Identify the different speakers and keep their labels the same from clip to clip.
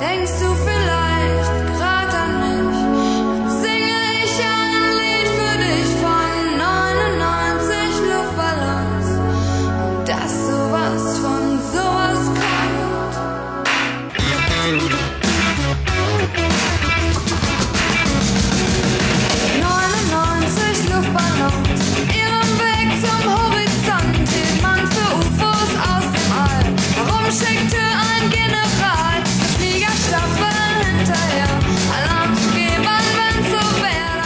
Speaker 1: Denkst du vielleicht grad an mich? Dann singe ich ein Lied für dich von 99 Luftballons. Und dass sowas von sowas kommt. Neunundneunzig Luftballons, ihren Weg zum Horizont, den man für UFOs aus dem All herumschickte ein General, Fliegerstaffeln hinterher, Alarm zu geben, wenn's so wär,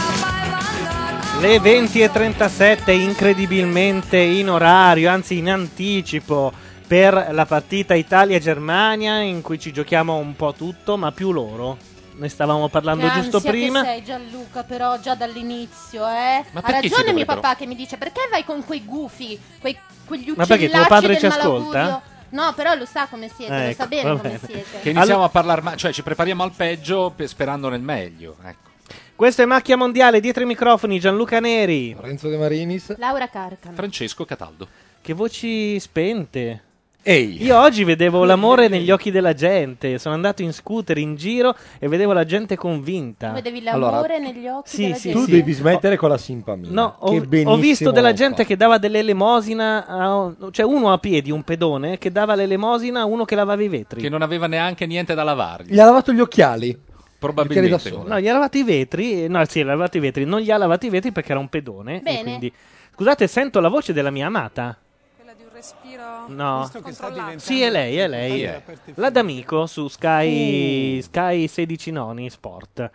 Speaker 1: dabei waren dort
Speaker 2: Le 20.37 incredibilmente in orario, anzi in anticipo per la partita Italia-Germania in cui ci giochiamo un po' tutto, ma più loro. Ne stavamo parlando
Speaker 3: Che
Speaker 2: giusto
Speaker 3: ansia
Speaker 2: prima.
Speaker 3: Che sei Gianluca, però già dall'inizio, eh.
Speaker 2: Ma
Speaker 3: ha
Speaker 2: perché ci
Speaker 3: ragione mio
Speaker 2: dovrebbero?
Speaker 3: papà che mi dice "Perché vai con quei gufi, quei quegli uccellacci
Speaker 2: Ma perché tuo padre
Speaker 3: del
Speaker 2: ci ascolta?
Speaker 3: malaugurio?" No, però lo sa come siete,
Speaker 2: Eh,
Speaker 3: lo sa
Speaker 2: ecco,
Speaker 3: bene
Speaker 2: va
Speaker 3: come
Speaker 2: bene.
Speaker 3: siete.
Speaker 2: Che
Speaker 4: Che iniziamo
Speaker 2: Allora-
Speaker 4: a parlare, ma- cioè ci prepariamo al peggio pe- sperando nel meglio. Ecco.
Speaker 2: Questo è Macchia Mondiale, dietro i microfoni Gianluca Neri.
Speaker 5: Renzo De Marinis.
Speaker 3: Laura Carcano.
Speaker 4: Francesco Cataldo.
Speaker 2: Che voci spente.
Speaker 4: Ehi.
Speaker 2: Io oggi vedevo l'amore negli occhi della gente. Sono andato in scooter in giro e vedevo la gente convinta.
Speaker 3: Vedevi l'amore
Speaker 2: Allora-
Speaker 3: negli occhi
Speaker 2: Sì,
Speaker 3: della
Speaker 2: sì,
Speaker 3: gente.
Speaker 5: Tu
Speaker 2: sì.
Speaker 5: devi smettere con la simpamina.
Speaker 2: No, ho,
Speaker 5: che
Speaker 2: ho
Speaker 5: benissimo
Speaker 2: visto della
Speaker 5: lo
Speaker 2: gente che dava dell'elemosina, a, cioè uno a piedi, un pedone, che dava l'elemosina a uno che lavava i vetri.
Speaker 4: Che non aveva neanche niente da lavargli.
Speaker 5: Gli ha lavato gli occhiali.
Speaker 4: Probabilmente.
Speaker 5: Perché eri da solo.
Speaker 2: No, gli ha lavato i vetri, eh, no, sì, gli ha lavato i vetri, non gli ha lavato i vetri perché era un pedone. e
Speaker 6: Bene.
Speaker 2: quindi- Scusate, sento la voce della mia amata.
Speaker 6: Quella di un respiro
Speaker 2: No,
Speaker 6: controllato.
Speaker 2: sì, è lei, è lei.
Speaker 6: Tagliela
Speaker 2: La d'amico su Sky, Sky 16 Noni Sport.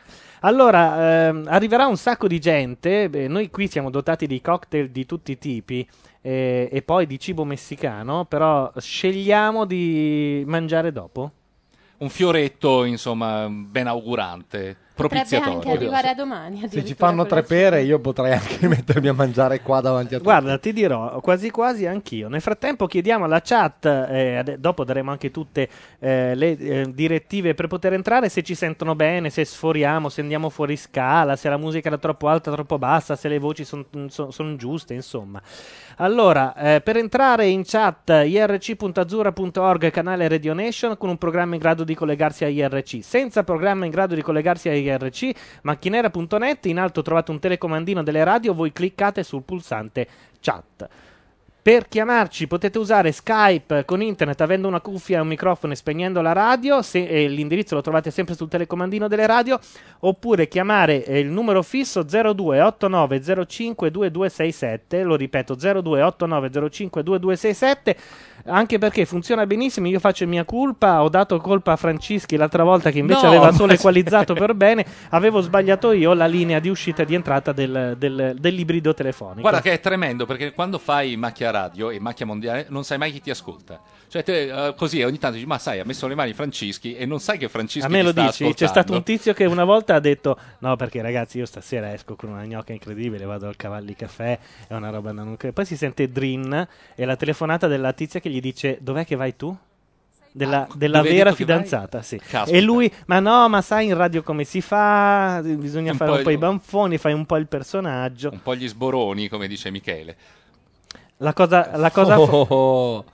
Speaker 2: Allora, ehm, arriverà un sacco di gente. beh, noi qui siamo dotati di cocktail di tutti i tipi eh, e poi di cibo messicano. Però scegliamo di mangiare dopo.
Speaker 4: Un fioretto, insomma, ben augurante.
Speaker 3: Potrebbe
Speaker 4: Propiziatorio.
Speaker 3: anche arrivare a domani.
Speaker 5: Se ci
Speaker 3: addirittura
Speaker 5: fanno
Speaker 3: quella
Speaker 5: tre pere, io potrei anche mettermi a mangiare qua davanti a te.
Speaker 2: Guarda, ti dirò quasi quasi anch'io. Nel frattempo chiediamo alla chat, eh, ade- dopo daremo anche tutte eh, le eh, direttive per poter entrare, se ci sentono bene, se sforiamo, se andiamo fuori scala, se la musica era troppo alta, troppo bassa, se le voci sono giuste, insomma. Allora, eh, per entrare in chat irc.azzurra.org canale Radio Nation con un programma in grado di collegarsi a IRC. Senza programma in grado di collegarsi a IRC, macchinera.net, in alto trovate un telecomandino delle radio, voi cliccate sul pulsante chat. Per chiamarci potete usare Skype con internet avendo una cuffia e un microfono e spegnendo la radio, se, eh, l'indirizzo lo trovate sempre sul telecomandino delle radio, oppure chiamare eh, il numero fisso 0289052267, lo ripeto 0289052267, anche perché funziona benissimo, io faccio mia colpa, ho dato colpa a Francischi l'altra volta che invece
Speaker 4: No,
Speaker 2: aveva
Speaker 4: ma
Speaker 2: solo
Speaker 4: sì.
Speaker 2: equalizzato per bene, avevo sbagliato io la linea di uscita e di entrata del, del- dell'ibrido telefonico.
Speaker 4: Guarda che è tremendo perché quando fai macchia radio e macchia mondiale non sai mai chi ti ascolta. Cioè te, eh, così ogni tanto dici ma sai ha messo le mani Francischi e non sai che Francischi
Speaker 2: A me
Speaker 4: ti
Speaker 2: lo
Speaker 4: sta
Speaker 2: dici, c'è
Speaker 4: ascoltando.
Speaker 2: stato un tizio che una volta ha detto: No, perché ragazzi, io stasera esco con una gnocca incredibile, vado al Cavalli Caffè, è una roba da non credere. Poi si sente Drin e la telefonata della tizia che gli dice: Dov'è che vai tu? Della, della
Speaker 4: Ah, dove hai
Speaker 2: vera
Speaker 4: detto che vai?
Speaker 2: fidanzata, sì.
Speaker 4: Caspita.
Speaker 2: E lui, ma no, ma sai in radio come si fa? Bisogna
Speaker 4: Un
Speaker 2: fare
Speaker 4: po'
Speaker 2: un po'
Speaker 4: il-
Speaker 2: i banfoni, fai un po' il personaggio.
Speaker 4: Un po' gli sboroni come dice Michele.
Speaker 2: La
Speaker 4: Eh,
Speaker 2: cosa, la cosa
Speaker 5: Oh, oh, oh.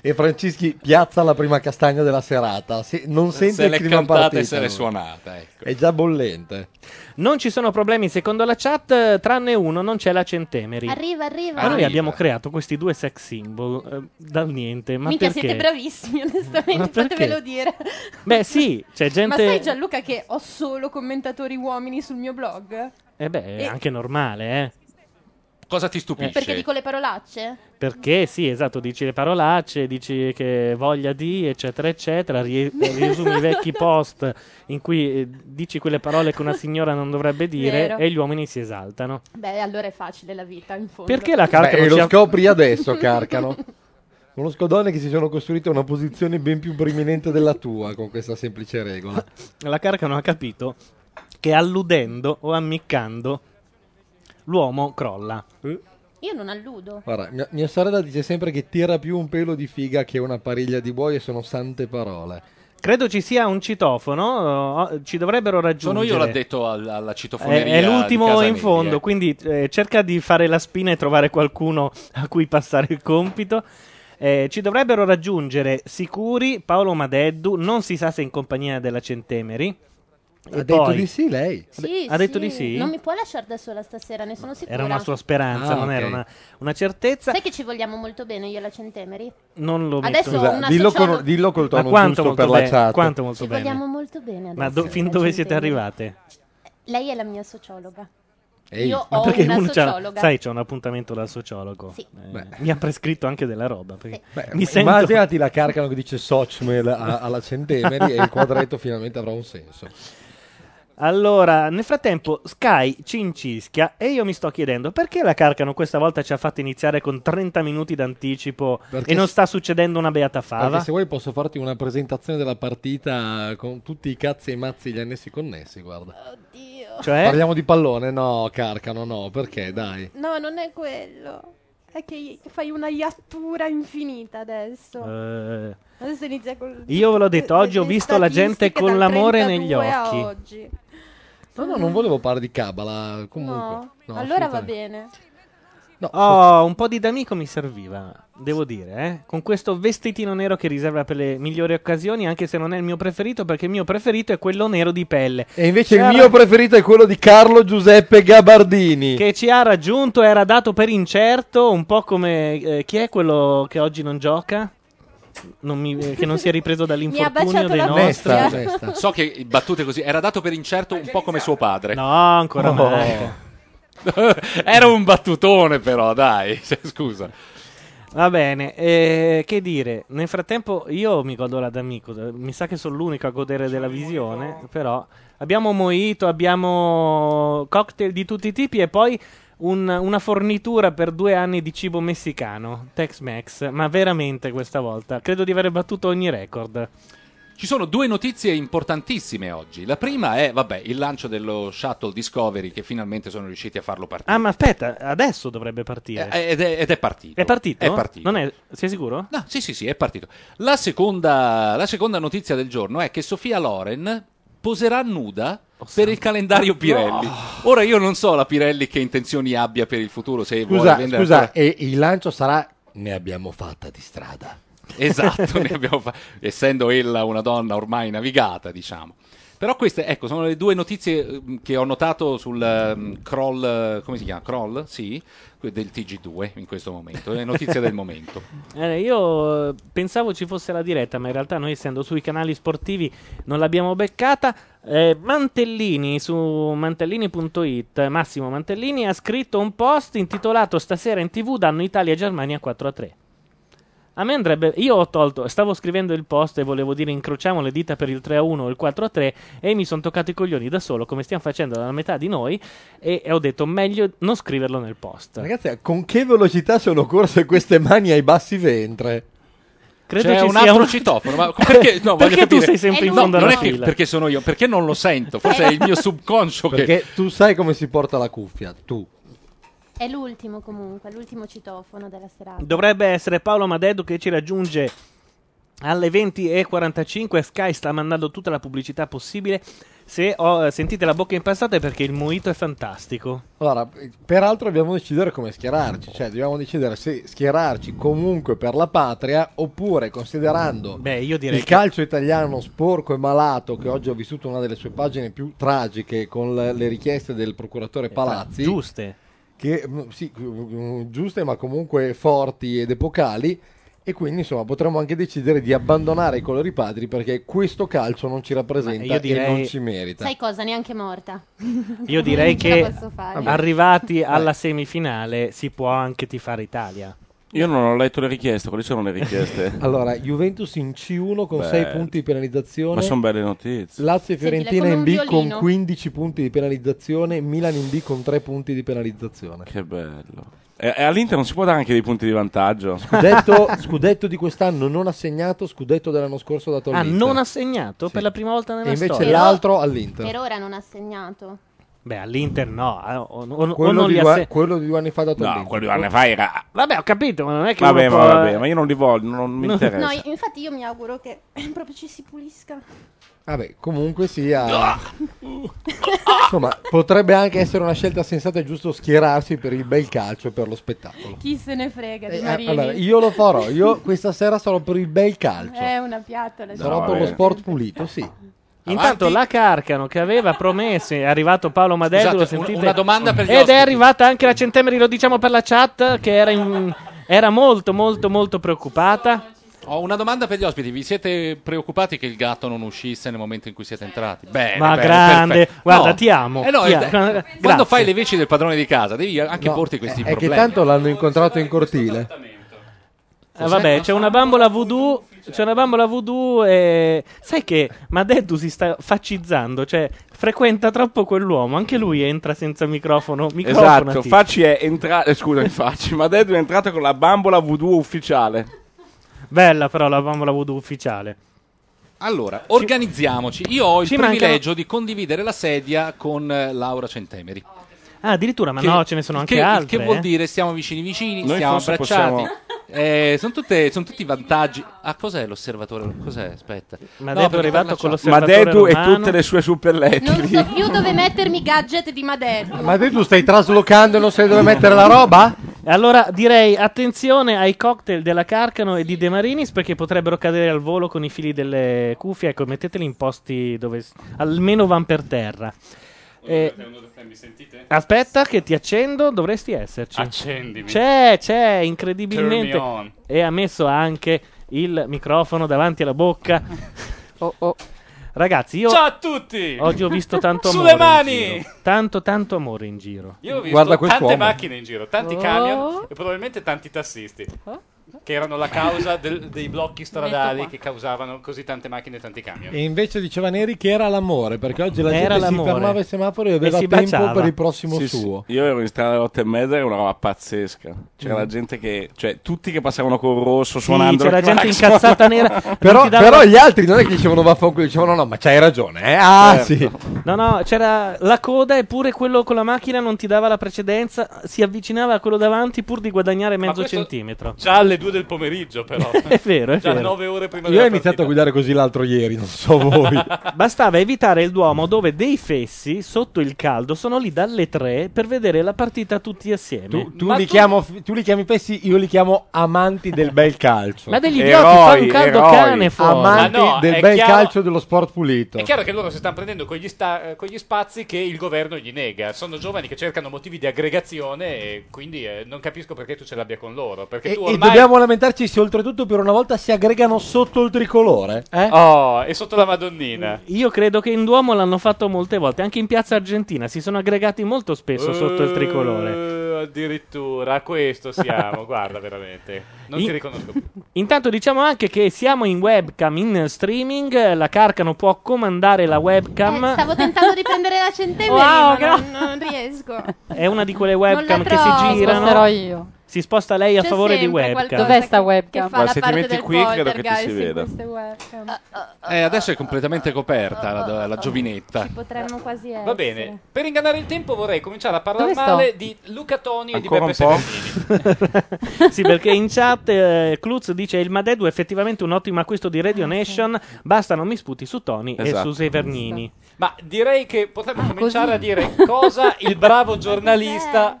Speaker 5: E Francischi piazza la prima castagna della serata. Se- non sente
Speaker 4: se
Speaker 5: il
Speaker 4: l'è
Speaker 5: clima
Speaker 4: cantata
Speaker 5: partita,
Speaker 4: e se l'è
Speaker 5: lui.
Speaker 4: suonata. Ecco.
Speaker 5: È già bollente.
Speaker 2: Non ci sono problemi secondo la chat, tranne uno, non c'è la centemeri.
Speaker 3: Arriva, arriva.
Speaker 2: Ma Ah, noi abbiamo creato questi due sex symbol eh, dal niente. Ma
Speaker 3: Minchia,
Speaker 2: perché?
Speaker 3: siete bravissimi,
Speaker 2: Ma
Speaker 3: onestamente,
Speaker 2: perché?
Speaker 3: fatevelo dire.
Speaker 2: Beh, sì, c'è
Speaker 3: Ma
Speaker 2: gente.
Speaker 3: sai Gianluca che ho solo commentatori uomini sul mio blog?
Speaker 2: Eh beh, è
Speaker 3: Eh.
Speaker 2: anche normale, eh.
Speaker 4: Cosa ti stupisce?
Speaker 3: Perché dico le parolacce?
Speaker 2: Perché sì, esatto, dici le parolacce, dici che voglia di, eccetera, eccetera, rie- riesumi i vecchi post in cui eh, dici quelle parole che una signora non dovrebbe dire
Speaker 3: Vero.
Speaker 2: e gli uomini si esaltano.
Speaker 3: Beh, allora è facile la vita, in fondo.
Speaker 2: Perché la carta
Speaker 5: Beh, Eh, e
Speaker 2: non
Speaker 5: lo
Speaker 2: ci ha-
Speaker 5: scopri adesso, Carcano. Con lo scodone che si sono costruite una posizione ben più preminente della tua con questa semplice regola.
Speaker 2: La Carca non ha capito che alludendo o ammiccando l'uomo crolla.
Speaker 3: Io non alludo.
Speaker 5: Guarda, mia, mia sorella dice sempre che tira più un pelo di figa che una pariglia di buoi e sono sante parole.
Speaker 2: Credo ci sia un citofono, oh, ci dovrebbero
Speaker 4: Sono
Speaker 2: raggiungere.
Speaker 4: io l'ho detto al- alla
Speaker 2: È,
Speaker 4: citofoneria.
Speaker 2: è
Speaker 4: di
Speaker 2: l'ultimo
Speaker 4: casa
Speaker 2: in
Speaker 4: Neri,
Speaker 2: fondo,
Speaker 4: eh.
Speaker 2: quindi eh, cerca di fare la spina e trovare qualcuno a cui passare il compito. Eh, ci dovrebbero raggiungere sicuri Paolo Madeddu, non si sa se in compagnia della Centemeri.
Speaker 5: Ha detto di sì lei.
Speaker 3: Sì,
Speaker 2: ha detto
Speaker 3: sì.
Speaker 2: di sì?
Speaker 3: Non mi può lasciare da sola stasera, ne sono sicura.
Speaker 2: Era una sua speranza,
Speaker 5: Ah,
Speaker 2: non era
Speaker 5: ok.
Speaker 2: una, una certezza.
Speaker 3: Sai che ci vogliamo molto bene io e la Centemeri?
Speaker 2: Non lo
Speaker 3: Adesso
Speaker 2: metto.
Speaker 3: ho Scusa, una dillo con- sociologa- dillo col tono
Speaker 2: Ma quanto
Speaker 5: giusto
Speaker 2: molto
Speaker 5: per la
Speaker 2: bene,
Speaker 5: chat.
Speaker 2: Quanto molto
Speaker 3: Ci
Speaker 2: bene.
Speaker 3: vogliamo molto bene adesso.
Speaker 2: Ma do- fin
Speaker 3: la
Speaker 2: dove siete
Speaker 3: Centemeri.
Speaker 2: arrivate?
Speaker 3: Lei è la mia sociologa.
Speaker 5: Ehi.
Speaker 3: Io
Speaker 2: Ma
Speaker 3: ho
Speaker 2: perché
Speaker 3: una
Speaker 2: uno c'ha-
Speaker 3: sociologa.
Speaker 2: sai, c'è un appuntamento dal sociologo. Eh, mi ha prescritto anche della roba. perché mi sento-
Speaker 5: Immaginati la carcano che dice Socmel a- alla Centemeri e il quadretto finalmente avrà un senso.
Speaker 2: Allora, nel frattempo Sky ci incischia e io mi sto chiedendo perché la Carcano questa volta ci ha fatto iniziare con 30 minuti d'anticipo
Speaker 5: Perché
Speaker 2: e non
Speaker 5: s-
Speaker 2: sta succedendo una beata
Speaker 5: Perché
Speaker 2: fava?
Speaker 5: se vuoi posso farti una presentazione della partita con tutti i cazzi e i mazzi gli annessi connessi, guarda.
Speaker 2: Cioè?
Speaker 5: Parliamo di pallone? No, carcano, no, perché dai.
Speaker 7: No, non è quello. È che fai una iattura infinita adesso.
Speaker 2: Eh,
Speaker 7: Adesso inizia col...
Speaker 2: Io ve l'ho detto, ogge ho
Speaker 7: le
Speaker 2: visto la gente
Speaker 7: statistiche
Speaker 2: con
Speaker 7: dal
Speaker 2: l'amore negli
Speaker 7: 32 a
Speaker 2: occhi.
Speaker 7: oggi.
Speaker 5: No, no, non volevo parlare di Cabala. Comunque,
Speaker 7: No,
Speaker 5: no,
Speaker 7: allora va
Speaker 5: assolutamente.
Speaker 7: bene.
Speaker 2: Oh, un po' di D'Amico mi serviva, devo dire, eh. Con questo vestitino nero che riserva per le migliori occasioni, anche se non è il mio preferito, perché il mio preferito è quello nero di pelle.
Speaker 5: E invece il
Speaker 2: Era-
Speaker 5: mio preferito è quello di Carlo Giuseppe Gabardini.
Speaker 2: Che ci ha raggiunto, era dato per incerto, un po' come... eh, chi è quello che oggi non gioca? Non mi- eh, che non si è ripreso dall'infortunio
Speaker 7: baciato
Speaker 2: dei
Speaker 7: la
Speaker 2: nostri? eh.
Speaker 5: Nesta, Nesta.
Speaker 4: So che battute così era dato per incerto un po' come suo padre.
Speaker 2: No, ancora
Speaker 5: Oh.
Speaker 2: manca.
Speaker 4: Era un battutone, però, dai, cioè, scusa.
Speaker 2: Va bene, eh, che dire? Nel frattempo io mi godo la D'Amico, mi sa che sono l'unico a godere della visione, però abbiamo Moito, abbiamo cocktail di tutti i tipi e poi un- una fornitura per due anni di cibo messicano, Tex-Mex, ma veramente questa volta, credo di aver battuto ogni record.
Speaker 4: Ci sono due notizie importantissime oggi. La prima è, vabbè, il lancio dello Shuttle Discovery che finalmente sono riusciti a farlo partire.
Speaker 2: Ah, ma aspetta, adesso dovrebbe partire.
Speaker 4: Eh, Ed è, ed è partito.
Speaker 2: Ah, È partito?
Speaker 4: È partito.
Speaker 2: Non è, sei sicuro?
Speaker 4: No, sì, sì, sì, è partito. La seconda, la seconda notizia del giorno è che Sofia Loren poserà nuda
Speaker 2: Oh,
Speaker 4: per il calendario Pirelli. Ora io non so la Pirelli che intenzioni abbia per il futuro, se vuole
Speaker 5: Scusa,
Speaker 4: vendere
Speaker 5: scusa,
Speaker 4: ancora-
Speaker 5: e il lancio sarà... Ne abbiamo fatta di strada.
Speaker 4: Esatto, ne abbiamo fa- essendo ella una donna ormai navigata, diciamo. Però queste, ecco, sono le due notizie ehm, che ho notato sul ehm, crawl, eh, come si chiama? Crawl, sì, que- del TG2 in questo momento, le notizie del momento.
Speaker 2: Eh, io eh, pensavo ci fosse la diretta, ma in realtà noi essendo sui canali sportivi non l'abbiamo beccata. Eh, Mantellini su mantellini.it, Massimo Mantellini ha scritto un post intitolato Stasera in TV danno Italia e Germania 4 a 3. A me andrebbe. Io ho tolto. Stavo scrivendo il post e volevo dire incrociamo le dita per il 3 a 1 o il 4 a 3. E mi sono toccato i coglioni da solo, come stiamo facendo la metà di noi. E, e ho detto meglio non scriverlo nel post.
Speaker 5: Ragazzi, con che velocità sono corse queste mani ai bassi ventre? Cioè,
Speaker 2: Credo
Speaker 4: C'è
Speaker 2: ci
Speaker 4: un
Speaker 2: sia
Speaker 4: altro
Speaker 2: un-
Speaker 4: citofono, ma perché, no, voglio
Speaker 2: Perché tu
Speaker 4: capire- Eh,
Speaker 2: sei sempre
Speaker 3: È
Speaker 2: in
Speaker 3: lui.
Speaker 2: fondo
Speaker 4: non
Speaker 2: alla
Speaker 4: è che
Speaker 2: fila?
Speaker 4: perché sono io, perché non lo sento, forse è il mio subconscio che...
Speaker 5: Perché tu sai come si porta la cuffia, tu.
Speaker 3: È l'ultimo comunque, l'ultimo citofono della serata.
Speaker 2: Dovrebbe essere Paolo Madeddu che ci raggiunge alle 20.45. Sky sta mandando tutta la pubblicità possibile. Se ho- eh, sentite la bocca impastata è perché il moito è fantastico.
Speaker 5: Allora, peraltro dobbiamo decidere come schierarci, cioè dobbiamo decidere se schierarci comunque per la patria oppure considerando
Speaker 2: Beh, io direi
Speaker 5: il
Speaker 2: che-
Speaker 5: calcio italiano sporco e malato che oggi ho vissuto una delle sue pagine più tragiche con le, le richieste del procuratore
Speaker 4: Esatto.
Speaker 5: Palazzi,
Speaker 2: Giuste.
Speaker 5: che mm, sì, mm, giuste ma comunque forti ed epocali e quindi insomma potremmo anche decidere di abbandonare i colori patri perché questo calcio non ci
Speaker 2: Ma
Speaker 5: rappresenta
Speaker 2: io direi-
Speaker 5: e non ci merita.
Speaker 3: Sai cosa? Neanche morta.
Speaker 2: Io direi
Speaker 3: Non ce la
Speaker 2: che
Speaker 3: posso fare.
Speaker 2: arrivati alla semifinale si può anche tifare Italia. Ah,
Speaker 8: Io non ho letto le richieste, quali sono le richieste?
Speaker 4: Ah.
Speaker 5: Allora, Juventus in C1 con
Speaker 8: Beh,
Speaker 5: 6 punti di penalizzazione.
Speaker 8: Ma sono belle notizie.
Speaker 5: Lazio e
Speaker 3: Sentile, con
Speaker 5: Fiorentina in
Speaker 3: un
Speaker 5: B con
Speaker 3: violino.
Speaker 5: 15 punti di penalizzazione, Milan in B con 3 punti di penalizzazione.
Speaker 8: Che bello. E, e all'Inter non si può dare anche dei punti di vantaggio?
Speaker 5: Scudetto, scudetto di quest'anno non assegnato, scudetto dell'anno scorso dato
Speaker 2: Ah,
Speaker 5: all'Inter.
Speaker 2: non ha segnato
Speaker 5: Sì.
Speaker 2: per la prima volta
Speaker 5: E
Speaker 2: nella
Speaker 5: invece
Speaker 2: storia.
Speaker 5: l'altro
Speaker 3: Per
Speaker 5: all'Inter.
Speaker 3: ora non ha segnato.
Speaker 2: Beh, all'Inter no. ah, O, o- o
Speaker 5: Quello
Speaker 2: non
Speaker 5: di,
Speaker 2: li ha
Speaker 5: due,
Speaker 2: se-
Speaker 5: quello di due anni fa da
Speaker 8: No, quello di due anni fa era.
Speaker 2: Vabbè, ho capito, ma non è che uno
Speaker 8: Vabbè,
Speaker 4: eh,
Speaker 8: ma,
Speaker 2: può-
Speaker 8: vabbè, ma io non li voglio, non mi interessa.
Speaker 3: No, io- infatti io mi auguro che proprio ci si pulisca.
Speaker 5: Vabbè, comunque sia. Insomma, potrebbe anche essere una scelta sensata e giusto schierarsi per il bel calcio e per lo spettacolo.
Speaker 7: Chi se ne frega di
Speaker 5: Eh,
Speaker 7: Marini?
Speaker 5: allora, io cioè, lo farò. Io questa sera sarò per il bel calcio.
Speaker 7: È una piattola.
Speaker 5: sarò
Speaker 8: No,
Speaker 5: per lo
Speaker 8: vabbè.
Speaker 5: sport pulito, sì.
Speaker 2: Intanto la Carcano che aveva promesso, è arrivato Paolo Madello,
Speaker 4: Scusate,
Speaker 2: sentite,
Speaker 4: un- una domanda per gli
Speaker 2: Ed
Speaker 4: ospiti.
Speaker 2: è arrivata anche la Centemeri, lo diciamo per la chat, che era, in- era molto molto molto preoccupata.
Speaker 4: Ho una domanda per gli ospiti. Vi siete preoccupati che il gatto non uscisse nel momento in cui siete entrati? Bene,
Speaker 2: Ma
Speaker 4: bene,
Speaker 2: grande.
Speaker 4: perfetto.
Speaker 2: Guarda, ti amo,
Speaker 4: Eh no,
Speaker 2: ti
Speaker 4: eh,
Speaker 2: amo.
Speaker 4: quando
Speaker 2: Grazie.
Speaker 4: fai le veci del padrone di casa, devi anche
Speaker 5: No,
Speaker 4: porti questi
Speaker 5: è, è che
Speaker 4: problemi.
Speaker 5: tanto l'hanno incontrato in cortile.
Speaker 2: Eh, vabbè, c'è una bambola voodoo. C'è una bambola voodoo e. Sai che Madeddu si sta faccizzando, cioè frequenta troppo quell'uomo. Anche lui entra senza microfono.
Speaker 8: Esatto,
Speaker 2: microfonati.
Speaker 8: Facci è entrato. Scusami, Facci, ma Dedu è entrato con la bambola voodoo ufficiale.
Speaker 2: Bella però la bambola voodoo ufficiale.
Speaker 4: Allora, organizziamoci. Io ho il
Speaker 2: Ci mancano-
Speaker 4: privilegio di condividere la sedia con eh, Laura Centemeri.
Speaker 2: Ah, addirittura, ma no, ce ne sono anche
Speaker 4: che,
Speaker 2: altre.
Speaker 4: Che vuol
Speaker 2: eh.
Speaker 4: dire stiamo vicini vicini,
Speaker 8: Noi
Speaker 4: stiamo
Speaker 8: forse
Speaker 4: abbracciati.
Speaker 8: possiamo-
Speaker 4: Eh, sono, tutte- sono tutti vantaggi. Ah, cos'è l'osservatore? Cos'è? Aspetta.
Speaker 2: Ma Dedu
Speaker 4: No,
Speaker 2: è
Speaker 4: perché
Speaker 2: arrivato
Speaker 4: parla
Speaker 2: con
Speaker 4: ciao.
Speaker 8: Ma
Speaker 2: l'osservatore
Speaker 8: Dedu e
Speaker 2: romano.
Speaker 8: tutte le sue
Speaker 3: Non
Speaker 8: suppellettili.
Speaker 3: so più dove mettermi i gadget di Madeddu.
Speaker 5: Ma te tu stai traslocando e non sai dove mettere la roba?
Speaker 2: Allora direi attenzione ai cocktail della Carcano e di De Marinis perché potrebbero cadere al volo con i fili delle cuffie. Ecco, metteteli in posti dove s- almeno van per terra. Eh,
Speaker 9: Mi sentite?
Speaker 2: aspetta, che ti accendo, dovresti esserci.
Speaker 9: Accendimi.
Speaker 2: C'è, c'è,
Speaker 9: Turn me
Speaker 2: incredibilmente.
Speaker 9: on.
Speaker 2: E ha messo anche il microfono davanti alla bocca. Oh, oh. Ragazzi, io
Speaker 9: Ciao a tutti!
Speaker 2: oggi ho visto tanto amore.
Speaker 9: Sulle
Speaker 2: in
Speaker 9: mani!
Speaker 2: giro. Tanto, tanto amore in giro.
Speaker 9: Io ho visto
Speaker 5: Guarda
Speaker 9: tante
Speaker 5: quest'uomo.
Speaker 9: macchine in giro, tanti camion e probabilmente tanti tassisti. Che erano la causa del- dei blocchi stradali che causavano così tante macchine e tanti camion.
Speaker 10: E invece diceva Neri che era l'amore, perché oggi la
Speaker 2: Era
Speaker 10: gente
Speaker 2: l'amore.
Speaker 10: si fermava ai semafori e aveva
Speaker 2: si
Speaker 10: tempo
Speaker 2: baciava.
Speaker 10: per il prossimo
Speaker 8: Sì, sì.
Speaker 10: suo.
Speaker 8: Io ero in strada alle otto e mezza, era una roba pazzesca. C'era la gente che, cioè, tutti che passavano col rosso
Speaker 2: Mm. Sì,
Speaker 8: suonando.
Speaker 2: c'è
Speaker 8: il
Speaker 2: la gente
Speaker 8: clacson.
Speaker 2: incazzata nera. Non
Speaker 5: Però,
Speaker 2: ti dava-
Speaker 5: però gli altri non è che dicevano vaffanculo, dicevano no, ma c'hai ragione. Eh? Ah,
Speaker 8: Certo.
Speaker 5: sì.
Speaker 2: No, no, c'era la coda eppure quello con la macchina non ti dava la precedenza, si avvicinava a quello davanti pur di guadagnare
Speaker 9: Ma
Speaker 2: mezzo
Speaker 9: questo
Speaker 2: centimetro.
Speaker 9: Già alle 2 del pomeriggio, però.
Speaker 2: È vero, è
Speaker 9: Già
Speaker 2: vero.
Speaker 9: 9 ore prima
Speaker 10: Io ho
Speaker 9: della
Speaker 10: iniziato a
Speaker 9: partita.
Speaker 10: guidare così l'altro ieri, non so voi.
Speaker 2: Bastava evitare il Duomo dove dei fessi, sotto il caldo, sono lì dalle tre per vedere la partita tutti assieme.
Speaker 10: tu, tu
Speaker 9: Ma
Speaker 10: li
Speaker 9: tu-
Speaker 10: chiamo- tu li chiami fessi, io li chiamo amanti del bel calcio.
Speaker 2: Ma degli
Speaker 8: Eroi,
Speaker 2: idioti, fa un caldo
Speaker 8: eroi.
Speaker 2: cane fuori.
Speaker 5: Amanti
Speaker 9: Ma no,
Speaker 5: del
Speaker 9: è
Speaker 5: bel
Speaker 9: chiaro-
Speaker 5: calcio e dello sport pulito.
Speaker 9: È chiaro che loro si stanno prendendo con gli, sta- eh, con gli spazi che il governo gli nega. Sono giovani che cercano motivi di aggregazione e quindi eh, non capisco perché tu ce l'abbia con loro. Perché
Speaker 10: E,
Speaker 9: tu
Speaker 10: e
Speaker 9: ormai...
Speaker 10: dobbiamo lamentarci se oltretutto per una volta si aggregano sotto il tricolore. Eh?
Speaker 9: Oh, è sotto la Madonnina.
Speaker 2: Io credo che in Duomo l'hanno fatto molte volte, anche in Piazza Argentina si sono aggregati molto spesso sotto il tricolore.
Speaker 9: Eh, Addirittura, a questo siamo, guarda veramente. Non
Speaker 2: I-
Speaker 9: ti riconosco più.
Speaker 2: Intanto diciamo anche che siamo in webcam, in streaming, la Carcano può comandare la webcam.
Speaker 3: Eh, stavo tentando di prendere la centemeri,
Speaker 2: Wow,
Speaker 3: ma non, non riesco.
Speaker 2: È una di quelle
Speaker 3: Non
Speaker 2: webcam
Speaker 3: la
Speaker 2: che si
Speaker 3: trovo.
Speaker 2: girano.
Speaker 11: Sposterò io.
Speaker 2: Si sposta lei a
Speaker 3: C'è
Speaker 2: favore di
Speaker 3: sempre
Speaker 2: webcam.
Speaker 3: qualcosa
Speaker 11: Dov'è sta
Speaker 3: che-
Speaker 11: webcam?
Speaker 3: Che fa
Speaker 8: Ma
Speaker 3: la
Speaker 8: se ti
Speaker 3: parte
Speaker 8: metti
Speaker 3: del
Speaker 8: qui, credo che ti si
Speaker 3: poltergeist in
Speaker 8: veda.
Speaker 3: queste webcam.
Speaker 4: Eh, adesso è completamente coperta la, la giovinetta.
Speaker 3: Ci potremmo quasi essere.
Speaker 9: Va bene, per ingannare il tempo vorrei cominciare a parlare
Speaker 11: Dove sto?
Speaker 9: male di Luca Toni e di
Speaker 8: Ancora
Speaker 9: Beppe
Speaker 8: un po'.
Speaker 9: Severino.
Speaker 2: sì, perché in chat eh, Cluz dice il Madedu è effettivamente un ottimo acquisto di
Speaker 11: Ah,
Speaker 2: Radio Nation, basta non mi sputi su Tony e
Speaker 8: Esatto.
Speaker 2: su Severnini.
Speaker 9: Ma direi che potremmo cominciare
Speaker 11: Ah, così?
Speaker 9: a dire cosa il bravo giornalista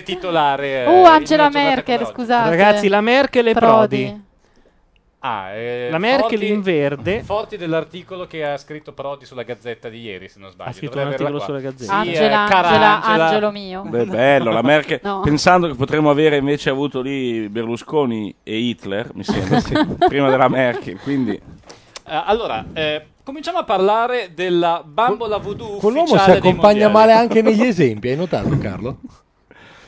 Speaker 9: titolare. eh, in
Speaker 11: Oh,
Speaker 9: una
Speaker 11: Angela
Speaker 9: giornata
Speaker 11: Merkel,
Speaker 9: come oggi.
Speaker 11: scusate.
Speaker 2: Ragazzi, la Merkel e Prodi.
Speaker 9: Ah, eh,
Speaker 2: La Merkel
Speaker 9: forti-
Speaker 2: in verde.
Speaker 9: Forti dell'articolo che ha scritto Prodi sulla Gazzetta di ieri, se non sbaglio.
Speaker 2: Ha scritto
Speaker 9: Dovrei
Speaker 2: un
Speaker 9: averla
Speaker 2: articolo
Speaker 9: qua.
Speaker 2: sulla Gazzetta.
Speaker 9: Sì, eh,
Speaker 11: Angela,
Speaker 9: cara
Speaker 11: Angela,
Speaker 9: Angela. Eh,
Speaker 11: Angelo mio.
Speaker 8: Beh, bello, la Merkel.
Speaker 11: No.
Speaker 8: Pensando che potremmo avere invece avuto lì Berlusconi e Hitler, mi sembra, sì, prima della Merkel, quindi
Speaker 9: Eh, allora, eh, cominciamo a parlare della bambola voodoo
Speaker 5: Quell'uomo si
Speaker 9: ufficiale dei
Speaker 5: accompagna
Speaker 9: mondiali.
Speaker 5: male anche negli esempi, hai notato Carlo?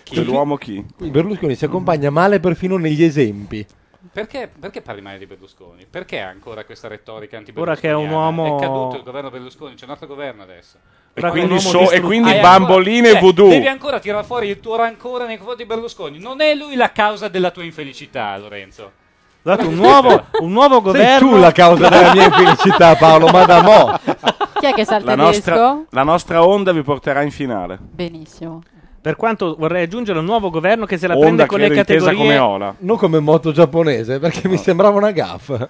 Speaker 8: quell'uomo chi?
Speaker 5: Berlusconi si accompagna male perfino negli esempi.
Speaker 9: Perché, perché parli male di Berlusconi? Perché ha ancora questa retorica anti
Speaker 2: Ora che è un uomo-
Speaker 9: È caduto il governo Berlusconi, c'è un altro governo adesso.
Speaker 8: E
Speaker 2: Ora che è un
Speaker 8: quindi,
Speaker 2: uomo
Speaker 8: so- e
Speaker 2: distrutto.
Speaker 8: quindi
Speaker 9: Hai
Speaker 8: bamboline
Speaker 9: ancora-
Speaker 8: e
Speaker 9: cioè,
Speaker 8: voodoo.
Speaker 9: Devi ancora tirare fuori il tuo rancore nei confronti di Berlusconi. Non è lui la causa della tua infelicità, Lorenzo.
Speaker 2: Dato Esatto, un nuovo, un nuovo
Speaker 5: Sei tu
Speaker 2: governo.
Speaker 5: la causa della mia infelicità Paolo, ma da mo'.
Speaker 11: Chi è che sa il
Speaker 8: La
Speaker 11: tedesco?
Speaker 8: nostra, la nostra onda vi porterà in finale.
Speaker 11: Benissimo.
Speaker 2: Per quanto vorrei aggiungere un nuovo governo che se la
Speaker 8: Onda
Speaker 2: prende con le
Speaker 8: credo intesa
Speaker 2: categorie
Speaker 8: come Ola.
Speaker 5: Non come moto giapponese, perché mi sembrava una gaffa.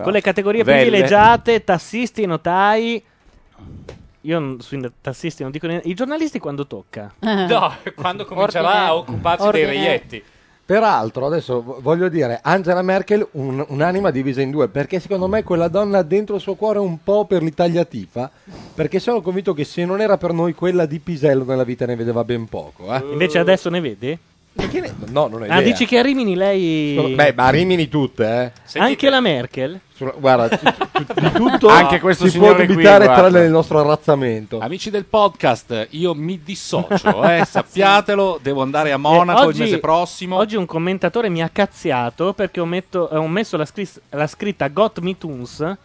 Speaker 2: con le categorie
Speaker 5: Velle.
Speaker 2: privilegiate, tassisti, notai. Io n- sui n- tassisti non dico niente. I giornalisti quando tocca?
Speaker 9: No, quando comincerà a occuparsi dei reietti.
Speaker 5: Peraltro, adesso v- voglio dire, Angela Merkel un- un'anima divisa in due, perché secondo me quella donna ha dentro il suo cuore un po' per l'Italia tifa, perché sono convinto che se non era per noi quella di Pisello nella vita ne vedeva ben poco. eh.
Speaker 2: Uh. Invece adesso ne vedi?
Speaker 5: No, non è
Speaker 2: Ah, dici che a Rimini lei...
Speaker 5: Beh, ma a Rimini tutte, eh.
Speaker 2: Anche la Merkel?
Speaker 5: Sulla- guarda, tu- tu- di tutto
Speaker 4: Anche questo
Speaker 5: Ah, si può
Speaker 4: signore qui,
Speaker 5: dubitare
Speaker 4: guarda.
Speaker 5: tra le- il nostro arrazzamento.
Speaker 4: Amici del podcast, io mi dissocio, eh, sappiatelo, devo andare a Monaco
Speaker 2: Eh, oggi-
Speaker 4: il mese prossimo.
Speaker 2: Oggi un commentatore mi ha cazziato perché ho, metto- eh, ho messo la, scris- la scritta Got Me Tunes,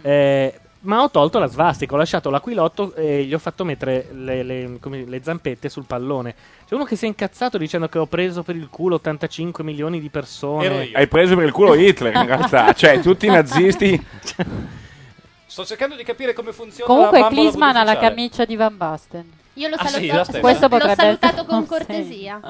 Speaker 2: eh, ma ho tolto la svastica, ho lasciato l'aquilotto e gli ho fatto mettere le, le- come- le zampette sul pallone. C'è uno che si è incazzato dicendo che ho preso per il culo 85 milioni di persone.
Speaker 8: Hai preso per il culo Hitler in realtà, cioè tutti i nazisti.
Speaker 2: Cioè,
Speaker 9: Sto cercando di capire come funziona la
Speaker 11: Comunque
Speaker 9: bambola
Speaker 11: Klinsmann ha la
Speaker 9: ufficiale.
Speaker 11: camicia di Van Basten.
Speaker 3: Io l'ho
Speaker 9: Ah, sì,
Speaker 3: salutato,
Speaker 9: la stessa.
Speaker 3: questo
Speaker 11: L'ho
Speaker 3: l'ho
Speaker 11: potrebbe
Speaker 3: salutato
Speaker 11: essere-
Speaker 3: con
Speaker 11: Sì.
Speaker 3: cortesia.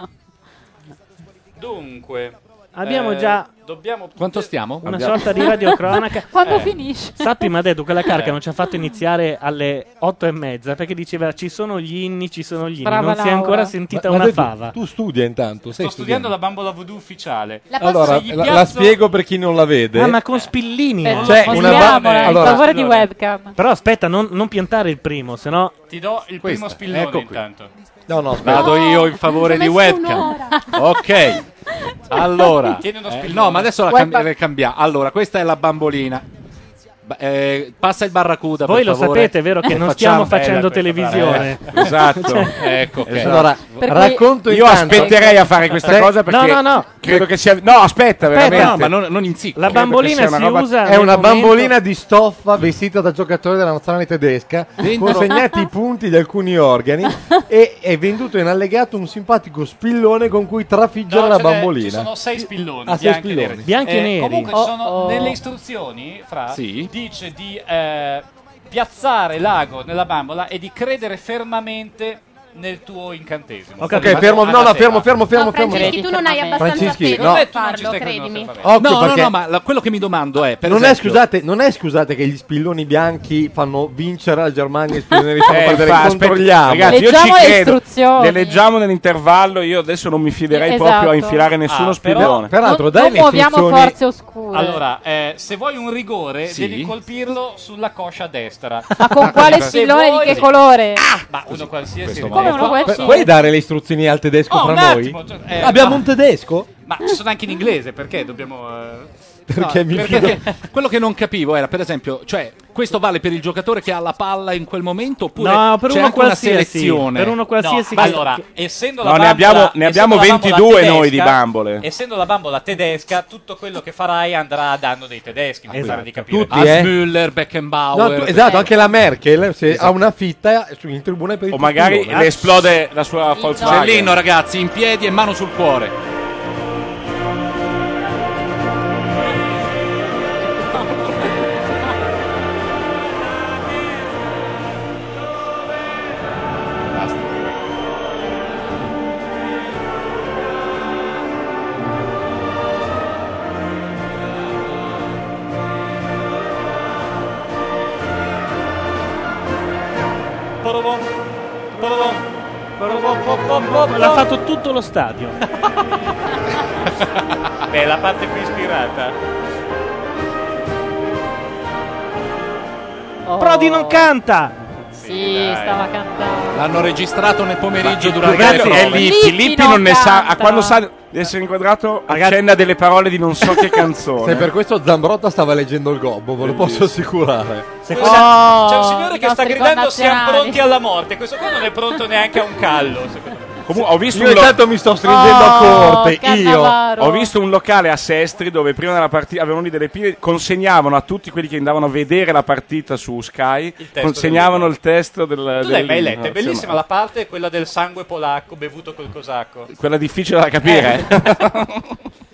Speaker 9: Dunque,
Speaker 2: Abbiamo
Speaker 9: eh,
Speaker 2: già-
Speaker 9: Dobbiamo
Speaker 4: Quanto stiamo?
Speaker 2: Una sorta di
Speaker 9: Eh.
Speaker 2: radiocronaca.
Speaker 11: Quando finisce?
Speaker 2: Sappi, Madedu, che la carca
Speaker 4: Eh.
Speaker 2: non ci ha fatto iniziare alle otto e mezza perché diceva ci sono gli inni, ci sono gli inni.
Speaker 9: Brava
Speaker 2: non si è
Speaker 9: Laura.
Speaker 2: ancora sentita
Speaker 5: Ma- ma
Speaker 2: una
Speaker 5: dai, tu-
Speaker 2: fava.
Speaker 5: Tu, studia intanto, stai
Speaker 9: Sto studiando la bambola voodoo ufficiale.
Speaker 5: Allora,
Speaker 9: Se gli
Speaker 5: la, la
Speaker 9: piazzo-
Speaker 5: spiego per chi non la vede.
Speaker 2: Ah, ma con spillini.
Speaker 9: Eh,
Speaker 5: C'è
Speaker 9: non lo
Speaker 5: una
Speaker 9: spostiamo,
Speaker 5: ba-
Speaker 9: eh, in
Speaker 5: allora-
Speaker 11: favore di webcam.
Speaker 2: Però aspetta, non, non piantare il primo, sennò.
Speaker 9: Ti do il
Speaker 2: Questa,
Speaker 9: primo spillone
Speaker 2: ecco qui.
Speaker 9: intanto.
Speaker 5: No, no, Oh,
Speaker 4: Vado io in favore di webcam. Ok. Allora,
Speaker 9: Tieni uno
Speaker 4: eh,
Speaker 9: spillone.
Speaker 4: no, ma adesso la
Speaker 9: Webcam.
Speaker 4: cambi- cambia. Allora, questa è la bambolina. Ba- eh, passa il barracuda.
Speaker 2: Voi
Speaker 4: per
Speaker 2: lo
Speaker 4: favore.
Speaker 2: sapete, vero, che
Speaker 4: Eh,
Speaker 2: non stiamo
Speaker 4: facciamo-
Speaker 2: facendo
Speaker 4: Bella questa,
Speaker 2: televisione.
Speaker 4: brava. Eh, Esatto.
Speaker 2: Cioè-
Speaker 4: ecco, ok.
Speaker 8: Allora,
Speaker 4: Per cui-
Speaker 8: racconto io
Speaker 4: intanto-
Speaker 8: aspetterei a fare questa
Speaker 4: Eh,
Speaker 8: cosa perché
Speaker 4: no, no, no.
Speaker 8: credo che sia No, aspetta, veramente.
Speaker 4: no, ma non, non in zicco.
Speaker 2: La
Speaker 8: Eh,
Speaker 4: Credo
Speaker 2: bambolina
Speaker 4: che sia una
Speaker 2: si
Speaker 4: roba-
Speaker 2: usa
Speaker 5: È una bambolina di stoffa vestita da giocatore della nazionale tedesca,
Speaker 4: Dentro-
Speaker 5: con segnati i punti di alcuni organi e è venduto in allegato un simpatico spillone con cui trafiggerà
Speaker 9: No,
Speaker 5: la
Speaker 9: ce n'è-
Speaker 5: bambolina.
Speaker 9: Ci sono sei spilloni,
Speaker 5: Ah, sei
Speaker 9: bianchi,
Speaker 5: spilloni.
Speaker 9: e neri. Eh,
Speaker 5: Bianchi e neri.
Speaker 9: Comunque ci
Speaker 5: Oh,
Speaker 9: sono
Speaker 5: oh.
Speaker 9: nelle istruzioni, fra,
Speaker 4: Sì.
Speaker 9: dice di eh, piazzare l'ago nella bambola e di credere fermamente nel tuo incantesimo.
Speaker 5: Ok, fermo, no, no, fermo, fermo, fermo,
Speaker 3: No,
Speaker 5: fermo.
Speaker 3: Franceschi, tu non hai abbastanza
Speaker 5: Franceschi,
Speaker 3: fede
Speaker 5: no.
Speaker 3: per
Speaker 9: Non
Speaker 3: farlo,
Speaker 9: ci stai
Speaker 3: credimi.
Speaker 4: No,
Speaker 5: Occhio,
Speaker 4: no,
Speaker 5: perché-
Speaker 4: no, ma la- quello che mi domando è, per
Speaker 5: non, è
Speaker 4: esempio-
Speaker 5: scusate, non è scusate che gli spilloni bianchi fanno vincere la Germania e gli spilloni neri fanno
Speaker 8: Eh,
Speaker 5: perdere.
Speaker 8: fa- aspetta,
Speaker 5: Controlliamo.
Speaker 8: ragazzi, io
Speaker 11: Leggiamo
Speaker 8: ci
Speaker 11: le
Speaker 8: credo.
Speaker 11: istruzioni.
Speaker 8: Le leggiamo nell'intervallo. Io adesso non mi fiderei
Speaker 11: Esatto.
Speaker 8: proprio a infilare nessuno
Speaker 9: Ah, però-
Speaker 8: spillone.
Speaker 9: Peraltro,
Speaker 11: non muoviamo forze oscure.
Speaker 9: Allora, eh, se vuoi un rigore,
Speaker 8: Sì.
Speaker 9: devi colpirlo sulla coscia destra.
Speaker 11: Ma con quale
Speaker 9: Se
Speaker 11: spillone
Speaker 9: vuoi-
Speaker 11: di che colore?
Speaker 9: Ma uno qualsiasi.
Speaker 11: Come
Speaker 8: eh,
Speaker 11: modo. uno
Speaker 5: Pu-
Speaker 11: qualsiasi?
Speaker 5: Puoi dare le istruzioni al tedesco
Speaker 9: Oh,
Speaker 5: fra
Speaker 9: un
Speaker 5: noi?
Speaker 9: attimo, cioè, eh,
Speaker 5: Abbiamo
Speaker 9: ma-
Speaker 5: un tedesco?
Speaker 9: Ma ci sono anche in inglese, perché dobbiamo... eh,
Speaker 5: Perché mi
Speaker 4: quello che non capivo era, per esempio, cioè, questo vale per il giocatore che ha la palla in quel momento oppure
Speaker 2: No, per
Speaker 4: c'è
Speaker 2: uno
Speaker 4: anche una
Speaker 2: qualsiasi,
Speaker 4: selezione?
Speaker 2: per uno qualsiasi
Speaker 9: No,
Speaker 2: che-
Speaker 9: allora, essendo la
Speaker 8: No, ne
Speaker 9: bambola,
Speaker 8: abbiamo- ne
Speaker 9: essendo
Speaker 8: abbiamo
Speaker 9: la bambola
Speaker 8: 22
Speaker 9: tedesca-
Speaker 8: noi di eh. bambole.
Speaker 9: Essendo la bambola tedesca, tutto quello che farai andrà a danno dei tedeschi. Mi
Speaker 8: Esatto.
Speaker 9: pare di capire.
Speaker 5: Tutti, Hans eh.
Speaker 4: Müller,
Speaker 5: No,
Speaker 4: Beckenbauer.
Speaker 5: tu- esatto, anche la Merkel se ha una fitta su- in tribuna per il
Speaker 8: Eh. Esatto. O magari
Speaker 2: eh.
Speaker 5: spillone.
Speaker 8: le esplode la sua
Speaker 4: C'è
Speaker 8: Volkswagen.
Speaker 4: l'inno, ragazzi, in piedi e mano sul cuore.
Speaker 2: L'ha fatto tutto lo stadio.
Speaker 9: Beh, la parte più ispirata.
Speaker 5: Oh.
Speaker 2: Prodi non canta.
Speaker 11: Sì, stava cantando.
Speaker 4: L'hanno registrato nel pomeriggio
Speaker 8: Il
Speaker 4: durante
Speaker 8: più
Speaker 4: le
Speaker 8: bello
Speaker 4: prove.
Speaker 8: è Lippi, Lippi non ne sa, a quando sa di essere inquadrato accenna delle parole di non so che
Speaker 5: Se
Speaker 8: canzone.
Speaker 5: per questo Zambrotta stava leggendo il gobbo, ve lo posso assicurare.
Speaker 9: Scusa, c'è un signore che
Speaker 11: Oh, i
Speaker 9: sta
Speaker 11: nostri
Speaker 9: gridando siamo
Speaker 11: connazionali."
Speaker 9: pronti alla morte. Questo qua non è pronto neanche a un callo. secondo me.
Speaker 8: Comunque, ho visto
Speaker 5: Io
Speaker 8: un
Speaker 5: intanto mi sto stringendo a corte, Cannavaro.
Speaker 8: Ho visto un locale a Sestri dove prima della partita avevano lì delle pile, consegnavano a tutti quelli che andavano a vedere la partita su Sky,
Speaker 9: testo
Speaker 8: consegnavano il testo del
Speaker 9: Tu l'hai mai
Speaker 8: dell'inno
Speaker 9: letta? È bellissima
Speaker 8: nazionale.
Speaker 9: la parte quella del sangue polacco bevuto col cosacco.
Speaker 8: Quella difficile da capire. eh.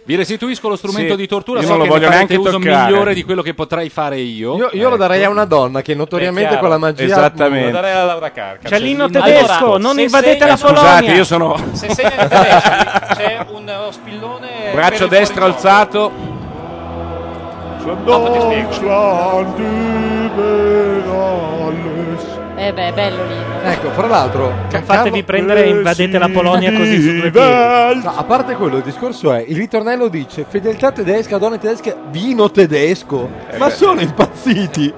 Speaker 4: Vi restituisco lo strumento
Speaker 5: Sì.
Speaker 4: di tortura,
Speaker 5: Io
Speaker 4: so
Speaker 5: non lo
Speaker 4: che ne
Speaker 5: voglio
Speaker 4: farete
Speaker 5: neanche
Speaker 4: uso
Speaker 5: toccare.
Speaker 4: migliore di quello che potrei fare io.
Speaker 5: Io, io lo darei a una donna che
Speaker 4: È
Speaker 5: notoriamente
Speaker 4: chiaro.
Speaker 5: con la magia.
Speaker 4: Esattamente. Lo darei
Speaker 9: alla Laura Carca.
Speaker 2: Cialino tedesco, non invadete la Polonia.
Speaker 8: Scusate, io sono.
Speaker 9: Se sei nel tedesco, c'è un uh, spillone.
Speaker 8: Braccio destro alzato.
Speaker 5: Deutschland über alles.
Speaker 11: Eh beh, bello lì.
Speaker 5: Ecco, fra l'altro. Non
Speaker 2: Cioè, fatevi prendere e invadete la Polonia così su due piedi.
Speaker 5: a parte quello, il discorso è: il ritornello dice fedeltà tedesca, donne tedesche, vino tedesco.
Speaker 8: Eh
Speaker 5: ma
Speaker 8: beh.
Speaker 5: sono impazziti.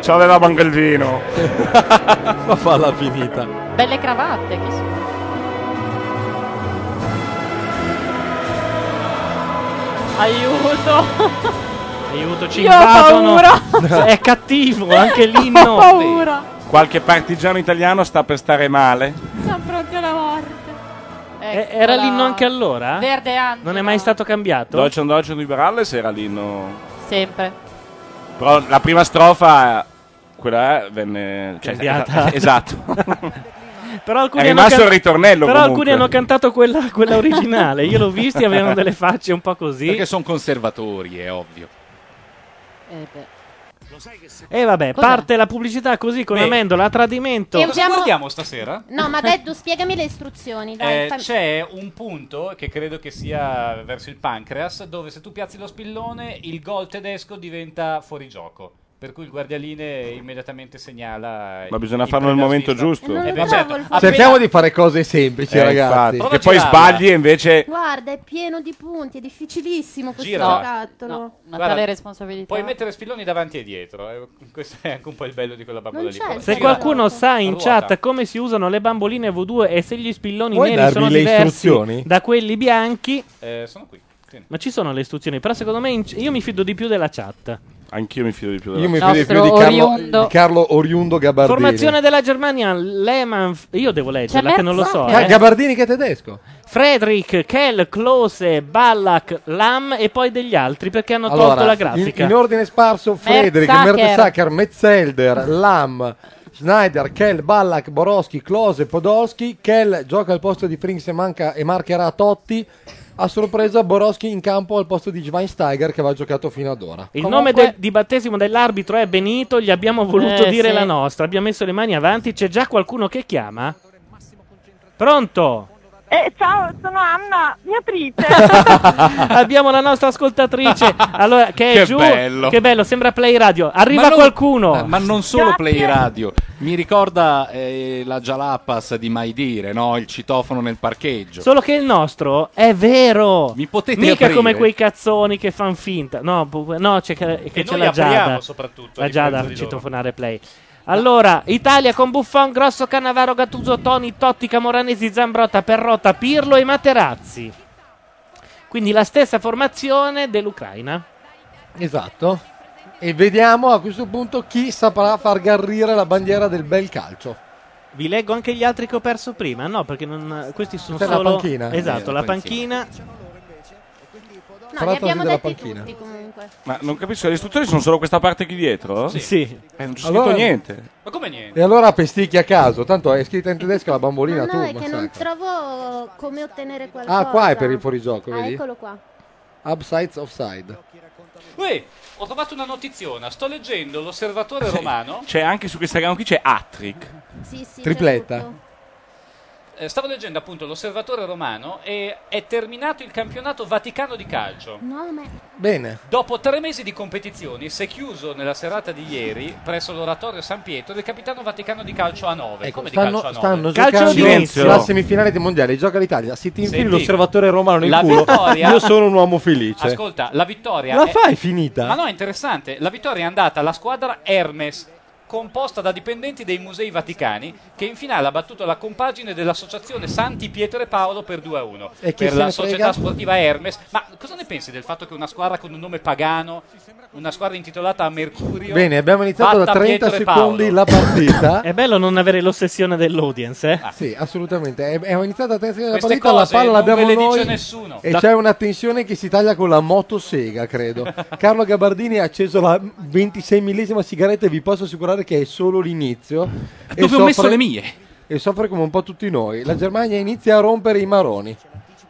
Speaker 8: Ci avevamo anche il vino.
Speaker 5: ma falla finita.
Speaker 11: Belle cravatte che sono. Aiuto!
Speaker 2: Aiuto, ci
Speaker 11: Io ho
Speaker 2: invadono.
Speaker 11: paura.
Speaker 2: È cattivo, anche
Speaker 11: Ho
Speaker 2: l'inno.
Speaker 11: paura!
Speaker 8: Qualche partigiano italiano sta per stare male.
Speaker 11: Sono pronti alla morte.
Speaker 2: Eh, Era l'inno anche allora?
Speaker 11: Verde Angela.
Speaker 2: Non è mai stato cambiato?
Speaker 8: Deutschland Deutschland Liberales era l'inno.
Speaker 11: Sempre.
Speaker 8: Però la prima strofa, quella venne. Cioè,
Speaker 2: Cambiata.
Speaker 8: Esatto.
Speaker 2: Però alcuni
Speaker 8: È
Speaker 2: hanno
Speaker 8: rimasto il ritornello,
Speaker 2: Però
Speaker 8: comunque.
Speaker 2: alcuni hanno cantato quella, quella originale. Io l'ho visti e avevano delle facce un po' così.
Speaker 4: Perché sono conservatori, è ovvio.
Speaker 11: Eh beh.
Speaker 2: E vabbè,
Speaker 3: Cos'è?
Speaker 2: parte la pubblicità così con
Speaker 9: Beh.
Speaker 2: Amendola a tradimento.
Speaker 3: Cosa Abbiamo-
Speaker 9: Guardiamo stasera.
Speaker 3: No, ma Deddu, spiegami le istruzioni. Dai,
Speaker 9: Eh,
Speaker 3: fam-
Speaker 9: c'è un punto che credo che sia verso il pancreas dove se tu piazzi lo spillone il gol tedesco diventa fuorigioco per cui il guardialine immediatamente segnala
Speaker 8: Ma bisogna farlo nel momento giusto.
Speaker 3: Non lo
Speaker 9: Eh beh,
Speaker 3: trovavo
Speaker 9: certo.
Speaker 3: il
Speaker 9: Appena-
Speaker 5: Cerchiamo di fare cose semplici,
Speaker 8: Eh,
Speaker 5: ragazzi.
Speaker 8: infatti, che poi sbagli e invece.
Speaker 3: Guarda, è pieno di punti, è difficilissimo questo
Speaker 9: Gira.
Speaker 3: giocattolo.
Speaker 9: No,
Speaker 11: Una
Speaker 9: Guarda,
Speaker 11: tale responsabilità.
Speaker 9: puoi mettere spilloni davanti e dietro eh, questo è anche un po' il bello di quella bambola
Speaker 11: Non
Speaker 9: lì
Speaker 11: c'è
Speaker 3: Cioè,
Speaker 9: Guarda,
Speaker 2: Se
Speaker 9: gira,
Speaker 2: qualcuno sa in
Speaker 9: ruota.
Speaker 2: chat come si usano le bamboline V2 e se gli spilloni
Speaker 5: Vuoi
Speaker 2: neri sono
Speaker 5: darmi le
Speaker 2: diversi
Speaker 5: istruzioni?
Speaker 2: da quelli bianchi,
Speaker 9: Eh, sono qui sì.
Speaker 2: ma ci sono le istruzioni. Però secondo me in- io mi fido di più della chat.
Speaker 8: Anch'io mi fido di più della
Speaker 5: Io mi fido di più di Carlo, di Carlo Oriundo Gabardini.
Speaker 2: Formazione della Germania, Lehmann. Io devo leggerla, che non lo so.
Speaker 5: Ah,
Speaker 4: Cioè,
Speaker 2: eh.
Speaker 5: Gabardini che è tedesco.
Speaker 2: Frederick, Kell, Klose, Ballack, Lam e poi degli altri perché hanno tolto la grafica.
Speaker 5: In, in ordine sparso, Frederick,
Speaker 2: Mertesacker.
Speaker 5: Mertesacker, Metzelder, Lam, Schneider, Kell, Ballack, Borowski, Klose, Podolski. Kell gioca al posto di Frings e, manca- e marcherà Totti. A sorpresa, Borowski in campo al posto di Schweinsteiger che aveva giocato fino ad ora.
Speaker 2: Il nome
Speaker 5: Comunque-
Speaker 2: del- di battesimo dell'arbitro è Benito, gli abbiamo voluto
Speaker 5: Eh,
Speaker 2: dire
Speaker 5: sì.
Speaker 2: la nostra, abbiamo messo le mani avanti, c'è già qualcuno che chiama? Pronto?
Speaker 12: Eh, ciao, sono Anna, mia attrice.
Speaker 2: abbiamo la nostra ascoltatrice allora, che è
Speaker 4: Che
Speaker 2: giù.
Speaker 4: bello.
Speaker 2: Che bello, sembra Play Radio. Arriva
Speaker 4: Ma non-
Speaker 2: qualcuno.
Speaker 4: Ma, ma non solo Play Radio, mi ricorda eh, la Jalapas di Mai Dire, no? il citofono nel parcheggio.
Speaker 2: Solo che il nostro è vero.
Speaker 4: Mi potete
Speaker 2: Mica
Speaker 4: aprire?
Speaker 2: come quei cazzoni che fan finta. No, pu- no c'è, che, che c'è
Speaker 9: noi
Speaker 2: la
Speaker 9: apriamo
Speaker 2: Giada.
Speaker 9: soprattutto, a
Speaker 2: la Giada
Speaker 9: differenza
Speaker 2: a
Speaker 9: di loro.
Speaker 2: citofonare play. Allora, Italia con Buffon, Grosso, Cannavaro, Gattuso, Toni, Totti, Camoranesi, Zambrotta, Perrotta, Pirlo e Materazzi. Quindi la stessa formazione dell'Ucraina.
Speaker 5: Esatto. E vediamo a questo punto chi saprà far garrire la bandiera del bel calcio.
Speaker 2: Vi leggo anche gli altri che ho perso prima, no? Perché non, questi sono
Speaker 5: Questa è la
Speaker 2: solo
Speaker 5: panchina.
Speaker 2: Esatto, la
Speaker 5: Eh, la panchina.
Speaker 2: panchina.
Speaker 3: No,
Speaker 5: Tra
Speaker 3: li
Speaker 5: l'altro
Speaker 3: abbiamo
Speaker 5: si vede la
Speaker 3: detti
Speaker 5: panchina.
Speaker 3: tutti comunque.
Speaker 8: Ma non capisco, le istruzioni sono solo questa parte qui dietro?
Speaker 2: Sì. sì.
Speaker 8: Eh, non c'è
Speaker 5: Allora-
Speaker 8: scritto niente.
Speaker 9: ma come niente
Speaker 5: E allora pesticchi a caso, tanto è scritta in tedesco la bambolina
Speaker 3: no,
Speaker 5: tu.
Speaker 3: è che
Speaker 5: Massacro.
Speaker 3: non trovo come ottenere qualcosa.
Speaker 5: Ah, qua è per il fuorigioco,
Speaker 3: Ah,
Speaker 5: vedi?
Speaker 3: eccolo qua.
Speaker 5: Upsides offside.
Speaker 9: Uè, ho trovato una notiziona sto leggendo l'osservatore romano
Speaker 8: C'è Cioè, anche su questa gamma qui c'è Attrick.
Speaker 3: Sì, certo. sì,
Speaker 8: Tripletta.
Speaker 9: Eh, stavo leggendo appunto l'osservatore romano e è terminato il campionato vaticano di calcio
Speaker 3: No, ma...
Speaker 5: Bene.
Speaker 9: Dopo tre mesi di competizioni si è chiuso nella serata di ieri presso l'oratorio San Pietro del capitano vaticano di calcio a 9. Come di
Speaker 5: Stanno,
Speaker 9: calcio a 9?
Speaker 5: stanno giocando la semifinale dei mondiali. Gioca l'Italia. Se ti infili
Speaker 9: Senti,
Speaker 5: l'osservatore romano nel
Speaker 9: la
Speaker 5: culo,
Speaker 9: vittoria-
Speaker 5: io sono un uomo felice.
Speaker 9: Ascolta, la vittoria.
Speaker 5: La
Speaker 9: è-
Speaker 5: fai finita?
Speaker 9: Ma no, è interessante. La vittoria è andata alla squadra Hermes, composta da dipendenti dei musei vaticani, che in finale ha battuto la compagine dell'associazione Santi Pietro e Paolo per 2-1.
Speaker 5: E chi
Speaker 9: Per
Speaker 5: se
Speaker 9: la
Speaker 5: ne
Speaker 9: società
Speaker 5: frega?
Speaker 9: sportiva Hermes. Ma cosa ne pensi del fatto che una squadra con un nome pagano, una squadra intitolata a Mercurio.
Speaker 5: Bene, abbiamo iniziato da
Speaker 9: batta
Speaker 5: 30
Speaker 9: Pietro e Paolo?
Speaker 5: secondi la partita. Ah,
Speaker 2: È bello non avere l'ossessione dell'audience, eh?
Speaker 5: Sì, assolutamente. È, è iniziata la terza la
Speaker 2: Queste
Speaker 5: partita,
Speaker 2: cose
Speaker 5: la palla
Speaker 2: non
Speaker 5: l'abbiamo
Speaker 2: ve le
Speaker 5: noi
Speaker 2: dice nessuno.
Speaker 5: e
Speaker 2: Da-
Speaker 5: c'è una tensione che si taglia con la motosega, credo. Carlo Gabardini ha acceso la 26 millesima sigaretta e vi posso assicurare che è solo l'inizio. E
Speaker 4: Dove ho messo le mie?
Speaker 5: E soffre come un po' tutti noi. La Germania inizia a rompere i maroni.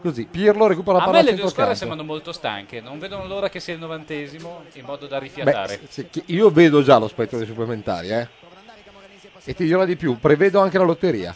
Speaker 5: Così, Pirlo recupera la
Speaker 9: A
Speaker 5: palla
Speaker 9: me
Speaker 5: a
Speaker 9: le due squadre
Speaker 5: centrocampo.
Speaker 9: sembrano molto stanche, non vedono l'ora che sia il novantesimo in modo da rifiatare.
Speaker 5: Beh, se- che- io vedo già lo spettro dei supplementari, eh. E ti dirò di più, prevedo anche la lotteria.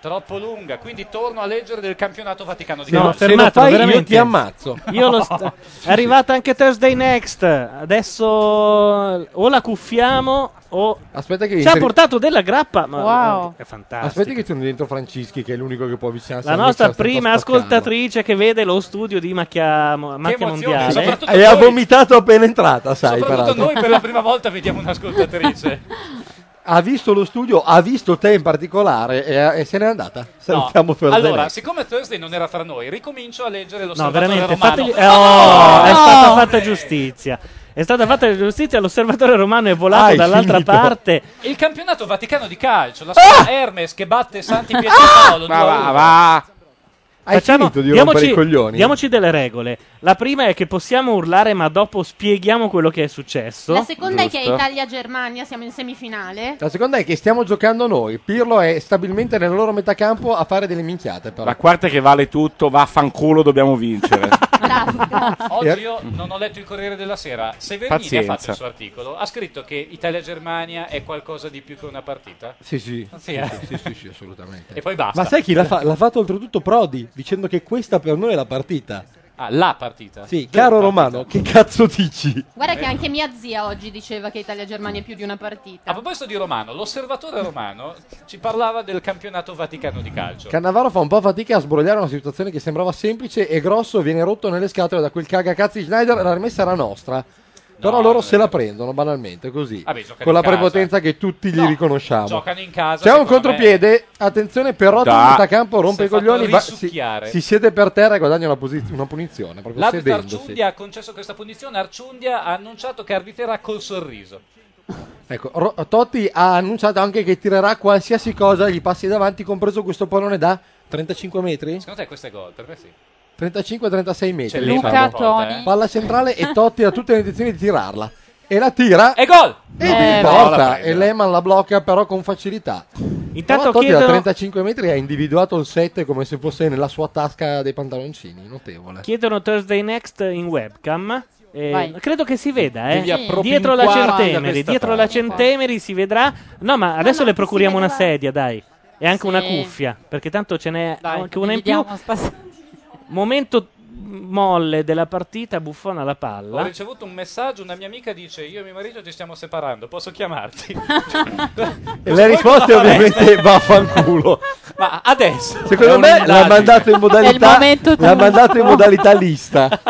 Speaker 9: Troppo lunga, quindi torno a leggere del campionato Vaticano di
Speaker 5: No,
Speaker 9: calcio.
Speaker 5: fermatelo, fai, io veramente. ti ammazzo.
Speaker 2: Io lo sta- è arrivata anche Thursday Next. Adesso o la cuffiamo o.
Speaker 5: Aspetta che
Speaker 2: Ci ha
Speaker 5: entri-
Speaker 2: portato della grappa. Ma
Speaker 5: Wow.
Speaker 2: È fantastico.
Speaker 5: Aspetta che c'è dentro Francischi, che è l'unico che può avvicinarsi.
Speaker 2: La
Speaker 5: al
Speaker 2: nostra
Speaker 5: mixer senza
Speaker 2: prima
Speaker 5: spaccare.
Speaker 2: ascoltatrice che vede lo studio di Macchia, mo- Macchia Mondiale.
Speaker 5: E e ha vomitato appena entrata, sai,
Speaker 9: Soprattutto
Speaker 5: peraltro.
Speaker 9: noi per la prima volta vediamo un'ascoltatrice.
Speaker 5: Ha visto lo studio, ha visto te in particolare e, e se n'è andata. Salutiamo
Speaker 9: No.
Speaker 5: Thursday
Speaker 9: Allora,
Speaker 5: Night.
Speaker 9: siccome Thursday non era fra noi, ricomincio a leggere lo
Speaker 2: No,
Speaker 9: Salvatore
Speaker 2: veramente,
Speaker 9: Romano.
Speaker 2: fategli- eh,
Speaker 9: Ah,
Speaker 2: oh,
Speaker 9: no!
Speaker 2: è stata fatta giustizia. È stata fatta giustizia, l'osservatore romano è volato
Speaker 9: Hai
Speaker 2: dall'altra
Speaker 9: finito.
Speaker 2: parte.
Speaker 9: Il campionato Vaticano di calcio, la squadra
Speaker 5: Ah!
Speaker 9: Hermes che batte Santi Pierpaolo.
Speaker 2: Va, va,
Speaker 5: Hai
Speaker 2: Facciamo-
Speaker 5: finito di
Speaker 2: diamoci-
Speaker 5: rompere i coglioni?
Speaker 2: Diamoci delle regole. La prima è che possiamo urlare, ma dopo spieghiamo quello che è successo.
Speaker 3: La seconda è che è Italia-Germania, siamo in semifinale.
Speaker 5: La seconda è che stiamo giocando noi. Pirlo è stabilmente nella loro metà campo a fare delle minchiate, però.
Speaker 8: La quarta è che vale tutto, vaffanculo, dobbiamo vincere.
Speaker 9: Oggi io non ho letto il Corriere della Sera. Severini
Speaker 8: Pazienza.
Speaker 9: ha fatto il suo articolo. Ha scritto che Italia-Germania è qualcosa di più che una partita.
Speaker 5: Sì, sì.
Speaker 9: eh?
Speaker 5: Sì, sì, sì, sì, assolutamente.
Speaker 9: E poi basta.
Speaker 5: Ma sai chi l'ha, fa- l'ha fatto oltretutto Prodi, dicendo che questa per noi è la partita.
Speaker 9: Ah, la partita.
Speaker 5: Sì, caro Romano, che cazzo dici?
Speaker 3: Guarda
Speaker 8: Eh.
Speaker 9: Eh,
Speaker 3: che anche mia zia oggi diceva che Italia-Germania è più di una partita.
Speaker 9: A proposito di Romano, l'osservatore Romano ci parlava del campionato Vaticano di calcio.
Speaker 5: Cannavaro fa un po' fatica a sbrogliare una situazione che sembrava semplice e grosso viene rotto nelle scatole da quel cagacazzi di Schneider. La rimessa era nostra. Però loro se la prendono banalmente così.
Speaker 9: Vabbè, Ah, giocano
Speaker 5: con la
Speaker 9: in casa.
Speaker 5: prepotenza che tutti gli riconosciamo.
Speaker 9: Giocano in casa.
Speaker 5: C'è un
Speaker 9: secondo me-
Speaker 5: contropiede, attenzione, però
Speaker 9: Da.
Speaker 5: da campo
Speaker 9: Si
Speaker 5: rompe
Speaker 9: è
Speaker 5: i coglioni,
Speaker 9: fatto
Speaker 5: va- si,
Speaker 9: risucchiare.
Speaker 5: si siede per terra e guadagna una, posiz- una punizione, proprio
Speaker 9: L'arbitro
Speaker 5: sedendosi.
Speaker 9: Arciundia ha concesso questa punizione. Arciundia ha annunciato che arbiterà col sorriso.
Speaker 5: Ecco, Ro- Totti ha annunciato anche che tirerà qualsiasi cosa gli passi davanti, compreso questo pallone da 35 metri?
Speaker 9: Secondo te questo è gol? Per me sì.
Speaker 5: 35-36 metri.
Speaker 9: C'è Luca
Speaker 5: diciamo.
Speaker 9: Toni.
Speaker 5: Palla centrale e Totti ha tutte le intenzioni di tirarla. E la tira.
Speaker 9: E gol!
Speaker 5: E
Speaker 2: Eh,
Speaker 5: in
Speaker 2: no, la
Speaker 5: porta.
Speaker 2: prende.
Speaker 5: e Lehman la blocca però con facilità.
Speaker 2: Intanto
Speaker 5: Però Totti da
Speaker 2: chiedono-
Speaker 5: 35 metri ha individuato il 7 come se fosse nella sua tasca dei pantaloncini. Notevole.
Speaker 2: Chiedono Thursday Next in webcam. Eh,
Speaker 5: Vai.
Speaker 2: credo che si veda, eh.
Speaker 5: Devi appropinquarti
Speaker 2: Dietro la
Speaker 5: da
Speaker 2: centemeri,
Speaker 5: questa
Speaker 2: dietro la
Speaker 5: parte.
Speaker 2: centemeri si vedrà. No,
Speaker 11: Ah,
Speaker 2: ma adesso le procuriamo una sedia, dai. E anche
Speaker 11: Sì.
Speaker 2: una cuffia, perché tanto ce n'è
Speaker 11: Dai,
Speaker 2: anche una in più.
Speaker 11: dividiamo, spazio.
Speaker 2: Momento molle della partita, buffona la
Speaker 9: Ho
Speaker 2: palla.
Speaker 9: ricevuto un messaggio, una mia amica dice io e mio marito ci stiamo separando, posso chiamarti?
Speaker 5: E le risposte ovviamente vaffanculo.
Speaker 9: Ma adesso...
Speaker 5: Secondo me l'ha mandato in modalità, l'ha mandato in modalità lista.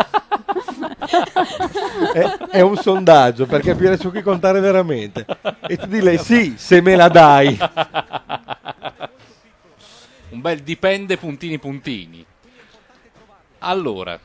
Speaker 5: è, è un sondaggio per capire su chi contare veramente. E tu di lei sì, se me la dai.
Speaker 4: Un bel dipende puntini puntini. Allora,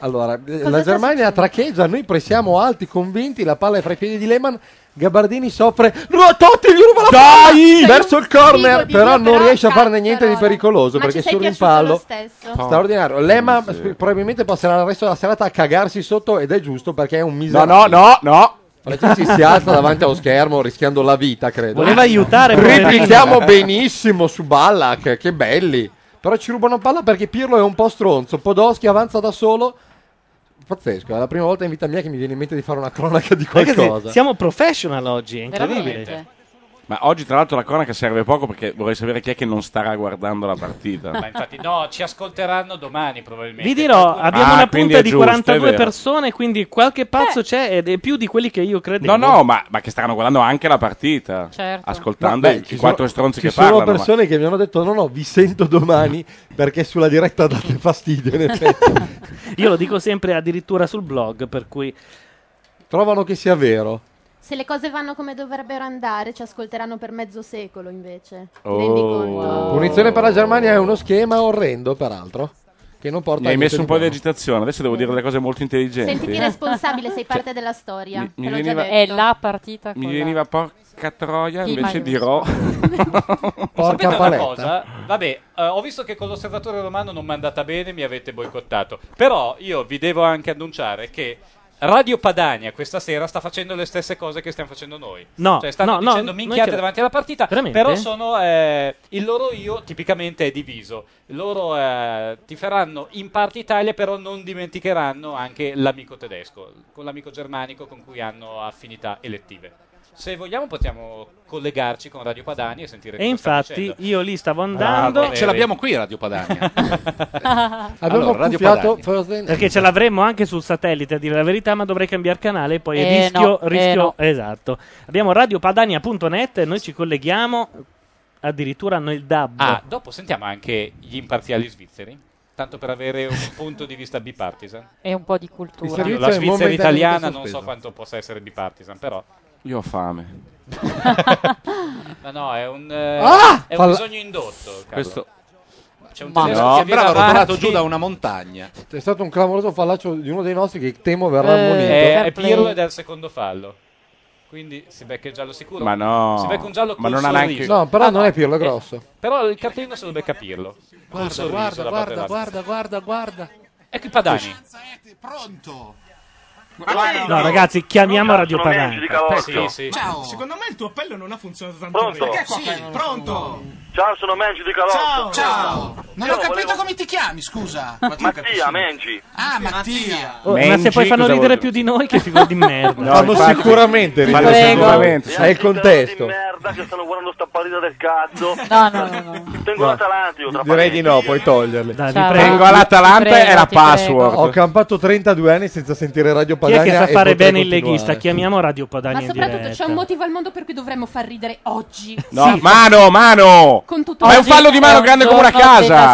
Speaker 5: Allora, eh, la Germania traccheggia, noi pressiamo alti, convinti, la palla è fra i piedi di Lehman. Gabardini soffre, No, Totti gli ruba la palla verso il corner, però non riesce a farne niente di pericoloso
Speaker 3: Ma ci
Speaker 5: perché
Speaker 3: sei
Speaker 5: sul
Speaker 3: piaciuto lo
Speaker 5: rimpallo
Speaker 3: stesso?
Speaker 5: straordinario. Lehman sp- probabilmente passerà il resto della serata a cagarsi sotto ed è giusto perché è un misero.
Speaker 8: No, no, no, no.
Speaker 5: Franceschi si alza davanti allo schermo rischiando la vita, credo.
Speaker 2: Voleva aiutare, poverino.
Speaker 5: Replichiamo benissimo su Ballack, che belli. Però ci rubano palla perché Pirlo è un po' stronzo. Podolski avanza da solo. Pazzesco, è la prima volta in vita mia che mi viene in mente di fare una cronaca di
Speaker 2: Ragazzi,
Speaker 5: qualcosa.
Speaker 2: siamo professional oggi, è incredibile.
Speaker 11: Veramente.
Speaker 8: Ma oggi, tra l'altro, la cronaca serve poco perché vorrei sapere chi è che non starà guardando la partita.
Speaker 9: Ma infatti no, ci ascolteranno domani probabilmente.
Speaker 2: Vi dirò,
Speaker 9: Qualcuno-
Speaker 2: abbiamo
Speaker 8: Ah,
Speaker 2: una
Speaker 8: quindi
Speaker 2: punta
Speaker 8: è
Speaker 2: di
Speaker 8: giusto, è
Speaker 2: 42
Speaker 8: vero.
Speaker 2: persone, quindi qualche pazzo c'è ed è più di quelli che io credevo.
Speaker 8: No, no, ma, ma che staranno guardando anche la partita.
Speaker 2: Certo.
Speaker 8: Ascoltando
Speaker 5: No, beh,
Speaker 8: i
Speaker 5: ci sono-
Speaker 8: quattro stronzi
Speaker 5: Ci
Speaker 8: che
Speaker 5: sono
Speaker 8: parlano. ma-
Speaker 5: persone che mi hanno detto: no, no, vi sento domani perché sulla diretta date fastidio. In effetti,
Speaker 2: Io lo dico sempre addirittura sul blog, per cui...
Speaker 5: trovano che sia vero.
Speaker 3: Se le cose vanno come dovrebbero andare, ci ascolteranno per mezzo secolo invece.
Speaker 8: Oh.
Speaker 5: Punizione per la Germania è uno schema orrendo, peraltro. Che non porta
Speaker 8: Mi hai
Speaker 5: a
Speaker 8: messo
Speaker 5: niente
Speaker 8: un
Speaker 5: di
Speaker 8: po' di
Speaker 5: buono.
Speaker 8: agitazione, adesso devo dire delle cose molto intelligenti. eh.
Speaker 3: Sentiti responsabile, sei parte della storia.
Speaker 8: Cioè, mi-
Speaker 3: te
Speaker 8: mi
Speaker 3: l'ho
Speaker 8: veniva-
Speaker 3: già
Speaker 11: È
Speaker 3: detto.
Speaker 11: la partita con
Speaker 8: Mi
Speaker 11: la-
Speaker 8: veniva porca troia,
Speaker 11: Chi
Speaker 8: invece
Speaker 11: mai
Speaker 8: dirò...
Speaker 9: Sapete una cosa? Vabbè, eh, ho visto che con l'osservatore romano non mi è andata bene, mi avete boicottato. Però io vi devo anche annunciare che Radio Padania questa sera sta facendo le stesse cose che stiamo facendo noi.
Speaker 2: No,
Speaker 9: cioè, stanno
Speaker 2: no, no,
Speaker 9: dicendo
Speaker 2: noi
Speaker 9: minchiate
Speaker 2: ce-
Speaker 9: davanti alla partita,
Speaker 2: Veramente?
Speaker 9: però sono eh, il loro io tipicamente è diviso. Loro eh, ti faranno in parte Italia, però non dimenticheranno anche l'amico tedesco, con l'amico germanico con cui hanno affinità elettive. Se vogliamo possiamo collegarci con Radio Padania e
Speaker 2: E
Speaker 9: sentire cosa Ecco, sta
Speaker 2: infatti
Speaker 9: dicendo.
Speaker 2: io lì stavo andando.
Speaker 9: Eh, ce l'abbiamo qui Radio Padania.
Speaker 2: Abbiamo
Speaker 9: Allora, Radio
Speaker 5: accuffiato-
Speaker 2: Perché ce l'avremmo anche sul satellite, a dire la verità, ma dovrei cambiare canale. e Poi
Speaker 11: Eh,
Speaker 2: rischio.
Speaker 11: no, eh,
Speaker 2: rischio
Speaker 11: no.
Speaker 2: Esatto. Abbiamo radiopadania.net e noi ci colleghiamo. Addirittura hanno il DAB.
Speaker 9: Ah, dopo sentiamo anche gli imparziali svizzeri, tanto per avere un punto di vista bipartisan.
Speaker 11: E un po' di cultura.
Speaker 8: Il servizio
Speaker 9: Allora, la
Speaker 8: è
Speaker 9: Svizzera
Speaker 8: momentaneamente
Speaker 9: italiana non
Speaker 8: sospeso.
Speaker 9: so quanto possa essere bipartisan, però.
Speaker 8: Io ho fame.
Speaker 9: No, no, è un, eh,
Speaker 8: Ah!
Speaker 9: è un
Speaker 8: Falla-
Speaker 9: bisogno indotto. Carlo.
Speaker 8: Questo-
Speaker 9: C'è un
Speaker 8: Ma
Speaker 9: tedesco
Speaker 8: no.
Speaker 9: che viene
Speaker 8: Bravo,
Speaker 9: avanti-
Speaker 4: Volato giù da una montagna.
Speaker 5: C'è stato un clamoroso fallaccio di uno dei nostri che temo verrà
Speaker 9: Eh,
Speaker 5: ammonito.
Speaker 9: è, è Pirlo ed è al secondo fallo. Quindi si becca il giallo sicuro.
Speaker 5: Ma no.
Speaker 9: Si becca un giallo
Speaker 5: Ma
Speaker 9: col
Speaker 5: non ha
Speaker 9: sorriso.
Speaker 5: neanche- No, però non è Pirlo, è
Speaker 9: Eh,
Speaker 5: grosso.
Speaker 9: però il cartellino se lo becca Pirlo. Col
Speaker 4: Guarda,
Speaker 9: sorriso
Speaker 4: guarda,
Speaker 9: da parte
Speaker 4: guarda,
Speaker 9: davanti.
Speaker 4: guarda, guarda, guarda.
Speaker 9: Ecco i padani.
Speaker 13: Pronto?
Speaker 2: No, ragazzi, chiamiamo Radio Padania.
Speaker 9: Sì, sì.
Speaker 13: Ciao. Secondo me il tuo appello non ha funzionato tanto bene. Perché qua appello?
Speaker 14: pronto. Ciao, sono Mengi di Calotto.
Speaker 13: Ciao. Ciao. Non
Speaker 14: Io
Speaker 13: ho capito
Speaker 14: volevo-
Speaker 13: come ti chiami, scusa.
Speaker 14: Mattia Mengi.
Speaker 13: Ah, Mattia.
Speaker 2: Oh, ma se poi fanno ridere più di noi, che figura di merda.
Speaker 5: No, Fanno infatti- sicuramente ridere fanno più di sicuramente, noi. è il contesto.
Speaker 14: Merda che stanno guardando sta partita del cazzo.
Speaker 11: No, no, no.
Speaker 14: Tengo l'Atalantio tra
Speaker 5: Direi di no, puoi toglierle.
Speaker 2: Dai,
Speaker 11: Ciao.
Speaker 5: prego.
Speaker 11: Vengo all'Atalanta Ti prego, e la ti password. prego.
Speaker 5: Ho campato 32 anni senza sentire Radio
Speaker 2: Chi è
Speaker 5: Padania.
Speaker 2: che sa fare
Speaker 5: e potrei
Speaker 2: bene il
Speaker 5: continuare.
Speaker 2: leghista? Chiamiamo Radio Padania
Speaker 3: Ma
Speaker 2: in
Speaker 3: soprattutto c'è
Speaker 2: diretta.
Speaker 3: un motivo al mondo per cui dovremmo far ridere oggi.
Speaker 8: No, mano, mano!
Speaker 3: Con tutto
Speaker 8: Ma è un
Speaker 3: oggi
Speaker 8: fallo di mano grande come una casa!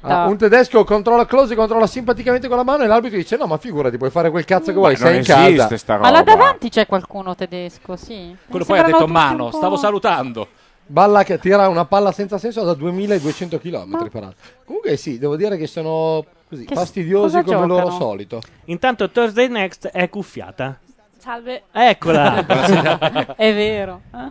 Speaker 5: Ah, un tedesco controlla close, controlla simpaticamente con la mano e l'arbitro dice: No, ma figurati, puoi fare quel cazzo che vuoi.
Speaker 8: Ma non
Speaker 5: Sei in casa.
Speaker 8: esiste sta
Speaker 11: Ma là davanti c'è qualcuno tedesco, sì. Mi
Speaker 4: Quello poi ha
Speaker 11: sembrano
Speaker 4: detto
Speaker 11: tutti
Speaker 4: mano,
Speaker 11: un po'-
Speaker 4: stavo salutando.
Speaker 5: Balla che tira una palla senza senso da 2200 km peraltro. Comunque, sì, devo dire che sono così
Speaker 2: Che s-
Speaker 5: fastidiosi
Speaker 2: cosa
Speaker 5: come
Speaker 2: giocano?
Speaker 5: loro solito.
Speaker 2: Intanto Thursday Next è cuffiata.
Speaker 11: Salve.
Speaker 4: Ah,
Speaker 2: Eccola. Buonasera.
Speaker 11: è vero.
Speaker 9: Ah,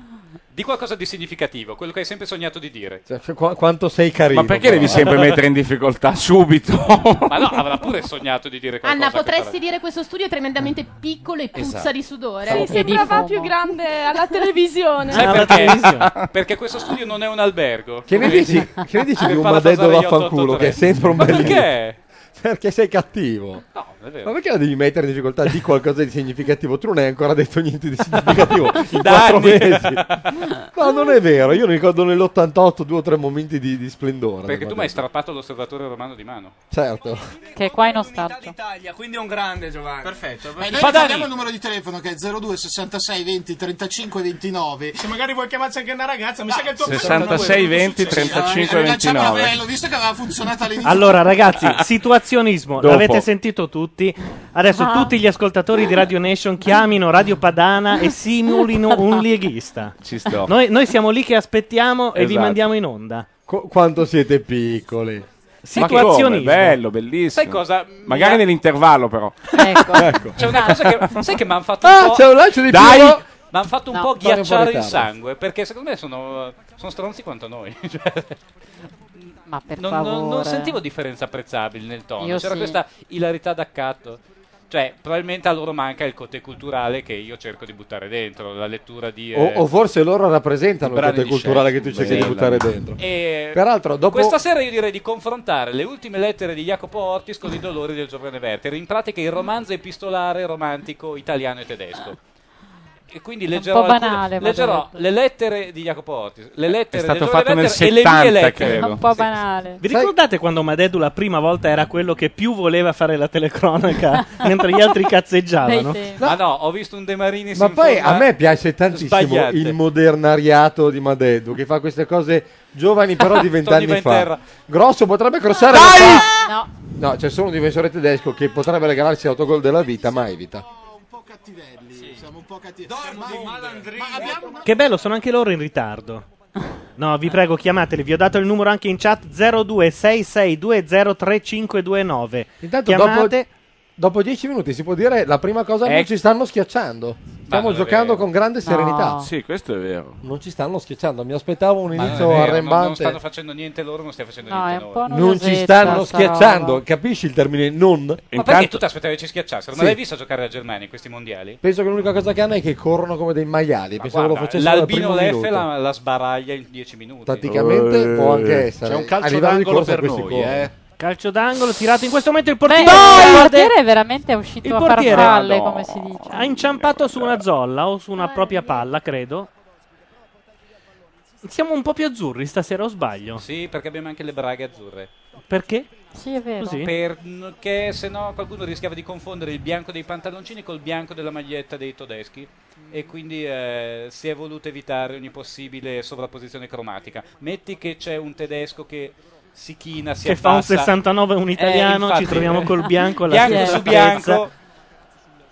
Speaker 9: Di qualcosa di significativo, quello che hai sempre sognato di dire.
Speaker 5: Cioè, qu- quanto sei carino.
Speaker 8: Ma perché devi
Speaker 5: però, eh?
Speaker 8: sempre mettere in difficoltà subito?
Speaker 9: Ma no, avrà pure sognato di dire qualcosa.
Speaker 3: Anna,
Speaker 9: che
Speaker 3: potresti
Speaker 9: farà.
Speaker 3: dire questo studio è tremendamente piccolo e puzza
Speaker 9: Esatto.
Speaker 3: di sudore.
Speaker 9: Sì,
Speaker 3: E
Speaker 9: sembrava
Speaker 3: di fumo.
Speaker 7: più grande alla televisione.
Speaker 9: Sai perché? perché questo studio non è un albergo.
Speaker 5: Ah, Che ne
Speaker 9: Quindi-
Speaker 5: dici, che ne dici di
Speaker 9: Per
Speaker 5: un
Speaker 9: farla
Speaker 5: madello
Speaker 9: passare gli
Speaker 5: vaffanculo
Speaker 9: 883?
Speaker 5: che è sempre un
Speaker 9: Ma
Speaker 5: bellino?
Speaker 9: Perché?
Speaker 5: Perché sei cattivo.
Speaker 9: è vero.
Speaker 5: Ma perché la devi mettere in difficoltà di qualcosa di significativo? Tu non hai ancora detto niente di significativo in
Speaker 9: Da
Speaker 5: quattro
Speaker 9: anni.
Speaker 5: mesi. No, non è vero. Io ricordo nell'88 due o tre momenti di, di splendore.
Speaker 9: Perché tu mi
Speaker 5: Ma-
Speaker 9: hai strappato l'osservatore romano di mano.
Speaker 5: Certo.
Speaker 11: Che è qua in ostaggio.
Speaker 13: Italia, quindi è un grande Giovanni. Perfetto.
Speaker 9: Ma
Speaker 13: Ma
Speaker 9: noi
Speaker 13: noi
Speaker 9: Padani.
Speaker 13: abbiamo il numero di telefono che è 02 66 20 35 29. Se magari vuoi chiamarci anche una ragazza, mi sa che il tuo
Speaker 8: 66 20 35 29.
Speaker 13: visto che aveva funzionato all'inizio.
Speaker 2: Allora, ragazzi, situazionismo,
Speaker 8: Dopo.
Speaker 2: l'avete sentito tutti. Adesso
Speaker 13: Ah.
Speaker 2: tutti gli ascoltatori di Radio Nation chiamino Radio Padana e simulino un leghista.
Speaker 8: Ci sto.
Speaker 2: Noi, noi siamo lì che aspettiamo e vi
Speaker 8: Esatto.
Speaker 2: mandiamo in onda.
Speaker 5: Qu- quanto siete piccoli.
Speaker 8: Situazionismo.
Speaker 2: Situazionismo.
Speaker 8: Bello, bellissimo.
Speaker 9: Sai cosa?
Speaker 8: Magari nell'intervallo, però.
Speaker 9: Ecco. C'è una cosa che. Sai che mi hanno fatto
Speaker 8: Ah,
Speaker 9: un po'.
Speaker 8: c'è un lancio di
Speaker 9: Dai!
Speaker 8: Pirlo.
Speaker 9: Mi hanno fatto un
Speaker 8: No.
Speaker 9: po'
Speaker 8: Fare un po'
Speaker 9: ghiacciare il
Speaker 8: ritardo.
Speaker 9: sangue. Perché secondo me sono, sono stronzi quanto noi. Cioè,
Speaker 11: Ma per
Speaker 9: non, non-
Speaker 11: favore.
Speaker 9: non sentivo differenze apprezzabili nel tono.
Speaker 11: Io
Speaker 9: C'era
Speaker 11: sì.
Speaker 9: questa ilarità d'accatto. Cioè, probabilmente a loro manca il cote culturale che io cerco di buttare dentro, la lettura di...
Speaker 5: O,
Speaker 9: eh,
Speaker 5: o forse loro rappresentano il
Speaker 9: brani
Speaker 5: potere
Speaker 9: di
Speaker 5: culturale che
Speaker 9: Shakespeare.
Speaker 5: tu cerchi di
Speaker 9: Bella.
Speaker 5: buttare dentro.
Speaker 9: E
Speaker 5: Peraltro, dopo-
Speaker 9: Questa sera io direi di confrontare le ultime lettere di Jacopo Ortis con i dolori del giovane Werther. In pratica il romanzo epistolare romantico italiano e tedesco. E quindi leggerò,
Speaker 11: po'
Speaker 9: alcune-
Speaker 11: banale, ma
Speaker 9: leggerò
Speaker 11: detto.
Speaker 9: le lettere di Jacopo Ortis, le lettere
Speaker 2: È stato
Speaker 9: del giovane
Speaker 2: fatto nel
Speaker 9: Werther e le
Speaker 2: 70,
Speaker 9: mie lettere.
Speaker 2: credo.
Speaker 11: Un po' banale.
Speaker 2: Vi ricordate quando Madeddu la prima volta era quello che più voleva fare la telecronaca mentre gli altri cazzeggiavano?
Speaker 9: Ma Ah, no, ho visto un De Marini
Speaker 5: Ma poi
Speaker 9: sinfonia- Ah,
Speaker 5: a me piace tantissimo
Speaker 9: sbagliate.
Speaker 5: il modernariato di Madeddu che fa queste cose giovani però di
Speaker 9: Tony
Speaker 5: vent'anni
Speaker 9: Venterra.
Speaker 5: fa. Grosso potrebbe crossare la fa-
Speaker 11: No.
Speaker 5: No, c'è solo un difensore tedesco che potrebbe regalarsi l'autogol della vita, mai vita.
Speaker 13: Siamo un po' cattivi. Ma abbiamo
Speaker 2: Che bello, sono anche loro in ritardo. No, vi prego, chiamateli. Vi ho dato il numero anche in chat 0266203529.
Speaker 5: Intanto
Speaker 2: Chiamate.
Speaker 5: dopo, dopo dieci minuti si può dire la prima cosa
Speaker 2: Eh.
Speaker 9: Ecco.
Speaker 5: non ci stanno schiacciando. Stiamo giocando con grande serenità.
Speaker 8: Sì, questo è vero.
Speaker 5: Non ci stanno schiacciando, mi aspettavo un
Speaker 8: Ma non è
Speaker 5: inizio
Speaker 8: vero, non-
Speaker 5: arrembante.
Speaker 9: non stanno facendo niente loro, non stiamo facendo
Speaker 11: No, è
Speaker 9: niente
Speaker 11: un
Speaker 9: noi.
Speaker 11: po'
Speaker 5: Non ci stanno schiacciando, capisci il termine non?
Speaker 9: Ma perché tu ti aspettavi che ci schiacciassero?
Speaker 5: Sì.
Speaker 9: Ma l'hai visto giocare la Germania in questi mondiali?
Speaker 5: Penso che l'unica cosa che hanno è che corrono come dei maiali. Pensavo
Speaker 9: Guarda,
Speaker 5: lo facessero dal
Speaker 9: L'Albino
Speaker 5: primo
Speaker 9: Leffe
Speaker 5: minuto. Eh.
Speaker 9: la, la sbaraglia in 10 minuti. Eh.
Speaker 5: Tatticamente può anche essere.
Speaker 9: C'è un calcio
Speaker 5: A livello di
Speaker 9: d'angolo
Speaker 5: corsa
Speaker 9: per
Speaker 5: questi
Speaker 9: noi,
Speaker 5: corri.
Speaker 9: eh.
Speaker 2: Calcio d'angolo tirato in questo momento il portiere.
Speaker 11: Beh, il
Speaker 2: guarda-
Speaker 11: portiere è veramente uscito
Speaker 2: il
Speaker 11: a far
Speaker 2: portiere
Speaker 11: falle, come si dice.
Speaker 2: ha inciampato su una zolla o su una propria palla, credo. Siamo un po' più azzurri stasera, o sbaglio?
Speaker 9: Sì, perché abbiamo anche le braghe azzurre.
Speaker 2: Perché?
Speaker 11: Sì, è vero.
Speaker 2: Così?
Speaker 9: Perché se no qualcuno rischiava di confondere il bianco dei pantaloncini col bianco della maglietta dei tedeschi e quindi eh, si è voluto evitare ogni possibile sovrapposizione cromatica. Metti che c'è un tedesco che si china, si
Speaker 2: Che fa un
Speaker 9: abbassa.
Speaker 2: 69 un
Speaker 9: Eh,
Speaker 2: italiano, ci
Speaker 9: infatti.
Speaker 2: troviamo col bianco alla
Speaker 9: bianco
Speaker 2: stessa
Speaker 9: su bianco.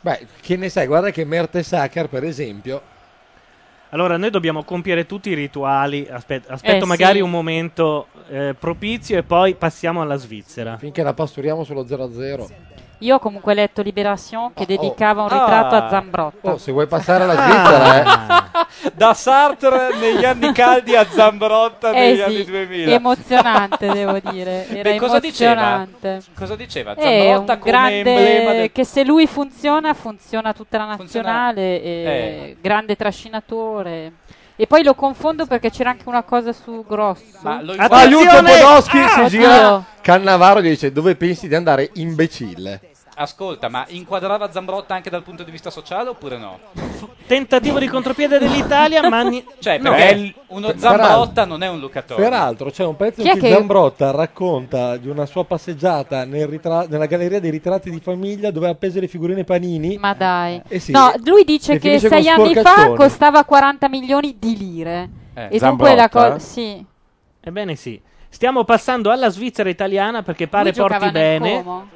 Speaker 5: Beh, che ne sai, guarda che Mertesacker, per esempio.
Speaker 2: Allora, noi dobbiamo compiere tutti i rituali. Aspet- aspetto
Speaker 5: Eh,
Speaker 2: magari
Speaker 5: sì.
Speaker 2: un momento eh, propizio e poi passiamo alla Svizzera.
Speaker 5: Finché la pasturiamo sullo 0-0.
Speaker 11: Io ho comunque letto Liberation che dedicava un
Speaker 5: Ah.
Speaker 11: ritratto a Ah. Zambrotta.
Speaker 5: Oh, se vuoi passare alla Svizzera, eh.
Speaker 9: Da Sartre negli anni caldi a Zambrotta
Speaker 11: Eh
Speaker 9: negli
Speaker 11: sì,
Speaker 9: anni 2000.
Speaker 11: Emozionante, devo dire. Era
Speaker 9: Beh, cosa diceva?
Speaker 11: emozionante.
Speaker 9: Cosa diceva?
Speaker 11: È un
Speaker 9: Zambrotta come emblema del
Speaker 11: grande che se lui funziona, funziona tutta la
Speaker 9: Funziona- Eh.
Speaker 11: nazionale. e- Grande trascinatore. E poi lo confondo perché c'era anche una cosa su Grosso.
Speaker 9: Ma lo-
Speaker 5: Aiuto Podoschi
Speaker 11: Ah,
Speaker 5: si gira.
Speaker 11: oddio.
Speaker 5: Cannavaro gli dice dove pensi di andare, imbecille.
Speaker 9: Ascolta, ma inquadrava Zambrotta anche dal punto di vista sociale oppure no?
Speaker 2: Tentativo di contropiede dell'Italia, ma ni-
Speaker 9: Cioè,
Speaker 2: no.
Speaker 9: perché
Speaker 5: Beh,
Speaker 9: uno
Speaker 5: Eh, per-
Speaker 9: Zambrotta
Speaker 5: peraltro-
Speaker 9: non è un Lucatore.
Speaker 5: Peraltro c'è un pezzo
Speaker 9: Chi è
Speaker 5: in cui
Speaker 9: che-
Speaker 5: Zambrotta racconta di una sua passeggiata nel ritra- nella galleria dei ritratti di famiglia dove ha appeso le figurine panini.
Speaker 11: Ma dai.
Speaker 5: Eh sì.
Speaker 11: No, lui dice
Speaker 5: E
Speaker 11: che
Speaker 5: finisce con
Speaker 11: sei anni fa
Speaker 5: sporcazzoni.
Speaker 11: costava 40 milioni di lire. e dunque la cosa. Sì.
Speaker 2: Ebbene sì. Stiamo passando alla Svizzera italiana perché pare
Speaker 11: Lui giocava
Speaker 2: porti
Speaker 11: nel
Speaker 2: bene.
Speaker 11: Como.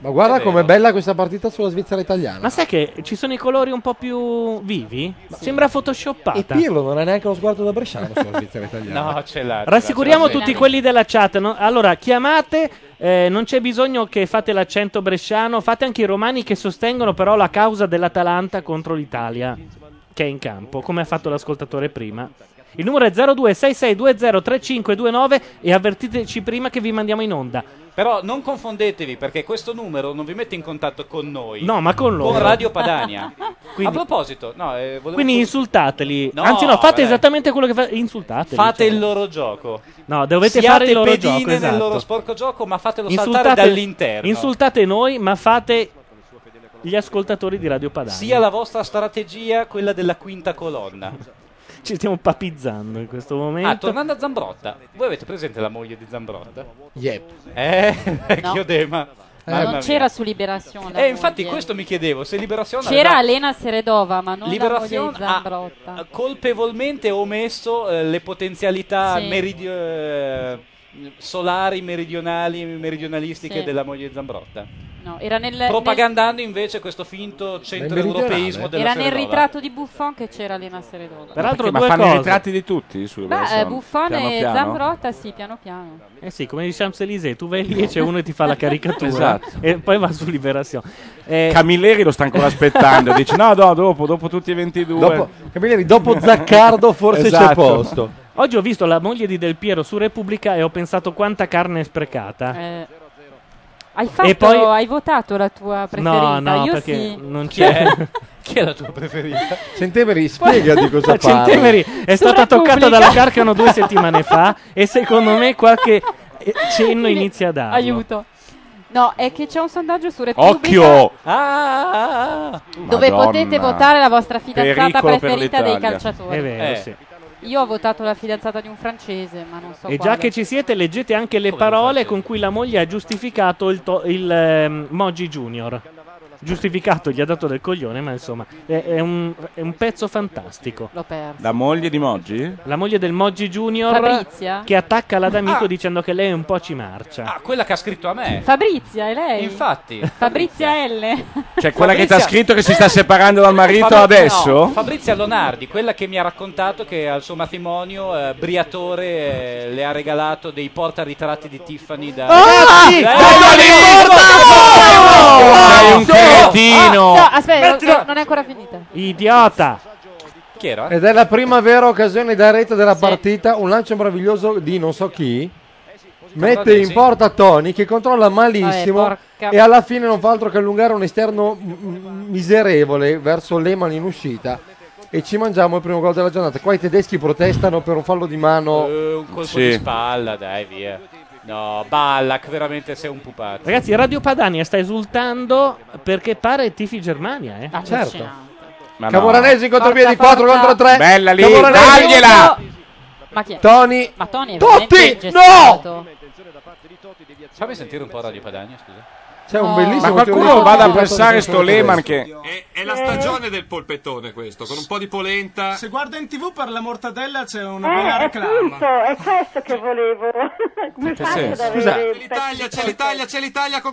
Speaker 5: Ma guarda
Speaker 2: È vero.
Speaker 5: com'è bella questa partita sulla Svizzera italiana.
Speaker 2: Ma sai che ci sono i colori un po' più vivi? Sembra
Speaker 5: E
Speaker 2: photoshoppata.
Speaker 5: Pirlo non ha neanche lo sguardo da Bresciano sulla Svizzera italiana.
Speaker 9: No, ce l'ha. ce l'ha,
Speaker 2: Rassicuriamo
Speaker 9: ce l'ha.
Speaker 2: tutti quelli della chat. no? Allora, chiamate, eh, non c'è bisogno che fate l'accento bresciano, fate anche i romani che sostengono però la causa dell'Atalanta contro l'Italia, che è in campo, come ha fatto l'ascoltatore prima. Il numero è 0266203529 e avvertiteci prima che vi mandiamo in onda.
Speaker 9: Però non confondetevi perché questo numero non vi mette in contatto con noi.
Speaker 2: No, ma con loro.
Speaker 9: Con Radio Padania.
Speaker 2: Quindi-
Speaker 9: A proposito, no, eh, volevo
Speaker 2: Quindi insultateli.
Speaker 9: No,
Speaker 2: Anzi, no, fate
Speaker 9: vabbè.
Speaker 2: esattamente quello che fate. Insultateli.
Speaker 9: Fate
Speaker 2: cioè.
Speaker 9: il loro gioco.
Speaker 2: No, dovete
Speaker 9: Siate
Speaker 2: fare il loro
Speaker 9: pedine
Speaker 2: gioco.
Speaker 9: nel
Speaker 2: Esatto.
Speaker 9: loro sporco gioco, ma fatelo saltare
Speaker 2: Insultate-
Speaker 9: dall'interno.
Speaker 2: Insultate noi, ma fate gli ascoltatori di Radio Padania.
Speaker 9: Sia la vostra strategia quella della quinta colonna.
Speaker 2: Ci stiamo papizzando in questo momento.
Speaker 9: Ah, tornando a Zambrotta, voi avete presente la moglie di Zambrotta?
Speaker 5: Yep.
Speaker 9: Eh, vecchio
Speaker 11: No.
Speaker 9: Dema.
Speaker 11: Ma
Speaker 9: Mamma
Speaker 11: non
Speaker 9: mia.
Speaker 11: c'era su Liberazione. la
Speaker 9: Eh, infatti,
Speaker 11: moglie.
Speaker 9: questo mi chiedevo se Liberazione
Speaker 11: C'era
Speaker 9: aveva
Speaker 11: Elena Seredova, ma non la moglie
Speaker 9: Liberazione Ah,
Speaker 11: di Zambrotta.
Speaker 9: Eh, colpevolmente omesso eh, le potenzialità
Speaker 11: Sì.
Speaker 9: meridio- eh, solari, meridionali, meridionalistiche
Speaker 11: Sì.
Speaker 9: della moglie di Zambrotta.
Speaker 11: No, era nel,
Speaker 9: Propagandando invece questo finto centro-europeismo
Speaker 11: nel-
Speaker 9: della
Speaker 11: era nel
Speaker 9: Seredova.
Speaker 11: ritratto di Buffon che c'era Elena Seredova.
Speaker 2: Peraltro
Speaker 8: ma
Speaker 2: due
Speaker 8: fanno
Speaker 2: cose.
Speaker 8: i ritratti di tutti su
Speaker 11: Beh, eh,
Speaker 8: Robinson?
Speaker 11: Buffon
Speaker 8: Piano
Speaker 11: e
Speaker 8: piano?
Speaker 11: Zambrotta, sì, piano piano.
Speaker 2: Eh sì, come dice Champs-Élysées, tu vai lì e c'è uno e ti fa la caricatura
Speaker 8: Esatto.
Speaker 2: e poi va su Liberazione. Eh,
Speaker 8: Camilleri lo sta ancora aspettando. dice: No, no, dopo, dopo tutti e 22.
Speaker 2: Dopo-
Speaker 5: Camilleri, dopo Zaccardo forse
Speaker 9: Esatto.
Speaker 5: c'è posto.
Speaker 2: Oggi ho visto la moglie di Del Piero su Repubblica e ho pensato quanta carne è sprecata.
Speaker 11: Eh, hai, fatto,
Speaker 2: poi-
Speaker 11: hai votato la tua preferita?
Speaker 2: No, no,
Speaker 11: Io
Speaker 2: perché
Speaker 11: sì.
Speaker 2: non c'è.
Speaker 9: Chi è la tua preferita?
Speaker 5: Centemeri, spiega di cosa parla.
Speaker 2: Centemeri è
Speaker 5: Su
Speaker 2: stata toccata
Speaker 5: Repubblica.
Speaker 2: dalla Carcano due settimane fa e secondo me qualche eh, cenno inizia a darlo.
Speaker 11: Aiuto. No, è che c'è un sondaggio su Repubblica
Speaker 9: Ah,
Speaker 11: dove potete votare la vostra fidanzata
Speaker 2: Pericolo per
Speaker 11: preferita dei
Speaker 2: l'Italia.
Speaker 11: calciatori.
Speaker 2: È vero,
Speaker 11: Eh.
Speaker 2: sì.
Speaker 11: Io ho votato la fidanzata di un francese, ma non so
Speaker 2: E già
Speaker 11: quale.
Speaker 2: che ci siete, leggete anche le parole con cui la moglie ha giustificato il, to- il, ehm, Moggi Junior. Giustificato, gli ha dato del coglione, ma insomma, è, è un, è un pezzo fantastico.
Speaker 11: L'ho perso.
Speaker 8: La moglie di Moggi?
Speaker 2: La moglie del Moggi Junior
Speaker 11: Fabrizia?
Speaker 2: che attacca l'Adamico dicendo che lei un po' ci marcia.
Speaker 9: Quella che ha scritto a me.
Speaker 11: Fabrizia, è lei?
Speaker 9: Infatti.
Speaker 11: Fabrizia L.
Speaker 8: Cioè, quella che ti ha
Speaker 9: Fabrizia-
Speaker 8: scritto che si sta separando dal marito
Speaker 9: Fabri-
Speaker 8: adesso?
Speaker 9: no, Fabrizia Lonardi, quella che mi ha raccontato che al suo matrimonio eh, Briatore eh, le ha regalato dei portaritratti di Tiffany da...
Speaker 8: Ah,
Speaker 9: Eh,
Speaker 8: sì, quello lì! Sei un
Speaker 2: cretino!
Speaker 11: No, aspetta,
Speaker 2: Mettilo-
Speaker 11: no, non è ancora finita.
Speaker 2: Idiota!
Speaker 9: Chi era?
Speaker 5: Ed è la prima vera occasione da rete della partita. Un lancio meraviglioso di non so chi.
Speaker 15: Eh
Speaker 5: Mette in porta Tony che controlla malissimo
Speaker 10: Vabbè, porca-
Speaker 5: e alla fine non fa altro che allungare un esterno m- m- miserevole verso Lehman in uscita e ci mangiamo il primo gol della giornata. Qua i tedeschi protestano per un fallo di mano.
Speaker 9: Eh, un colpo
Speaker 5: Sì.
Speaker 9: di spalla, dai, via. No, Ballack, veramente sei un pupato.
Speaker 2: Ragazzi, Radio Padania sta esultando perché pare tifi Germania, eh?
Speaker 11: Certo.
Speaker 5: Ma Camoranesi contro
Speaker 11: Forza,
Speaker 5: piedi 4
Speaker 11: forza.
Speaker 5: contro 3.
Speaker 11: Bella lì,
Speaker 5: dagliela!
Speaker 11: Ma chi è?
Speaker 5: Tony.
Speaker 11: Ma Tony è
Speaker 5: Totti,
Speaker 11: veramente
Speaker 5: no!
Speaker 11: gestato.
Speaker 9: Fammi sentire un po' Radio Padania, scusa.
Speaker 5: C'è un
Speaker 11: Oh,
Speaker 9: No.
Speaker 5: bellissimo
Speaker 9: Ma qualcuno
Speaker 5: teorema
Speaker 9: vada a
Speaker 5: pubblicato nel
Speaker 9: pressare
Speaker 5: Senso
Speaker 9: sto
Speaker 5: del
Speaker 9: Lehman
Speaker 5: Tedesco.
Speaker 15: È, è
Speaker 4: Eh.
Speaker 15: la stagione del polpettone questo, con un po' di polenta.
Speaker 13: Se guarda in tv per la mortadella c'è una bella
Speaker 12: Eh,
Speaker 13: reclama.
Speaker 12: appunto, è questo che volevo. Come
Speaker 13: Che
Speaker 12: faccio ad
Speaker 13: senso?
Speaker 12: avere
Speaker 13: Scusa.
Speaker 12: il
Speaker 13: C'è
Speaker 15: l'Italia,
Speaker 12: pezzo
Speaker 15: c'è
Speaker 12: di
Speaker 15: l'Italia, c'è l'Italia con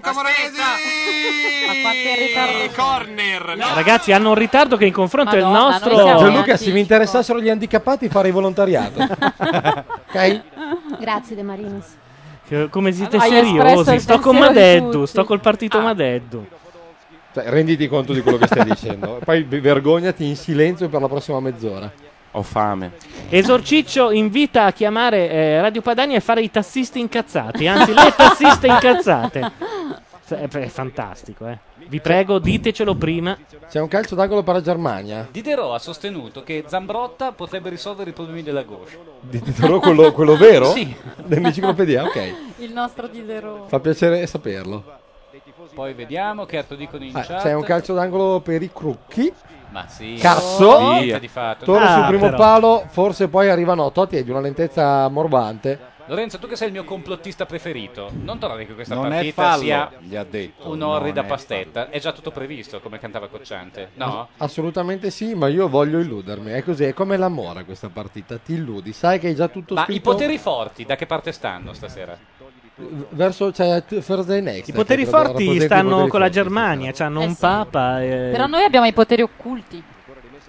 Speaker 15: Camoranesi! Corner! No.
Speaker 2: Ragazzi, hanno un ritardo che in confronto
Speaker 15: Madonna,
Speaker 2: è il
Speaker 15: noi
Speaker 2: nostro.
Speaker 15: siamo
Speaker 5: Gianluca, se vi interessassero gli handicappati, farei volontariato. Cioè, ok?
Speaker 3: Grazie De Marinis.
Speaker 2: Che- Come siete
Speaker 3: Hai espresso
Speaker 2: seriosi?
Speaker 3: il
Speaker 2: Sto
Speaker 3: pensiero
Speaker 2: con
Speaker 3: di
Speaker 2: Madeddu,
Speaker 3: tutti. Ah.
Speaker 2: sto col partito Madeddu.
Speaker 5: Cioè, renditi conto di quello che stai dicendo. Poi v- vergognati in silenzio per la prossima mezz'ora.
Speaker 8: Ho fame.
Speaker 2: Esorciccio invita a chiamare eh, Radio Padania e fare i tassisti incazzati, anzi le tassiste incazzate. F- È, è fantastico, eh. Vi prego, ditecelo prima.
Speaker 5: C'è un calcio d'angolo per la Germania.
Speaker 9: Diderot ha sostenuto che Zambrotta potrebbe risolvere i problemi della gauche.
Speaker 5: Diderot, quello, quello vero?
Speaker 9: Sì.
Speaker 5: Dell'enciclopedia, ok.
Speaker 11: Il nostro Diderot.
Speaker 5: Fa piacere saperlo.
Speaker 9: Poi vediamo che altro dicono in
Speaker 5: Ah,
Speaker 9: chat.
Speaker 5: c'è un calcio d'angolo per i Crucchi.
Speaker 9: Ma sì.
Speaker 5: Cazzo.
Speaker 9: Niente di fatto.
Speaker 5: Toro
Speaker 9: Ah,
Speaker 5: sul primo
Speaker 9: però.
Speaker 5: palo, forse poi arriva no. Totti è di una lentezza morbante.
Speaker 9: Lorenzo, tu che sei il mio complottista preferito, non tornare che questa
Speaker 4: Non è
Speaker 9: partita
Speaker 4: fallo,
Speaker 9: sia
Speaker 4: gli ha detto,
Speaker 9: un'orrida
Speaker 4: non è
Speaker 9: pastetta. È già tutto previsto, come cantava Cocciante. No?
Speaker 5: Assolutamente sì, ma io voglio illudermi. È così, è come l'amore questa partita. Ti illudi, sai che hai già tutto
Speaker 9: Ma i
Speaker 5: scritto.
Speaker 9: poteri forti da che parte stanno stasera?
Speaker 5: Verso cioè, t- Thursday next. cioè,
Speaker 2: I poteri
Speaker 5: che dovrebbe
Speaker 2: forti
Speaker 5: rappresentare i
Speaker 2: stanno
Speaker 5: poteri
Speaker 2: con la
Speaker 5: forti.
Speaker 2: Germania, hanno un papa. eh,
Speaker 16: Però noi abbiamo i poteri occulti,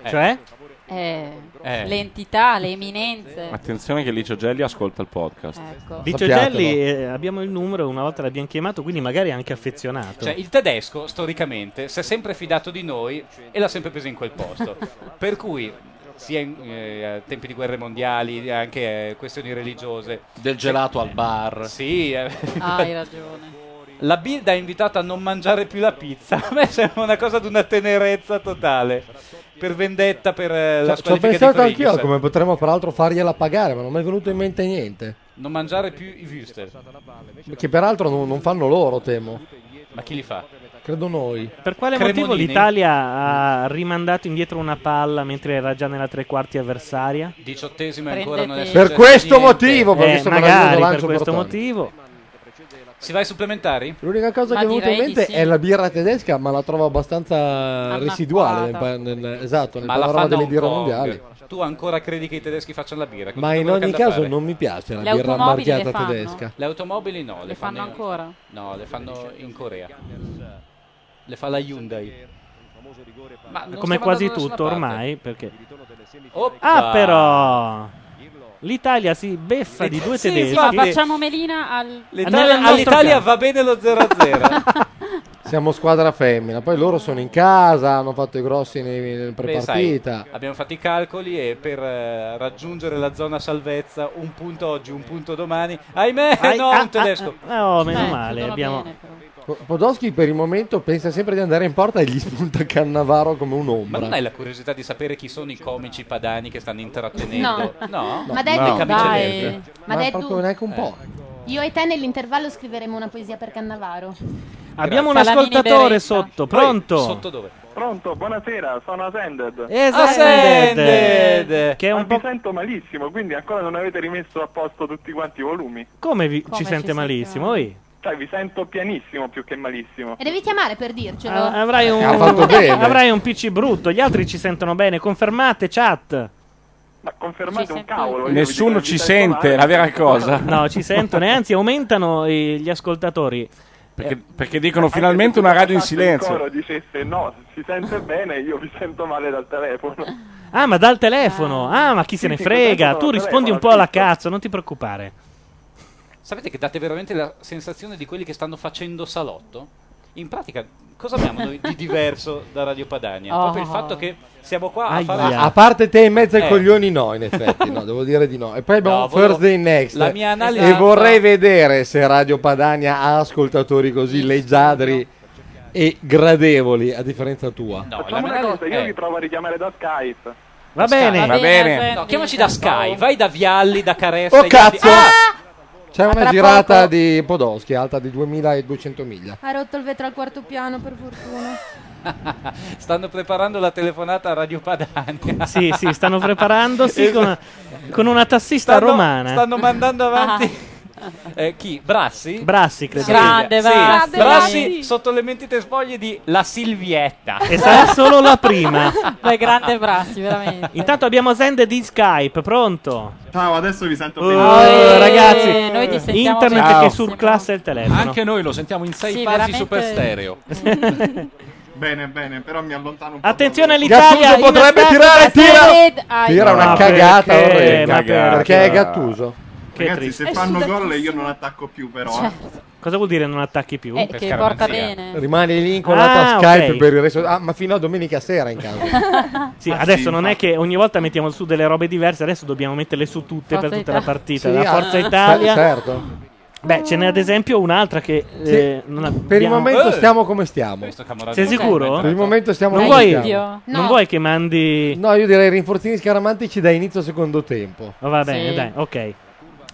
Speaker 2: Cioè?
Speaker 16: eh,
Speaker 8: Eh.
Speaker 16: le entità, le eminenze.
Speaker 8: Attenzione che Licio Gelli ascolta il podcast.
Speaker 16: Ecco.
Speaker 2: Licio
Speaker 8: Sappiatelo.
Speaker 2: Gelli, eh, abbiamo il numero, una volta l'abbiamo chiamato, quindi magari è anche affezionato.
Speaker 9: Cioè, il tedesco, storicamente, si è sempre fidato di noi e l'ha sempre preso in quel posto. per cui, sia in eh, a tempi di guerre mondiali, anche eh, questioni religiose.
Speaker 4: Del gelato al bar. ecco.
Speaker 9: Sì. eh.
Speaker 16: Ah, hai ragione.
Speaker 9: La Bild ha invitato a non mangiare più la pizza. A me sembra una cosa di una tenerezza totale. Per vendetta, per eh, la
Speaker 5: Cioè, Ci- Ci ho
Speaker 9: squalifica di
Speaker 5: pensato
Speaker 9: Friggs.
Speaker 5: anch'io come potremmo peraltro fargliela pagare, ma non mi è venuto in mente niente.
Speaker 9: Non mangiare più i Wüster.
Speaker 5: Che peraltro non, non fanno loro, temo.
Speaker 9: Ma chi li fa?
Speaker 5: Credo noi.
Speaker 2: Per quale motivo
Speaker 9: Cremonini.
Speaker 2: l'Italia ha rimandato indietro una palla mentre era già nella tre quarti avversaria?
Speaker 9: Diciottesima ancora non è
Speaker 5: Per
Speaker 9: successo
Speaker 5: questo
Speaker 9: niente.
Speaker 5: motivo, per
Speaker 2: Eh,
Speaker 5: questo
Speaker 2: magari,
Speaker 5: meraviglioso
Speaker 2: per
Speaker 5: lancio
Speaker 2: questo
Speaker 5: Bertoni.
Speaker 2: motivo.
Speaker 9: Si va ai supplementari?
Speaker 5: L'unica cosa che mi è venuta in mente è la birra tedesca, ma la trovo abbastanza residuale. nel pa- nel- esatto, nel
Speaker 9: Ma la
Speaker 5: panorama
Speaker 9: fanno
Speaker 5: delle
Speaker 9: un
Speaker 5: birre
Speaker 9: po'.
Speaker 5: mondiali.
Speaker 9: Tu ancora credi che i tedeschi facciano la birra?
Speaker 5: Ma in ogni caso non mi piace la
Speaker 9: Le
Speaker 5: birra
Speaker 9: automobili
Speaker 5: marchiata
Speaker 9: le fanno?
Speaker 5: tedesca.
Speaker 9: Le automobili no, le,
Speaker 16: fanno
Speaker 9: in-
Speaker 16: ancora?
Speaker 9: No, le fanno in Corea. Le fa la Hyundai. Ma non
Speaker 2: Come
Speaker 9: stiamo
Speaker 2: quasi
Speaker 9: andando da
Speaker 2: tutto
Speaker 9: nessuna
Speaker 2: ormai, perché...
Speaker 9: Oppa!
Speaker 2: Ah, però... L'Italia si beffa di due
Speaker 16: Sì,
Speaker 2: tedeschi.
Speaker 16: sì, ma facciamo melina al...
Speaker 9: L'Italia-
Speaker 2: Nel nostro
Speaker 9: all'Italia
Speaker 2: campo.
Speaker 9: va bene lo 0-0.
Speaker 5: Siamo squadra femmina, poi loro sono in casa, hanno fatto i grossi nei, nel
Speaker 9: Beh, sai,
Speaker 5: prepartita.
Speaker 9: abbiamo fatto i calcoli e per eh, raggiungere la zona salvezza un punto oggi, un punto domani. Ahimè,
Speaker 2: Ai-
Speaker 9: no,
Speaker 2: ah,
Speaker 9: un tedesco.
Speaker 2: ah, ah, oh, meno
Speaker 9: Eh,
Speaker 2: male,
Speaker 9: tutto va
Speaker 2: abbiamo-
Speaker 9: bene, però.
Speaker 5: Po- Podolski per il momento pensa sempre di andare in porta e gli spunta Cannavaro come
Speaker 9: Ma
Speaker 5: un'ombra.
Speaker 9: non hai la curiosità di sapere chi sono i comici padani che stanno intrattenendo?
Speaker 3: No.
Speaker 9: No,
Speaker 3: Ma dai,
Speaker 9: Le
Speaker 3: tu,
Speaker 9: camicie
Speaker 3: dai.
Speaker 9: verdi.
Speaker 3: Ma Ma dai, proprio tu. neanche
Speaker 5: un po'.
Speaker 3: Io e te nell'intervallo scriveremo una poesia per Cannavaro.
Speaker 2: Abbiamo un
Speaker 3: Fa la mini
Speaker 2: ascoltatore
Speaker 3: beretta.
Speaker 2: sotto,
Speaker 3: Poi,
Speaker 2: pronto? Esatto.
Speaker 9: sotto dove?
Speaker 1: Pronto, buonasera, sono Ascended.
Speaker 2: Ascended. Che è
Speaker 1: Ma
Speaker 2: un po'...
Speaker 1: vi sento malissimo, quindi ancora non avete rimesso a posto tutti quanti i volumi.
Speaker 2: Come, vi-
Speaker 1: Come
Speaker 2: ci
Speaker 1: ci
Speaker 2: sente
Speaker 1: sentiamo?
Speaker 2: malissimo? oi?
Speaker 1: Cioè, vi sento pianissimo più che malissimo.
Speaker 3: E devi chiamare per dircelo.
Speaker 2: Ah, Avrai
Speaker 8: Eh,
Speaker 2: un,
Speaker 1: Ha fatto bene.
Speaker 2: avrai un PC brutto, gli altri ci sentono bene. Confermate, chat.
Speaker 1: Ma confermate un cavolo. io
Speaker 8: Nessuno
Speaker 1: vi dico,
Speaker 8: ci
Speaker 1: vi
Speaker 8: sente,
Speaker 1: sento
Speaker 8: la
Speaker 1: male.
Speaker 8: vera cosa.
Speaker 2: No, ci sentono, e anzi aumentano eh, gli ascoltatori.
Speaker 8: Perché, perché dicono finalmente una radio in
Speaker 1: Il
Speaker 8: silenzio.
Speaker 1: coro dicesse no, si sente bene, io vi sento male dal telefono.
Speaker 2: Ah, ma dal telefono. Ah, ma chi se
Speaker 1: Sì,
Speaker 2: ne
Speaker 1: sì,
Speaker 2: frega?
Speaker 1: contento
Speaker 2: Tu
Speaker 1: dal
Speaker 2: rispondi
Speaker 1: telefono,
Speaker 2: un po' alla cazzo, non ti preoccupare.
Speaker 9: Sapete che date veramente la sensazione di quelli che stanno facendo salotto? in pratica cosa abbiamo noi di diverso da Radio Padania?
Speaker 5: Oh.
Speaker 9: Proprio il fatto che siamo qua a fare...
Speaker 5: A, a parte te in mezzo ai
Speaker 9: Eh.
Speaker 5: coglioni, no, in effetti, no, devo dire di no. E poi abbiamo
Speaker 9: No, volevo-
Speaker 5: Thursday Next.
Speaker 9: la mia analisi- Esatto.
Speaker 5: E vorrei vedere se Radio Padania ha ascoltatori così leggiadri e gradevoli, a differenza tua.
Speaker 1: Facciamo una cosa, io
Speaker 9: eh.
Speaker 1: vi provo a richiamare da Skype.
Speaker 5: Va bene. Va bene.
Speaker 9: No, chiamaci da Sky, vai da Vialli, da Caressa.
Speaker 5: Oh
Speaker 9: gli-
Speaker 5: cazzo! C'è
Speaker 3: tra
Speaker 5: una girata di Podolski alta di 2200 miglia.
Speaker 3: Ha rotto il vetro al quarto piano, per fortuna.
Speaker 9: Ah! Stanno preparando la telefonata a Radio Padania.
Speaker 2: Sì, sì, stanno preparandosi con, con una tassista
Speaker 9: Stanno-
Speaker 2: romana.
Speaker 9: Stanno
Speaker 11: Ah.
Speaker 9: mandando avanti. eh, chi? Brassi?
Speaker 2: Brassi, credo.
Speaker 9: Sì.
Speaker 2: Grande
Speaker 9: Sì.
Speaker 2: Brassi.
Speaker 9: Brassi sotto le mentite spoglie di La Silvietta.
Speaker 2: E sarà solo la prima.
Speaker 11: Beh, grande Brassi, veramente.
Speaker 2: Intanto abbiamo Zend di Skype, pronto?
Speaker 1: Ciao, adesso vi sento
Speaker 2: Oh,
Speaker 1: bene.
Speaker 2: ragazzi,
Speaker 1: Eh, noi ti sentiamo
Speaker 2: internet
Speaker 1: benissimo.
Speaker 2: che surclassa il telefono.
Speaker 4: Anche noi lo sentiamo in sei
Speaker 1: Sì,
Speaker 4: fasi
Speaker 1: veramente-
Speaker 4: super stereo.
Speaker 1: Bene, bene, però mi allontano un po'.
Speaker 2: Attenzione
Speaker 1: da voi.
Speaker 2: all'Italia, Gattuso potrebbe in tirare, attacco tira- Fred, ahi.
Speaker 5: Tira una
Speaker 2: Ma
Speaker 5: cagata
Speaker 2: perché?
Speaker 5: orrenda.
Speaker 2: Ma perché?
Speaker 5: Perché è Gattuso.
Speaker 2: Che
Speaker 1: Ragazzi,
Speaker 2: triste.
Speaker 1: se fanno gol io non attacco più però. eh.
Speaker 2: Cosa vuol dire non attacchi più?
Speaker 1: Eh, Per che scaramanzia. porta bene.
Speaker 5: Rimane lì incollato
Speaker 2: Ah,
Speaker 5: a Skype
Speaker 2: ok.
Speaker 5: per il resto. Ah, ma fino a domenica sera in caso.
Speaker 2: Sì,
Speaker 5: Ma
Speaker 2: adesso
Speaker 5: sì,
Speaker 2: non è che ogni volta mettiamo su delle robe diverse, adesso dobbiamo metterle su tutte
Speaker 5: Forza
Speaker 2: per tutta
Speaker 5: Italia.
Speaker 2: la partita.
Speaker 5: Sì,
Speaker 2: la
Speaker 5: ah,
Speaker 2: Forza
Speaker 5: cer-
Speaker 2: Italia.
Speaker 5: certo.
Speaker 2: Beh, ce n'è ad esempio un'altra che
Speaker 5: Sì.
Speaker 2: eh, non abbiamo-
Speaker 5: Per il
Speaker 2: Eh.
Speaker 5: momento stiamo come stiamo.
Speaker 2: Sei sicuro?
Speaker 5: Per il momento stiamo
Speaker 2: non
Speaker 5: come
Speaker 2: vuoi,
Speaker 5: stiamo.
Speaker 2: non vuoi che mandi
Speaker 5: No, io direi rinforzini scaramantici da inizio secondo tempo.
Speaker 2: Oh, va bene, dai, ok.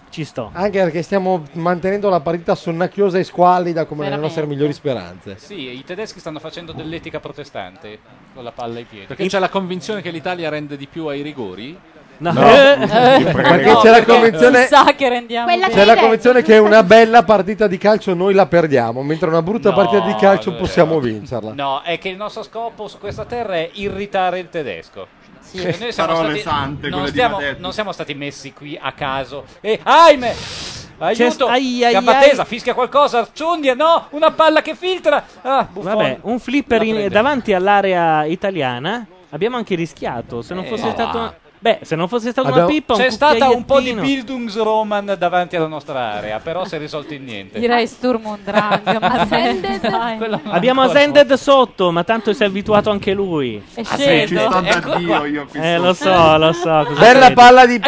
Speaker 2: Ci sto.
Speaker 5: Anche perché stiamo mantenendo la partita sonnacchiosa e squallida come le nostre migliori speranze.
Speaker 9: Sì, i tedeschi stanno facendo dell'etica protestante con la palla ai piedi.
Speaker 4: Perché c'è la convinzione che l'Italia rende di più ai rigori?
Speaker 5: No. No. Eh. Perché c'è la convinzione-
Speaker 11: Sa che rendiamo
Speaker 3: Quella
Speaker 11: bene.
Speaker 5: C'è la convinzione che una bella partita di calcio noi la perdiamo, mentre una brutta
Speaker 9: No,
Speaker 5: partita di calcio
Speaker 9: no.
Speaker 5: possiamo vincerla.
Speaker 9: No, è che il nostro scopo su questa terra è irritare il tedesco. Cioè,
Speaker 1: Sì.
Speaker 9: E
Speaker 1: Parole sante,
Speaker 9: non,
Speaker 1: quelle di
Speaker 9: stiamo,
Speaker 1: Madetti.
Speaker 9: non siamo stati messi qui a caso. E ahimè! Eh, Aiuto!
Speaker 2: C'è- Cioè, ai, ai,
Speaker 9: Gamba
Speaker 2: ai.
Speaker 9: tesa, fischia qualcosa, Arciundia, no! Una palla che filtra! Ah, Buffon.
Speaker 2: Vabbè, un flipper
Speaker 9: La
Speaker 2: in-
Speaker 9: prende.
Speaker 2: davanti all'area italiana. Abbiamo anche rischiato. Se non
Speaker 9: Eh,
Speaker 2: fosse
Speaker 9: ma
Speaker 2: stato.
Speaker 9: va.
Speaker 2: Beh, se non fosse stata una
Speaker 9: Abbiamo-
Speaker 2: pippa,
Speaker 9: C'è
Speaker 2: un
Speaker 9: stata un po' di
Speaker 2: cucchiaiettino.
Speaker 9: Bildungsroman davanti alla nostra area, però si è risolto in niente.
Speaker 11: Direi Sturm und Drang, ma sente, dai.
Speaker 2: Abbiamo Ascended sotto, ma tanto si è abituato anche lui.
Speaker 11: È Ah, sì, sceso. ci sto da
Speaker 2: Ecco
Speaker 11: Dio,
Speaker 2: qua.
Speaker 11: io qui
Speaker 2: Eh,
Speaker 11: sto.
Speaker 2: lo so, lo so. cosa
Speaker 5: Bella
Speaker 2: credi.
Speaker 5: palla di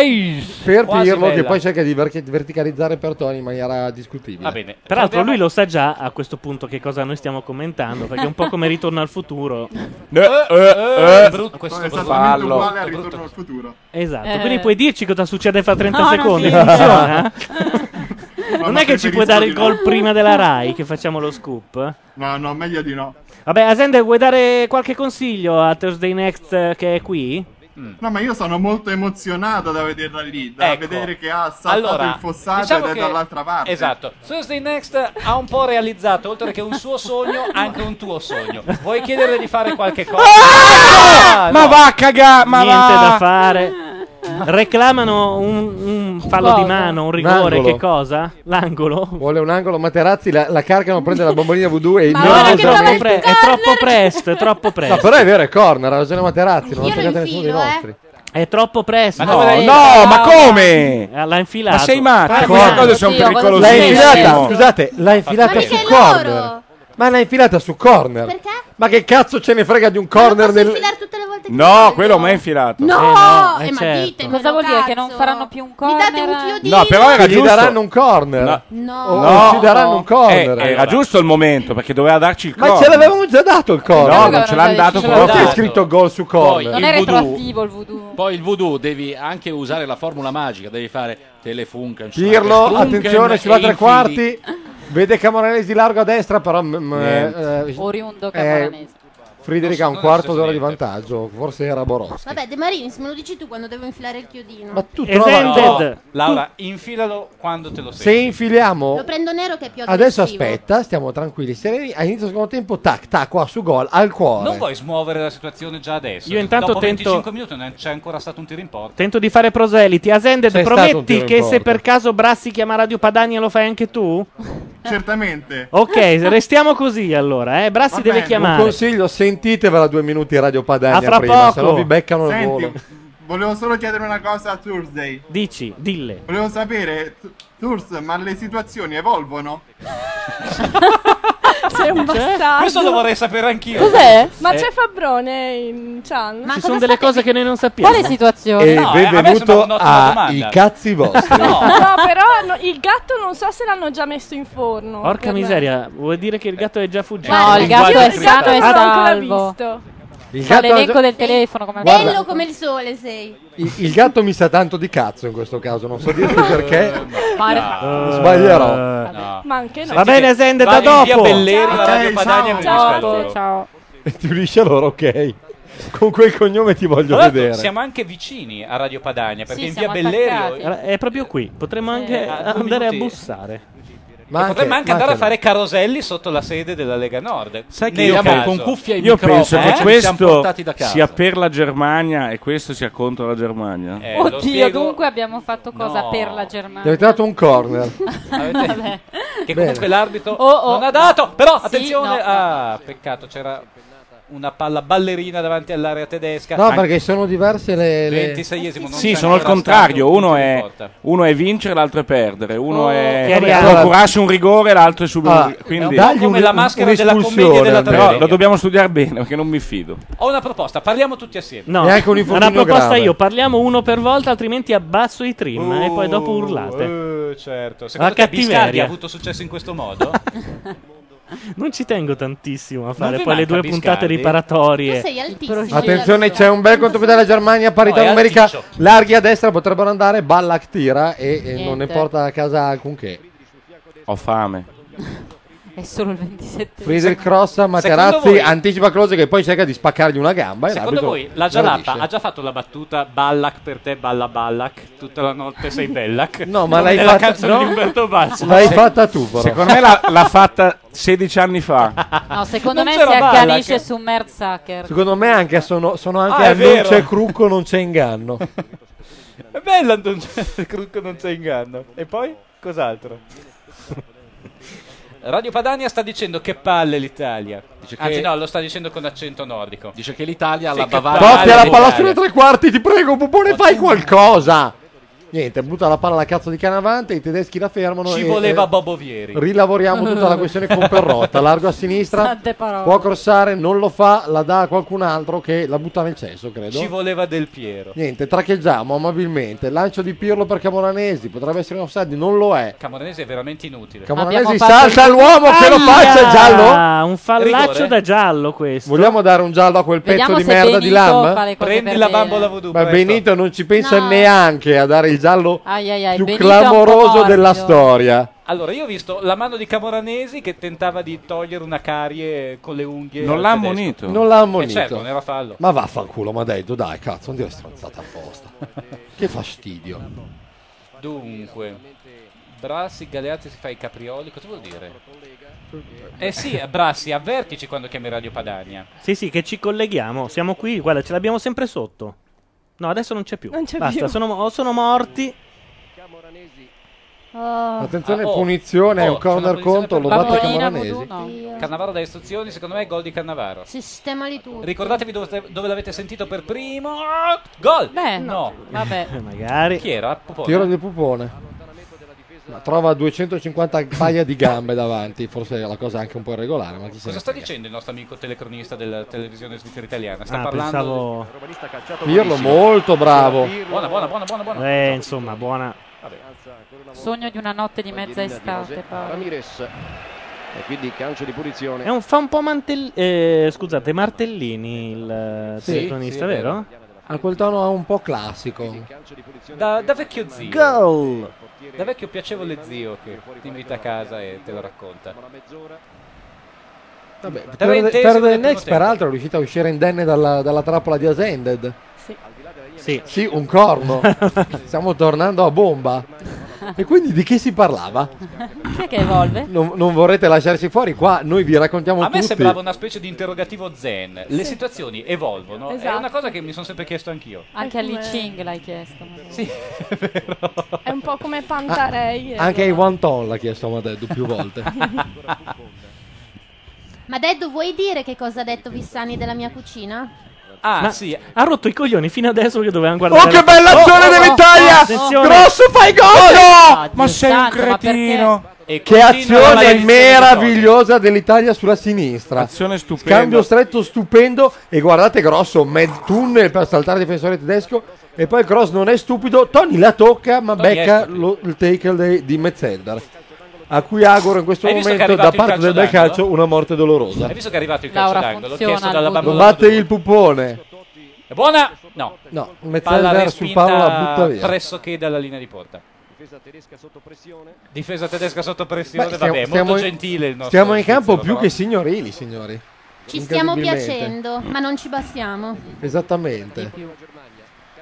Speaker 5: per
Speaker 2: Quasi
Speaker 5: Pirlo che
Speaker 2: bella.
Speaker 5: poi cerca di ver- verticalizzare per Toni in maniera discutibile.
Speaker 2: Va bene. Peraltro lui lo sa già a questo punto che cosa noi stiamo commentando, perché è un po' come Ritorno al futuro.
Speaker 1: eh, eh. Brutto, questo
Speaker 2: Questo
Speaker 1: è
Speaker 2: brutto.
Speaker 1: esattamente uguale al ritorno al futuro.
Speaker 2: Esatto,
Speaker 1: Eh.
Speaker 2: quindi puoi dirci cosa succede fra 30
Speaker 1: No, non
Speaker 2: secondi,
Speaker 1: dirlo.
Speaker 2: funziona?
Speaker 1: No,
Speaker 2: non
Speaker 1: no,
Speaker 2: è che ci puoi
Speaker 1: preferisco
Speaker 2: dare
Speaker 1: di
Speaker 2: il gol
Speaker 1: no.
Speaker 2: prima della Rai che facciamo lo scoop?
Speaker 1: No, no, meglio di no.
Speaker 2: Vabbè, Asende, vuoi dare qualche consiglio a Thursday Next eh, che è qui?
Speaker 1: No, ma io sono molto emozionato da vederla lì, da vedere che ha saltato
Speaker 9: Allora,
Speaker 1: il fossato
Speaker 9: diciamo
Speaker 1: ed è
Speaker 9: che-
Speaker 1: dall'altra parte.
Speaker 9: Esatto. Thursday Next ha un po' realizzato, oltre che un suo sogno, anche un tuo sogno. Vuoi chiederle di fare qualche cosa? Ah,
Speaker 2: ma
Speaker 9: va
Speaker 2: a cagare,
Speaker 9: ma
Speaker 2: Niente
Speaker 9: va.
Speaker 2: da fare. Reclamano un, un fallo di
Speaker 5: Cosa?
Speaker 2: mano, un
Speaker 5: Un
Speaker 2: rigore,
Speaker 5: angolo.
Speaker 2: che cosa? L'angolo?
Speaker 5: Vuole un angolo Materazzi, la, la caricano, prende la bombolina voodoo e
Speaker 2: No,
Speaker 5: ignorano
Speaker 2: è troppo, pre- è troppo presto, è troppo presto.
Speaker 5: No, però è vero, è corner, ha ragione Materazzi, non
Speaker 2: Io
Speaker 5: ha
Speaker 2: lo
Speaker 5: toccato nessuno dei
Speaker 2: infilo, eh.
Speaker 5: nostri.
Speaker 2: È troppo presto.
Speaker 5: Ma No, dov'è? no, ma come?
Speaker 2: Eh, L'ha infilato.
Speaker 5: Ma sei matto?
Speaker 2: Parla.
Speaker 5: Queste cose sono Oddio, pericolosissime. l'ha infilata, scusate, l'ha infilata
Speaker 2: Ma
Speaker 5: su
Speaker 2: perché
Speaker 5: corner. Ma l'ha infilata su corner. Perché? Ma che cazzo ce ne frega di un corner del
Speaker 8: No, quello mi ha infilato.
Speaker 5: No!
Speaker 8: no,
Speaker 5: Eh,
Speaker 8: eh,
Speaker 5: ma
Speaker 8: certo.
Speaker 11: Cosa vuol dire? Che non faranno più un corner? Mi date un
Speaker 8: No, però era
Speaker 5: Gli
Speaker 8: giusto.
Speaker 5: daranno un corner.
Speaker 11: No.
Speaker 5: O- o ci daranno un corner.
Speaker 8: Eh, era
Speaker 5: Allora.
Speaker 8: giusto il momento perché doveva darci il
Speaker 5: Ma
Speaker 8: corner.
Speaker 5: ce l'avevamo già dato il corner.
Speaker 8: No, non ce l'hanno dato
Speaker 5: Ma qui
Speaker 8: proprio.
Speaker 5: è scritto gol su
Speaker 4: Poi
Speaker 5: corner.
Speaker 4: il voodoo,
Speaker 11: Attivo il voodoo.
Speaker 4: poi il voodoo devi anche usare la formula magica, devi fare telefunken.
Speaker 5: Pirlo,
Speaker 4: Strunken
Speaker 5: attenzione,
Speaker 4: e
Speaker 5: sulla tre
Speaker 4: infili.
Speaker 5: quarti. Vede Camoranesi di largo a destra, però... m- m-
Speaker 4: Niente.
Speaker 5: eh,
Speaker 11: Oriundo
Speaker 5: eh,
Speaker 11: Camoranesi.
Speaker 5: Friderica ha un quarto d'ora di vantaggio, forse era Boroschi.
Speaker 3: Vabbè, De Marinis, me lo dici tu quando devo infilare il chiodino.
Speaker 5: Ma tu
Speaker 9: No,
Speaker 5: trova...
Speaker 9: Oh, Laura, infilalo quando te lo
Speaker 5: Se
Speaker 9: senti.
Speaker 5: infiliamo...
Speaker 3: Lo prendo nero che è più
Speaker 5: Adesso
Speaker 3: aggressivo.
Speaker 5: aspetta, stiamo tranquilli, sereni. A inizio secondo tempo, tac, tac, qua su gol, al cuore.
Speaker 9: Non vuoi smuovere la situazione già adesso?
Speaker 2: Io intanto
Speaker 9: Dopo
Speaker 2: tento-
Speaker 9: 25 minuti non c'è ancora stato un tiro in porta.
Speaker 2: Tento di fare proseliti. Asended,
Speaker 9: C'è stato un tiro
Speaker 2: prometti
Speaker 9: in
Speaker 2: che se
Speaker 9: porta.
Speaker 2: per caso Brassi chiama Radio Padania lo fai anche tu?
Speaker 1: Certamente.
Speaker 2: Ok, restiamo così allora. Eh. Brassi
Speaker 1: Va
Speaker 2: deve
Speaker 1: bene.
Speaker 5: Un
Speaker 2: chiamare.
Speaker 5: consiglio, sentitevela due minuti Radio Padania
Speaker 2: A fra
Speaker 5: prima,
Speaker 2: poco.
Speaker 5: se no vi beccano il
Speaker 1: Senti,
Speaker 5: volo.
Speaker 1: volevo solo chiedere una cosa a Thursday.
Speaker 2: Dici, dille.
Speaker 1: Volevo sapere, Thurs, ma le situazioni evolvono?
Speaker 17: C'è un bastardo.
Speaker 9: Questo lo vorrei sapere anch'io.
Speaker 17: Cos'è? Ma
Speaker 2: Eh.
Speaker 17: c'è Fabrone in chat.
Speaker 2: Ci sono delle cose che noi non sappiamo.
Speaker 17: Quale situazione?
Speaker 5: E
Speaker 2: No, eh, a me
Speaker 5: benvenuto
Speaker 2: sembra un'ottima
Speaker 5: a
Speaker 2: domanda.
Speaker 5: I cazzi vostri.
Speaker 17: No, però no, il gatto non so se l'hanno già messo in forno.
Speaker 2: Porca
Speaker 17: Per-
Speaker 2: miseria, vuol dire che il gatto è già fuggito?
Speaker 11: No, il gatto è esatto. sano
Speaker 2: Ah,
Speaker 11: e
Speaker 17: non l'ho ancora
Speaker 11: salvo.
Speaker 17: visto.
Speaker 5: Il
Speaker 11: Fa
Speaker 5: gatto-
Speaker 11: l'elenco del telefono come al
Speaker 5: Guarda.
Speaker 11: solito.
Speaker 3: Bello come il sole sei.
Speaker 5: Il, il gatto mi sa tanto di cazzo in questo caso, non so dirti
Speaker 9: Eh,
Speaker 5: perché. Eh,
Speaker 11: Ma-
Speaker 5: Sbaglierò.
Speaker 17: Ma anche no.
Speaker 5: Va bene, Sende, da dopo.
Speaker 17: Ciao.
Speaker 9: Radio Padania mi
Speaker 17: ciao,
Speaker 9: unisce a loro.
Speaker 11: ciao.
Speaker 5: ti unisci a loro, ok. Con quel cognome ti voglio
Speaker 9: Tra l'altro
Speaker 5: vedere.
Speaker 9: Siamo anche vicini a Radio Padania perché
Speaker 11: Sì,
Speaker 9: in via
Speaker 11: siamo attaccati.
Speaker 9: Bellerio
Speaker 2: Allora, È proprio qui, potremmo anche
Speaker 9: Eh, a due
Speaker 2: andare a
Speaker 9: minuti.
Speaker 2: bussare.
Speaker 9: Ma potremmo anche andare a fere caroselli sotto la sede della Lega Nord.
Speaker 4: Sai
Speaker 8: che io penso- Io penso
Speaker 9: eh?
Speaker 8: che questo sia per la Germania e questo sia contro la Germania.
Speaker 9: Eh, lo
Speaker 11: Oddio,
Speaker 9: spiego-
Speaker 11: dunque abbiamo fatto cosa
Speaker 9: No.
Speaker 11: per la
Speaker 5: Gli
Speaker 11: Germania?
Speaker 5: avete dato un corner.
Speaker 11: Vabbè.
Speaker 9: che
Speaker 5: Bene.
Speaker 9: comunque l'arbitro
Speaker 11: Oh, oh,
Speaker 9: non ha dato.
Speaker 11: no.
Speaker 9: Però
Speaker 11: Sì,
Speaker 9: attenzione,
Speaker 11: no, no.
Speaker 9: ah, peccato, c'era una palla ballerina davanti all'area tedesca.
Speaker 5: No,
Speaker 9: Anche-
Speaker 5: perché sono diverse le. le-
Speaker 9: 26esimo, non
Speaker 8: Sì,
Speaker 9: c'è
Speaker 8: sono il
Speaker 9: ancora
Speaker 8: contrario.
Speaker 9: stato un
Speaker 8: Uno
Speaker 9: tiro in
Speaker 8: è,
Speaker 9: porta.
Speaker 8: uno è vincere, l'altro è perdere. Uno
Speaker 9: Oh,
Speaker 8: è
Speaker 9: Chiariamo.
Speaker 8: procurarsi un rigore, l'altro è subire un
Speaker 9: Ah,
Speaker 8: rigore. Quindi
Speaker 9: è un po' come la maschera della commedia della tragedia.
Speaker 8: Però lo dobbiamo studiare bene perché non mi fido.
Speaker 9: Ho una proposta, parliamo tutti assieme.
Speaker 2: No, una proposta io, parliamo uno per volta, altrimenti abbasso i trim e poi dopo urlate.
Speaker 9: Oh, Eh, certo. Secondo
Speaker 2: La
Speaker 9: te Biscardi
Speaker 2: cattiveria.
Speaker 9: ha avuto successo in questo modo?
Speaker 2: Non ci tengo tantissimo a fare
Speaker 9: vi
Speaker 2: poi le
Speaker 9: manca
Speaker 2: due
Speaker 9: Biscardi?
Speaker 2: puntate riparatorie.
Speaker 3: Tu sei altissimo.
Speaker 5: Attenzione, c'è un bel contropio della Germania, parità
Speaker 2: No, è
Speaker 5: numerica.
Speaker 2: alticcio.
Speaker 5: Larghi a destra potrebbero andare, Ballack tira e, e non ne
Speaker 11: Niente.
Speaker 5: porta a casa alcunché.
Speaker 8: Ho fame.
Speaker 11: È solo il 27.
Speaker 5: Friedrich Cross a Materazzi,
Speaker 9: secondo voi-
Speaker 5: anticipa Close che poi cerca di spaccargli una gamba. e
Speaker 9: Secondo
Speaker 5: l'arbitro
Speaker 9: voi la
Speaker 5: gradisce.
Speaker 9: Giallappa ha già fatto la battuta Ballack per te, balla Ballack, tutta la notte sei Bellac?
Speaker 5: No, ma l'hai
Speaker 9: È la
Speaker 5: fatta-
Speaker 9: canzone
Speaker 5: no?
Speaker 9: di Umberto Basso.
Speaker 5: L'hai fatta tu, però.
Speaker 8: Secondo me l'ha, l'ha fatta 16 anni fa.
Speaker 11: No, secondo
Speaker 9: Non
Speaker 11: me
Speaker 9: c'era
Speaker 11: si
Speaker 9: Ballack.
Speaker 11: accanisce su Merzacker.
Speaker 5: Secondo me anche sono, sono anche
Speaker 9: Ah,
Speaker 5: a
Speaker 9: è
Speaker 5: non
Speaker 9: vero.
Speaker 5: c'è crucco, non c'è inganno.
Speaker 9: È bella, non c'è, Crucco non c'è inganno. E poi cos'altro? Radio Padania sta dicendo che palle l'Italia.
Speaker 4: Dice
Speaker 9: Anzi,
Speaker 4: che-
Speaker 9: no, lo sta dicendo con accento nordico.
Speaker 4: Dice che l'Italia ha
Speaker 9: Sì,
Speaker 4: la
Speaker 9: che
Speaker 4: Bavaria.
Speaker 5: Botti alla palla sulle
Speaker 4: dell'Italia.
Speaker 5: tre quarti, ti prego, Popone, fai qualcosa. Niente, butta la palla alla cazzo di canavante, i tedeschi la fermano.
Speaker 9: Ci
Speaker 5: e-
Speaker 9: voleva
Speaker 5: e-
Speaker 9: Bobovieri.
Speaker 5: Rilavoriamo tutta la questione con Perrotta, largo a sinistra,
Speaker 9: Sante parole.
Speaker 5: può crossare, non lo fa, la dà a qualcun altro che la butta nel cesso, credo.
Speaker 9: Ci voleva Del Piero.
Speaker 5: Niente, traccheggiamo amabilmente, lancio di Pirlo per Camoranesi, potrebbe essere un offside, non lo è.
Speaker 9: Camoranesi è veramente inutile.
Speaker 5: Camoranesi salta l'uomo che lo faccia giallo.
Speaker 2: Un fallaccio
Speaker 5: Rigore?
Speaker 2: da giallo questo.
Speaker 5: Vogliamo dare un giallo a quel
Speaker 2: Vediamo
Speaker 5: pezzo di
Speaker 2: se
Speaker 5: merda di
Speaker 2: Benito
Speaker 5: Lam?
Speaker 2: fa le cose Prendi per la bene. bambola voodoo,
Speaker 5: Ma
Speaker 2: presto.
Speaker 5: Benito non ci pensa neanche a dare il giallo
Speaker 11: Ai ai ai,
Speaker 5: più
Speaker 11: Benito è un po'
Speaker 5: clamoroso
Speaker 11: morbido.
Speaker 5: della storia.
Speaker 9: Allora, io ho visto la mano di Camoranesi che tentava di togliere una carie con le unghie.
Speaker 5: Non
Speaker 9: al
Speaker 5: l'ha
Speaker 9: tedesco.
Speaker 5: ammonito. Non l'ha ammonito.
Speaker 9: Eh certo, non era fallo.
Speaker 5: Ma vaffanculo, ma dai, tu dai, cazzo, non dire stronzata apposta. che fastidio.
Speaker 9: Dunque, Brassi, Galeazzi si fa i caprioli. Cosa vuol dire? Eh sì, Brassi, avvertici quando chiami Radio Padania.
Speaker 2: Sì, sì, che ci colleghiamo. Siamo qui, guarda, ce l'abbiamo sempre sotto. No, adesso non c'è più.
Speaker 17: Non c'è
Speaker 2: Basta,
Speaker 17: più.
Speaker 2: Sono, o sono morti.
Speaker 17: Ah.
Speaker 9: Ah,
Speaker 5: Attenzione,
Speaker 9: oh,
Speaker 5: punizione, è un corner contro, lo batte Camoranesi.
Speaker 9: Cannavaro da istruzioni, secondo me è gol di Cannavaro.
Speaker 3: Sistema di tutto.
Speaker 9: Ricordatevi dove, dove l'avete sentito per primo. Gol! Beh, no.
Speaker 3: vabbè.
Speaker 2: Magari.
Speaker 9: Chi era? Popone?
Speaker 5: Tiro del pupone. Ma trova 250 paia di gambe davanti, forse è la cosa anche un po' irregolare, ma chi se
Speaker 9: Cosa
Speaker 5: ne
Speaker 9: sta
Speaker 5: frega.
Speaker 9: dicendo il nostro amico telecronista della televisione svizzera italiana? Sta
Speaker 2: Ah,
Speaker 9: parlando
Speaker 2: pensavo-
Speaker 5: Pirlo molto bravo.
Speaker 9: Buona, buona, buona, buona, buona.
Speaker 2: Eh, insomma, buona.
Speaker 11: Sogno di una notte di mezza estate. Paolo.
Speaker 18: Ramirez e quindi calcio di
Speaker 5: Eh.
Speaker 18: punizione
Speaker 2: È un, fa un po' mantel- eh, scusate, Martellini il eh,
Speaker 5: Sì,
Speaker 2: telecronista,
Speaker 5: sì, è vero.
Speaker 2: vero?
Speaker 5: Ha quel tono un po' classico.
Speaker 9: Da, da vecchio zio.
Speaker 2: Gol!
Speaker 9: Da vecchio piacevole zio che ti invita a casa e te lo racconta.
Speaker 5: Vabbè,
Speaker 9: Trentesimo
Speaker 5: Per,
Speaker 9: del
Speaker 5: per
Speaker 9: primo
Speaker 5: The Next,
Speaker 9: tempo.
Speaker 5: peraltro, è riuscito a uscire indenne dalla, dalla trappola di Ascended.
Speaker 17: Sì.
Speaker 2: Sì.
Speaker 5: un corno. Stiamo tornando a bomba. E quindi di che si parlava?
Speaker 11: Chi è che evolve?
Speaker 5: Non, non vorrete lasciarci fuori qua, noi vi raccontiamo
Speaker 9: A me
Speaker 5: tutti.
Speaker 9: sembrava una specie di interrogativo zen. Le
Speaker 11: Sì.
Speaker 9: situazioni evolvono. È
Speaker 11: Esatto.
Speaker 9: una cosa che mi sono sempre chiesto anch'io.
Speaker 11: Anche
Speaker 17: È
Speaker 11: a
Speaker 17: come-
Speaker 11: Lee Ching l'hai chiesto. magari.
Speaker 17: È un po' come Pantarei.
Speaker 5: Ah, Anche ai One Ton l'ha chiesto Madeddu più volte.
Speaker 3: Ma Deddu vuoi dire che cosa ha detto Vissani della mia cucina?
Speaker 9: Ah,
Speaker 2: Ma
Speaker 9: sì.
Speaker 2: Ha rotto i coglioni fino adesso che dovevamo guardare.
Speaker 5: Oh, che bella azione dell'Italia! Grosso fa il gol!
Speaker 2: gol!
Speaker 5: Ma sei un
Speaker 2: cretino!
Speaker 9: E
Speaker 5: Che
Speaker 9: continuano la
Speaker 5: azione
Speaker 9: redistribuzione.
Speaker 5: meravigliosa dell'Italia sulla sinistra.
Speaker 8: Azione stupenda.
Speaker 5: Scambio stretto stupendo e guardate grosso, mezzo tunnel per saltare il difensore tedesco e poi Cross non è stupido, Tony la tocca ma
Speaker 9: Tony è
Speaker 5: becca
Speaker 9: stupido.
Speaker 5: lo- il tackle dei- di Metzelder. A cui auguro in questo
Speaker 9: Hai visto che è
Speaker 5: momento da
Speaker 9: arrivato il
Speaker 5: parte del
Speaker 9: calcio
Speaker 5: bel
Speaker 9: d'angolo?
Speaker 5: calcio una morte dolorosa.
Speaker 9: Hai visto che è arrivato il calcio d'angolo? Chiesto dalla
Speaker 5: Non
Speaker 9: bambola.
Speaker 5: batte il pupone.
Speaker 9: È buona? No.
Speaker 5: No,
Speaker 9: Palla
Speaker 5: Metzelder sul
Speaker 9: respinta
Speaker 5: palo la butta via.
Speaker 9: pressoché dalla linea di porta. Difesa tedesca sotto pressione. Difesa tedesca sotto pressione,
Speaker 5: Beh,
Speaker 9: vabbè, molto
Speaker 5: in-
Speaker 9: gentile il nostro.
Speaker 5: stiamo in campo
Speaker 9: Svizzero,
Speaker 5: più
Speaker 9: però.
Speaker 5: che signorili, signori.
Speaker 3: Ci stiamo
Speaker 5: Incredibilmente.
Speaker 3: piacendo, ma non ci bastiamo.
Speaker 5: Esattamente.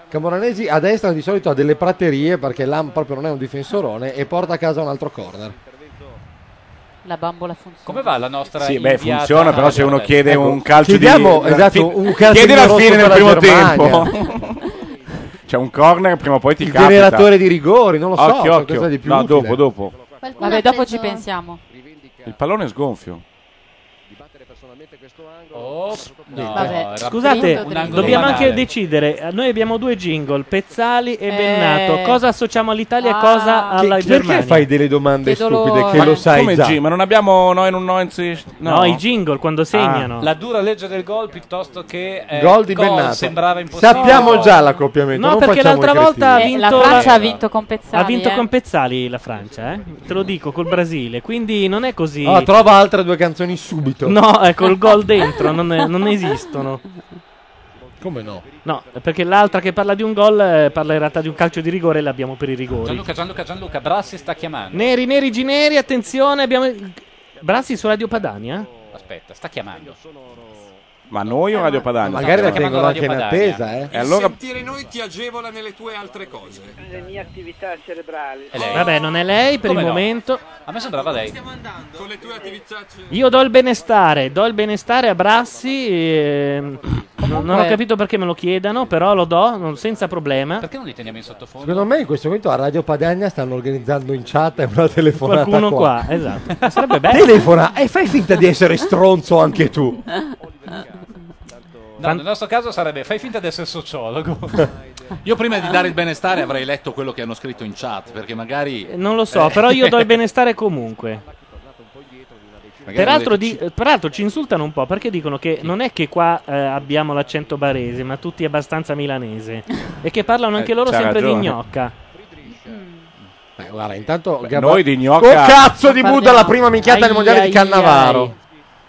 Speaker 5: Camoranesi a destra di solito ha delle praterie perché Lam proprio non è un difensorone e porta a casa un altro corner.
Speaker 11: La bambola funziona.
Speaker 9: Come va la nostra
Speaker 8: Sì, beh,
Speaker 9: inviata?
Speaker 8: funziona, però se uno chiede
Speaker 5: Ecco,
Speaker 8: un calcio
Speaker 5: chiediamo,
Speaker 8: di...
Speaker 5: esatto,
Speaker 8: fi-
Speaker 5: un calcio
Speaker 8: chiedi
Speaker 5: di
Speaker 8: la
Speaker 5: rosso
Speaker 8: fine
Speaker 5: per
Speaker 8: nel
Speaker 5: la
Speaker 8: primo
Speaker 5: Germania.
Speaker 8: tempo. C'è un corner, prima o poi ti
Speaker 5: Il
Speaker 8: capita.
Speaker 5: generatore di rigori, non lo so,
Speaker 8: Occhio,
Speaker 5: qualcosa
Speaker 8: occhio.
Speaker 5: di più
Speaker 8: no,
Speaker 5: utile.
Speaker 8: dopo, dopo.
Speaker 3: Qualcuno
Speaker 11: Vabbè,
Speaker 3: ha
Speaker 11: dopo
Speaker 3: preso-
Speaker 11: ci pensiamo.
Speaker 8: Il pallone è sgonfio.
Speaker 9: Oh, no,
Speaker 11: Vabbè,
Speaker 9: era
Speaker 2: Scusate,
Speaker 9: un angolo
Speaker 2: dobbiamo anche
Speaker 9: banale.
Speaker 2: decidere. eh, Noi abbiamo due jingle, Pezzali e
Speaker 9: Eh.
Speaker 2: Bennato. Cosa associamo all'Italia e cosa
Speaker 5: Che-
Speaker 2: alla
Speaker 5: perché
Speaker 2: Germania?
Speaker 5: fai delle domande
Speaker 2: Che
Speaker 5: stupide
Speaker 2: dolore.
Speaker 5: che lo sai
Speaker 8: Come
Speaker 5: Eh, già?
Speaker 8: G? Ma non abbiamo noi in un no, Ah.
Speaker 2: No, i jingle quando segnano.
Speaker 9: Ah, La dura legge del gol piuttosto che eh,
Speaker 5: Gol di Bennato.
Speaker 9: sembrava impossibile. Eh,
Speaker 5: Sappiamo già l'accoppiamento.
Speaker 2: No,
Speaker 5: non
Speaker 2: perché
Speaker 5: facciamo
Speaker 2: l'altra
Speaker 5: i
Speaker 2: volta ha
Speaker 5: cretini.
Speaker 2: vinto
Speaker 11: La Francia ha vinto con Pezzali.
Speaker 2: Ha vinto
Speaker 11: eh.
Speaker 2: con Pezzali la Francia, eh? te lo dico, col Brasile, quindi non è così.
Speaker 5: Oh, trova altre due canzoni subito.
Speaker 2: No, eh, col gol dentro, non, non esistono.
Speaker 5: Come no?
Speaker 2: No, perché l'altra che parla di un gol eh, parla in realtà di un calcio di rigore e l'abbiamo per i rigori.
Speaker 9: Gianluca, Gianluca, Gianluca, Brassi sta chiamando.
Speaker 2: Neri, neri, gineri, attenzione, abbiamo... il- Brassi su Radio Padania?
Speaker 9: Aspetta, sta chiamando.
Speaker 8: Ma noi
Speaker 9: Eh,
Speaker 8: o Radio Padania?
Speaker 5: Ma magari la tengono anche in attesa, eh.
Speaker 8: E allora
Speaker 15: Sentire noi ti agevola nelle tue altre cose.
Speaker 12: Le mie attività cerebrali. Oh.
Speaker 9: È lei.
Speaker 2: Vabbè, non è Eh, lei per
Speaker 9: Come
Speaker 2: il
Speaker 9: no?
Speaker 2: momento.
Speaker 9: A me sembrava lei.
Speaker 5: Ah,
Speaker 15: Con le tue attività ce-
Speaker 2: Io do il benestare, do il benestare a Brassi. ehm, non- non ho capito perché me lo chiedano, però lo do non- senza problema.
Speaker 9: Perché non li teniamo in sottofondo?
Speaker 5: Secondo me in questo momento a Radio Padania stanno organizzando in chat una telefonata
Speaker 2: Qualcuno
Speaker 5: qua.
Speaker 2: qua, esatto. Sarebbe bello.
Speaker 5: Telefona e fai finta di essere stronzo anche tu.
Speaker 9: No, nel nostro caso sarebbe fai finta di essere sociologo.
Speaker 4: Io prima di dare il benestare avrei letto quello che hanno scritto in chat, perché magari...
Speaker 2: Non lo so,
Speaker 4: Eh.
Speaker 2: però io do il benestare comunque.
Speaker 4: Magari
Speaker 2: Peraltro,
Speaker 4: volete-
Speaker 2: di- eh, peraltro ci insultano un po' perché dicono che non è che qua eh, abbiamo l'accento barese, ma tutti abbastanza milanese. e che parlano anche
Speaker 8: Eh,
Speaker 2: loro
Speaker 8: c'ha
Speaker 2: sempre
Speaker 8: ragione.
Speaker 2: di gnocca.
Speaker 5: Beh, guarda, intanto
Speaker 8: Beh,
Speaker 5: Gabba-
Speaker 8: noi di Gnocca-
Speaker 5: Oh, cazzo di
Speaker 8: Parliamo-
Speaker 5: Buddha la prima minchiata
Speaker 8: Ai,
Speaker 5: del mondiale
Speaker 8: ai,
Speaker 5: di Cannavaro.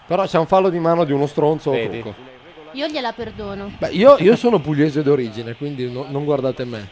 Speaker 5: Però c'è un fallo di mano di uno stronzo o cucco.
Speaker 3: Io gliela perdono.
Speaker 5: Beh, io, io sono pugliese d'origine, quindi no- non guardate me.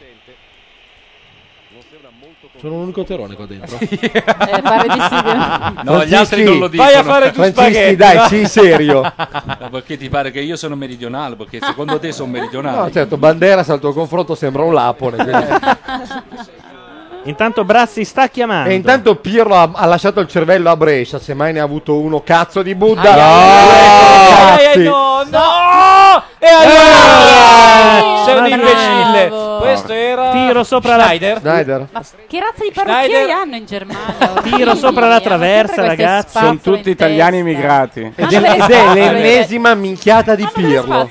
Speaker 5: Sono un unico terone qua dentro.
Speaker 8: Eh,
Speaker 19: Eh, pare di sì, vero?
Speaker 4: No, gli altri non lo dicono.
Speaker 5: Vai a fare tu Francischi, spaghetti, dai, no? sii serio.
Speaker 4: Ma perché ti pare che io sono meridionale? Perché secondo te sono
Speaker 9: Ah,
Speaker 4: meridionale?
Speaker 5: No, certo, Banderas al tuo confronto sembra un lapone. quindi-
Speaker 2: Intanto Brassi sta chiamando.
Speaker 5: E intanto Pirlo ha, ha lasciato il cervello a Brescia, semmai ne ha avuto uno cazzo di Buddha.
Speaker 9: Ai, ai,
Speaker 5: Cazzi.
Speaker 9: no, no! E
Speaker 1: Eh!
Speaker 9: allora! sei un imbecille. Questo era
Speaker 2: Tiro sopra la-
Speaker 9: Schneider.
Speaker 5: Schneider.
Speaker 11: Che razza di parrucchieri hanno in Germania?
Speaker 2: Tiro sopra la traversa, ragazzi.
Speaker 8: sono tutti italiani immigrati.
Speaker 5: Ed è, ed è l'ennesima minchiata di Pirlo.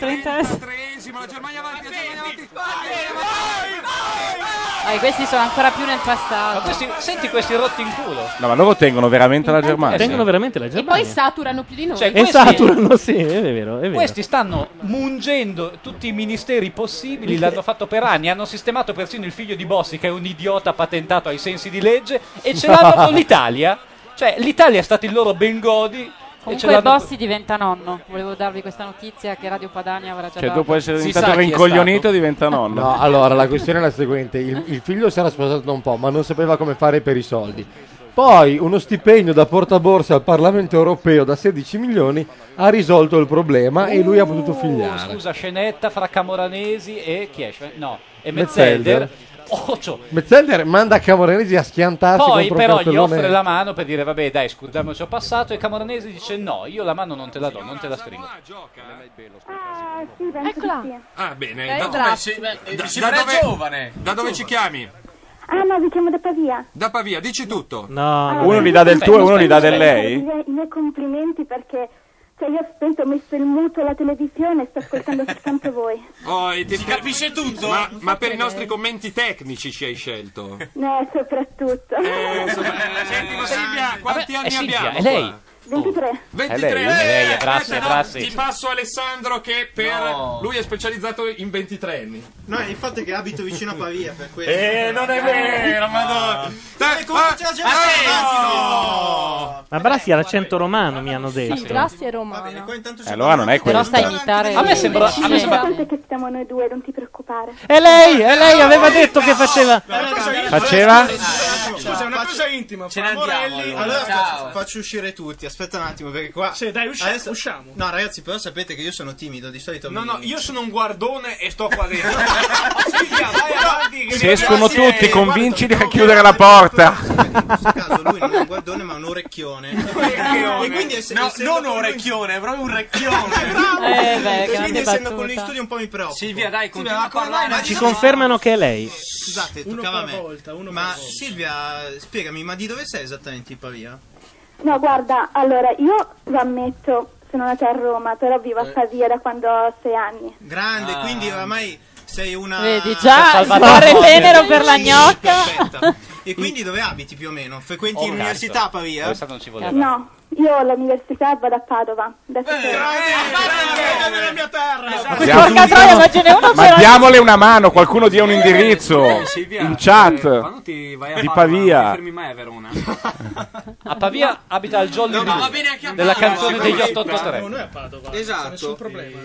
Speaker 11: Eh, questi sono ancora più nel passato.
Speaker 9: Ma questi- senti questi rotti in culo.
Speaker 8: No, ma loro tengono veramente la Germania.
Speaker 2: Tengono veramente la
Speaker 3: E
Speaker 2: Germania.
Speaker 3: poi saturano più di noi.
Speaker 9: Cioè,
Speaker 2: E saturano, sì, è vero, è vero.
Speaker 9: Questi stanno mungendo tutti i ministeri possibili, l'hanno fatto per anni, hanno sistemato persino il figlio di Bossi che è un idiota patentato ai sensi di legge e ce l'hanno con l'Italia. Cioè l'Italia è stato il loro Bengodi e ce
Speaker 11: Comunque
Speaker 9: l'hanno
Speaker 11: Bossi diventa nonno. Volevo darvi questa notizia che Radio Padania avrà già dato.
Speaker 8: Che Cioè, dopo essere
Speaker 5: Si
Speaker 8: diventato
Speaker 5: sa chi è
Speaker 8: rincoglionito diventa nonno.
Speaker 5: No, allora la questione è la seguente: il, il figlio si era sposato da un po', ma non sapeva come fare per i soldi. Poi uno stipendio da portaborsa al Parlamento europeo da 16 milioni ha risolto il problema e lui ha potuto figliare.
Speaker 9: Scusa, scenetta fra Camoranesi e chi è? Schwe- No, e
Speaker 5: Metzelder.
Speaker 9: Metzelder. Occhio.
Speaker 5: Metzelder manda Camoranesi a schiantarsi
Speaker 9: Poi
Speaker 5: contro un
Speaker 9: però gli
Speaker 5: cartellone.
Speaker 9: offre la mano per dire vabbè dai scusiamoci ho passato e Camoranesi dice no io la mano non te la do, non te la stringo.
Speaker 17: Ah,
Speaker 12: Eccola.
Speaker 15: Ah,
Speaker 9: Eh,
Speaker 15: bene.
Speaker 17: Eh.
Speaker 12: Dai,
Speaker 15: da
Speaker 12: bravo.
Speaker 15: dove, ci- da,
Speaker 5: eh,
Speaker 12: Mi
Speaker 15: da
Speaker 12: sembra
Speaker 15: dove-
Speaker 12: giovane.
Speaker 15: Da dove Eh, ci chiami?
Speaker 12: Ah no, vi chiamo da Pavia.
Speaker 15: Da Pavia, dici tutto.
Speaker 2: No,
Speaker 8: Uno gli dà del tuo e uno gli dà del lei.
Speaker 12: I miei complimenti perché Cioè io ho spento, ho messo il muto alla televisione e sto ascoltando soltanto voi.
Speaker 15: Oh, e ti capisce tutto? Ma, ma per i nostri commenti tecnici ci hai scelto.
Speaker 12: No, Eh, soprattutto.
Speaker 15: Senti, ma Silvia, Eh, quanti
Speaker 5: eh,
Speaker 12: Vabbè,
Speaker 15: anni
Speaker 12: è Silvia,
Speaker 15: abbiamo?
Speaker 20: è lei.
Speaker 12: 23.
Speaker 15: 23
Speaker 20: È lei, è lei, è Grassi,
Speaker 15: aspetta,
Speaker 20: è
Speaker 15: no,
Speaker 20: Grassi.
Speaker 15: Ti passo Alessandro che per lui è specializzato in 23 anni.
Speaker 13: No, il fatto è che abito vicino a Pavia, per questo.
Speaker 15: Eh, non è vero, madonna. Dai,
Speaker 13: comunque c'è la gente
Speaker 2: Ma Brassi era cento romano, mi hanno
Speaker 17: Sì,
Speaker 2: detto.
Speaker 17: Grassi è romano.
Speaker 8: Eh, allora non è quello.
Speaker 17: imitare.
Speaker 12: A me
Speaker 2: sembra- a me sembra-
Speaker 12: L'importante è che siamo noi due, non ti preoccupare.
Speaker 2: E lei, e lei aveva detto che faceva.
Speaker 8: Faceva?
Speaker 13: Scusa, è una cosa intima. Ce Morelli.
Speaker 21: allora.
Speaker 13: Allora
Speaker 21: Ciao.
Speaker 13: faccio, faccio uscire tutti. Aspetta un attimo, perché qua.
Speaker 21: Sì, dai, usci-
Speaker 13: Adesso-
Speaker 21: usciamo.
Speaker 13: No, ragazzi, però sapete che io sono timido. Di solito.
Speaker 15: No,
Speaker 13: mi-
Speaker 15: no, io sono un guardone e sto qua dentro.
Speaker 8: Se escono tutti, convincili a chiudere la porta.
Speaker 13: E quindi no, non un orecchione, è proprio un recchione.
Speaker 20: Eh, beh,
Speaker 13: e
Speaker 20: grande
Speaker 13: quindi essendo
Speaker 20: battuta.
Speaker 13: con gli studi un po' mi preoccupo.
Speaker 20: Silvia, dai, continua
Speaker 13: ma
Speaker 20: a
Speaker 13: come mai
Speaker 20: parlare.
Speaker 13: non
Speaker 2: Ci
Speaker 13: ci
Speaker 2: confermano che è lei.
Speaker 13: Scusate, toccava a me. ma Silvia, spiegami, ma di dove sei esattamente in Pavia?
Speaker 12: No, guarda, allora io lo ammetto, sono nata a Roma, però vivo
Speaker 13: Eh.
Speaker 12: a Pavia da quando ho sei anni.
Speaker 13: Grande, quindi
Speaker 9: Ah.
Speaker 13: oramai sei una
Speaker 12: Vedi, già,
Speaker 13: Sei
Speaker 12: Salvatore
Speaker 13: salvata-
Speaker 12: Tenero per la
Speaker 13: Sì,
Speaker 12: gnocca.
Speaker 13: perfetta. E quindi dove abiti più o meno? Frequenti
Speaker 9: Oh,
Speaker 13: l'università a
Speaker 9: cazzo.
Speaker 13: Pavia?
Speaker 9: Questa non ci voleva.
Speaker 12: No, io all'università vado a Padova. Da
Speaker 13: Eh, nella mia terra.
Speaker 8: Diamo- Ma diamole una mano, qualcuno dia un indirizzo.
Speaker 20: Eh, Silvia,
Speaker 8: In
Speaker 20: eh, quando
Speaker 8: chat.
Speaker 20: ti vai a
Speaker 8: Di
Speaker 20: Parma,
Speaker 8: Pavia.
Speaker 20: Non ti fermi mai a Verona.
Speaker 9: A Pavia abita il Jolly
Speaker 20: No, ma
Speaker 9: Bee
Speaker 20: va bene anche a
Speaker 9: della
Speaker 20: Padova,
Speaker 9: canzone
Speaker 20: se
Speaker 9: degli
Speaker 20: vuoi.
Speaker 9: 883.
Speaker 20: No, noi a
Speaker 9: Padova.
Speaker 13: Esatto. Nessun
Speaker 9: problema.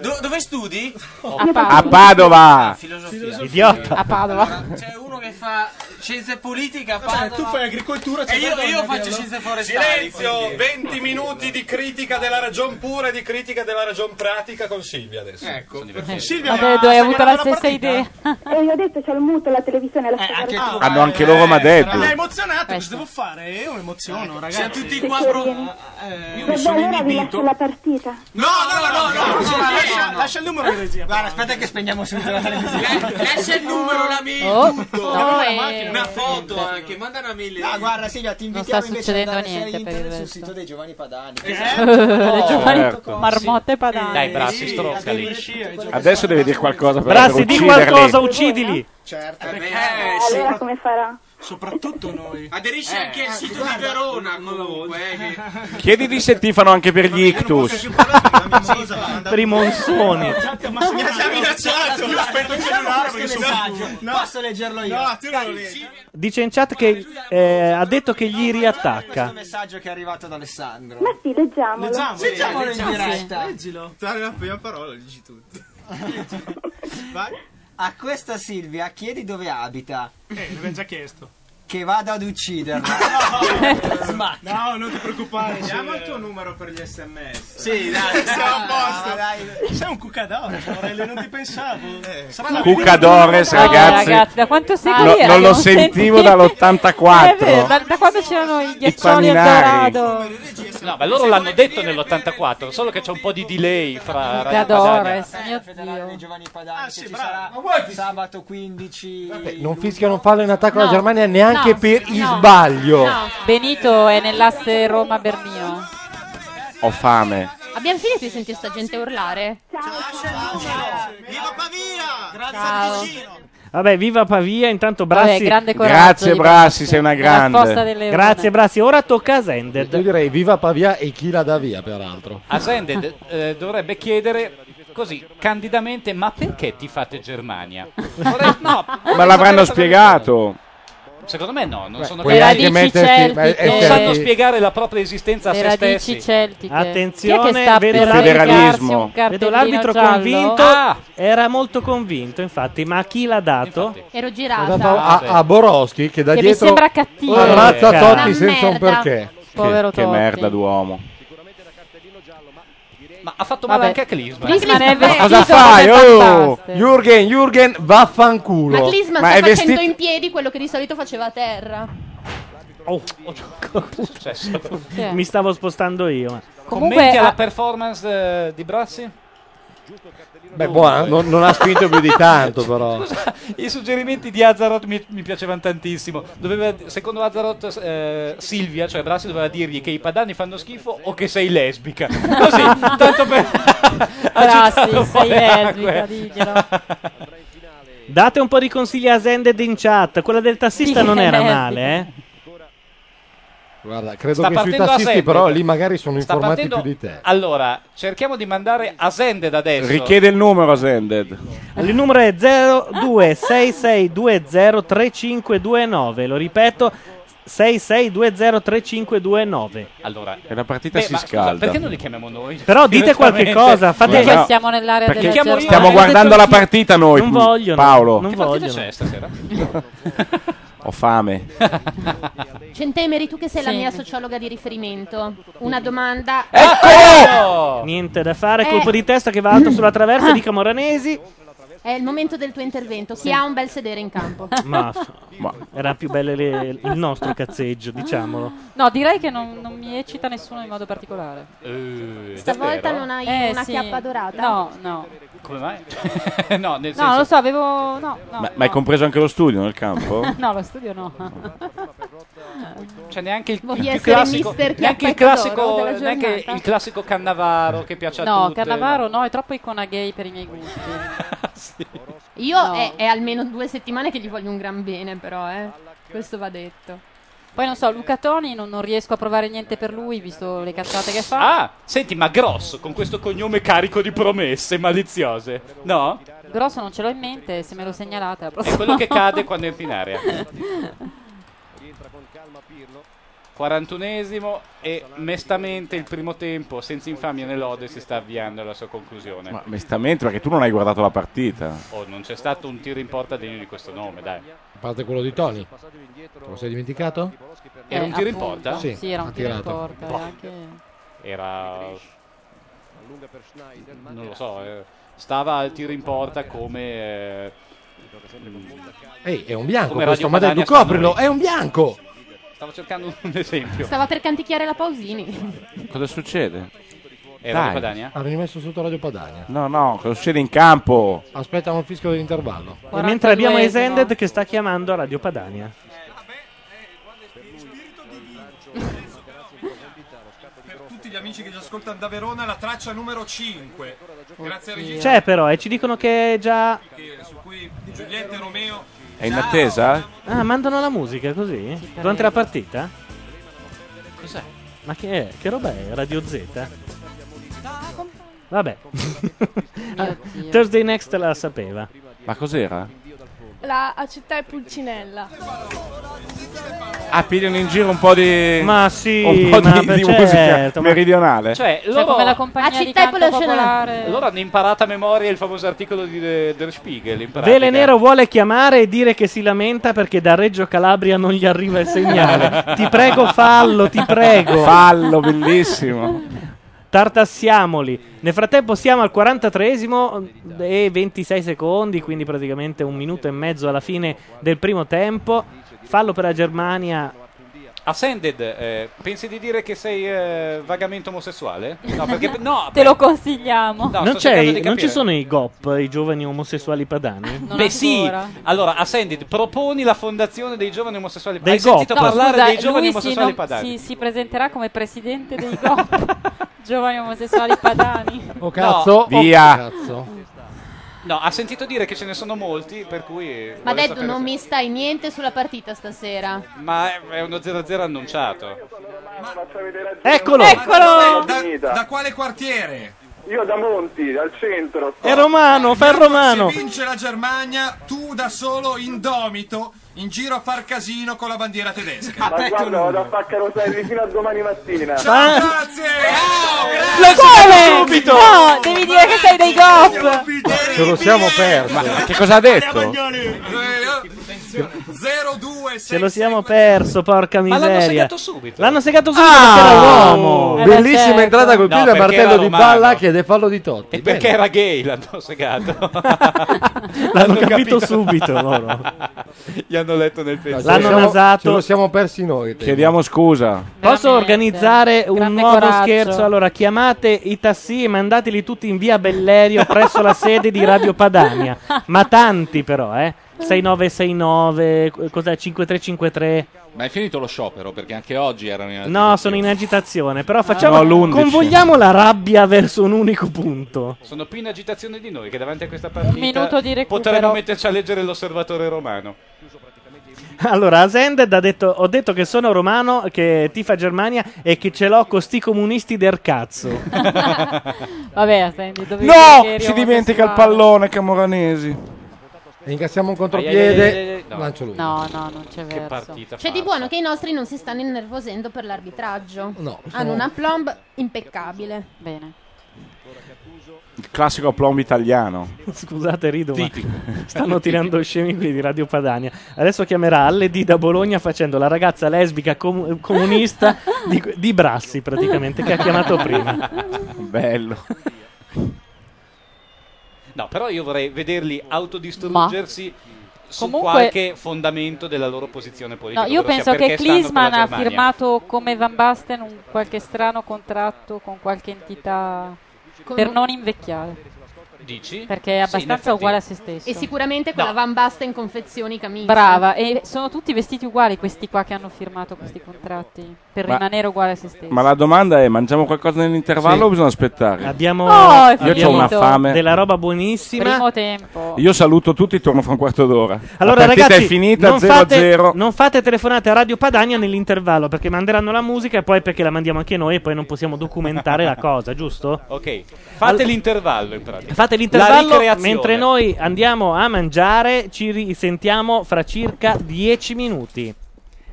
Speaker 13: Do- dove studi?
Speaker 20: A
Speaker 8: A Padova. Ah,
Speaker 13: Filosofia.
Speaker 2: Idiota. A
Speaker 20: Padova.
Speaker 13: C'è uno che fa scienze e politica,
Speaker 20: Padova.
Speaker 13: Cioè, tu fai agricoltura,
Speaker 20: E io- io faccio scienze forestali,
Speaker 15: Silenzio, 20 minuti di critica della ragion pura e di critica della ragion pratica con Silvia adesso. Ecco,
Speaker 12: Silvia,
Speaker 11: Vabbè, tu hai avuto la stessa idea.
Speaker 12: E io ho detto c'ho il muto, la televisione,
Speaker 13: Eh,
Speaker 12: la stessa anche
Speaker 8: Hanno anche loro Madeddu.
Speaker 13: Mi ha emozionato, cosa devo fare? Io mi emoziono, ragazzi. Siamo tutti eh, qua
Speaker 12: Vabbè, allora vi lascio la partita.
Speaker 13: No, no, no, no,
Speaker 12: no, no,
Speaker 13: lascia,
Speaker 12: no.
Speaker 13: lascia il numero di regia. Guarda, aspetta che spegniamo subito la televisione.
Speaker 20: Lascia il numero, la mail,
Speaker 13: Oh,
Speaker 20: tutto.
Speaker 13: no, Dammi la eh,
Speaker 20: macchina,
Speaker 13: macchina.
Speaker 20: una foto anche, manda una mail.
Speaker 22: Ah, guarda, Silvia, ti
Speaker 11: Non
Speaker 22: invitiamo
Speaker 11: sta
Speaker 22: invece
Speaker 11: succedendo
Speaker 22: ad andare sia
Speaker 11: niente per
Speaker 22: internet
Speaker 11: il
Speaker 22: sul
Speaker 11: resto.
Speaker 22: sito dei Giovani Padani.
Speaker 20: Eh?
Speaker 22: Esatto. Oh, ecco.
Speaker 11: Le giovani
Speaker 8: Certo.
Speaker 11: marmotte padane.
Speaker 9: Dai, Brassi, stroccali.
Speaker 8: Adesso deve dire qualcosa per, per
Speaker 2: Brassi, di
Speaker 8: ucciderli.
Speaker 2: qualcosa, uccidili.
Speaker 20: Eh,
Speaker 22: Certo.
Speaker 12: Eh, Allora come farà?
Speaker 13: Soprattutto noi.
Speaker 20: Aderisci anche al sito di Verona, Eh, non comunque. eh, che-
Speaker 8: Chiediti se tifano anche per gli ictus.
Speaker 2: Per i monsoni.
Speaker 13: Mi ha minacciato. Io aspetto il cellulare perché sono
Speaker 22: No, posso leggerlo io.
Speaker 13: No, tu non lo
Speaker 22: leggi.
Speaker 2: Dice in chat che eh, ha detto che gli riattacca.
Speaker 22: Questo messaggio che è arrivato ad Alessandro.
Speaker 12: Ma sì, leggiamolo.
Speaker 22: Leggiamolo, leggiamolo in diretta.
Speaker 13: Leggilo. Dai, la prima parola, leggi tutto.
Speaker 22: A questa Silvia chiedi dove abita.
Speaker 13: Eh, l'abbiamo già chiesto.
Speaker 22: Che vado ad ucciderla.
Speaker 13: No, non ti preoccupare.
Speaker 22: Diamo il tuo
Speaker 13: numero per gli sms.
Speaker 22: Sì,
Speaker 13: dai, siamo a
Speaker 22: Ah,
Speaker 13: posto.
Speaker 22: dai.
Speaker 13: Sei un cucadore, Morello, non ti pensavo. Sarà la
Speaker 8: Cucadores,
Speaker 11: No,
Speaker 8: ragazzi.
Speaker 11: Ah, ragazzi, da quanto secoli
Speaker 8: No-
Speaker 11: era
Speaker 8: non
Speaker 11: che
Speaker 8: lo
Speaker 11: non
Speaker 8: sentivo
Speaker 11: senti- È vero, da,
Speaker 8: dall'84.
Speaker 11: da quando c'erano i
Speaker 8: I
Speaker 11: ghiaccioli al
Speaker 8: paninari.
Speaker 11: Dorado.
Speaker 9: No, ma loro l'hanno detto nell'84, solo che c'è un po' di delay
Speaker 11: Da
Speaker 9: fra Radio Padania.
Speaker 13: eh.
Speaker 11: Dores, mio
Speaker 22: Federale dei
Speaker 11: Dio.
Speaker 22: Giovani
Speaker 13: Ah,
Speaker 22: Padani che ci sarà sabato 15.
Speaker 5: Non fischiano fallo in attacco alla
Speaker 11: No.
Speaker 5: Germania neanche
Speaker 11: No.
Speaker 5: per il
Speaker 11: No.
Speaker 5: sbaglio.
Speaker 11: No, Benito è nell'asse Roma-Bermino.
Speaker 8: Ho fame.
Speaker 3: Abbiamo finito di sentire sta gente urlare?
Speaker 11: Ciao.
Speaker 2: Vabbè, viva Pavia. Intanto Brassi.
Speaker 11: Vabbè, grande
Speaker 8: coraggio Grazie, di Brassi, Brassi. sei una grande.
Speaker 11: fossa del leone.
Speaker 2: Grazie Brassi. Ora tocca a Zended.
Speaker 5: Io direi viva Pavia e chi la dà via, peraltro.
Speaker 9: Ascended eh, dovrebbe chiedere così candidamente: ma perché ti fate Germania? Vorrei- no,
Speaker 11: Ah,
Speaker 8: Ma l'avranno spiegato.
Speaker 9: secondo me no, non sono
Speaker 8: puoi
Speaker 9: capaci.
Speaker 8: anche metterti- Celtiche.
Speaker 9: non
Speaker 8: eh,
Speaker 9: sanno
Speaker 8: sì.
Speaker 9: spiegare la propria esistenza
Speaker 11: Le
Speaker 9: a se
Speaker 11: radici
Speaker 9: stessi.
Speaker 11: celtiche.
Speaker 2: Attenzione,
Speaker 11: Chi è che sta
Speaker 2: vedo
Speaker 11: per
Speaker 2: l'arbitro-
Speaker 8: arrampicarsi un
Speaker 2: Vedo
Speaker 11: cartellino
Speaker 2: l'arbitro
Speaker 11: giallo?
Speaker 2: convinto.
Speaker 11: Ah!
Speaker 2: Era molto convinto, infatti. Ma a chi l'ha dato?
Speaker 3: Ero
Speaker 5: Cosa
Speaker 3: girata.
Speaker 5: fa? A, a Boroschi che da
Speaker 3: Che mi
Speaker 5: dietro
Speaker 3: sembra cattivo.
Speaker 5: ammazza
Speaker 3: Una
Speaker 5: Totti senza un
Speaker 3: merda.
Speaker 5: perché.
Speaker 3: Povero
Speaker 8: che, che
Speaker 3: Totti.
Speaker 8: merda d'uomo.
Speaker 9: Ma ha fatto male
Speaker 11: Vabbè.
Speaker 9: anche a Klinsmann.
Speaker 3: Klinsmann è
Speaker 8: Ma
Speaker 3: vestito
Speaker 8: cosa
Speaker 3: come
Speaker 8: fai? Oh,
Speaker 3: fantastico.
Speaker 5: Jurgen, Jurgen, vaffanculo.
Speaker 3: Ma Klinsmann
Speaker 8: Ma
Speaker 3: sta
Speaker 8: è
Speaker 3: facendo
Speaker 8: vestito-
Speaker 3: in piedi quello che di solito faceva a terra.
Speaker 2: Oh, oh, cosa è successo? Mi stavo spostando io. ma- ah
Speaker 11: ah,
Speaker 9: Commenti alla performance eh, di Brassi?
Speaker 5: Beh, buona, non, non ha spinto più di tanto, però.
Speaker 9: I suggerimenti di Azzarot mi, mi piacevano tantissimo. Doveva- secondo Azzarot, eh, Silvia, cioè Brassi, doveva dirgli che i padani fanno schifo o che sei lesbica. Così, tanto per. agitare un po' le acque.
Speaker 2: Date un po' di consigli a Zended in chat. Quella del tassista non era male, eh?
Speaker 5: Guarda, credo
Speaker 9: Sta
Speaker 5: che sui
Speaker 9: partendo a
Speaker 5: tassisti,
Speaker 9: sempre.
Speaker 5: però, lì magari sono
Speaker 9: Sta
Speaker 5: informati
Speaker 9: partendo-
Speaker 5: più di te.
Speaker 9: Allora, cerchiamo di mandare a Zended adesso.
Speaker 8: Richiede il numero Ascended.
Speaker 2: Il numero è 0266203529. Lo ripeto, 66203529.
Speaker 9: Allora,
Speaker 8: E la partita
Speaker 11: Eh,
Speaker 9: Beh,
Speaker 8: si
Speaker 9: ma scusa,
Speaker 8: scalda.
Speaker 9: perché non li chiamiamo noi?
Speaker 2: Però dite qualche cosa, fate-
Speaker 8: Guarda,
Speaker 2: Perché
Speaker 8: no,
Speaker 11: siamo nell'area
Speaker 8: perché
Speaker 11: della Germania.
Speaker 8: Stiamo guardando la partita noi.
Speaker 11: Non vogliono,
Speaker 8: Paolo.
Speaker 11: non Che partita vogliono. c'è
Speaker 9: stasera?
Speaker 8: Ho fame.
Speaker 3: Centemeri, tu che sei la mia sociologa di riferimento, una domanda.
Speaker 2: Niente da fare,
Speaker 3: Eh.
Speaker 2: colpo di testa che va alto sulla traversa di Camoranesi.
Speaker 3: È il momento del tuo intervento. Si ha un bel sedere in campo.
Speaker 2: Ma, era più bello le- il nostro cazzeggio, diciamolo.
Speaker 11: No, direi che non, non mi eccita nessuno in modo particolare.
Speaker 9: Eh.
Speaker 3: Stavolta non hai
Speaker 11: Eh,
Speaker 3: una
Speaker 11: sì.
Speaker 3: chiappa dorata.
Speaker 11: No, no.
Speaker 9: Come mai? no, nel
Speaker 11: No,
Speaker 9: senso.
Speaker 11: lo so, avevo. No, no.
Speaker 8: Ma, ma è compreso anche lo studio nel campo?
Speaker 11: No, lo studio no.
Speaker 9: Cioè, neanche il,
Speaker 11: Voglio
Speaker 9: il più
Speaker 11: essere
Speaker 9: classico,
Speaker 11: Mr.
Speaker 9: neanche il
Speaker 11: Chiappacoloro
Speaker 9: classico,
Speaker 11: della
Speaker 9: neanche
Speaker 11: giornata.
Speaker 9: il classico Cannavaro che piace a
Speaker 11: No,
Speaker 9: tutti.
Speaker 11: Cannavaro no, è troppo icona gay per i miei gusti.
Speaker 3: Io
Speaker 11: No.
Speaker 3: è, è almeno due settimane che gli voglio un gran bene, però, eh. Questo va detto.
Speaker 11: Poi non so, Luca Toni non, non riesco a provare niente per lui, visto le cazzate che fa.
Speaker 9: Ah, senti, ma grosso con questo cognome carico di promesse maliziose, no?
Speaker 11: Grosso non ce l'ho in mente, se me lo segnalate la
Speaker 9: È
Speaker 11: prossima
Speaker 9: quello che cade quando entri in area. 41esimo e mestamente il primo tempo, senza infamia né lode, si sta avviando alla sua conclusione.
Speaker 8: Ma onestamente, perché tu non hai guardato la partita.
Speaker 9: Oh, non c'è stato un tiro in porta degno di questo nome, dai.
Speaker 10: A parte quello di Tony. Te lo sei dimenticato?
Speaker 9: Era
Speaker 3: Eh,
Speaker 9: un tiro in porta?
Speaker 10: Sì, ha tirato.
Speaker 11: porta, anche-
Speaker 9: Era... Non lo so, eh, stava al tiro in porta come... eh,
Speaker 10: Ehi, è un bianco
Speaker 9: Come
Speaker 10: questo,
Speaker 9: Radio
Speaker 10: Madeddu,
Speaker 9: Padania
Speaker 10: coprilo,
Speaker 9: stanno
Speaker 10: è un bianco!
Speaker 9: Stavo cercando un esempio.
Speaker 3: Stava per canticchiare la Pausini.
Speaker 8: Cosa succede?
Speaker 9: Era
Speaker 8: Dai.
Speaker 9: di Padania?
Speaker 10: Ha rimesso sotto Radio Padania.
Speaker 8: No, no, cosa succede in campo?
Speaker 10: Aspetta un fischio dell'intervallo.
Speaker 2: E mentre abbiamo Extended che sta chiamando Radio Padania.
Speaker 15: Per tutti gli amici che ci ascoltano da Verona, la traccia numero 5. Grazie a Regina.
Speaker 2: C'è però e ci dicono che è già...
Speaker 5: Certo.
Speaker 15: che- Su cui Giulietta e Romeo
Speaker 8: È in attesa?
Speaker 2: Ah, mandano la musica così? Durante la partita?
Speaker 9: Cos'è?
Speaker 2: Ma che è? Che roba è? Radio Z? Vabbè. Ah,
Speaker 17: Dio.
Speaker 2: Thursday Next la sapeva.
Speaker 8: Ma cos'era?
Speaker 17: La a città è Pulcinella.
Speaker 8: Ah, pigliano in giro un po' di.
Speaker 2: Ma sì,
Speaker 8: un po'
Speaker 2: ma
Speaker 8: di,
Speaker 2: beh,
Speaker 8: di musica
Speaker 2: certo, ma-
Speaker 8: meridionale.
Speaker 9: Cioè,
Speaker 11: Cioè,
Speaker 9: loro,
Speaker 11: come la
Speaker 3: A
Speaker 11: compagnia di
Speaker 3: città è
Speaker 11: canto
Speaker 3: quello scena là.
Speaker 11: popolare.
Speaker 9: loro hanno imparato a memoria il famoso articolo di De- Der Spiegel. In pratica.
Speaker 2: Vele Nero vuole chiamare e dire che si lamenta perché da Reggio Calabria non gli arriva il segnale. ti prego, fallo, ti prego.
Speaker 8: Fallo, bellissimo.
Speaker 2: Tartassiamoli. Nel frattempo siamo al 43esimo e 26 secondi, quindi praticamente un minuto e mezzo alla fine del primo tempo. Fallo per la Germania.
Speaker 9: Ascended, eh, pensi di dire che sei eh, vagamente omosessuale? No, perché no,
Speaker 11: Te lo consigliamo.
Speaker 9: No,
Speaker 2: non,
Speaker 9: sto
Speaker 2: c'è-
Speaker 9: cercando di
Speaker 2: non
Speaker 9: capire.
Speaker 2: ci sono i GOP, i giovani omosessuali padani?
Speaker 11: Non
Speaker 9: Beh sì,
Speaker 11: ancora.
Speaker 9: allora Ascended, proponi la fondazione dei giovani omosessuali
Speaker 2: Dei
Speaker 9: Hai sentito
Speaker 2: GOP?
Speaker 9: parlare
Speaker 11: Scusa,
Speaker 9: dei giovani
Speaker 11: lui si,
Speaker 9: omosessuali
Speaker 11: nom-
Speaker 9: padani?
Speaker 11: si- si presenterà come presidente dei GOP, giovani omosessuali padani.
Speaker 10: Oh
Speaker 9: cazzo, oh,
Speaker 8: Via.
Speaker 10: cazzo.
Speaker 9: No, ha sentito dire che ce ne sono molti, per cui...
Speaker 3: Ma
Speaker 9: vuole
Speaker 3: Deddu
Speaker 9: sapere
Speaker 3: non
Speaker 9: se-
Speaker 3: mi stai niente sulla partita stasera.
Speaker 9: Ma è- è uno 0-0 annunciato. Eh,
Speaker 2: Eccolo!
Speaker 3: Eccolo!
Speaker 14: Da,
Speaker 15: quale quartiere?
Speaker 14: Io da Monti, dal centro.
Speaker 2: È romano, fa il romano!
Speaker 15: Se vince la Germania, tu da solo indomito in giro a far casino con la bandiera tedesca.
Speaker 14: Ma guarda, vado a fare Roselli fino a domani mattina.
Speaker 2: Ciao,
Speaker 5: Ah,
Speaker 15: grazie!
Speaker 11: Come? No, devi dire che sei dei GOP.
Speaker 5: Ce lo siamo persi. Ma
Speaker 8: che cosa ha detto?
Speaker 15: 0-2
Speaker 2: Ce lo siamo perso, porca
Speaker 9: Ma
Speaker 2: miseria.
Speaker 9: l'hanno segato subito. Eh, certo.
Speaker 2: L'hanno segato subito perché era
Speaker 15: Eh,
Speaker 2: uomo.
Speaker 5: Ah, Bellissima
Speaker 15: certo.
Speaker 5: entrata col
Speaker 9: No,
Speaker 5: piede a
Speaker 9: perché
Speaker 5: martello
Speaker 9: era
Speaker 5: di
Speaker 9: romano.
Speaker 5: Balla che è fallo di Totti.
Speaker 9: E perché era gay l'hanno segato. l'hanno
Speaker 2: capito subito loro.
Speaker 9: Gli hanno letto nel
Speaker 5: Ce lo
Speaker 9: pensiero.
Speaker 5: siamo- Ce lo siamo persi noi. temo.
Speaker 8: Chiediamo scusa.
Speaker 2: Posso organizzare un
Speaker 8: grande
Speaker 2: nuovo
Speaker 8: coraggio.
Speaker 2: scherzo? Allora, chiamate i tassi e mandateli tutti in via Bellerio presso la sede di Radio Padania. Ma tanti però, eh. 6969, eh, cos'è? 5353.
Speaker 4: Ma è finito lo sciopero perché anche oggi erano in
Speaker 2: No, sono in agitazione.
Speaker 19: Ah.
Speaker 2: Però facciamo.
Speaker 4: Ah, No, l'11.
Speaker 2: convogliamo la rabbia verso un unico punto.
Speaker 9: Sono più in agitazione di noi che davanti a questa partita
Speaker 11: minuto di recupero.
Speaker 9: potremmo metterci a leggere l'osservatore romano.
Speaker 2: Allora, Asended ha detto: Ho detto che sono romano, che tifa Germania e che ce l'ho con sti comunisti del cazzo.
Speaker 11: Vabbè, senti, dovevi dire che
Speaker 8: No!
Speaker 11: eri
Speaker 8: Si dimentica il
Speaker 11: omosessuale.
Speaker 8: pallone Camoranesi.
Speaker 5: Incassiamo un
Speaker 8: Ai, ai, ai, ai,
Speaker 5: contropiede.
Speaker 8: ai, no.
Speaker 5: Lancio lui.
Speaker 11: No, no, non c'è verso. Cioè,
Speaker 3: C'è di buono che i nostri non si stanno innervosendo per l'arbitraggio.
Speaker 5: No,
Speaker 3: Hanno
Speaker 5: sono-
Speaker 3: una plomb impeccabile.
Speaker 11: Bene.
Speaker 8: Il classico aplomb italiano.
Speaker 2: Scusate, rido, ma stanno tirando scemi qui di Radio Padania. Adesso chiamerà Alle D da Bologna facendo la ragazza lesbica com- comunista di, di Brassi, praticamente, che ha chiamato prima.
Speaker 8: Bello.
Speaker 9: No, però io vorrei vederli autodistruggersi su
Speaker 11: Comunque-
Speaker 9: qualche fondamento della loro posizione politica.
Speaker 11: No, io
Speaker 9: ovvero Cioè, sia
Speaker 11: penso che
Speaker 9: perché stanno con la
Speaker 11: Klinsman ha
Speaker 9: Germania.
Speaker 11: firmato come Van Basten un qualche strano contratto con qualche entità
Speaker 3: Con-
Speaker 11: per non invecchiare.
Speaker 9: Dici?
Speaker 11: Perché è
Speaker 3: Sì, in
Speaker 11: abbastanza
Speaker 3: effetti.
Speaker 11: uguale a se stesso.
Speaker 3: E sicuramente quella Van Basten confezioni camicie.
Speaker 11: Brava, e sono tutti vestiti uguali questi qua che hanno firmato questi contratti per
Speaker 8: Ma-
Speaker 11: rimanere uguali a se stessi.
Speaker 8: Ma la domanda è: mangiamo qualcosa nell'intervallo
Speaker 2: Sì.
Speaker 8: o bisogna aspettare?
Speaker 2: Abbiamo,
Speaker 11: Oh, è
Speaker 2: abbiamo
Speaker 8: Io ho una fame.
Speaker 2: della roba buonissima.
Speaker 11: Primo tempo.
Speaker 8: Io saluto tutti, torno fra un quarto d'ora.
Speaker 2: Allora,
Speaker 8: la partita
Speaker 2: ragazzi,
Speaker 8: è finita 0-0.
Speaker 2: non, fate, non fate telefonate a Radio Padania nell'intervallo perché manderanno la musica e poi perché la mandiamo anche noi e poi non possiamo documentare la cosa, giusto?
Speaker 9: Ok, fate
Speaker 2: All-
Speaker 9: l'intervallo in pratica.
Speaker 2: Fate
Speaker 9: La
Speaker 2: l'intervallo
Speaker 9: ricreazione.
Speaker 2: mentre noi andiamo a mangiare, ci risentiamo fra circa 10 minuti.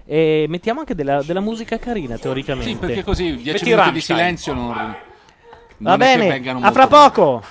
Speaker 2: E mettiamo anche della, della musica carina, teoricamente.
Speaker 4: Sì, perché così 10
Speaker 2: Metti
Speaker 4: minuti di
Speaker 2: Rammstein.
Speaker 4: silenzio non, non
Speaker 2: Va
Speaker 4: è che
Speaker 2: bene,
Speaker 4: vengano
Speaker 2: a
Speaker 4: molto
Speaker 2: fra poco.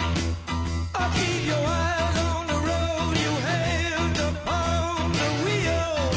Speaker 20: I keep your eyes on the road, you hand upon the wheel.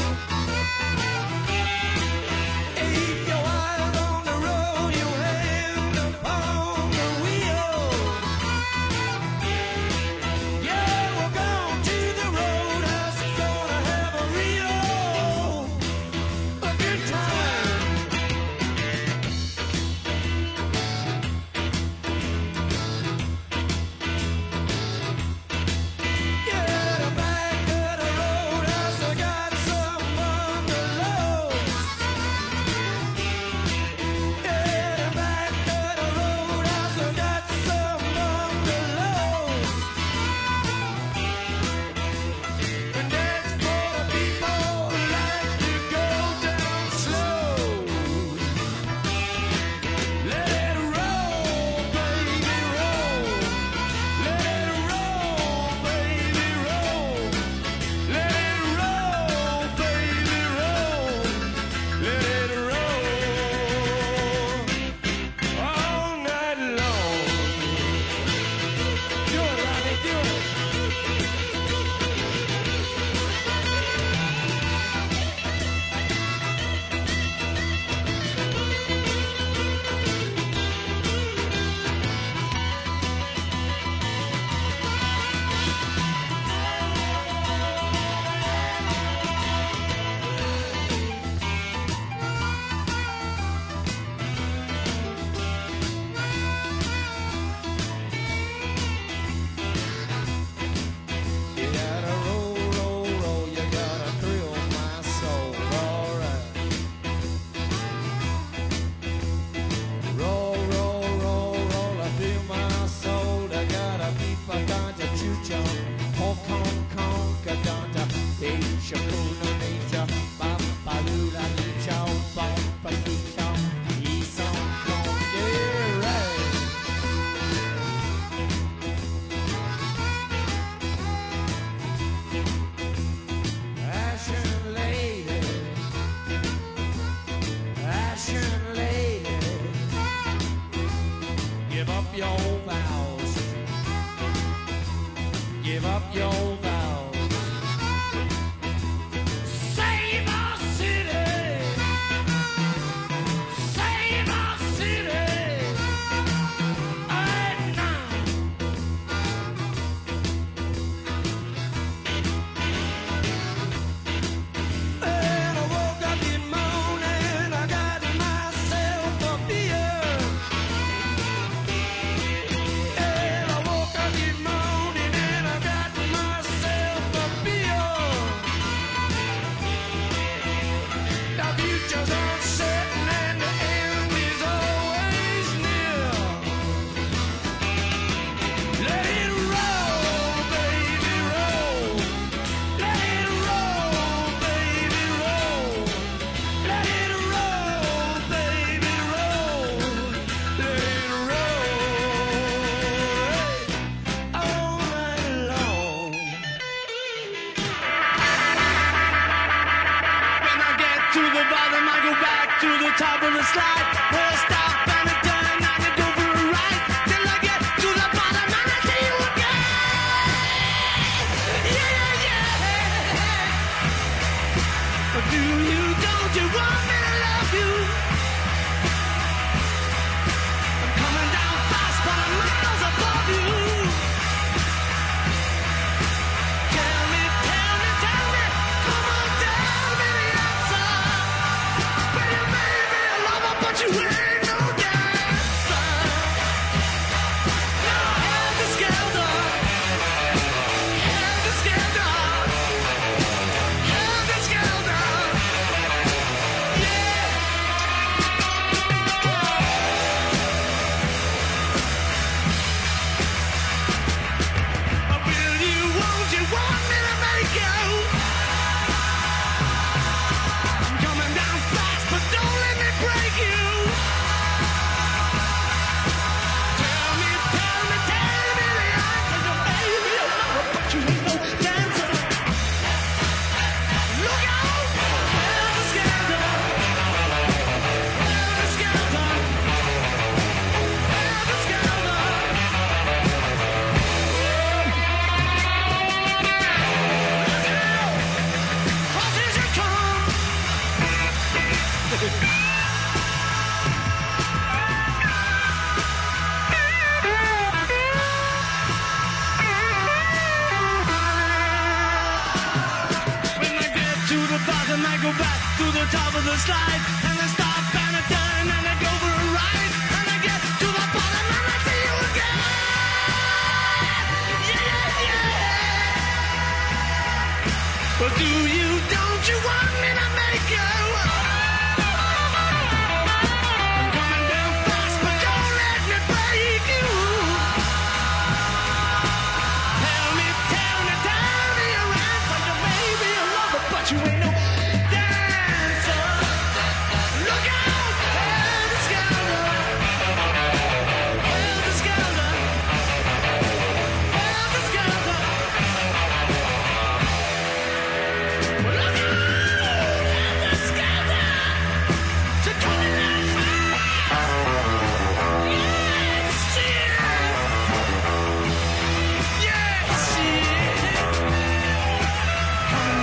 Speaker 1: top of the slide, and I stop and I turn and I go for a ride, and I get to the bottom and I see you again. Yeah, yeah, yeah. But do you, don't you want me to make you? I'm coming down fast, but don't let me break you. Tell me, tell me, tell me you're right, but you may be a lover, but you ain't no dancer. Look out, Elvis Counter. Elvis Counter. Elvis Counter. Look out, Elvis Counter. She's coming that fast. Yes, she is. Yes, she is. Coming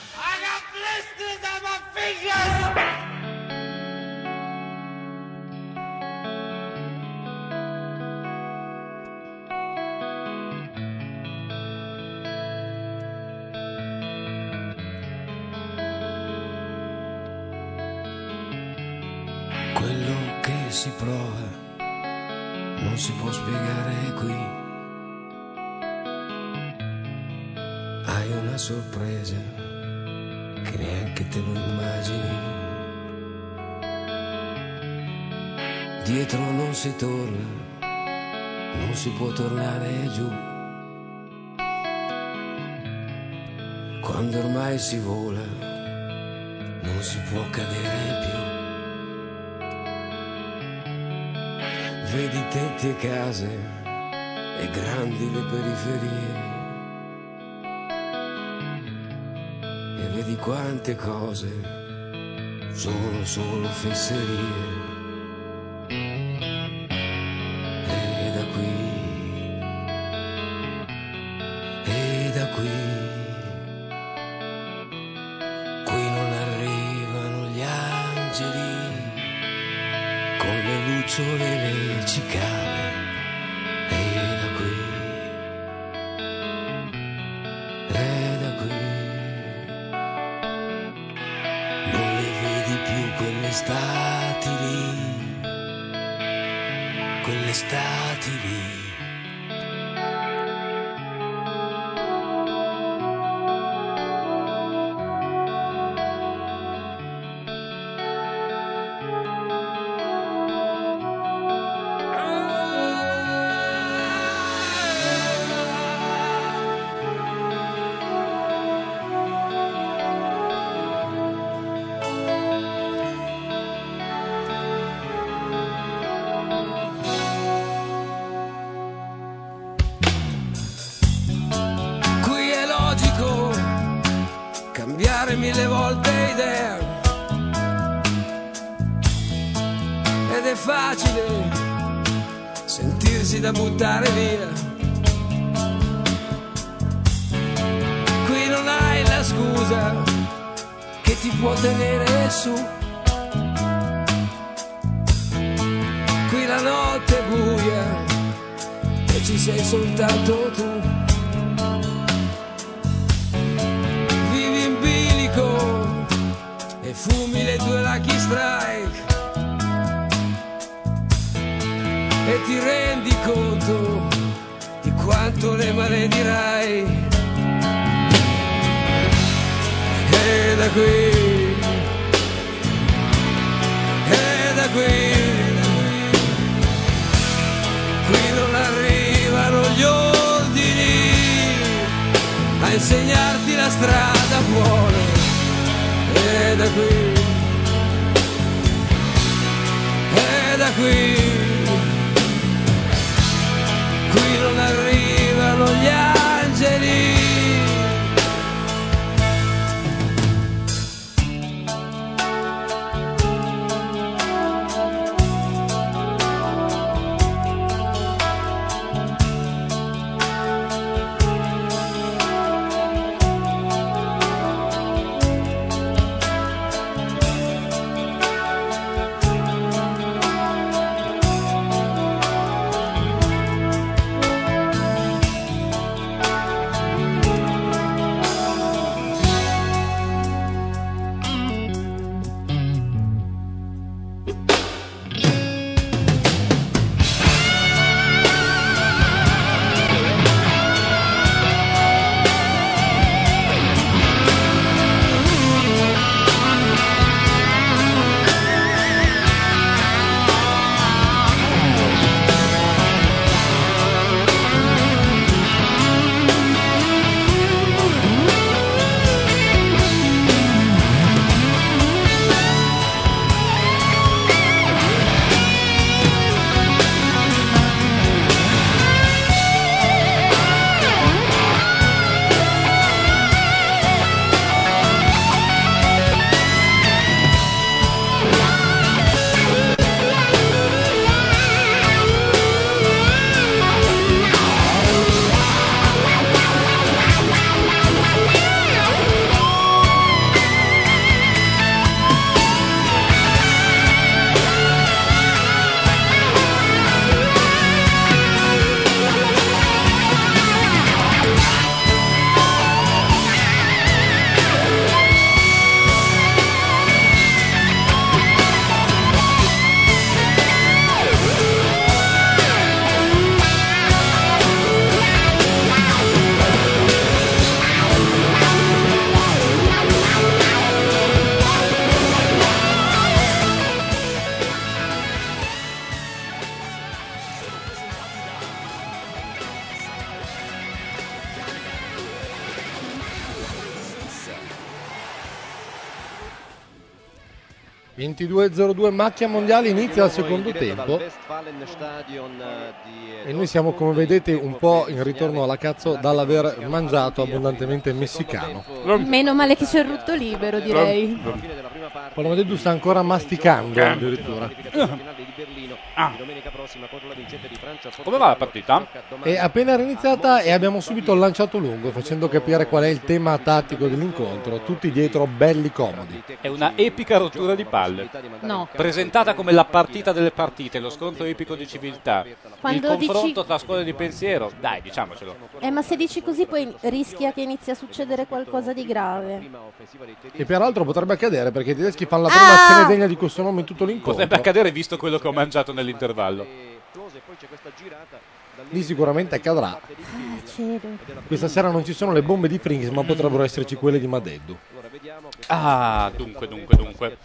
Speaker 1: I got blisters on my fingers.
Speaker 23: Quello che si prova non si può spiegare qui. Hai una sorpresa che neanche te lo immagini. Dietro non si torna, non si può tornare giù. Quando ormai si vola, non si può cadere più. Vedi tetti e case e grandi le periferie. E vedi quante cose sono solo fesserie. E da qui, e da qui, qui non arrivano gli angeli con le lucciole e le cicale. E da qui, e da qui, non le vedi più quelle stati lì, quelle stati lì. Qui è logico cambiare mille volte idea. Ed è facile sentire
Speaker 20: pesi da buttare via. Qui non hai la scusa che ti può tenere su. Qui la notte è buia e ci sei soltanto tu. Vivi in bilico e fumi le tue lucky strike. e ti rendi conto di quanto le maledirai. E da qui, e da qui, qui non arrivano gli ordini a insegnarti la strada buona. E da qui, e da qui qui non arrivano gli angeli.
Speaker 5: macchia mondiale inizia al secondo tempo e noi siamo come vedete un po' in ritorno alla cazzo dall'aver mangiato abbondantemente messicano.
Speaker 3: Meno male che c'è il rutto libero, direi.
Speaker 5: Paloma de Du sta ancora masticando addirittura.
Speaker 9: Ah. Come va la partita?
Speaker 5: E appena era iniziata e abbiamo subito lanciato lungo facendo capire qual è il tema tattico dell'incontro, tutti dietro belli comodi.
Speaker 9: È una epica rottura di palle.
Speaker 3: No.
Speaker 9: Presentata come la partita delle partite, lo scontro epico di civiltà,
Speaker 3: Quando
Speaker 9: il
Speaker 3: dici-
Speaker 9: confronto tra scuole di pensiero, dai, diciamocelo.
Speaker 3: Eh, ma se dici così poi rischia che inizi a succedere qualcosa di grave.
Speaker 5: E peraltro potrebbe accadere perché i tedeschi fanno la prima azione degna di questo nome in tutto l'incontro.
Speaker 9: Potrebbe accadere visto quello che ho mangiato nell'intervallo.
Speaker 5: Lì sicuramente accadrà.
Speaker 3: Ah, cielo.
Speaker 5: Questa sera non ci sono le bombe di Frings, ma potrebbero esserci quelle di Madeddu.
Speaker 9: Ah, dunque, dunque, dunque.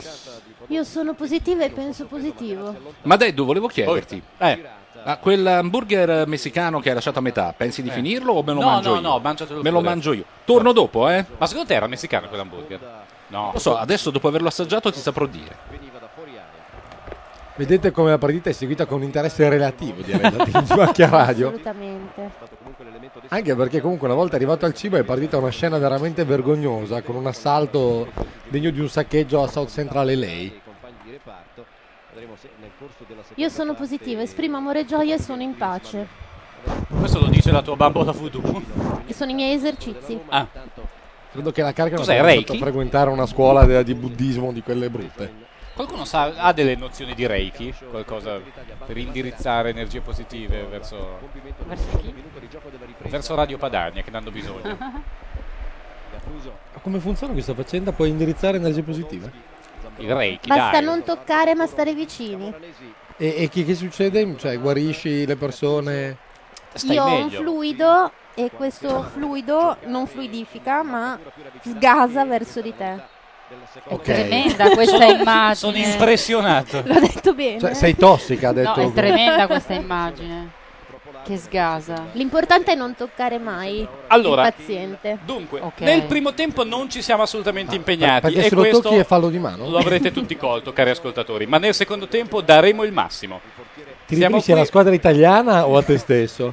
Speaker 3: Io sono positiva e penso positivo.
Speaker 4: Ma Deddu, volevo chiederti, Eh, a quell'hamburger messicano che hai lasciato a metà, pensi di
Speaker 9: Eh.
Speaker 4: finirlo o me lo
Speaker 9: No,
Speaker 4: mangio
Speaker 9: no,
Speaker 4: io?
Speaker 9: no, mangiatelo
Speaker 4: Me lo
Speaker 9: pure.
Speaker 4: mangio io. Torno dopo, eh?
Speaker 9: Ma secondo te era messicano quell'hamburger? No.
Speaker 4: Lo so, adesso dopo averlo assaggiato ti saprò dire.
Speaker 5: Vedete come la partita è seguita con interesse relativo, direi, da Team Smacchia Radio.
Speaker 3: Assolutamente.
Speaker 5: Anche perché comunque una volta arrivato al cibo è partita una scena veramente vergognosa, con un assalto degno di un saccheggio a South Central LA.
Speaker 18: corso della seconda
Speaker 3: Io sono positivo, esprimo amore e gioia e sono in pace.
Speaker 9: Questo lo dice la tua bambola voodoo.
Speaker 3: E sono i miei esercizi.
Speaker 9: Ah,
Speaker 5: Credo che la carica
Speaker 9: Cos'è,
Speaker 5: non
Speaker 9: Reiki?
Speaker 5: frequentare una scuola de- di buddismo di quelle brutte.
Speaker 9: qualcuno sa, ha delle nozioni di Reiki? Qualcosa per indirizzare energie positive verso,
Speaker 11: Verso chi?
Speaker 9: verso Radio Padania che ne hanno bisogno.
Speaker 5: Ma come funziona questa faccenda? Puoi indirizzare energie positive?
Speaker 9: Il Reiki,
Speaker 3: Basta
Speaker 9: dai.
Speaker 3: non toccare ma stare vicini.
Speaker 5: E, e che, che succede? Cioè, guarisci le persone?
Speaker 3: Io ho un fluido e questo fluido non fluidifica ma sgasa verso di te.
Speaker 5: Ok.
Speaker 11: Tremenda questa immagine.
Speaker 9: Sono impressionato.
Speaker 3: L'ho detto bene. eh?
Speaker 5: Cioè, sei tossica, ha
Speaker 11: No,
Speaker 5: detto.
Speaker 11: è tremenda questa immagine. Che sgasa.
Speaker 3: L'importante è non toccare mai
Speaker 9: Allora,
Speaker 3: il paziente.
Speaker 9: Dunque, Nel primo tempo non ci siamo assolutamente impegnati.
Speaker 5: Ah, perché
Speaker 9: e
Speaker 5: se lo
Speaker 9: questo
Speaker 5: tocchi è fallo di mano.
Speaker 9: Lo avrete tutti colto, cari ascoltatori. Ma nel secondo tempo daremo il massimo.
Speaker 5: Ti riferisci alla squadra italiana o a te stesso?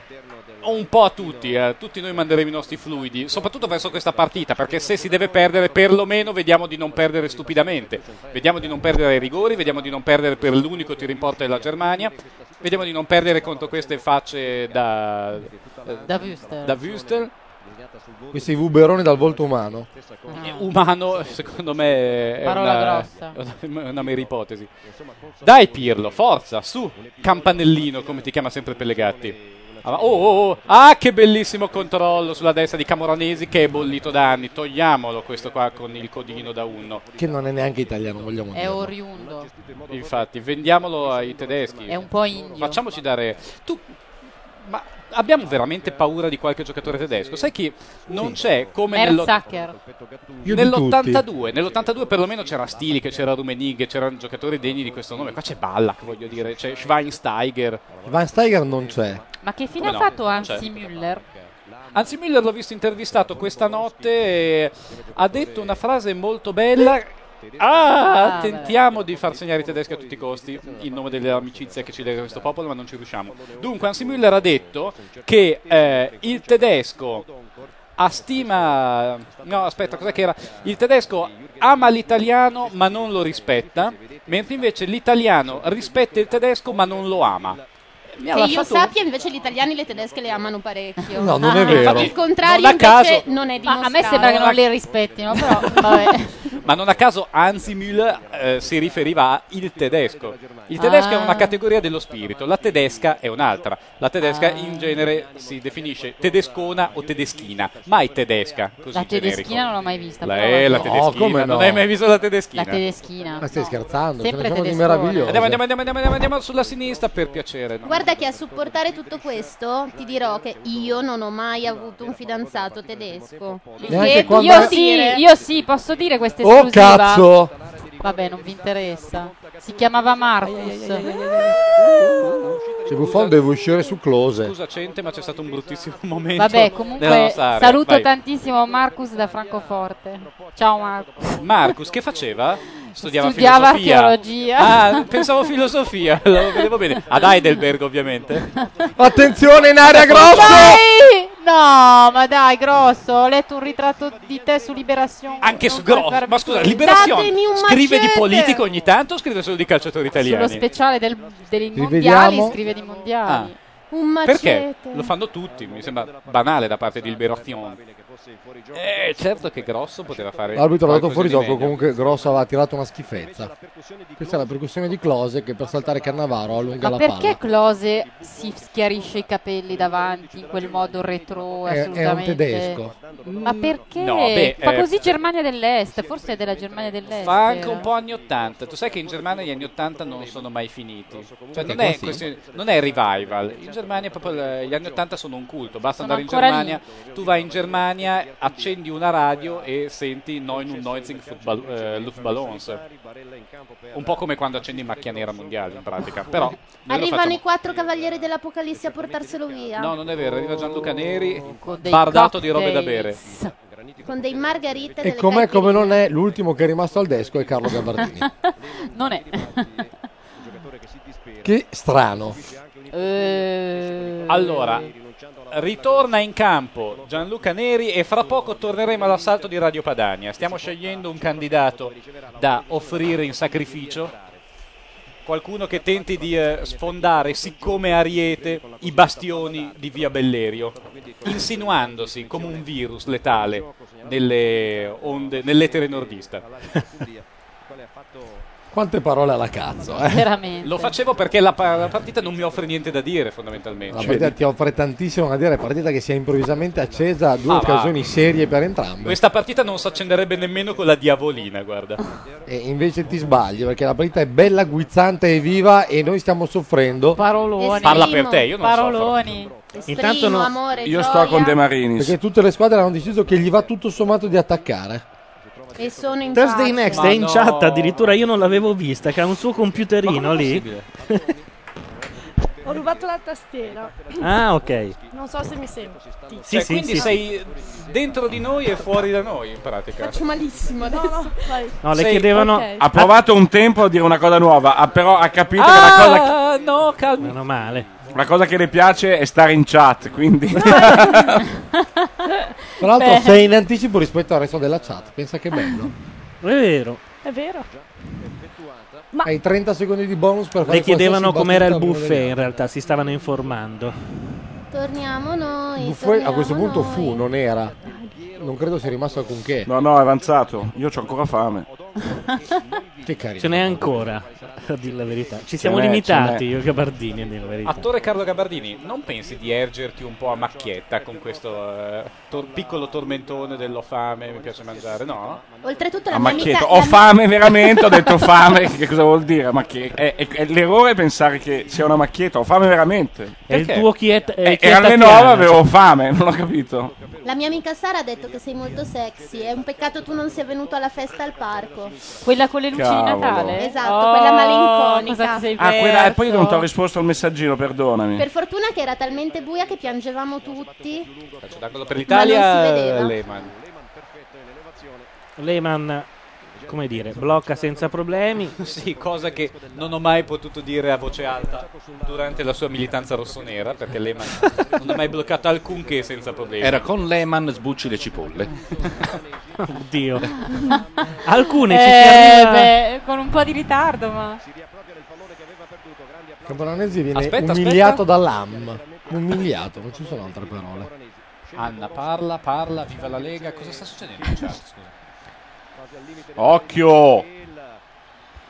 Speaker 9: Un po' a tutti, eh. tutti noi manderemo i nostri fluidi, soprattutto verso questa partita, perché se si deve perdere, perlomeno vediamo di non perdere stupidamente. Vediamo di non perdere ai rigori, vediamo di non perdere per l'unico tiro in porta della Germania, vediamo di non perdere contro queste facce da, eh,
Speaker 11: Da Wüstel.
Speaker 9: da Wüstel.
Speaker 5: Questi vuberoni dal volto umano.
Speaker 9: Eh, Umano, secondo me, è
Speaker 11: Parola
Speaker 9: una,
Speaker 11: grossa.
Speaker 9: è una, una mera ipotesi. Dai, Pirlo, forza, su, campanellino, come ti chiama sempre Pellegatti. Ah, Oh, oh, oh, ah, che bellissimo controllo sulla destra di Camoranesi che è bollito da anni. Togliamolo questo qua con il codino da uno.
Speaker 5: Che non è neanche italiano, vogliamo
Speaker 11: È
Speaker 5: dire.
Speaker 11: oriundo.
Speaker 9: Infatti, vendiamolo ai tedeschi.
Speaker 11: È un po' indio.
Speaker 9: Facciamoci dare. Tu. Ma abbiamo veramente paura di qualche giocatore tedesco? Sai che non c'è come nello-
Speaker 11: Merzacker.
Speaker 5: Io di
Speaker 9: nell'82, nell'82 perlomeno c'era Stilich, c'era Rumenig, c'erano giocatori degni di questo nome. Qua c'è Ballack, voglio dire, c'è Schweinsteiger.
Speaker 5: Van Steiger non c'è.
Speaker 11: Ma che fine
Speaker 9: Come
Speaker 11: ha
Speaker 9: no?
Speaker 11: fatto Hansi
Speaker 9: Certo.
Speaker 11: Müller?
Speaker 9: Anzi, Müller l'ho visto intervistato questa notte e ha detto una frase molto bella. Ah,
Speaker 11: Ah,
Speaker 9: tentiamo di far segnare i tedeschi a tutti i costi in nome dell'amicizia che ci lega questo popolo, ma non ci riusciamo. Dunque, Hansi Müller ha detto che eh, il tedesco ha stima. No, aspetta, cos'è che era? Il tedesco ama l'italiano ma non lo rispetta, mentre invece l'italiano rispetta il tedesco ma non lo ama. Mi ha
Speaker 3: Che io
Speaker 9: lasciato-
Speaker 3: sappia, invece gli italiani e le tedesche le amano parecchio.
Speaker 9: No, non è
Speaker 11: Ah,
Speaker 9: vero.
Speaker 3: Il contrario
Speaker 9: Non a
Speaker 3: invece
Speaker 9: caso.
Speaker 3: non è
Speaker 11: Ma
Speaker 3: dimostrato.
Speaker 11: a me sembra che non le rispettino, però vabbè.
Speaker 9: Ma non a caso Hansi Müller eh, si riferiva al tedesco. Il tedesco è
Speaker 11: Ah.
Speaker 9: una categoria dello spirito, la tedesca è un'altra. La tedesca
Speaker 11: Ah.
Speaker 9: in genere si definisce tedescona o tedeschina, mai tedesca, così
Speaker 11: La tedeschina
Speaker 9: generico.
Speaker 11: non l'ho mai vista.
Speaker 9: La,
Speaker 11: però
Speaker 9: eh, la
Speaker 11: vabbè.
Speaker 9: tedeschina, non hai mai visto la tedeschina?
Speaker 11: La tedeschina.
Speaker 5: Oh, Ma stai scherzando?
Speaker 11: Sempre
Speaker 5: Ce ne sono di
Speaker 11: tedescone.
Speaker 5: meraviglioso.
Speaker 9: Andiamo, andiamo, andiamo, andiamo, andiamo sulla sinistra per piacere. no?
Speaker 3: Guarda che a supportare tutto questo ti dirò che io non ho mai avuto un fidanzato tedesco. Il
Speaker 5: Neanche
Speaker 3: che
Speaker 5: quando-
Speaker 3: posso
Speaker 11: Io sì,
Speaker 3: dire-
Speaker 11: io sì, posso dire questa
Speaker 5: Oh,
Speaker 11: esclusiva.
Speaker 5: cazzo!
Speaker 11: Vabbè, non vi interessa. Si chiamava Marcus.
Speaker 5: Se Cioè, Buffon deve uscire su close.
Speaker 9: Scusa gente, ma c'è stato un bruttissimo momento.
Speaker 11: Vabbè,
Speaker 9: nella
Speaker 11: comunque
Speaker 9: nostra area.
Speaker 11: saluto
Speaker 9: Vai.
Speaker 11: tantissimo Marcus da Francoforte. Ciao Marcus.
Speaker 9: Marcus che faceva? Studiava,
Speaker 11: Studiava
Speaker 9: filosofia.
Speaker 11: archeologia.
Speaker 9: Ah, pensavo filosofia, lo vedevo bene. Ad Heidelberg, ovviamente.
Speaker 5: Attenzione in area grosso!
Speaker 11: Dai! No, ma dai, grosso. Ho letto un ritratto di te su Liberazione.
Speaker 9: Anche su Gross. Ma scusa, Liberazione
Speaker 11: Datemi un
Speaker 9: scrive di
Speaker 11: machete!
Speaker 9: politica ogni tanto o scrive solo di calciatori
Speaker 11: Sullo
Speaker 9: italiani?
Speaker 11: speciale del, dei
Speaker 5: Rivediamo.
Speaker 11: mondiali scrive di mondiali.
Speaker 3: Un
Speaker 9: Ah. Perché?
Speaker 3: macete.
Speaker 9: Lo fanno tutti, mi sembra banale da parte di Liberazione. Eh, certo che Grosso poteva fare
Speaker 5: L'arbitro ha dato
Speaker 9: qualcosa
Speaker 5: fuori
Speaker 9: di
Speaker 5: gioco,
Speaker 9: meglio.
Speaker 5: comunque Grosso aveva tirato una schifezza. Questa è la percussione di Close che per saltare Cannavaro
Speaker 11: Ma
Speaker 5: allunga la
Speaker 11: perché
Speaker 5: palla.
Speaker 11: Close si schiarisce i capelli davanti in quel modo retro?
Speaker 5: È- è un
Speaker 11: Assolutamente.
Speaker 5: tedesco.
Speaker 11: Ma perché?
Speaker 9: No, beh,
Speaker 11: Fa
Speaker 9: eh,
Speaker 11: così Germania dell'Est, forse è della Germania dell'Est.
Speaker 9: Fa anche un po' anni 80. Tu sai che in Germania gli anni 80 non sono mai finiti. Cioè, non, è
Speaker 5: Sì.
Speaker 9: questione- non è revival. In Germania proprio eh, gli anni 80 sono un culto. Basta
Speaker 11: Sono
Speaker 9: andare in
Speaker 11: ancora
Speaker 9: Germania. Tu vai in Germania, accendi una radio e senti Neun und Neuzing Football, eh, Luftballons. Un po' come quando accendi Macchia Nera Mondiale, in pratica. Però noi lo
Speaker 3: Arrivano
Speaker 9: facciamo-
Speaker 3: i quattro cavalieri dell'Apocalisse a portarselo via.
Speaker 9: No, non è vero. Arriva Gianluca Neri,
Speaker 11: dei
Speaker 9: bardato di robe da bere.
Speaker 11: cocktails.
Speaker 3: Con dei margarite
Speaker 5: E
Speaker 3: delle
Speaker 5: com'è come non è, l'ultimo che è rimasto al desco è Carlo Gabardini.
Speaker 11: Non è.
Speaker 5: che strano.
Speaker 9: Allora, ritorna in campo Gianluca Neri e fra poco torneremo all'assalto di Radio Padania. Stiamo scegliendo un candidato da offrire in sacrificio. qualcuno che tenti di eh, sfondare, siccome ariete, i bastioni di via Bellerio, insinuandosi come un virus letale nelle onde, nell'etere nordista.
Speaker 5: Quante parole alla cazzo, eh?
Speaker 11: Veramente.
Speaker 9: Lo facevo perché la, pa- la partita non mi offre niente da dire, fondamentalmente.
Speaker 5: La partita ti offre tantissimo da dire, è partita che si è improvvisamente accesa a due
Speaker 9: Ah, va.
Speaker 5: occasioni serie per entrambe.
Speaker 9: Questa partita non si accenderebbe nemmeno con la diavolina, guarda.
Speaker 5: E invece ti sbagli perché la partita è bella, guizzante e viva e noi stiamo soffrendo.
Speaker 11: Paroloni.
Speaker 9: Parla per te, io non
Speaker 11: Paroloni.
Speaker 5: Intanto no.
Speaker 3: amore,
Speaker 5: Io
Speaker 3: gioia.
Speaker 8: Marinis.
Speaker 5: Perché tutte le squadre hanno deciso che gli va tutto sommato di attaccare.
Speaker 3: E sono in
Speaker 2: Thursday
Speaker 3: pace.
Speaker 2: Next è in chat addirittura, io non l'avevo vista, che ha un suo computerino lì.
Speaker 17: Ho rubato la tastiera.
Speaker 2: ah, ok.
Speaker 17: Non so se mi senti.
Speaker 2: Sì,
Speaker 9: Cioè,
Speaker 2: sì,
Speaker 9: quindi
Speaker 2: sì,
Speaker 9: sei dentro di noi e fuori da noi, in pratica.
Speaker 17: Faccio malissimo. No, no, vai.
Speaker 2: No, le
Speaker 9: Sei-
Speaker 2: chiedevano...
Speaker 17: ok.
Speaker 8: Ha provato un tempo a dire una cosa nuova, ha però ha capito che la cosa,
Speaker 9: Ah, no, calmi.
Speaker 2: Meno male.
Speaker 8: la cosa che le piace è stare in chat, quindi...
Speaker 5: Tra l'altro
Speaker 17: Beh.
Speaker 5: sei in anticipo rispetto al resto della chat, pensa che bello.
Speaker 2: È vero.
Speaker 17: È vero.
Speaker 5: Hai 30 secondi di bonus per fare
Speaker 2: Le chiedevano
Speaker 5: qualsiasi
Speaker 2: com'era il
Speaker 5: battuta a uno
Speaker 2: buffet, in realtà si stavano informando.
Speaker 3: Torniamo noi.
Speaker 5: degli altri. Buffet a
Speaker 3: torniamo
Speaker 5: questo punto
Speaker 3: noi.
Speaker 5: fu, non era. Non credo sia rimasto alcunché.
Speaker 8: No, no, è avanzato. Certo, Io ho ancora fame.
Speaker 5: Che carino.
Speaker 2: Ce n'è ancora, a dir la verità. Ci siamo
Speaker 8: n'è, ce
Speaker 2: limitati
Speaker 8: n'è.
Speaker 2: io e Gabardini, a dir la verità.
Speaker 9: Attore Carlo Gabardini, non pensi di ergerti un po' a macchietta con questo eh, tor- piccolo tormentone dell'ho fame, mi piace mangiare, no?
Speaker 3: Oltretutto la
Speaker 8: A
Speaker 3: mia amica...
Speaker 8: macchietto.
Speaker 3: la
Speaker 8: Ah, Ho
Speaker 3: mia-
Speaker 8: fame veramente, ho detto fame. Che cosa vuol dire? Ma che è, è- è l'errore è pensare che sia una macchietta. Ho fame veramente.
Speaker 2: È il tuo chiet- è il
Speaker 8: Eh, Era alle
Speaker 2: chiettacchiano,
Speaker 8: 9, avevo
Speaker 2: cioè.
Speaker 8: fame, non ho capito.
Speaker 3: La mia amica Sara ha detto che sei molto sexy. È un peccato tu non sia venuto alla festa al parco.
Speaker 11: Quella con le luci
Speaker 8: Cavolo.
Speaker 11: di Natale? Oh,
Speaker 3: Esatto, quella malinconica.
Speaker 11: cosa ti sei
Speaker 8: Ah, quella, e poi io non ti ho
Speaker 11: perso?
Speaker 8: risposto al messaggino, perdonami.
Speaker 3: Per fortuna che era talmente buia che piangevamo tutti.
Speaker 9: Calcio d'angolo per
Speaker 3: Ma non si
Speaker 9: l'Italia,
Speaker 3: vedeva.
Speaker 9: Lehman.
Speaker 2: Lehman, come dire, blocca senza problemi.
Speaker 9: Sì, cosa che non ho mai potuto dire a voce alta durante la sua militanza rossonera, perché Lehman non ha mai bloccato alcunché senza problemi.
Speaker 4: Era con Lehman sbucci le cipolle.
Speaker 2: Oddio. Alcune
Speaker 11: Eh,
Speaker 2: ci si arriva-
Speaker 11: beh, Eh, con un po' di ritardo, ma.
Speaker 5: Campolonesi viene
Speaker 9: Aspetta,
Speaker 5: umiliato
Speaker 9: aspetta.
Speaker 5: dall'AM. Umiliato, non ci sono altre parole.
Speaker 9: Anna, parla, parla, viva la Lega. Cosa sta succedendo in chat? Scusa.
Speaker 8: Occhio!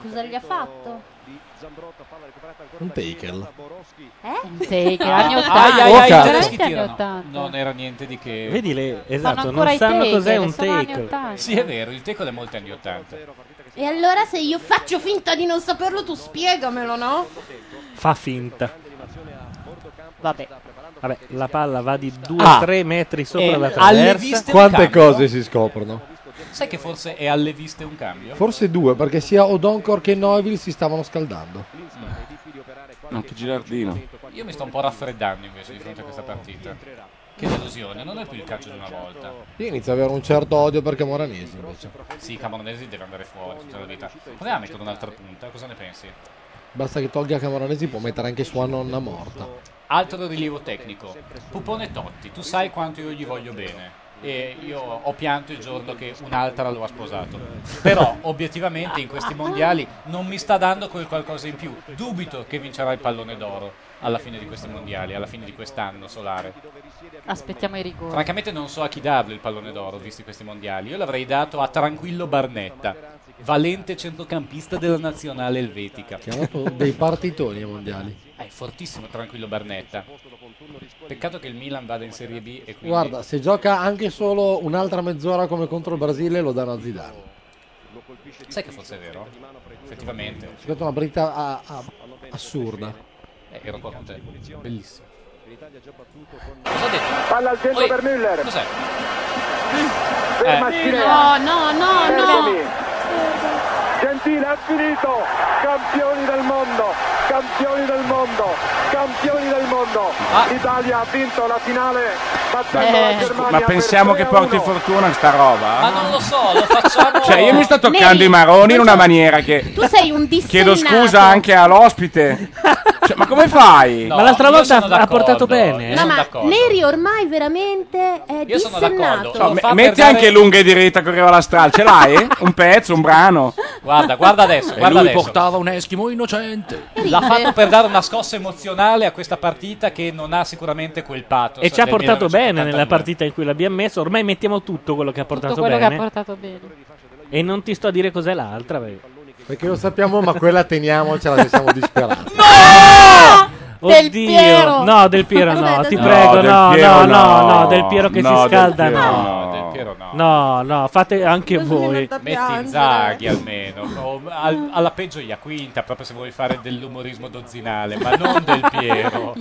Speaker 3: Cosa gli ha fatto?
Speaker 5: Un tackle.
Speaker 3: Eh?
Speaker 11: Sei che anni
Speaker 9: Ah,
Speaker 11: 80.
Speaker 9: ai, ai, ai,
Speaker 11: veramente
Speaker 9: i tedeschi
Speaker 11: anni
Speaker 9: tirano.
Speaker 11: 80.
Speaker 9: Non era niente di che.
Speaker 2: Vedi le- esatto, Fanno ancora non i sanno tackle, cos'è un sono anni tackle. 80.
Speaker 9: Sì, è vero, il tackle è molto anni 80.
Speaker 3: E allora se io faccio finta di non saperlo, tu spiegamelo, no?
Speaker 2: Fa finta.
Speaker 11: Vabbè.
Speaker 2: Vabbè, la palla va di 2-3
Speaker 5: Ah.
Speaker 2: metri
Speaker 11: Eh,
Speaker 2: sopra
Speaker 9: E
Speaker 2: la
Speaker 9: alle
Speaker 2: traversa.
Speaker 9: viste
Speaker 5: Quante
Speaker 9: un cambio?
Speaker 5: cose si scoprono?
Speaker 9: Sai che forse è alle viste un cambio?
Speaker 5: Forse due, perché sia Odonkor che Noiville si stavano scaldando.
Speaker 8: Anche Girardino.
Speaker 9: Io mi sto un po' raffreddando invece di fronte a questa partita. Che delusione, non è più il calcio di una volta.
Speaker 5: Io inizio ad avere un certo odio perché Moranesi invece.
Speaker 9: Sì, Camoranesi deve andare fuori tutta la vita. Proviamo a mettere un'altra punta, cosa ne pensi?
Speaker 5: Basta che tolga Camoranesi, può mettere anche sua nonna morta.
Speaker 9: Altro rilievo tecnico. Pupone Totti, tu sai quanto io gli voglio bene. E io ho pianto il giorno che un'altra lo ha sposato. Però, obiettivamente, in questi mondiali non mi sta dando quel qualcosa in più. Dubito che vincerà il pallone d'oro alla fine di questi mondiali, alla fine di quest'anno solare.
Speaker 11: Aspettiamo i rigori.
Speaker 9: Francamente non so a chi darlo il pallone d'oro, visti questi mondiali. Io l'avrei dato a Tranquillo Barnetta, valente centrocampista della nazionale elvetica.
Speaker 5: Che ha dato dei partitoni ai mondiali.
Speaker 9: È fortissimo Tranquillo Barnetta. Peccato che il Milan vada in Serie B e quindi...
Speaker 5: Guarda, se gioca anche solo un'altra mezz'ora come contro il Brasile lo danno a Zidane.
Speaker 9: Sai che forse è vero? Effettivamente.
Speaker 5: Ha giocato una partita a- a- assurda.
Speaker 9: Eh, ero qua con te. Bellissimo. Cosa ho detto?
Speaker 14: Palla al centro
Speaker 9: Oi,
Speaker 14: per Müller.
Speaker 9: Cos'è?
Speaker 14: Ferma Schinea.
Speaker 11: No, no, no, no.
Speaker 14: Fermami. Gentile ha finito. Campioni del mondo. Campioni del mondo. Campioni del mondo.
Speaker 9: Ah.
Speaker 14: L'Italia ha vinto la finale
Speaker 11: Eh.
Speaker 14: battendo la Germania.
Speaker 8: Cioè, Ma
Speaker 14: per
Speaker 8: pensiamo che
Speaker 14: 3 a
Speaker 8: porti
Speaker 14: 1.
Speaker 8: fortuna sta roba?
Speaker 9: Eh.
Speaker 8: eh?
Speaker 9: Ma non lo so, lo facciamo...
Speaker 8: Cioè, io mi sto toccando
Speaker 3: Neri,
Speaker 8: i maroni in una maniera che.
Speaker 3: Tu sei un dissennato.
Speaker 8: Chiedo scusa anche all'ospite. Cioè, ma come fai?
Speaker 2: Ma l'altra volta ha portato bene. eh?
Speaker 3: No, ma Neri ormai veramente è
Speaker 9: Io sono d'accordo.
Speaker 3: dissennato.
Speaker 9: Lo
Speaker 8: Cioè, Me-
Speaker 9: fa
Speaker 8: metti
Speaker 9: per dare-
Speaker 8: anche lunga e diretta correva la strada, ce l'hai? Un pezzo, un brano.
Speaker 9: Guarda, guarda adesso,
Speaker 8: E
Speaker 9: guarda
Speaker 8: lui
Speaker 9: adesso.
Speaker 8: portava
Speaker 9: un Eskimo innocente.
Speaker 8: Ride.
Speaker 9: L'ha fatto per dare una scossa emozionale a questa partita che non ha sicuramente quel pathos.
Speaker 2: E ci ha
Speaker 9: del
Speaker 2: portato bene
Speaker 9: 1982.
Speaker 2: nella partita in cui l'abbiamo messo. Ormai mettiamo tutto quello che ha portato
Speaker 11: Tutto quello
Speaker 2: bene.
Speaker 11: che ha portato bene.
Speaker 2: E non ti sto a dire cos'è l'altra. Perché,
Speaker 5: perché lo sappiamo, ma quella teniamocela che siamo disperati.
Speaker 2: Oddio, no, Del Piero no, ti prego,
Speaker 5: Del
Speaker 2: no,
Speaker 5: Piero
Speaker 2: no, no,
Speaker 5: no.
Speaker 2: no, Del Piero che
Speaker 5: No,
Speaker 2: si
Speaker 5: Del
Speaker 2: scalda,
Speaker 5: Piero
Speaker 2: no.
Speaker 5: no,
Speaker 9: Del Piero no.
Speaker 2: No, no, fate anche voi.
Speaker 9: Metti
Speaker 2: eh.
Speaker 9: Inzaghi almeno, o al- alla peggio Iaquinta, proprio se vuoi fare dell'umorismo dozzinale, ma non del Piero.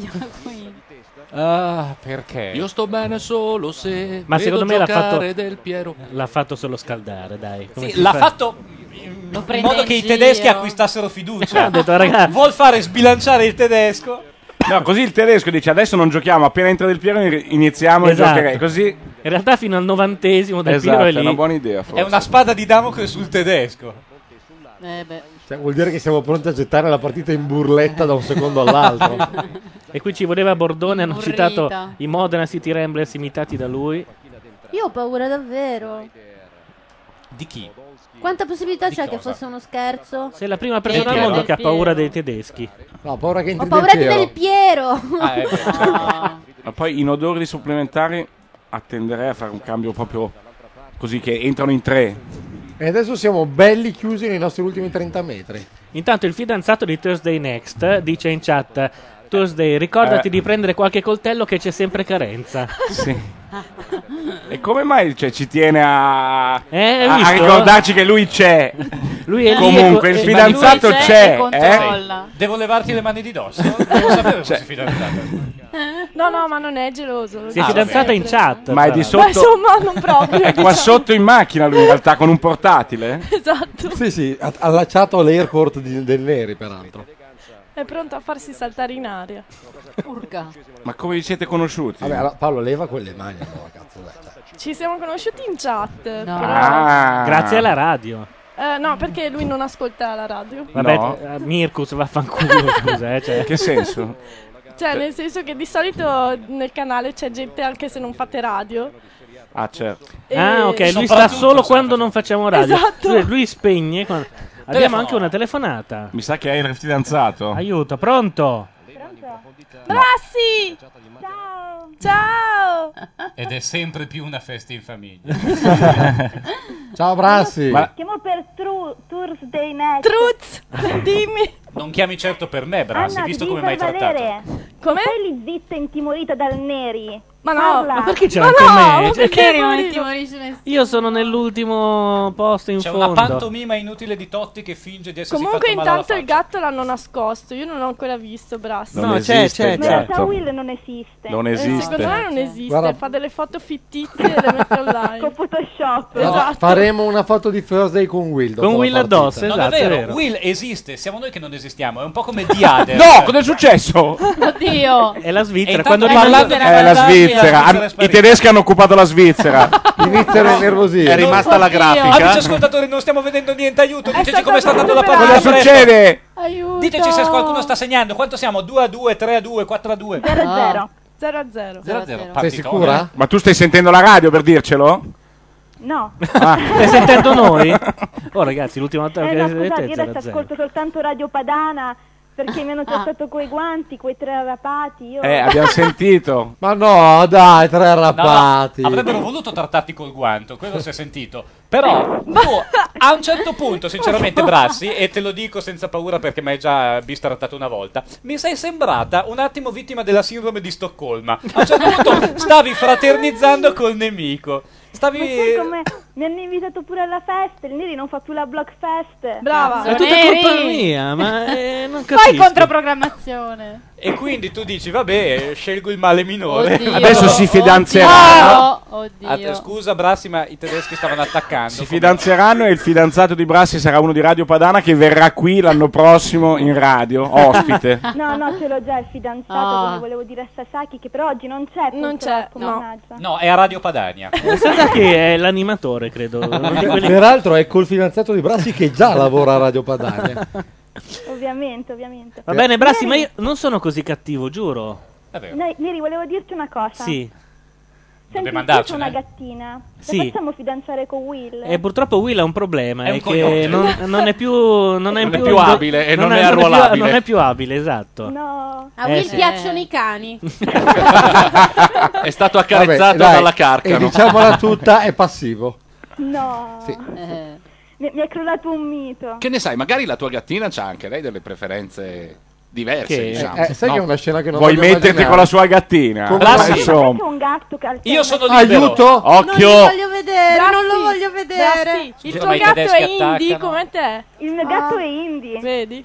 Speaker 9: Ah, perché?
Speaker 2: Io
Speaker 9: sto bene solo se...
Speaker 2: Ma secondo me l'ha fatto,
Speaker 4: Del Piero.
Speaker 2: l'ha fatto solo scaldare, dai. Come si
Speaker 9: L'ha
Speaker 2: fa?
Speaker 9: fatto in in
Speaker 4: prende
Speaker 9: modo
Speaker 4: in
Speaker 9: che i
Speaker 4: giro.
Speaker 9: tedeschi acquistassero fiducia.
Speaker 8: Ha detto, "Ragazzi".
Speaker 9: Vuol fare sbilanciare il tedesco.
Speaker 8: No, così il tedesco dice adesso non giochiamo, appena entra Del Piero in- iniziamo
Speaker 2: Esatto.
Speaker 8: a giocare. Così
Speaker 2: In realtà fino al novantesimo Del
Speaker 8: Esatto,
Speaker 2: Piero è
Speaker 8: è
Speaker 2: lì.
Speaker 8: una buona idea,
Speaker 9: È una spada di Damocle sul tedesco.
Speaker 11: Eh beh.
Speaker 5: Cioè, vuol dire che siamo pronti a gettare la partita in burletta da un secondo all'altro.
Speaker 2: E qui ci voleva Bordone, hanno
Speaker 3: Burrita.
Speaker 2: citato i Modena City Ramblers imitati da lui.
Speaker 3: Io ho paura davvero.
Speaker 9: Di chi?
Speaker 3: Quanta possibilità
Speaker 2: Di
Speaker 3: c'è che
Speaker 2: cosa?
Speaker 3: fosse uno scherzo?
Speaker 2: Sei la prima persona al mondo che ha paura dei tedeschi.
Speaker 5: No, paura che
Speaker 3: Ho paura di Del Piero.
Speaker 4: Ah,
Speaker 2: Ah, ecco.
Speaker 4: ecco.
Speaker 8: Ma poi in odori supplementari attenderei a fare un cambio proprio così che entrano in tre.
Speaker 5: E adesso siamo belli chiusi nei nostri ultimi 30 metri.
Speaker 2: Intanto il fidanzato di Thursday Next eh, dice in chat: Thursday, ricordati
Speaker 8: Eh.
Speaker 2: di prendere qualche coltello che c'è sempre carenza.
Speaker 8: Sì. E come mai cioè, ci tiene a,
Speaker 2: Eh, hai
Speaker 8: a- a
Speaker 2: visto?
Speaker 8: ricordarci che lui c'è?
Speaker 2: Lui è lì
Speaker 8: Comunque,
Speaker 2: e-
Speaker 8: il
Speaker 2: e-
Speaker 8: fidanzato
Speaker 2: lui c'è
Speaker 8: c'è.
Speaker 2: e
Speaker 8: eh? Cioè.
Speaker 17: controlla.
Speaker 9: Devo levarti le mani di dosso? Devo sapere fossi fidanzata.
Speaker 17: Eh? No, no, ma non è geloso.
Speaker 2: Ah,
Speaker 8: Si è fidanzata
Speaker 17: vabbè.
Speaker 8: in chat, Ma è di
Speaker 17: Ma
Speaker 8: sotto-
Speaker 17: insomma, non proprio.
Speaker 8: È qua
Speaker 17: diciamo.
Speaker 8: sotto in macchina lui in realtà con un portatile.
Speaker 17: Esatto.
Speaker 5: Sì, sì, a- allacciato all'airport di- del Neri, peraltro.
Speaker 17: È pronto a farsi saltare in aria. Urca.
Speaker 8: Ma come vi siete conosciuti?
Speaker 5: Vabbè, allora, Paolo, leva quelle mani. allora, cazzo, dai.
Speaker 17: Ci siamo conosciuti in chat. No.
Speaker 8: Ah.
Speaker 2: Grazie alla radio.
Speaker 17: no, perché lui non ascolta la radio.
Speaker 2: Vabbè,
Speaker 8: No.
Speaker 2: eh, Mirkus, vaffanculo. scusa, eh, cioè.
Speaker 8: Che senso?
Speaker 17: Cioè, nel senso che di solito nel canale c'è gente anche se non fate radio.
Speaker 8: Ah, certo.
Speaker 2: Ah, ok, lui sta
Speaker 8: Soprattutto
Speaker 2: solo quando non facciamo radio.
Speaker 17: Esatto.
Speaker 2: Lui, lui spegne. quando- Abbiamo
Speaker 8: Telefono.
Speaker 2: anche una telefonata.
Speaker 8: Mi sa che hai il fidanzato.
Speaker 2: Aiuto, pronto?
Speaker 17: Brassi! Ciao!
Speaker 9: Ed è sempre più una festa in famiglia.
Speaker 5: Ciao Brassi.
Speaker 9: Ma
Speaker 7: Chiamo per Tru- Thursday Night.
Speaker 17: Truz, dimmi.
Speaker 9: non chiami certo per me, Brasi,
Speaker 7: Anna,
Speaker 9: visto
Speaker 7: ti
Speaker 9: come mi
Speaker 7: devi
Speaker 9: hai
Speaker 7: far
Speaker 9: trattato.
Speaker 7: vedere.
Speaker 17: Come?
Speaker 7: Stai lì zitta, intimorita dal Neri.
Speaker 17: Ma
Speaker 2: no,
Speaker 7: Parla.
Speaker 13: Ah.
Speaker 2: ma perché c'era anche me? Cioè,
Speaker 11: Perché non
Speaker 2: io-
Speaker 11: intimorisci nessuno?
Speaker 2: Io sono nell'ultimo posto in
Speaker 9: C'è
Speaker 2: fondo.
Speaker 9: una pantomima inutile di Totti che finge di essersi
Speaker 17: Comunque
Speaker 9: fatto male alla
Speaker 17: intanto il gatto l'hanno nascosto, io non l'ho ancora visto Brassi.
Speaker 2: No, Non c'è, esiste c'è, il
Speaker 17: In
Speaker 2: c'è.
Speaker 17: realtà
Speaker 2: gatto.
Speaker 17: Will non esiste.
Speaker 8: Non esiste.
Speaker 17: secondo me non esiste,
Speaker 5: Guarda-
Speaker 17: fa delle foto fittizie e le mette online. Esatto. Con
Speaker 7: Photoshop.
Speaker 9: Esatto.
Speaker 5: No, faremo una foto di Thursday con Will. esatto, dopo la partita.
Speaker 9: No,
Speaker 8: esatto,
Speaker 9: davvero, Will esiste, siamo noi che non esistiamo, è un po' come Cioè. Diade.
Speaker 8: No, cosa è successo?
Speaker 11: Oddio.
Speaker 2: È la
Speaker 9: E
Speaker 2: Svizzera. Quando
Speaker 9: intanto parlando-
Speaker 2: rimandato...
Speaker 8: È Eh,
Speaker 9: Era
Speaker 8: la Svizzera.
Speaker 9: Mandanda, la Svizzera
Speaker 8: Ah, I
Speaker 9: sparita.
Speaker 8: tedeschi hanno occupato la Svizzera.
Speaker 5: Iniziano a nervosire.
Speaker 8: È rimasta la
Speaker 9: Amici
Speaker 8: grafica.
Speaker 9: ascoltatori, non stiamo vedendo niente, aiuto, diteci
Speaker 17: stato
Speaker 9: come sta andando la partita.
Speaker 8: Cosa
Speaker 9: presto.
Speaker 8: succede?
Speaker 17: Aiuto.
Speaker 9: Diteci se qualcuno sta segnando, quanto siamo? 2 a 2, 3 a 2, 4 a 2.
Speaker 17: 0
Speaker 3: Ah.
Speaker 17: a 0. 0 a 0.
Speaker 9: 0 a 0.
Speaker 8: Sei sicura? Ma tu stai sentendo la radio per dircelo?
Speaker 7: No.
Speaker 8: Ah.
Speaker 2: Stai sentendo noi? Oh, ragazzi, l'ultima volta
Speaker 7: Eh
Speaker 2: che
Speaker 7: no,
Speaker 2: vedete
Speaker 7: scusate,
Speaker 2: è
Speaker 7: io
Speaker 2: zero a
Speaker 7: adesso
Speaker 2: zero.
Speaker 7: ascolto soltanto Radio Padana perché mi hanno trattato coi guanti, quei tre rapati. Io...
Speaker 8: Eh, abbiamo sentito.
Speaker 5: Ma no, dai, tre
Speaker 9: No,
Speaker 5: rapati.
Speaker 9: avrebbero voluto trattarti col guanto, quello si è sentito. Però tu, a un certo punto, sinceramente, Brassi, e te lo dico senza paura perché mi hai già bistrattato una volta, mi sei sembrata un attimo vittima della sindrome di Stoccolma. A un certo punto stavi fraternizzando col nemico. Stavi...
Speaker 7: Ma sai com'è? Mi hanno invitato pure alla festa, il Neri non fa più la Ah, Block Fest.
Speaker 17: Brava.
Speaker 2: È tutta colpa mia, ma eh, non capisco.
Speaker 11: Poi controprogrammazione.
Speaker 9: E quindi tu dici, vabbè, scelgo il male minore.
Speaker 11: Oddio.
Speaker 8: Adesso si fidanzeranno.
Speaker 11: Oddio. Oddio.
Speaker 9: Ah, scusa, Brassi, ma i tedeschi stavano attaccando.
Speaker 8: Si fidanzeranno e il fidanzato di Brassi sarà uno di Radio Padana che verrà qui l'anno prossimo in radio, ospite.
Speaker 7: No, no, ce l'ho già il fidanzato,
Speaker 11: Ah.
Speaker 7: come volevo dire a Sasaki, che però oggi non c'è.
Speaker 17: Non
Speaker 7: purtroppo,
Speaker 17: c'è, no.
Speaker 7: mannaggia.
Speaker 9: No, è a Radio Padania.
Speaker 2: Sa che è l'animatore, credo. uno di quelli-
Speaker 5: Peraltro è col fidanzato di Brassi che già lavora a Radio Padania.
Speaker 7: Ovviamente, ovviamente.
Speaker 2: Va bene, Brassi, ma
Speaker 7: Ieri-
Speaker 2: io non sono così cattivo, giuro.
Speaker 7: no, Ieri volevo dirti una cosa.
Speaker 2: Sì.
Speaker 7: Senti,
Speaker 2: Dobbiamo
Speaker 7: io sono
Speaker 2: andarcene.
Speaker 7: una gattina. La
Speaker 2: Sì.
Speaker 7: facciamo fidanzare con Will?
Speaker 2: E purtroppo Will ha un problema,
Speaker 7: È
Speaker 2: è,
Speaker 7: un
Speaker 2: che
Speaker 7: coglione.
Speaker 2: non, non è più, non è
Speaker 4: Non è
Speaker 2: più,
Speaker 4: più abile e non è
Speaker 2: più-
Speaker 4: arruolabile.
Speaker 2: Non è più abile, esatto.
Speaker 7: No.
Speaker 3: A
Speaker 2: Eh,
Speaker 3: Will
Speaker 2: sì.
Speaker 3: piacciono i cani.
Speaker 4: È stato accarezzato
Speaker 5: Vabbè, dai,
Speaker 4: dalla carca.
Speaker 5: E diciamola tutta, è passivo.
Speaker 7: No. Mi, mi è crollato un mito.
Speaker 4: Che ne sai, magari la tua gattina c'ha anche lei delle preferenze diverse,
Speaker 5: Che-
Speaker 4: diciamo.
Speaker 5: eh, eh, sai
Speaker 4: No. Ah,
Speaker 5: che è una scena che non
Speaker 8: Vuoi
Speaker 5: voglio
Speaker 8: metterti
Speaker 5: immaginare.
Speaker 8: con la sua gattina?
Speaker 5: Con-
Speaker 8: Ma
Speaker 5: Sì.
Speaker 8: insomma.
Speaker 7: Anche un gatto che alterna-
Speaker 9: Io sono libero.
Speaker 8: Aiuto!
Speaker 3: Non lo
Speaker 8: Occhio!
Speaker 3: voglio vedere,
Speaker 17: Brassi,
Speaker 3: non lo voglio vedere.
Speaker 17: Il
Speaker 9: Sì,
Speaker 17: tuo
Speaker 9: ma i
Speaker 17: gatto
Speaker 9: tedeschi
Speaker 17: è indie
Speaker 9: attaccano.
Speaker 17: come te.
Speaker 7: Il mio
Speaker 3: Ah.
Speaker 7: gatto è indie. Eh,
Speaker 17: Vedi?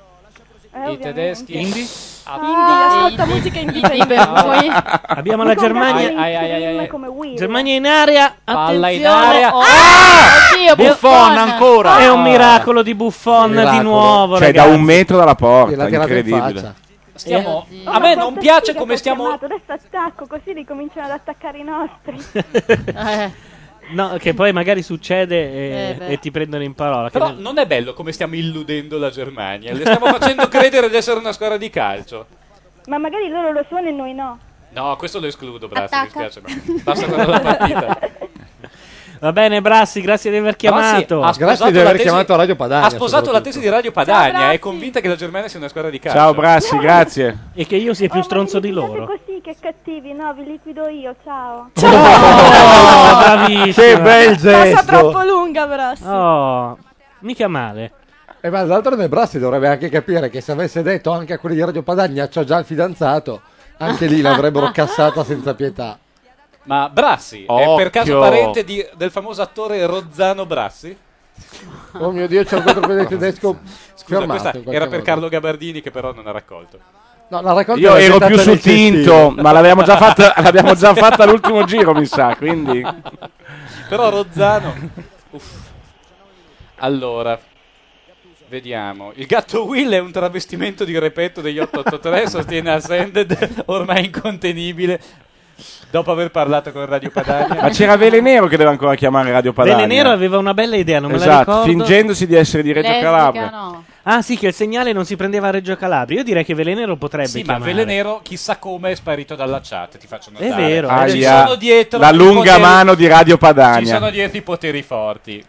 Speaker 9: I tedeschi.
Speaker 17: Indi?
Speaker 9: Ah,
Speaker 17: ascolta
Speaker 9: indie.
Speaker 17: musica indie
Speaker 9: Indie Ah.
Speaker 17: per
Speaker 9: per
Speaker 3: eh.
Speaker 17: voi.
Speaker 2: Abbiamo la Germania.
Speaker 9: Ai, ai, ai, ai, ai.
Speaker 2: Germania in area.
Speaker 9: Palla in
Speaker 2: attenzione.
Speaker 9: area.
Speaker 2: Oh,
Speaker 9: Oddio,
Speaker 2: Buffon
Speaker 9: Buffon. Ah.
Speaker 2: ancora. È un miracolo di Buffon di
Speaker 8: Miracolo.
Speaker 2: nuovo,
Speaker 8: Cioè, da
Speaker 2: ragazzi.
Speaker 8: un metro dalla
Speaker 5: Gliel'ha
Speaker 8: porta,
Speaker 5: tirato in
Speaker 8: incredibile.
Speaker 5: faccia.
Speaker 9: Stiamo-
Speaker 7: Eh,
Speaker 9: a me
Speaker 7: ma
Speaker 9: non
Speaker 7: quanto
Speaker 9: piace
Speaker 7: figa
Speaker 9: come
Speaker 7: t'ho
Speaker 9: stiamo-
Speaker 7: chiamato, Adesso attacco, così ricominciano ad attaccare i nostri.
Speaker 5: Eh.
Speaker 2: No, che poi magari succede e,
Speaker 9: Eh, beh.
Speaker 2: e ti prendono in parola.
Speaker 9: Però
Speaker 2: Che-
Speaker 9: non è bello come stiamo illudendo la Germania. Le stiamo facendo credere di essere una squadra di calcio.
Speaker 7: Ma magari loro lo sono e noi no.
Speaker 9: No, questo lo escludo, Brassi,
Speaker 7: Attacca.
Speaker 9: mi spiace. Ma basta guardare la partita.
Speaker 2: Va bene, Brassi, grazie di aver chiamato.
Speaker 9: Brassi ha sposato
Speaker 5: Grazie di aver
Speaker 9: la tesi-
Speaker 5: chiamato Radio Padania.
Speaker 9: Ha sposato la tesi di Radio
Speaker 2: Ciao,
Speaker 9: Padania.
Speaker 2: Brassi.
Speaker 9: È convinta che la Germania sia una squadra di calcio.
Speaker 8: Ciao Brassi, grazie.
Speaker 2: E che io sia più stronzo di
Speaker 7: Fate
Speaker 2: loro.
Speaker 7: così che cattivi, no, vi liquido io, ciao.
Speaker 2: Oh, bravissima.
Speaker 5: Che bel
Speaker 17: Passa troppo
Speaker 5: gesto.
Speaker 17: lunga, Brassi.
Speaker 2: Oh, mica male.
Speaker 5: E Eh, ma d'altronde Brassi dovrebbe anche capire che se avesse detto anche a quelli di Radio Padania c'ho già il fidanzato, anche lì l'avrebbero cassata senza pietà.
Speaker 9: Ma Brassi
Speaker 5: Occhio.
Speaker 9: è per caso parente di- del famoso attore Rozzano Brassi?
Speaker 5: Oh mio Dio, c'è un contropiede tedesco
Speaker 9: Scusa,
Speaker 5: fermato.
Speaker 9: questa
Speaker 5: in qualche
Speaker 9: era per
Speaker 5: modo.
Speaker 9: Carlo Gabardini che però non ha raccolto.
Speaker 5: No, la raccolta
Speaker 8: Io
Speaker 5: era
Speaker 8: ero
Speaker 5: vietata
Speaker 8: più sul
Speaker 5: nel
Speaker 8: tinto,
Speaker 5: sestile.
Speaker 8: ma l'abbiamo già fatta, l'abbiamo già fatta all'ultimo giro, mi sa, quindi...
Speaker 9: Però Rozzano. Uff. Allora, vediamo. Il gatto Will è un travestimento di repetto degli 883, sostiene Ascended, ormai incontenibile. Dopo aver parlato con Radio Padania.
Speaker 8: Ma c'era Vele Nero che doveva ancora chiamare Radio Padania.
Speaker 2: Bene Nero aveva una bella idea, non me la
Speaker 8: Esatto,
Speaker 2: ricordo.
Speaker 8: fingendosi di essere di Reggio Calabria.
Speaker 2: Ah, sì, che il segnale non si prendeva a Reggio Calabria. Io direi che Velenero potrebbe
Speaker 9: Sì, ma
Speaker 2: chiamare.
Speaker 9: Velenero chissà come è sparito dalla chat, ti faccio notare.
Speaker 2: È vero,
Speaker 9: Ci
Speaker 8: Aia,
Speaker 9: sono dietro
Speaker 8: la
Speaker 9: i
Speaker 8: lunga
Speaker 9: poteri-
Speaker 8: mano di Radio Padania.
Speaker 9: Ci sono dietro i poteri forti.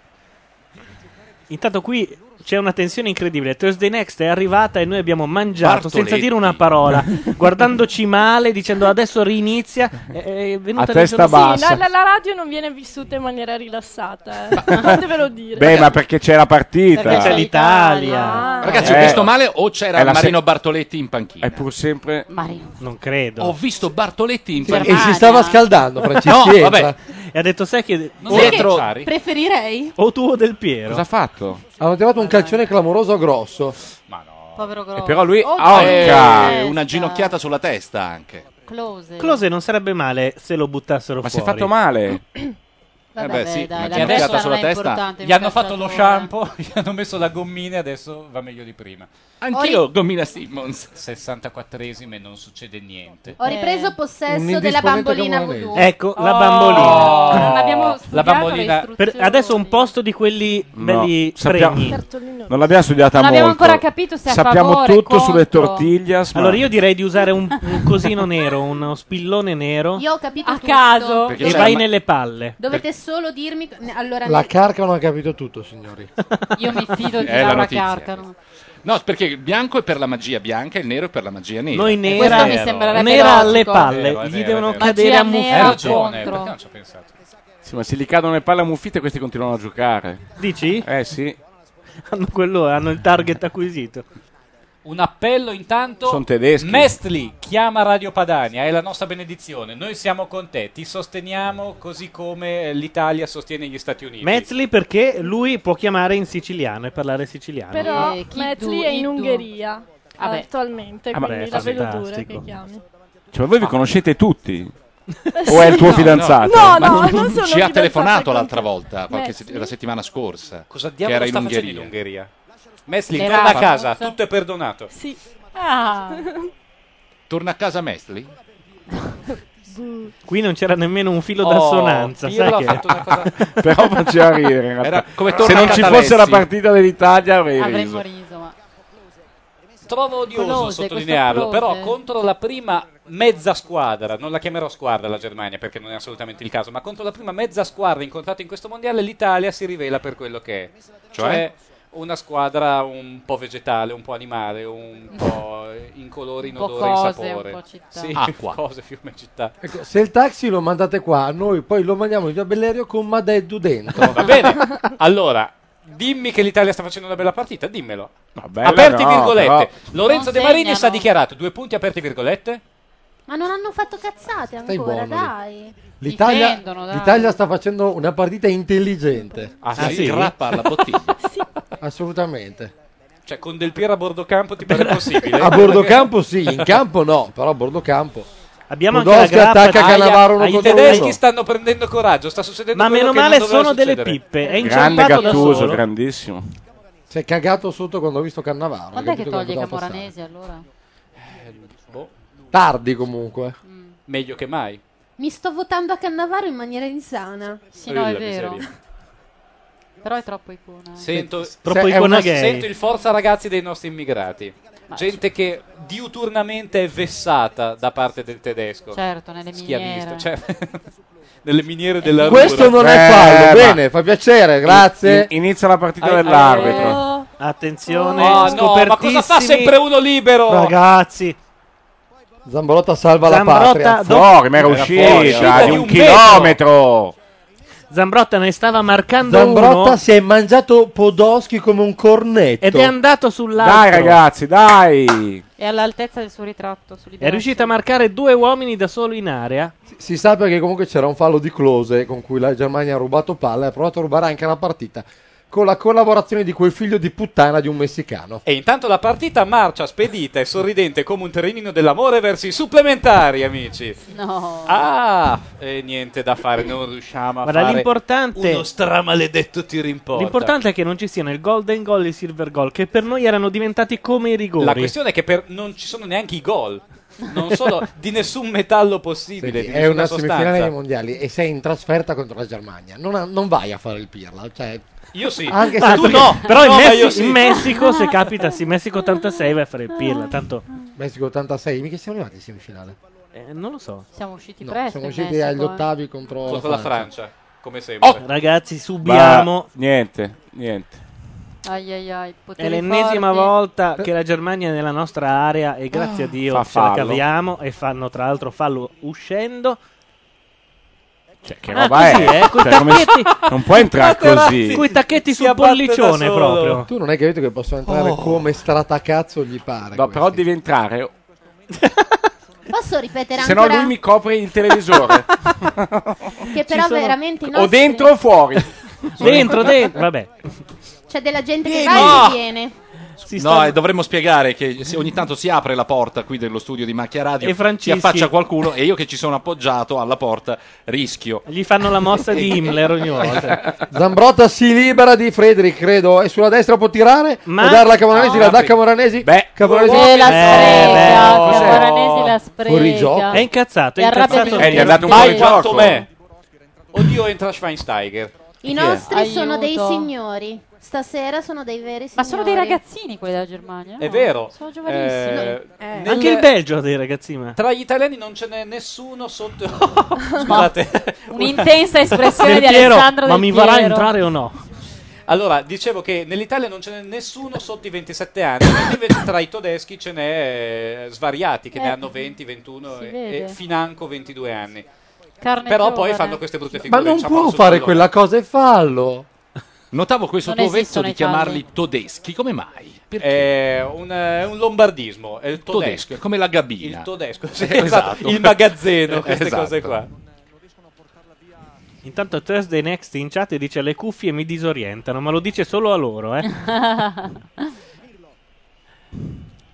Speaker 2: Intanto qui c'è una tensione incredibile. Thursday Next è arrivata e noi abbiamo mangiato senza
Speaker 9: Bartoletti.
Speaker 2: dire una parola, guardandoci male, dicendo adesso rinizia. È, è venuta nel
Speaker 8: A testa
Speaker 2: giorno-
Speaker 8: bassa.
Speaker 17: La, la- la radio non viene vissuta in maniera rilassata, eh. Fatevelo dire.
Speaker 8: Beh, ma perché c'è la partita.
Speaker 2: Perché c'è l'Italia.
Speaker 4: Ragazzi, ho
Speaker 8: Eh,
Speaker 4: visto male o c'era
Speaker 8: Ah. è la se-
Speaker 4: Marino Bartoletti in panchina?
Speaker 8: È pur sempre...
Speaker 2: Non credo.
Speaker 4: Ho visto Bartoletti in
Speaker 5: Sì,
Speaker 4: panchina.
Speaker 5: e si stava scaldando, Francesco.
Speaker 4: No,
Speaker 5: entra.
Speaker 4: vabbè.
Speaker 2: E ha detto, sai che...
Speaker 4: Non dietro-
Speaker 3: Preferirei.
Speaker 2: O tu o Del Piero.
Speaker 8: Cosa ha fatto?
Speaker 5: Hanno tirato un calcione clamoroso a grosso.
Speaker 3: Povero Grosso.
Speaker 4: Però lui
Speaker 3: Oh,
Speaker 4: ha
Speaker 3: eh,
Speaker 4: una ginocchiata sulla testa anche.
Speaker 3: Close.
Speaker 2: Close non sarebbe male se lo buttassero
Speaker 8: Ma si è
Speaker 2: fuori.
Speaker 8: fatto male.
Speaker 3: Vabbè,
Speaker 4: beh,
Speaker 3: beh,
Speaker 4: sì,
Speaker 3: dai,
Speaker 4: ma
Speaker 3: la
Speaker 4: che adesso
Speaker 3: testa
Speaker 4: sulla
Speaker 3: non è
Speaker 4: testa-
Speaker 3: importante,
Speaker 9: Gli
Speaker 3: mica
Speaker 9: hanno fatto
Speaker 3: sta
Speaker 9: lo
Speaker 3: tua-
Speaker 9: shampoo, gli hanno messo la gommina e adesso va meglio di prima.
Speaker 3: Anch'io, Ori-
Speaker 9: gommina Simmons. 64esima e non succede niente. Eh.
Speaker 3: Ho ripreso possesso
Speaker 2: Un
Speaker 3: della
Speaker 2: indisponente
Speaker 3: bambolina
Speaker 2: come
Speaker 3: voodoo.
Speaker 2: Ecco, la
Speaker 9: Oh!
Speaker 2: bambolina.
Speaker 9: Non abbiamo studiato La bambolina- le
Speaker 2: Per- adesso un posto di quelli
Speaker 8: No,
Speaker 2: belli
Speaker 8: sappiamo-
Speaker 2: pregni.
Speaker 8: Non l'abbiamo studiata
Speaker 11: Non
Speaker 8: molto.
Speaker 11: abbiamo ancora capito se è a
Speaker 8: Sappiamo
Speaker 11: favore,
Speaker 8: tutto
Speaker 11: contro.
Speaker 8: sulle tortiglias. ma-
Speaker 2: Allora io direi di usare un, un cosino nero, uno spillone nero.
Speaker 3: Io ho capito
Speaker 11: A
Speaker 3: tutto.
Speaker 11: caso.
Speaker 3: Perché
Speaker 2: e
Speaker 3: c'era
Speaker 2: vai
Speaker 3: ma-
Speaker 2: nelle palle.
Speaker 3: Dovete solo dirmi ne- allora
Speaker 5: La
Speaker 3: ne-
Speaker 5: carca non ha capito tutto, signori.
Speaker 3: io mi fido
Speaker 4: È la notizia. No, perché il bianco è per la magia bianca e il nero è per la magia nera.
Speaker 2: Noi nera- Questo mi sembrerebbe nera logico. alle palle, gli devono cadere a muffo.
Speaker 4: Hai
Speaker 2: Hai
Speaker 4: ragione,
Speaker 2: ragione,
Speaker 4: perché non ci ho pensato?
Speaker 8: Sì, ma se gli cadono le palle a muffite, questi continuano a giocare.
Speaker 2: Dici?
Speaker 8: Eh sì. Cioè,
Speaker 2: Hanno, quello, hanno il target acquisito.
Speaker 9: Un appello intanto.
Speaker 8: Sono tedeschi.
Speaker 9: Mestli chiama Radio Padania, è la nostra benedizione. Noi siamo con te, ti sosteniamo così come l'Italia sostiene gli Stati Uniti.
Speaker 2: Metzli perché lui può chiamare in siciliano e parlare siciliano.
Speaker 17: Però
Speaker 11: Eh, chi
Speaker 17: Metzli
Speaker 11: tu,
Speaker 17: è
Speaker 11: chi
Speaker 17: in
Speaker 11: tu.
Speaker 17: Ungheria
Speaker 11: Vabbè.
Speaker 17: attualmente,
Speaker 8: Ah, beh,
Speaker 17: quindi la vedo dura
Speaker 2: fantastico.
Speaker 17: che chiami.
Speaker 8: Cioè, ma voi vi
Speaker 4: Ah.
Speaker 8: conoscete tutti? o è il tuo
Speaker 17: No,
Speaker 8: fidanzato?
Speaker 17: no. No,
Speaker 4: eh. Ma
Speaker 17: no,
Speaker 4: tu-
Speaker 17: non sono
Speaker 4: Ci ha
Speaker 17: fidanzata
Speaker 4: telefonato
Speaker 17: con
Speaker 4: l'altra
Speaker 17: te.
Speaker 4: volta, qualche
Speaker 17: Eh,
Speaker 4: sett-
Speaker 17: sì.
Speaker 4: la settimana scorsa.
Speaker 9: Cosa
Speaker 4: che
Speaker 9: diavolo
Speaker 4: era in
Speaker 9: sta
Speaker 4: Ungheria.
Speaker 9: facendo in Ungheria? Mestli,
Speaker 11: Le
Speaker 9: torna a
Speaker 11: rape.
Speaker 9: casa, tutto è perdonato.
Speaker 17: Sì.
Speaker 11: Ah.
Speaker 4: Torna a casa Mestli?
Speaker 2: Qui non c'era nemmeno un filo
Speaker 4: Oh,
Speaker 2: d'assonanza.
Speaker 4: Pirlo
Speaker 2: sai
Speaker 4: ha fatto una cosa-
Speaker 2: che...
Speaker 8: Però faceva ridere. in realtà.
Speaker 4: Era come
Speaker 8: se
Speaker 4: torna
Speaker 8: non ci
Speaker 4: Catalessi.
Speaker 8: fosse la partita dell'Italia, avrei
Speaker 11: Avremmo
Speaker 8: riso.
Speaker 11: riso, ma...
Speaker 9: Trovo odioso
Speaker 11: Close,
Speaker 9: sottolinearlo,
Speaker 11: questa
Speaker 9: però
Speaker 11: close.
Speaker 9: contro la prima mezza squadra, non la chiamerò squadra la Germania perché non è assolutamente il caso, ma contro la prima mezza squadra incontrata in questo mondiale l'Italia si rivela per quello che è. Cioè una squadra un po' vegetale, un po' animale, un po' in colori, in
Speaker 11: Un po'
Speaker 9: odore, in
Speaker 11: cose,
Speaker 9: sapore.
Speaker 11: un po' città.
Speaker 9: Sì,
Speaker 5: Acqua.
Speaker 9: cose, fiume, città.
Speaker 5: Ecco, se il taxi lo mandate qua, noi poi lo mandiamo in via Bellerio con Madeddu dentro.
Speaker 9: Va bene, allora dimmi che l'Italia sta facendo una bella partita, dimmelo.
Speaker 5: bella
Speaker 9: aperti
Speaker 5: no,
Speaker 9: virgolette.
Speaker 5: però-
Speaker 9: Lorenzo
Speaker 3: Non
Speaker 9: De Marinis
Speaker 3: segnano.
Speaker 9: ha dichiarato due punti aperti virgolette.
Speaker 3: Ma non hanno fatto cazzate ancora,
Speaker 5: buono,
Speaker 3: dai.
Speaker 5: L'Italia,
Speaker 3: Difendono, dai.
Speaker 5: l'Italia sta facendo una partita intelligente.
Speaker 9: Ah, si grappa alla bottiglia.
Speaker 5: Assolutamente.
Speaker 9: Cioè con Del Piero a bordo campo ti pare possibile?
Speaker 5: A bordo campo sì, in campo no, però a bordo campo.
Speaker 2: Abbiamo
Speaker 9: anche
Speaker 5: Podolski
Speaker 9: la grappa-
Speaker 5: attacca
Speaker 9: Aia,
Speaker 5: Cannavaro uno
Speaker 9: ai
Speaker 5: contro
Speaker 9: tedeschi
Speaker 5: uno.
Speaker 9: stanno prendendo coraggio, sta succedendo
Speaker 2: Ma meno
Speaker 9: quello che non
Speaker 2: male
Speaker 9: doveva
Speaker 2: sono delle
Speaker 9: succedere.
Speaker 2: pippe, è
Speaker 8: Grande
Speaker 2: inciampato da
Speaker 8: Gattuso,
Speaker 2: solo.
Speaker 8: grandissimo.
Speaker 5: Si è cagato sotto quando ho visto Cannavaro.
Speaker 11: Quando è che
Speaker 5: capito
Speaker 11: toglie
Speaker 5: cosa poteva passare.
Speaker 11: Camoranesi allora?
Speaker 9: Boh,
Speaker 5: Tardi comunque. eh.
Speaker 9: meglio che mai.
Speaker 3: Mi sto votando a Cannavaro in maniera insana.
Speaker 9: Sì, no, è Urla, vero. miseria.
Speaker 11: Però è troppo icona.
Speaker 9: Sento,
Speaker 2: Troppo
Speaker 9: se- è
Speaker 2: icona
Speaker 9: una-
Speaker 2: Cioè, gay.
Speaker 9: sento il forza ragazzi dei nostri immigrati.
Speaker 5: cioè-
Speaker 9: Gente che diuturnamente è vessata da parte del tedesco.
Speaker 11: Certo, nelle
Speaker 9: Schiavista,
Speaker 11: miniere.
Speaker 9: cioè, nelle miniere della
Speaker 5: Questo
Speaker 9: Rura.
Speaker 5: non
Speaker 2: Eh,
Speaker 5: è fallo, bene, fa piacere, grazie.
Speaker 8: In- inizia la partita
Speaker 9: Ai-
Speaker 8: dell'arbitro.
Speaker 2: Attenzione,
Speaker 9: Oh, no, ma cosa fa
Speaker 2: scopertissimi.
Speaker 9: sempre uno libero?
Speaker 2: Ragazzi,
Speaker 5: Zambrotta salva
Speaker 2: Zambrotta
Speaker 5: la patria.
Speaker 2: dopo-
Speaker 8: Fuori, ma era uscita di un chilometro.
Speaker 2: Zambrotta ne stava marcando
Speaker 5: Zambrotta
Speaker 2: uno
Speaker 5: si è mangiato Podoschi come un cornetto.
Speaker 2: ed è andato sull'altro.
Speaker 8: Dai ragazzi, dai.
Speaker 11: È all'altezza del suo ritratto.
Speaker 2: È riuscito a marcare due uomini da solo in area.
Speaker 5: Si sa perché comunque c'era un fallo di Close con cui la Germania ha rubato palla e ha provato a rubare anche la partita con la collaborazione di quel figlio di puttana di un messicano.
Speaker 9: E intanto la partita marcia spedita e sorridente come un terrenino dell'amore verso i supplementari, amici.
Speaker 11: No.
Speaker 9: Ah, e niente da fare, non riusciamo a
Speaker 2: Guarda,
Speaker 9: fare
Speaker 2: l'importante-
Speaker 9: uno stramaledetto tiro in porta.
Speaker 2: L'importante è che non ci siano il golden goal e il silver goal, che per noi erano diventati come i rigori.
Speaker 9: La questione è che per- non ci sono neanche i gol. Non sono di nessun metallo possibile, di
Speaker 5: È una
Speaker 9: nessuna
Speaker 5: semifinale dei
Speaker 9: sostanza.
Speaker 5: mondiali e sei in trasferta contro la Germania. Non, ha- non vai a fare il pirla. Cioè,
Speaker 9: Io sì.
Speaker 5: Anche
Speaker 2: Ah,
Speaker 5: se tu
Speaker 2: perché-
Speaker 5: no,
Speaker 2: però
Speaker 5: no,
Speaker 2: in,
Speaker 5: ma
Speaker 2: Messi-
Speaker 5: io sì.
Speaker 2: in Messico, se capita, sì, Messico 86 vai a fare il pirla. Tanto
Speaker 5: Messico 86, mica siamo arrivati in semifinale.
Speaker 2: eh, non lo so.
Speaker 11: Siamo usciti
Speaker 5: No,
Speaker 11: presto.
Speaker 5: siamo
Speaker 11: in
Speaker 5: usciti
Speaker 11: Messico,
Speaker 5: agli
Speaker 11: eh.
Speaker 5: ottavi contro,
Speaker 9: Contro la Francia, come sempre.
Speaker 2: Oh, ragazzi, subiamo.
Speaker 8: Ma niente, niente.
Speaker 11: Ai ai ai.
Speaker 2: È
Speaker 11: poteri
Speaker 2: l'ennesima
Speaker 11: forti.
Speaker 2: volta che la Germania è nella nostra area e grazie a Dio ce la
Speaker 8: Fa fallo.
Speaker 2: caviamo e fanno tra l'altro fallo uscendo.
Speaker 8: Cioè, che
Speaker 2: Ah,
Speaker 8: roba
Speaker 2: così,
Speaker 8: è?
Speaker 2: eh, coi
Speaker 8: Cioè, come si-
Speaker 2: tacchetti.
Speaker 8: non può entrare così.
Speaker 2: Coi tacchetti sul pollicione proprio.
Speaker 5: Tu non hai capito che possono entrare
Speaker 8: Oh.
Speaker 5: come stratacazzo gli pare.
Speaker 8: No, però devi entrare,
Speaker 3: Posso ripetere
Speaker 8: se no
Speaker 3: ancora?
Speaker 8: lui mi copre il televisore.
Speaker 3: Che però veramente i
Speaker 8: O
Speaker 3: nostri-
Speaker 8: dentro o fuori.
Speaker 2: Dentro, dentro, vabbè.
Speaker 3: C'è della gente che
Speaker 19: Vieni.
Speaker 3: va
Speaker 19: No.
Speaker 3: e viene.
Speaker 4: No, e dovremmo spiegare che se ogni tanto si apre la porta qui dello studio di Macchia Radio,
Speaker 2: E Francischi-
Speaker 4: si affaccia qualcuno e io che ci sono appoggiato alla porta rischio.
Speaker 2: Gli fanno la mossa di Himmler ogni volta.
Speaker 5: Zambrotta si libera di Frederick, credo, e sulla destra può tirare.
Speaker 2: Ma-
Speaker 5: Ma... darla a Camoranesi,
Speaker 2: No.
Speaker 5: la dà a Camoranesi. Beh, Camoranesi.
Speaker 11: Eh, la spreca.
Speaker 2: beh, cos'è?
Speaker 11: Camoranesi la spreca.
Speaker 5: Fuorigioco.
Speaker 2: È incazzato, è
Speaker 11: È
Speaker 2: incazzato.
Speaker 11: arrabbiato.
Speaker 9: Eh, gli ha dato un Mai fuorigioco. quanto me. Oddio, entra Schweinsteiger.
Speaker 3: I nostri
Speaker 11: Aiuto.
Speaker 3: sono dei signori. Stasera sono dei veri signori.
Speaker 11: Ma sono dei ragazzini quelli della Germania.
Speaker 9: È
Speaker 11: no?
Speaker 9: vero.
Speaker 11: Sono giovanissimi.
Speaker 9: Eh,
Speaker 11: Eh.
Speaker 9: nel-
Speaker 2: Anche il Belgio ha dei ragazzi, ma.
Speaker 9: Tra gli italiani non ce n'è nessuno sotto. Scusate.
Speaker 11: Un'intensa espressione di
Speaker 2: Del Piero,
Speaker 11: Alessandro
Speaker 2: ma
Speaker 11: Del
Speaker 2: mi farà
Speaker 11: Piero.
Speaker 2: entrare o no?
Speaker 9: Allora, dicevo che nell'Italia non ce n'è nessuno sotto i 27 anni, mentre invece tra i tedeschi ce n'è eh, svariati che
Speaker 11: Eh,
Speaker 9: ne hanno 20, 21
Speaker 11: si
Speaker 9: e,
Speaker 11: vede.
Speaker 9: e financo 22 anni.
Speaker 11: Carne
Speaker 9: Però
Speaker 11: giovane.
Speaker 9: poi fanno queste brutte figure.
Speaker 5: Ma non
Speaker 9: inciampano
Speaker 5: può
Speaker 9: sul
Speaker 5: fare
Speaker 9: pallone.
Speaker 5: quella cosa e fallo.
Speaker 4: Notavo questo
Speaker 9: Non
Speaker 4: tuo vezzo
Speaker 9: esistono
Speaker 4: di
Speaker 9: i falli.
Speaker 4: chiamarli tedeschi, come mai?
Speaker 9: È un, eh, un lombardismo, è il
Speaker 4: Todesco,
Speaker 9: tedesco.
Speaker 4: è come la gabina.
Speaker 9: Il tedesco, sì,
Speaker 4: Eh,
Speaker 9: esatto.
Speaker 4: esatto.
Speaker 9: Il magazzino, queste
Speaker 4: Esatto.
Speaker 9: cose qua.
Speaker 2: Intanto Thursday Next in chat dice le cuffie mi disorientano, ma lo dice solo a loro, eh.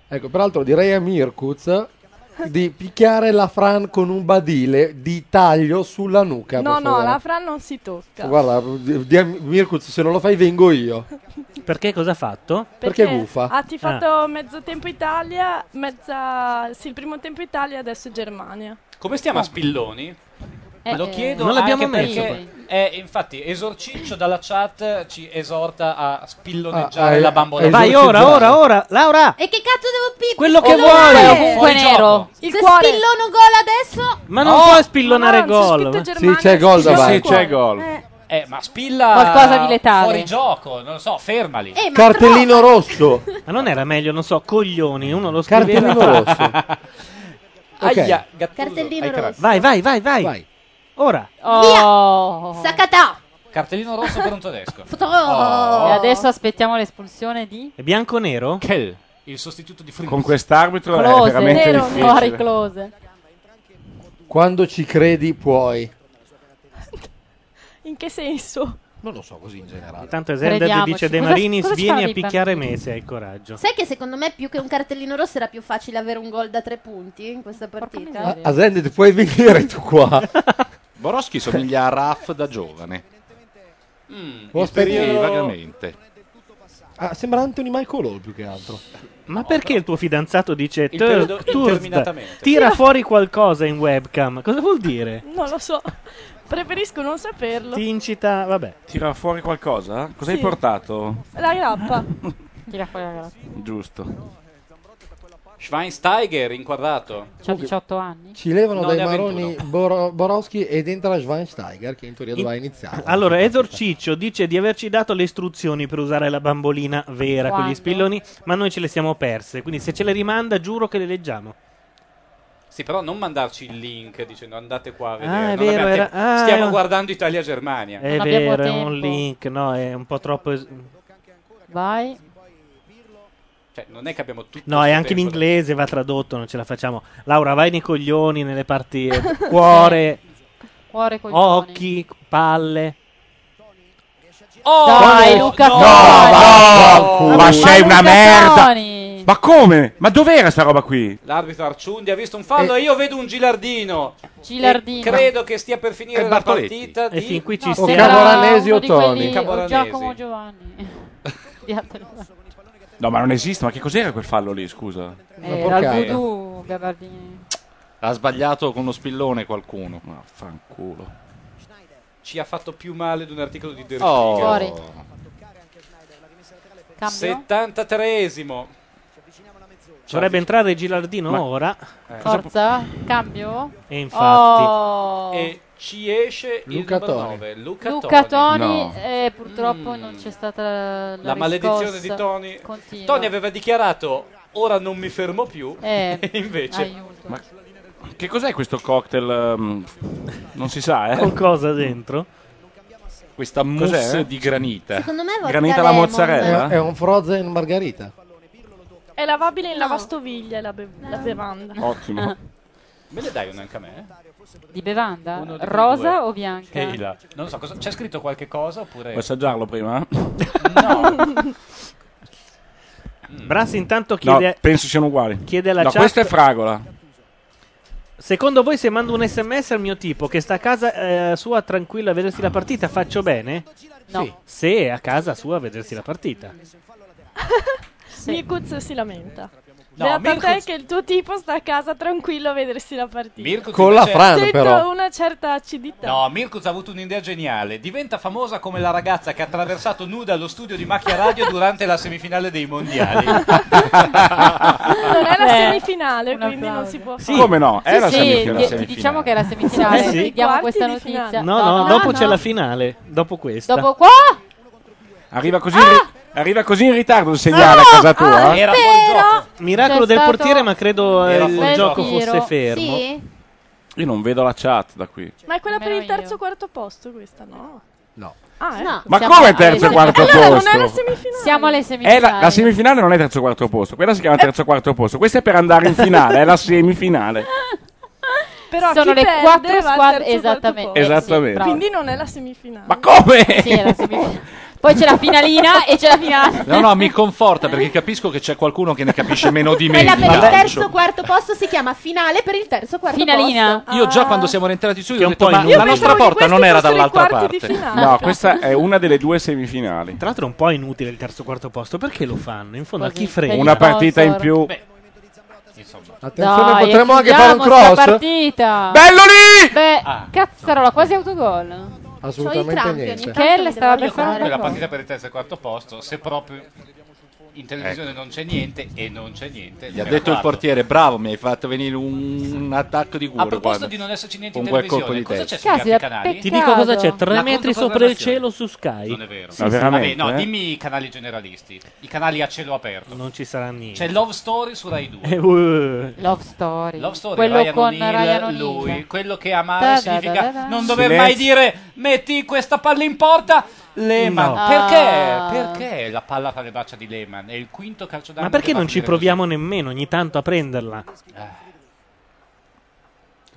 Speaker 5: Ecco, peraltro direi a Mirkuz di picchiare la Fran con un badile di taglio sulla nuca.
Speaker 17: No,
Speaker 5: per
Speaker 17: no,
Speaker 5: favore.
Speaker 17: la Fran non si tocca.
Speaker 5: Guarda, di- di- Mirkuz, se non lo fai vengo io.
Speaker 2: Perché cosa ha fatto? Ah.
Speaker 5: Perché gufa.
Speaker 17: Ha tifato mezzo tempo Italia, mezza... sì, il primo tempo Italia, adesso Germania.
Speaker 9: Come stiamo a spilloni?
Speaker 2: Eh,
Speaker 9: Lo
Speaker 2: eh,
Speaker 9: chiedo
Speaker 2: non l'abbiamo
Speaker 9: anche
Speaker 2: messo
Speaker 9: perché eh, infatti Esorciccio dalla chat ci esorta a
Speaker 2: Ah,
Speaker 9: spilloneggiare
Speaker 2: eh,
Speaker 9: la bambola.
Speaker 2: Vai
Speaker 5: Esatto.
Speaker 2: ora, ora, ora, Laura.
Speaker 16: E che cazzo devo pippi?
Speaker 2: Quello che vuoi. Comunque
Speaker 16: è
Speaker 2: nero.
Speaker 16: Il Se spillono gol adesso.
Speaker 2: Ma non
Speaker 11: Oh,
Speaker 2: puoi spillonare gol.
Speaker 5: Sì, c'è gol davanti.
Speaker 9: Eh, ma spilla
Speaker 11: Qualcosa di letale.
Speaker 9: fuori gioco, non lo so, fermali.
Speaker 5: Cartellino rosso.
Speaker 2: Eh, Ma non era meglio, non so, coglioni, uno lo scriveva.
Speaker 5: Cartellino
Speaker 2: Ok.
Speaker 9: Aia, Gattuso.
Speaker 16: Cartellino
Speaker 9: Hai
Speaker 16: rosso.
Speaker 9: tratto.
Speaker 2: Vai, vai, vai, vai. Ora.
Speaker 11: Oh.
Speaker 16: Sacatà.
Speaker 9: Cartellino rosso per un tedesco.
Speaker 11: E adesso aspettiamo l'espulsione di
Speaker 2: Bianco-nero?
Speaker 9: Kell, il sostituto di Fritz.
Speaker 8: Con quest'arbitro è
Speaker 11: Close.
Speaker 8: veramente
Speaker 11: Nero,
Speaker 8: difficile.
Speaker 11: fuori Close.
Speaker 5: Quando ci credi puoi.
Speaker 17: In che senso?
Speaker 5: Non lo so così in generale.
Speaker 2: Tanto Zender
Speaker 16: Crediamoci.
Speaker 2: dice De
Speaker 16: Cosa-
Speaker 2: Marinis,
Speaker 16: cosa
Speaker 2: vieni
Speaker 16: fanno
Speaker 2: a
Speaker 16: i
Speaker 2: picchiare
Speaker 16: bambini?
Speaker 2: me se hai coraggio.
Speaker 16: Sai che secondo me più che un cartellino rosso era più facile avere un gol da tre punti in questa partita?
Speaker 5: Asende, ti puoi venire tu qua.
Speaker 4: Boroschi somiglia a Raff da giovane.
Speaker 5: Può
Speaker 9: Mm.
Speaker 4: Il periodo-
Speaker 5: sperare.
Speaker 4: vagamente.
Speaker 5: Ah, sembra Anthony Michael più che altro.
Speaker 2: Ma perché il tuo fidanzato dice
Speaker 5: Il periodo-
Speaker 2: "Turk, Turk,
Speaker 5: indeterminatamente".
Speaker 2: tira fuori qualcosa in webcam? Cosa vuol dire?
Speaker 17: Non lo so. Preferisco non saperlo.
Speaker 2: Ti incita, vabbè.
Speaker 8: Tira fuori qualcosa? Cosa hai
Speaker 17: Sì.
Speaker 8: portato?
Speaker 17: La grappa.
Speaker 11: Tira fuori la grappa.
Speaker 8: Giusto.
Speaker 9: Schweinsteiger inquadrato.
Speaker 11: C'ha 18 Cioè, anni.
Speaker 5: Ci levano
Speaker 9: No,
Speaker 5: dai
Speaker 9: ne ha
Speaker 5: maroni Boro- Borowski ed entra Schweinsteiger, che in teoria doveva iniziare.
Speaker 2: Allora, Esorciccio dice di averci dato le istruzioni per usare la bambolina vera con gli
Speaker 9: Quando?
Speaker 2: spilloni, ma noi ce le siamo perse. Quindi se ce le rimanda, giuro che le leggiamo.
Speaker 9: Sì, però non mandarci il link dicendo andate qua a
Speaker 2: Ah, è
Speaker 9: vedere. Non abbiamo
Speaker 2: vero, era-
Speaker 9: tempo.
Speaker 2: ah,
Speaker 9: Stiamo
Speaker 2: è-
Speaker 9: guardando Italia-Germania.
Speaker 2: È vero, è un link, no, è un po' troppo... es-
Speaker 11: Vai.
Speaker 9: Cioè, non è che abbiamo tutto
Speaker 2: No, è
Speaker 9: questo
Speaker 2: anche in
Speaker 9: tempo.
Speaker 2: inglese, va tradotto, non ce la facciamo. Laura, vai nei coglioni, nelle parti eh, cuore,
Speaker 11: Cuore con
Speaker 2: occhi, palle.
Speaker 11: Oh,
Speaker 2: Dai,
Speaker 11: Luca
Speaker 8: no,
Speaker 11: Toni.
Speaker 8: ma,
Speaker 11: Oh,
Speaker 8: Ah, ma
Speaker 11: ma
Speaker 8: sei
Speaker 11: Luca
Speaker 8: una merda.
Speaker 11: Toni.
Speaker 8: Ma come? Ma dov'era sta roba qui?
Speaker 9: L'arbitro Arciundi ha visto un
Speaker 2: Eh.
Speaker 9: fallo e io vedo un Gilardino.
Speaker 11: Gilardino.
Speaker 9: E credo che stia per finire la
Speaker 8: Bartoletti.
Speaker 9: partita.
Speaker 2: E
Speaker 9: di-
Speaker 2: fin Eh, qui ci
Speaker 9: No,
Speaker 2: sta.
Speaker 9: sembra
Speaker 5: Camoranesi
Speaker 9: uno
Speaker 5: o
Speaker 9: di
Speaker 5: Toni?
Speaker 9: quelli-
Speaker 11: O
Speaker 9: Camoranesi.
Speaker 11: Giacomo Giovanni. Diatelo.
Speaker 8: No, ma non esiste. Ma che cos'era quel fallo lì? Scusa.
Speaker 11: Eh, era il voodoo, Gabardini.
Speaker 4: Ha sbagliato con uno spillone qualcuno.
Speaker 8: Ma fanculo.
Speaker 9: Ci ha fatto più male di un articolo di Der
Speaker 4: Oh.
Speaker 9: Spiegel.
Speaker 4: Fuori.
Speaker 11: Cambio?
Speaker 9: 73esimo.
Speaker 2: Dovrebbe entrare Gilardino
Speaker 9: Ma-
Speaker 2: ora.
Speaker 11: Eh.
Speaker 9: Eh,
Speaker 11: Forza, cambio.
Speaker 2: E infatti.
Speaker 11: Oh.
Speaker 9: E ci esce
Speaker 2: Luca
Speaker 9: il numero
Speaker 2: Toni.
Speaker 9: 9, Luca,
Speaker 11: Luca
Speaker 9: Toni.
Speaker 11: Toni, eh, purtroppo non c'è stata la,
Speaker 9: La maledizione
Speaker 11: riscossa.
Speaker 9: di Toni.
Speaker 11: Continua.
Speaker 9: Toni aveva dichiarato ora non mi fermo più.
Speaker 11: Eh,
Speaker 9: e invece
Speaker 11: aiuto.
Speaker 8: Ma che cos'è questo cocktail? ehm, non si sa, eh.
Speaker 2: Con cosa dentro?
Speaker 4: Questa mousse
Speaker 8: Cos'è?
Speaker 4: di granita.
Speaker 8: Secondo
Speaker 16: me
Speaker 8: vodka Granita alla lemon. mozzarella?
Speaker 5: È, è un Frozen Margherita.
Speaker 17: È lavabile in lavastoviglie la, bev- la bevanda.
Speaker 8: Ottimo.
Speaker 9: Me ne dai una anche a me? eh?
Speaker 11: Di bevanda?
Speaker 9: Uno di
Speaker 11: Rosa
Speaker 9: due.
Speaker 11: o bianca?
Speaker 9: Ehi là. Non so, cosa- c'è scritto qualche cosa oppure...
Speaker 8: Vuoi assaggiarlo prima?
Speaker 2: Brass intanto
Speaker 8: Mm. No,
Speaker 2: chiede...
Speaker 8: penso siano uguali.
Speaker 2: Chiede alla
Speaker 8: no,
Speaker 2: chat-
Speaker 8: questa è fragola.
Speaker 2: Secondo voi se mando un sms al mio tipo che sta a casa eh, sua tranquilla a vedersi la partita, faccio bene?
Speaker 11: No.
Speaker 2: Sì. Se è a casa sua a vedersi la partita.
Speaker 17: Mirkuz si lamenta. Beata
Speaker 2: No,
Speaker 17: te
Speaker 2: Mirkuz-
Speaker 17: che il tuo tipo sta a casa tranquillo a vedersi la partita.
Speaker 9: Mirkuz Con la invece- Fran,
Speaker 17: Sento
Speaker 9: però.
Speaker 17: una certa acidità.
Speaker 9: No, Mirkuz ha avuto un'idea geniale. Diventa famosa come la ragazza che ha attraversato nuda lo studio di macchia radio durante la semifinale dei mondiali.
Speaker 17: Non è la
Speaker 11: Eh,
Speaker 17: semifinale,
Speaker 11: un
Speaker 17: quindi non
Speaker 11: applauso.
Speaker 17: si può
Speaker 9: Sì.
Speaker 17: fare.
Speaker 9: Come no? È la
Speaker 11: sì,
Speaker 9: semifinale.
Speaker 11: di-
Speaker 9: La semifinale.
Speaker 11: diciamo che è la semifinale.
Speaker 2: Eh sì.
Speaker 11: vi diamo questa
Speaker 17: Quarti di
Speaker 11: notizia.
Speaker 2: No, no, dopo c'è la finale. Dopo questa.
Speaker 11: Dopo qua?
Speaker 8: Arriva così, in ri- arriva così in ritardo il segnale a casa tua.
Speaker 2: ah, Era Miracolo
Speaker 11: C'è
Speaker 2: del
Speaker 11: stato-
Speaker 2: portiere, ma credo eh,
Speaker 8: Era
Speaker 2: il
Speaker 8: fuori
Speaker 2: gioco
Speaker 8: gioco.
Speaker 2: fosse fermo.
Speaker 8: Io non vedo la chat da qui.
Speaker 17: Ma è quella per il terzo quarto posto questa, no?
Speaker 8: No.
Speaker 17: Ah,
Speaker 11: No.
Speaker 8: Ma
Speaker 11: Siamo-
Speaker 8: come terzo e quarto
Speaker 17: allora non è la
Speaker 8: posto?
Speaker 17: semifinale.
Speaker 11: Siamo alle
Speaker 8: È
Speaker 11: semifinali.
Speaker 8: Eh, la, la semifinale non è terzo quarto posto, quella si chiama terzo quarto posto. Questa è per andare in finale, è la semifinale.
Speaker 17: Però
Speaker 11: Sono
Speaker 17: chi
Speaker 11: le
Speaker 17: perde
Speaker 11: quattro
Speaker 17: va al
Speaker 11: squadre-
Speaker 17: terzo, quarto
Speaker 11: esattamente.
Speaker 17: posto.
Speaker 8: Esattamente. Bravo.
Speaker 17: Quindi non è la semifinale.
Speaker 8: Ma come?
Speaker 11: Sì, è la semifinale. Poi c'è la finalina e c'è la finale.
Speaker 4: No, no, mi conforta perché capisco che c'è qualcuno che ne capisce meno di me.
Speaker 16: Quella
Speaker 4: di
Speaker 16: per il
Speaker 4: calcio.
Speaker 16: terzo quarto posto si chiama finale per il terzo quarto
Speaker 11: Finalina.
Speaker 16: posto. Ah,
Speaker 4: Io già quando siamo rientrati su, ho
Speaker 8: un
Speaker 4: detto,
Speaker 8: po'
Speaker 4: ma
Speaker 8: inutile.
Speaker 4: la nostra
Speaker 8: Io pensavo
Speaker 4: porta
Speaker 8: che
Speaker 4: non era
Speaker 8: questi fossero
Speaker 4: dall'altra
Speaker 8: i quarti
Speaker 4: parte.
Speaker 8: di No, questa è una delle due semifinali.
Speaker 2: Tra l'altro è un po' inutile il terzo quarto posto. Perché lo fanno? In fondo a
Speaker 8: Così,
Speaker 2: chi frega?
Speaker 8: per Una i partita in sponsor. più.
Speaker 2: Beh,
Speaker 9: Insomma.
Speaker 5: Attenzione,
Speaker 11: Dai,
Speaker 5: potremmo
Speaker 11: e
Speaker 5: anche fare un
Speaker 11: chiudiamo sta
Speaker 5: cross?
Speaker 11: partita.
Speaker 5: Bello lì!
Speaker 11: Beh,
Speaker 9: Ah,
Speaker 11: cazzarola, quasi autogol.
Speaker 5: Assolutamente
Speaker 11: C'ho i crampi
Speaker 5: niente.
Speaker 11: ogni Michele stava per
Speaker 9: Io
Speaker 11: fare
Speaker 9: comunque
Speaker 11: una
Speaker 9: la
Speaker 11: cosa.
Speaker 9: partita per il terzo e quarto posto, se proprio in televisione non c'è niente e non c'è niente.
Speaker 4: Ecco. Gli ha
Speaker 9: me la
Speaker 4: detto il
Speaker 9: guardo.
Speaker 4: portiere, bravo, mi hai fatto venire un, un attacco di culo.
Speaker 9: A proposito
Speaker 4: guarda.
Speaker 9: di non esserci niente
Speaker 4: Con
Speaker 9: in
Speaker 4: quel
Speaker 9: televisione,
Speaker 4: colpo di
Speaker 9: cosa
Speaker 4: testa.
Speaker 9: c'è sui Casi, eh, altri è canali?
Speaker 2: Ti dico cosa c'è:
Speaker 9: La
Speaker 2: tre metri sopra il
Speaker 9: controprogrammazione.
Speaker 2: cielo su Sky.
Speaker 9: Non è vero.
Speaker 2: Sì, sì.
Speaker 9: Vabbè,
Speaker 4: eh?
Speaker 9: no, dimmi i canali generalisti, i canali a cielo aperto.
Speaker 2: Non ci sarà niente.
Speaker 9: C'è Love Story su Rai 2.
Speaker 11: Eh, uh. Love Story.
Speaker 9: Eh, Love Story,
Speaker 11: Quello
Speaker 9: Ryan
Speaker 11: con
Speaker 9: O'Neal,
Speaker 11: Ryan O'Neal.
Speaker 9: lui, quello che
Speaker 11: Da,
Speaker 9: amare
Speaker 11: da,
Speaker 9: significa
Speaker 11: da, da, da.
Speaker 9: non dover
Speaker 11: Silenzio.
Speaker 9: mai dire metti questa palla in porta. Lehman,
Speaker 2: No.
Speaker 11: Ah.
Speaker 9: perché? Perché la palla tra le braccia di Lehman? È il quinto calcio d'angolo.
Speaker 2: Ma perché
Speaker 9: che va a
Speaker 2: non ci
Speaker 9: finire così.
Speaker 2: proviamo nemmeno ogni tanto a prenderla?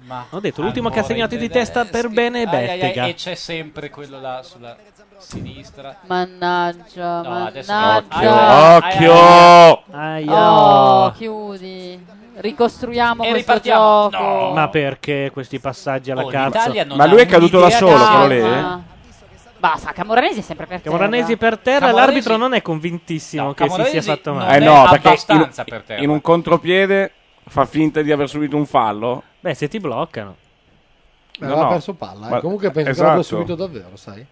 Speaker 9: Ma
Speaker 2: Ho detto, l'ultimo che ha
Speaker 9: ancora
Speaker 2: segnato
Speaker 9: i
Speaker 2: di testa
Speaker 9: tedeschi.
Speaker 2: per bene è
Speaker 9: eh, Ai, ai, ai,
Speaker 2: Bettega.
Speaker 9: E c'è sempre quello là sulla sinistra.
Speaker 11: Mannaggia,
Speaker 9: No, adesso
Speaker 11: mannaggia.
Speaker 9: Occhio, occhio!
Speaker 2: Aia.
Speaker 11: Oh, chiudi. Ricostruiamo
Speaker 9: E
Speaker 11: questo
Speaker 9: ripartiamo.
Speaker 11: gioco.
Speaker 2: Ma perché questi passaggi alla
Speaker 9: Oh,
Speaker 2: cazzo?
Speaker 9: l'Italia non Ma ha lui è caduto da un'idea solo, chiara. però, lei, eh?
Speaker 11: Basta, Camoranesi è sempre per terra.
Speaker 2: Camoranesi per terra,
Speaker 11: Camoranesi-
Speaker 2: l'arbitro non è convintissimo che si sia fatto male.
Speaker 8: Eh no, perché in,
Speaker 9: abbastanza per terra.
Speaker 8: in un contropiede fa finta di aver subito un fallo.
Speaker 2: Beh, se ti bloccano.
Speaker 5: Beh, aveva perso palla, eh. comunque penso
Speaker 8: esatto.
Speaker 5: che l'abbia subito davvero, sai?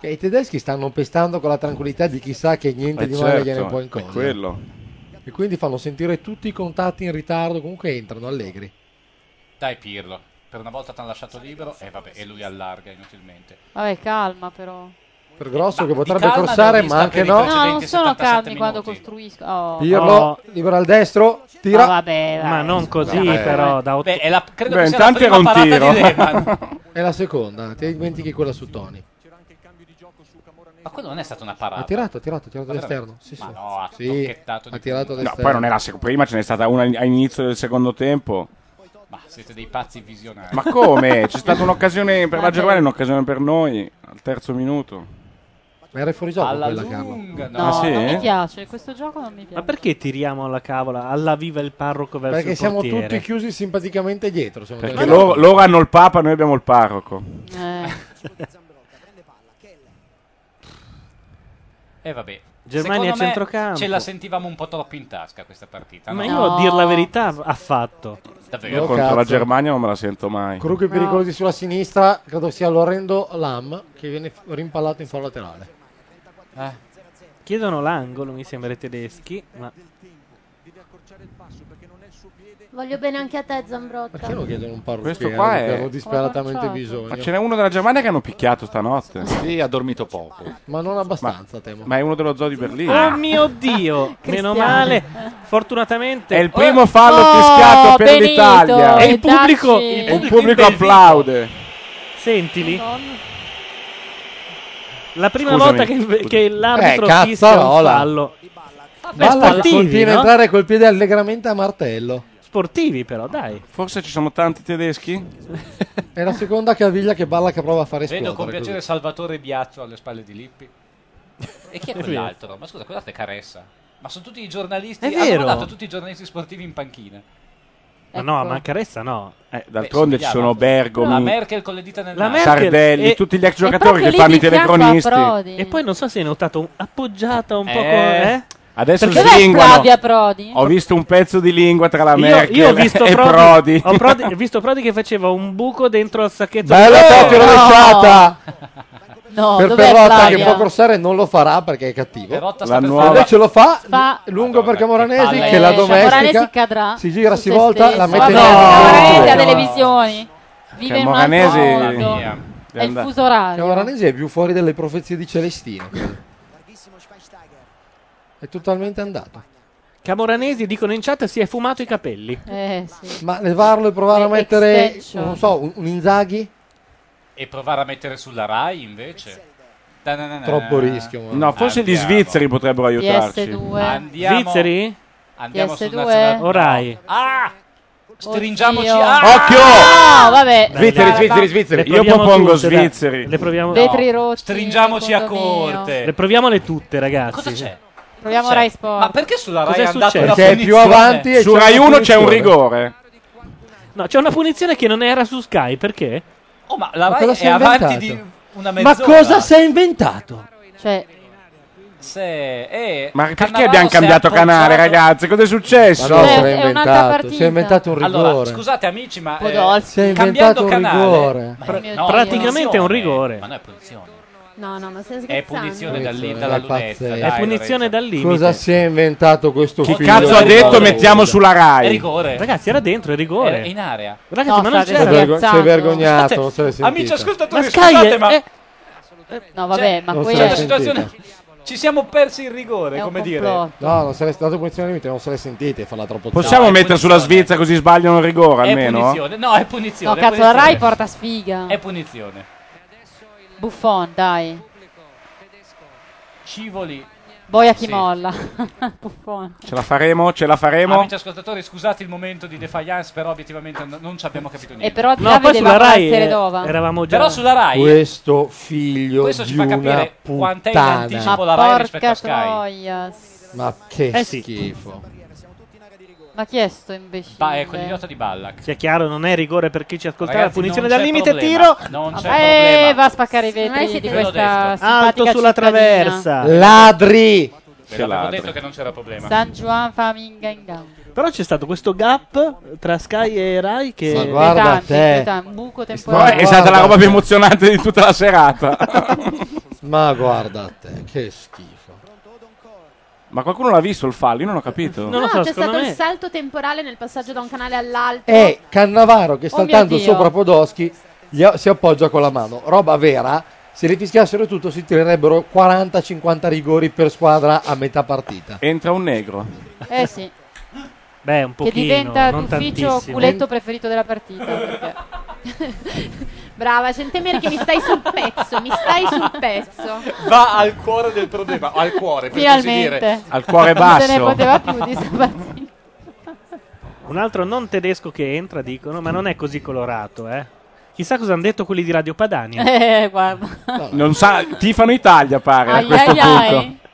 Speaker 5: Che I tedeschi stanno pestando con la tranquillità di chissà che niente
Speaker 8: Eh,
Speaker 5: di male
Speaker 8: certo,
Speaker 5: gliene può
Speaker 8: è
Speaker 5: incogliere.
Speaker 8: quello.
Speaker 5: E quindi fanno sentire tutti i contatti in ritardo, comunque entrano allegri.
Speaker 9: Dai Pirlo, per una volta ti hanno lasciato libero e vabbè, e lui allarga inutilmente.
Speaker 11: Vabbè, calma però.
Speaker 5: Per grosso che
Speaker 9: di
Speaker 5: potrebbe
Speaker 9: calma
Speaker 5: corsare,
Speaker 9: ne ho
Speaker 5: ma
Speaker 9: vista
Speaker 5: anche
Speaker 9: per i
Speaker 5: no.
Speaker 11: No, non sono
Speaker 9: 77
Speaker 11: calmi
Speaker 9: minuti.
Speaker 11: quando costruisco. Oh.
Speaker 5: Pirlo,
Speaker 11: Oh.
Speaker 5: libero al destro, tira.
Speaker 11: Ma Oh, vabbè, dai.
Speaker 2: Ma non così,
Speaker 5: Vabbè.
Speaker 2: però. Da otto-
Speaker 9: Beh, è la- credo
Speaker 5: Beh,
Speaker 9: che sia la prima parata di Lehman.
Speaker 5: è la seconda, ti dimentichi quella su Tony.
Speaker 9: Ma quello non è stata una parata.
Speaker 5: Ha tirato, ha tirato, ha tirato
Speaker 9: Ma
Speaker 5: all'esterno.
Speaker 9: veramente?
Speaker 5: Sì,
Speaker 9: Ma
Speaker 5: sì.
Speaker 9: no, ha
Speaker 5: Sì,
Speaker 9: tocchettato di
Speaker 5: ha tirato
Speaker 9: tutto.
Speaker 8: No,
Speaker 5: all'esterno.
Speaker 8: poi non è la sec- prima ce n'è stata una in- a inizio del secondo tempo.
Speaker 9: Ma siete dei pazzi visionari.
Speaker 8: Ma come? C'è stata un'occasione per la
Speaker 9: Vabbè.
Speaker 8: Germania, e un'occasione per noi al terzo minuto.
Speaker 5: Ma era fuori gioco
Speaker 9: Alla
Speaker 5: quella,
Speaker 9: lunga,
Speaker 5: Carlo.
Speaker 11: No,
Speaker 8: Ah, sì?
Speaker 11: non
Speaker 5: Eh?
Speaker 11: mi piace, questo gioco non mi piace.
Speaker 2: Ma perché tiriamo alla cavola? Alla viva il parroco verso
Speaker 5: Perché
Speaker 2: il
Speaker 5: siamo
Speaker 2: portiere.
Speaker 5: tutti chiusi simpaticamente dietro. siamo
Speaker 8: Perché
Speaker 5: tutti-
Speaker 8: loro, loro hanno il Papa, noi abbiamo il parroco.
Speaker 9: E Eh, vabbè.
Speaker 2: Germania
Speaker 9: Secondo me
Speaker 2: centrocampo.
Speaker 9: Ce la sentivamo un po' troppo in tasca questa partita.
Speaker 2: Ma
Speaker 9: no?
Speaker 2: io a dir la verità affatto.
Speaker 9: Davvero?
Speaker 8: Io contro la Germania non me la sento mai.
Speaker 5: Crocchi pericolosi sulla sinistra, credo sia Lorendo Lam che viene f- rimpallato in fallo laterale.
Speaker 2: Eh? Chiedono l'angolo, mi sembra i tedeschi. Ma
Speaker 16: Voglio bene anche a te, Zambrotta.
Speaker 5: Perché lo chiedono un parrucchiere?
Speaker 8: Questo qua
Speaker 5: Perché
Speaker 8: è-
Speaker 5: Avevo disperatamente
Speaker 16: Portato.
Speaker 5: bisogno.
Speaker 8: Ma ce n'è uno della Germania che hanno picchiato stanotte.
Speaker 4: Sì, ha dormito poco.
Speaker 5: Ma non abbastanza, temo.
Speaker 8: Ma è uno dello zoo di Berlino.
Speaker 2: Oh mio Dio, meno
Speaker 5: Cristiano.
Speaker 2: male. Fortunatamente
Speaker 8: È il primo fallo fischiato per l'Italia.
Speaker 2: E il pubblico, il
Speaker 8: E il
Speaker 2: pubblico
Speaker 8: pubblico
Speaker 2: è
Speaker 8: applaude.
Speaker 2: Sentili. La prima
Speaker 8: Scusami.
Speaker 2: volta che, che l'arbitro
Speaker 5: Eh,
Speaker 2: fischia un
Speaker 5: cazzarola.
Speaker 2: fallo. Beh,
Speaker 5: Balla
Speaker 2: sportivi,
Speaker 5: continua a
Speaker 2: no?
Speaker 5: entrare col piede allegramente a martello.
Speaker 2: sportivi però, dai.
Speaker 8: Forse ci sono tanti tedeschi?
Speaker 5: È la seconda caviglia che balla che prova a fare esplodere.
Speaker 9: Vedo con piacere
Speaker 5: così.
Speaker 9: Salvatore Biaccio alle spalle di Lippi. E chi è
Speaker 5: È vero.
Speaker 9: quell'altro? Ma scusa, quell'altro è Caressa. Ma sono tutti i giornalisti.
Speaker 2: È
Speaker 9: hanno
Speaker 2: vero.
Speaker 9: mandato tutti i giornalisti sportivi in panchina.
Speaker 2: Ma no, ma Caressa no.
Speaker 8: Eh, d'altronde ci sono Bergomi.
Speaker 9: La Merkel con le dita nel
Speaker 2: La
Speaker 9: naso.
Speaker 2: Merkel
Speaker 8: Sardelli,
Speaker 2: e-
Speaker 8: tutti gli ex
Speaker 2: e
Speaker 8: giocatori che
Speaker 2: proprio
Speaker 8: fanno
Speaker 2: lì
Speaker 8: i
Speaker 2: di fianco a
Speaker 8: telecronisti.
Speaker 2: Prodi. E poi non so se hai notato un- appoggiata un po' con
Speaker 8: Eh,
Speaker 2: eh?
Speaker 8: Adesso
Speaker 2: Perché-
Speaker 8: slinguano.
Speaker 11: Flavia Prodi?
Speaker 8: Ho visto un pezzo di lingua tra la
Speaker 2: Io-
Speaker 8: Merkel
Speaker 2: io ho visto
Speaker 8: e
Speaker 2: Prodi,
Speaker 8: Prodi.
Speaker 2: ho Prodi- ho visto Prodi che faceva un buco dentro al sacchetto.
Speaker 5: Bella
Speaker 2: di-
Speaker 5: Totti rovesciata!
Speaker 11: No,
Speaker 5: per
Speaker 11: dov'è
Speaker 5: Perrotta che
Speaker 11: Flavia?
Speaker 5: può corsare non lo farà perché è cattivo.
Speaker 9: Perotta
Speaker 5: La
Speaker 9: sta per
Speaker 5: nuova-
Speaker 9: fare-
Speaker 5: Invece lo fa,
Speaker 11: Fa-
Speaker 5: lungo per
Speaker 9: che
Speaker 5: Camoranesi
Speaker 9: palle.
Speaker 11: Cioè,
Speaker 5: che la
Speaker 9: Eh,
Speaker 5: domestica.
Speaker 11: Camoranesi cadrà
Speaker 5: si gira,
Speaker 11: su
Speaker 5: si
Speaker 11: se
Speaker 5: volta,
Speaker 11: stesso.
Speaker 5: la
Speaker 11: Vabbè,
Speaker 5: mette in
Speaker 11: Camoranesi ha
Speaker 5: No.
Speaker 11: delle visioni. Vive in un altro
Speaker 5: Camoranesi-
Speaker 11: mondo.
Speaker 5: Mamma mia.
Speaker 11: È il fuso orario.
Speaker 5: Camoranesi Cioè, è più fuori delle profezie di Celestino. è totalmente andato.
Speaker 2: Camoranesi dicono in chat si è fumato i capelli.
Speaker 11: Eh, sì.
Speaker 5: Ma levarlo e provare a
Speaker 11: È
Speaker 5: mettere
Speaker 11: extension.
Speaker 5: non so, un, un Inzaghi?
Speaker 9: E provare a mettere sulla Rai invece. Da-na-na-na.
Speaker 5: Troppo rischio, ma-
Speaker 8: No, forse gli
Speaker 9: Eh. Andiamo.
Speaker 8: svizzeri potrebbero aiutarci.
Speaker 11: PS2.
Speaker 9: Ah. Andiamo.
Speaker 2: Svizzeri?
Speaker 9: Andiamo sul
Speaker 11: PS2.
Speaker 9: nazionale.
Speaker 2: O Rai?
Speaker 9: Ah! Stringiamoci.
Speaker 11: Oddio.
Speaker 9: Ah!
Speaker 11: No,
Speaker 9: Eh,
Speaker 11: vabbè.
Speaker 8: Svizzeri, svizzeri, svizzeri.
Speaker 2: Le
Speaker 8: Io
Speaker 2: proviamo
Speaker 8: propongo
Speaker 2: tutte, dai.
Speaker 8: svizzeri.
Speaker 2: Le proviamo
Speaker 11: Vetri rotti.
Speaker 9: Stringiamoci a
Speaker 11: secondo me.
Speaker 9: corte.
Speaker 2: Le proviamole tutte, ragazzi. Cosa
Speaker 9: c'è?
Speaker 11: Proviamo
Speaker 9: Cioè,
Speaker 11: Rai Sport.
Speaker 9: Ma perché sulla Rai
Speaker 2: Cos'è
Speaker 9: è andato
Speaker 2: successo?
Speaker 9: una
Speaker 2: Perché è più
Speaker 9: punizione?
Speaker 2: avanti e
Speaker 8: Su
Speaker 2: c'è
Speaker 8: Rai
Speaker 2: una
Speaker 8: 1 c'è un
Speaker 2: punizione.
Speaker 8: rigore.
Speaker 2: No, c'è una punizione che non era su Sky, perché?
Speaker 9: Oh, ma la
Speaker 5: Ma
Speaker 9: Rai
Speaker 5: cosa
Speaker 9: è
Speaker 5: si è
Speaker 9: avanti
Speaker 5: inventato?
Speaker 9: di una
Speaker 5: Ma
Speaker 9: mezz'ora.
Speaker 5: cosa si è inventato?
Speaker 11: Cioè,
Speaker 9: se e
Speaker 8: Ma perché
Speaker 9: Cannavaro
Speaker 8: abbiamo
Speaker 9: si è
Speaker 8: cambiato canale,
Speaker 9: accorciato-
Speaker 8: ragazzi? Cosa è successo?
Speaker 11: Cioè,
Speaker 9: Ma no, Eh, si era è un'altra inventato, partita. si è
Speaker 5: inventato un
Speaker 9: Allora,
Speaker 5: rigore.
Speaker 9: scusate amici, ma eh,
Speaker 5: Podolski. Si è inventato
Speaker 9: cambiando
Speaker 5: un
Speaker 9: canale,
Speaker 5: rigore.
Speaker 9: Ma
Speaker 5: Pra-
Speaker 9: è- no,
Speaker 2: praticamente è un
Speaker 9: punizione.
Speaker 2: rigore.
Speaker 9: Ma no, è punizione.
Speaker 16: No, no, ma stai
Speaker 9: È
Speaker 16: scherzando.
Speaker 9: punizione dal
Speaker 5: Punizione,
Speaker 9: lì- dalla
Speaker 5: è
Speaker 9: lunetta.
Speaker 5: pazzesco.
Speaker 9: dai,
Speaker 5: È
Speaker 2: punizione
Speaker 9: Lorenzo.
Speaker 2: dal limite.
Speaker 5: Cosa si è inventato questo
Speaker 2: Chi
Speaker 5: figlio
Speaker 2: cazzo ha
Speaker 5: di
Speaker 2: detto
Speaker 5: paura?
Speaker 2: mettiamo
Speaker 8: sulla Rai?
Speaker 9: È rigore.
Speaker 2: Ragazzi, era dentro, è rigore.
Speaker 9: Era in area.
Speaker 2: Ragazzi,
Speaker 9: No,
Speaker 2: ma non
Speaker 9: state
Speaker 2: c'era.
Speaker 5: scherzando. Si è vergognato,
Speaker 2: Scusate,
Speaker 5: non se l'è
Speaker 9: Amici
Speaker 5: sentita.
Speaker 9: ascoltatori,
Speaker 2: Ma Sky
Speaker 9: scusate,
Speaker 2: è- eh,
Speaker 9: ma Cioè,
Speaker 2: è-
Speaker 11: Eh, No, vabbè, ma
Speaker 5: non
Speaker 11: poi
Speaker 5: se l'è
Speaker 11: è...
Speaker 9: situazione- ci siamo persi il rigore,
Speaker 11: È un
Speaker 9: come dire.
Speaker 11: complotto.
Speaker 5: No, non sarei stato punizione al limite, non se l'è sentita e farla troppo
Speaker 8: Possiamo
Speaker 5: tardi.
Speaker 8: mettere sulla Svizzera così sbagliano il rigore almeno?
Speaker 9: Punizione. No, è punizione.
Speaker 11: No,
Speaker 9: è
Speaker 11: cazzo, la
Speaker 9: punizione.
Speaker 11: Rai porta sfiga.
Speaker 9: È punizione.
Speaker 11: Buffon, dai.
Speaker 9: Civoli.
Speaker 11: Boia chi
Speaker 9: Sì.
Speaker 11: molla. Buffon.
Speaker 8: Ce la faremo? Ce la faremo?
Speaker 9: Amici ascoltatori, scusate il momento di defiance, però obiettivamente n- non ci abbiamo capito niente.
Speaker 11: E però di
Speaker 2: No,
Speaker 11: là
Speaker 2: poi
Speaker 11: vedeva
Speaker 2: sulla
Speaker 11: con la
Speaker 2: Rai, eh,
Speaker 11: Teledova.
Speaker 2: eravamo già
Speaker 9: Però sulla Rai
Speaker 5: Questo figlio
Speaker 9: Questo ci
Speaker 5: di
Speaker 9: fa
Speaker 5: una
Speaker 9: capire quant'è in
Speaker 5: puttana.
Speaker 9: anticipo la Rai rispetto a
Speaker 11: Porca
Speaker 9: Sky.
Speaker 11: troia.
Speaker 5: Ma che
Speaker 2: Eh sì.
Speaker 5: schifo.
Speaker 11: Ma chi è sto imbecille? Eh,
Speaker 9: Ba- ecco l'idiota di Ballack.
Speaker 2: Sia chiaro, non è rigore per chi ci ascolta.
Speaker 9: Ragazzi,
Speaker 2: punizione
Speaker 9: non
Speaker 2: dal
Speaker 9: c'è
Speaker 2: limite,
Speaker 9: problema.
Speaker 2: tiro. Ah,
Speaker 9: Non c'è
Speaker 11: Eh,
Speaker 9: problema.
Speaker 11: va a spaccare i
Speaker 9: Secondo me
Speaker 11: vetri
Speaker 9: siete
Speaker 11: di
Speaker 9: quello
Speaker 11: questa
Speaker 9: destro.
Speaker 11: simpatica
Speaker 2: Alto sulla
Speaker 11: cittadina.
Speaker 2: traversa.
Speaker 5: Ladri!
Speaker 9: Ve l'avevo detto che non c'era problema.
Speaker 11: San Juan Faminga in gamba.
Speaker 2: Però c'è stato questo gap tra Sky e Rai che.
Speaker 5: Ma guarda
Speaker 11: Tanti,
Speaker 5: te.
Speaker 11: più tanti, un buco
Speaker 8: No,
Speaker 11: temporale.
Speaker 8: è stata la roba più emozionante di tutta la serata.
Speaker 5: Ma guarda te, che schifo.
Speaker 8: Ma qualcuno l'ha visto il fallo? Io non ho capito.
Speaker 16: No, c'è stato il salto temporale nel passaggio da un canale all'altro.
Speaker 9: Eh.
Speaker 5: È Cannavaro che
Speaker 16: Oh
Speaker 5: saltando
Speaker 16: mio Dio.
Speaker 5: sopra Podoschi gli a- si appoggia con la mano. Roba vera. Se li fischiassero tutto si tirerebbero 40-50 rigori per squadra a metà partita.
Speaker 8: Entra un negro.
Speaker 11: Eh sì,
Speaker 2: Beh, un
Speaker 11: che
Speaker 2: pochino.
Speaker 11: diventa
Speaker 2: non
Speaker 11: l'ufficio
Speaker 2: tantissimo.
Speaker 11: culetto preferito della partita. perché-
Speaker 16: Brava, Centemere che mi stai sul pezzo, mi stai sul pezzo.
Speaker 9: Va al cuore del problema, al cuore, per
Speaker 16: Finalmente.
Speaker 9: così dire.
Speaker 8: Al cuore
Speaker 11: Non se ne poteva più di sta partita.
Speaker 2: Un altro non tedesco che entra, dicono, ma non è così colorato, eh. Chissà cosa hanno detto quelli di Radio Padania.
Speaker 11: Eh, guarda.
Speaker 8: Non sa, tifano Italia pare
Speaker 11: Ai,
Speaker 8: a questo
Speaker 11: ai, ai.
Speaker 8: punto.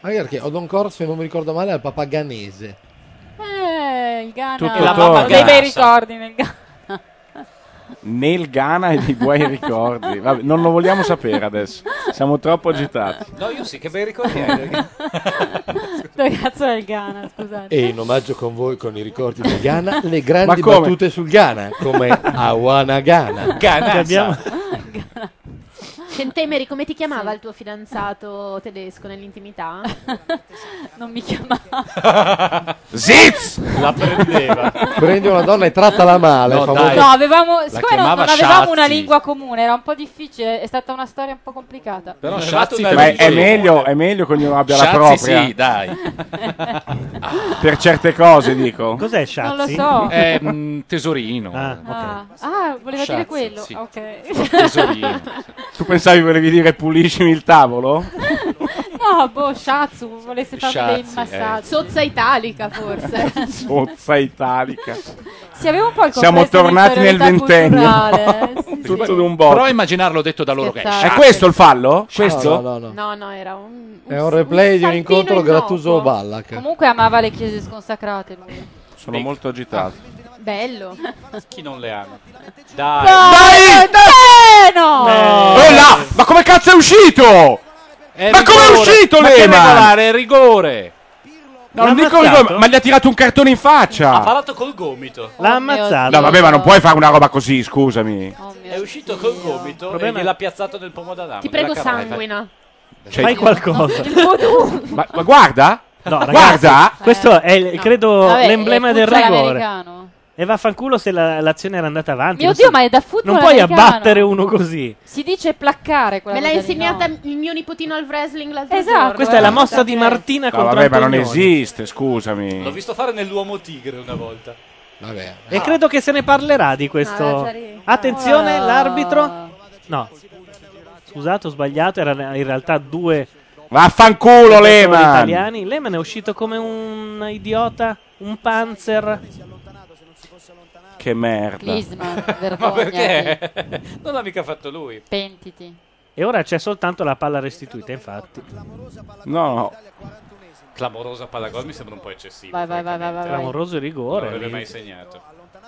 Speaker 5: Anche perché Odoncor, se non mi ricordo male, è il papaganese.
Speaker 11: Eh, il
Speaker 16: Ah,
Speaker 11: Ghana.
Speaker 8: Tutto La torna.
Speaker 11: Ho dei bei ricordi nel Ghana.
Speaker 8: Nel Ghana e dei guai ricordi. Vabbè, non lo vogliamo sapere adesso. Siamo troppo agitati.
Speaker 9: No, io sì, che bei ricordi hai.
Speaker 11: Dove cazzo è il Ghana, scusate.
Speaker 5: E in omaggio con voi, con i ricordi del Ghana, le grandi
Speaker 8: come?
Speaker 5: battute sul Ghana, come Awana Ghana.
Speaker 9: Ghanassa.
Speaker 5: Abbiamo-
Speaker 16: Centemeri, come ti chiamava il tuo fidanzato tedesco nell'intimità?
Speaker 11: non mi chiamava.
Speaker 8: Zitz!
Speaker 9: La prendeva.
Speaker 5: Prendi una donna e trattala male.
Speaker 9: No,
Speaker 5: famoso-
Speaker 9: dai.
Speaker 11: No, avevamo,
Speaker 5: La
Speaker 11: siccome non,
Speaker 5: chiamava
Speaker 11: non avevamo
Speaker 5: Sciazzi.
Speaker 11: una lingua comune, era un po' difficile, è stata una storia un po' complicata. Ah.
Speaker 9: Però
Speaker 8: Sciazzi Ma è, è meglio, è meglio che ognuno abbia la
Speaker 4: Sciazzi
Speaker 8: propria.
Speaker 4: sì, dai.
Speaker 8: Per certe cose, dico.
Speaker 2: Cos'è
Speaker 11: Non lo so.
Speaker 4: È mm, tesorino.
Speaker 11: Ah, ah, voleva
Speaker 4: Sciazzi,
Speaker 11: dire quello.
Speaker 4: sì.
Speaker 11: Ok.
Speaker 4: Tesorino.
Speaker 8: Tu pensavi volevi dire puliscimi il tavolo?
Speaker 11: no, boh, Sciazzu volesse farmi dei
Speaker 8: Sciazzi,
Speaker 11: massaggi.
Speaker 8: eh.
Speaker 16: Sozza italica, forse.
Speaker 8: Pozza italica.
Speaker 11: Si aveva un po' il
Speaker 8: Siamo
Speaker 11: complesso di
Speaker 8: tornati nel
Speaker 11: inferiorità
Speaker 8: ventennio.
Speaker 11: culturale, eh, sì, sì.
Speaker 8: Tutto d'un botto.
Speaker 4: Però immaginarlo detto da loro che
Speaker 11: Scherzate.
Speaker 4: è
Speaker 8: È questo il fallo?
Speaker 5: No,
Speaker 8: Questo?
Speaker 5: no, no.
Speaker 11: No, no, era un...
Speaker 5: È un replay di un
Speaker 11: saltino
Speaker 5: incontro
Speaker 11: innocuo.
Speaker 5: Gattuso Ballack.
Speaker 11: Comunque amava le chiese sconsacrate lui.
Speaker 8: Sono molto agitato.
Speaker 16: Bello.
Speaker 9: Chi non le ama? Dai.
Speaker 8: Dai!
Speaker 11: Eh, no!
Speaker 8: Oh là! Ma come cazzo è uscito? Ma come è uscito
Speaker 4: Ma che
Speaker 8: Lehman?
Speaker 4: regolare, è rigore.
Speaker 8: No, non
Speaker 4: L'ha
Speaker 8: dico
Speaker 4: ammazzato?
Speaker 8: rigore, ma gli ha tirato un cartone in
Speaker 9: Ha
Speaker 8: faccia.
Speaker 9: parlato col gomito.
Speaker 11: Oh
Speaker 2: L'ha ammazzato.
Speaker 8: No, vabbè, ma non puoi fare una roba così, scusami.
Speaker 9: È uscito col gomito
Speaker 2: Problema-
Speaker 9: e gliel'ha piazzato nel pomodoro.
Speaker 16: Ti prego, sanguina.
Speaker 8: Cioè-
Speaker 2: Fai qualcosa.
Speaker 8: Ma, ma guarda.
Speaker 2: No, ragazzi,
Speaker 8: Guarda.
Speaker 2: questo è il- credo
Speaker 11: Vabbè,
Speaker 2: Oh, l'emblema
Speaker 11: è
Speaker 2: del
Speaker 11: futsal
Speaker 2: rigore.
Speaker 11: americano.
Speaker 2: E vaffanculo se la- l'azione era andata avanti.
Speaker 11: Mio
Speaker 2: non
Speaker 11: Dio,
Speaker 2: si-
Speaker 11: ma è da football
Speaker 2: Non puoi
Speaker 11: americano.
Speaker 2: abbattere uno così.
Speaker 11: Si dice placcare quella
Speaker 16: Me l'ha
Speaker 11: cosa lì,
Speaker 16: insegnata il mio nipotino al wrestling l'altro
Speaker 11: Esatto.
Speaker 16: giorno.
Speaker 2: Questa è Cioè, la
Speaker 16: eh.
Speaker 2: mossa di Martina
Speaker 8: No,
Speaker 2: contro
Speaker 8: vabbè, ma non
Speaker 2: Antonioni.
Speaker 8: esiste,
Speaker 9: L'ho
Speaker 8: scusami.
Speaker 9: visto fare nell'uomo tigre una volta.
Speaker 5: Vabbè.
Speaker 2: E credo che se ne parlerà di questo. Attenzione,
Speaker 9: Ah.
Speaker 2: l'arbitro. No. Scusate, ho sbagliato. Erano in realtà due
Speaker 8: Vaffanculo,
Speaker 2: giocatori
Speaker 8: Lehman.
Speaker 2: italiani. Lehman è uscito come un idiota, un panzer.
Speaker 8: Che merda.
Speaker 11: Klinsmann,
Speaker 9: Ma
Speaker 11: vergognati.
Speaker 9: perché? Non l'ha mica fatto lui.
Speaker 11: Pentiti.
Speaker 2: E ora c'è soltanto la palla restituita, infatti.
Speaker 8: No.
Speaker 9: Clamorosa palla gol mi sembra un po' eccessivo.
Speaker 16: Vai, vai, vai, vai, vai, vai.
Speaker 2: Clamoroso rigore.
Speaker 9: Non l'avrebbe
Speaker 2: lì.
Speaker 9: mai segnato.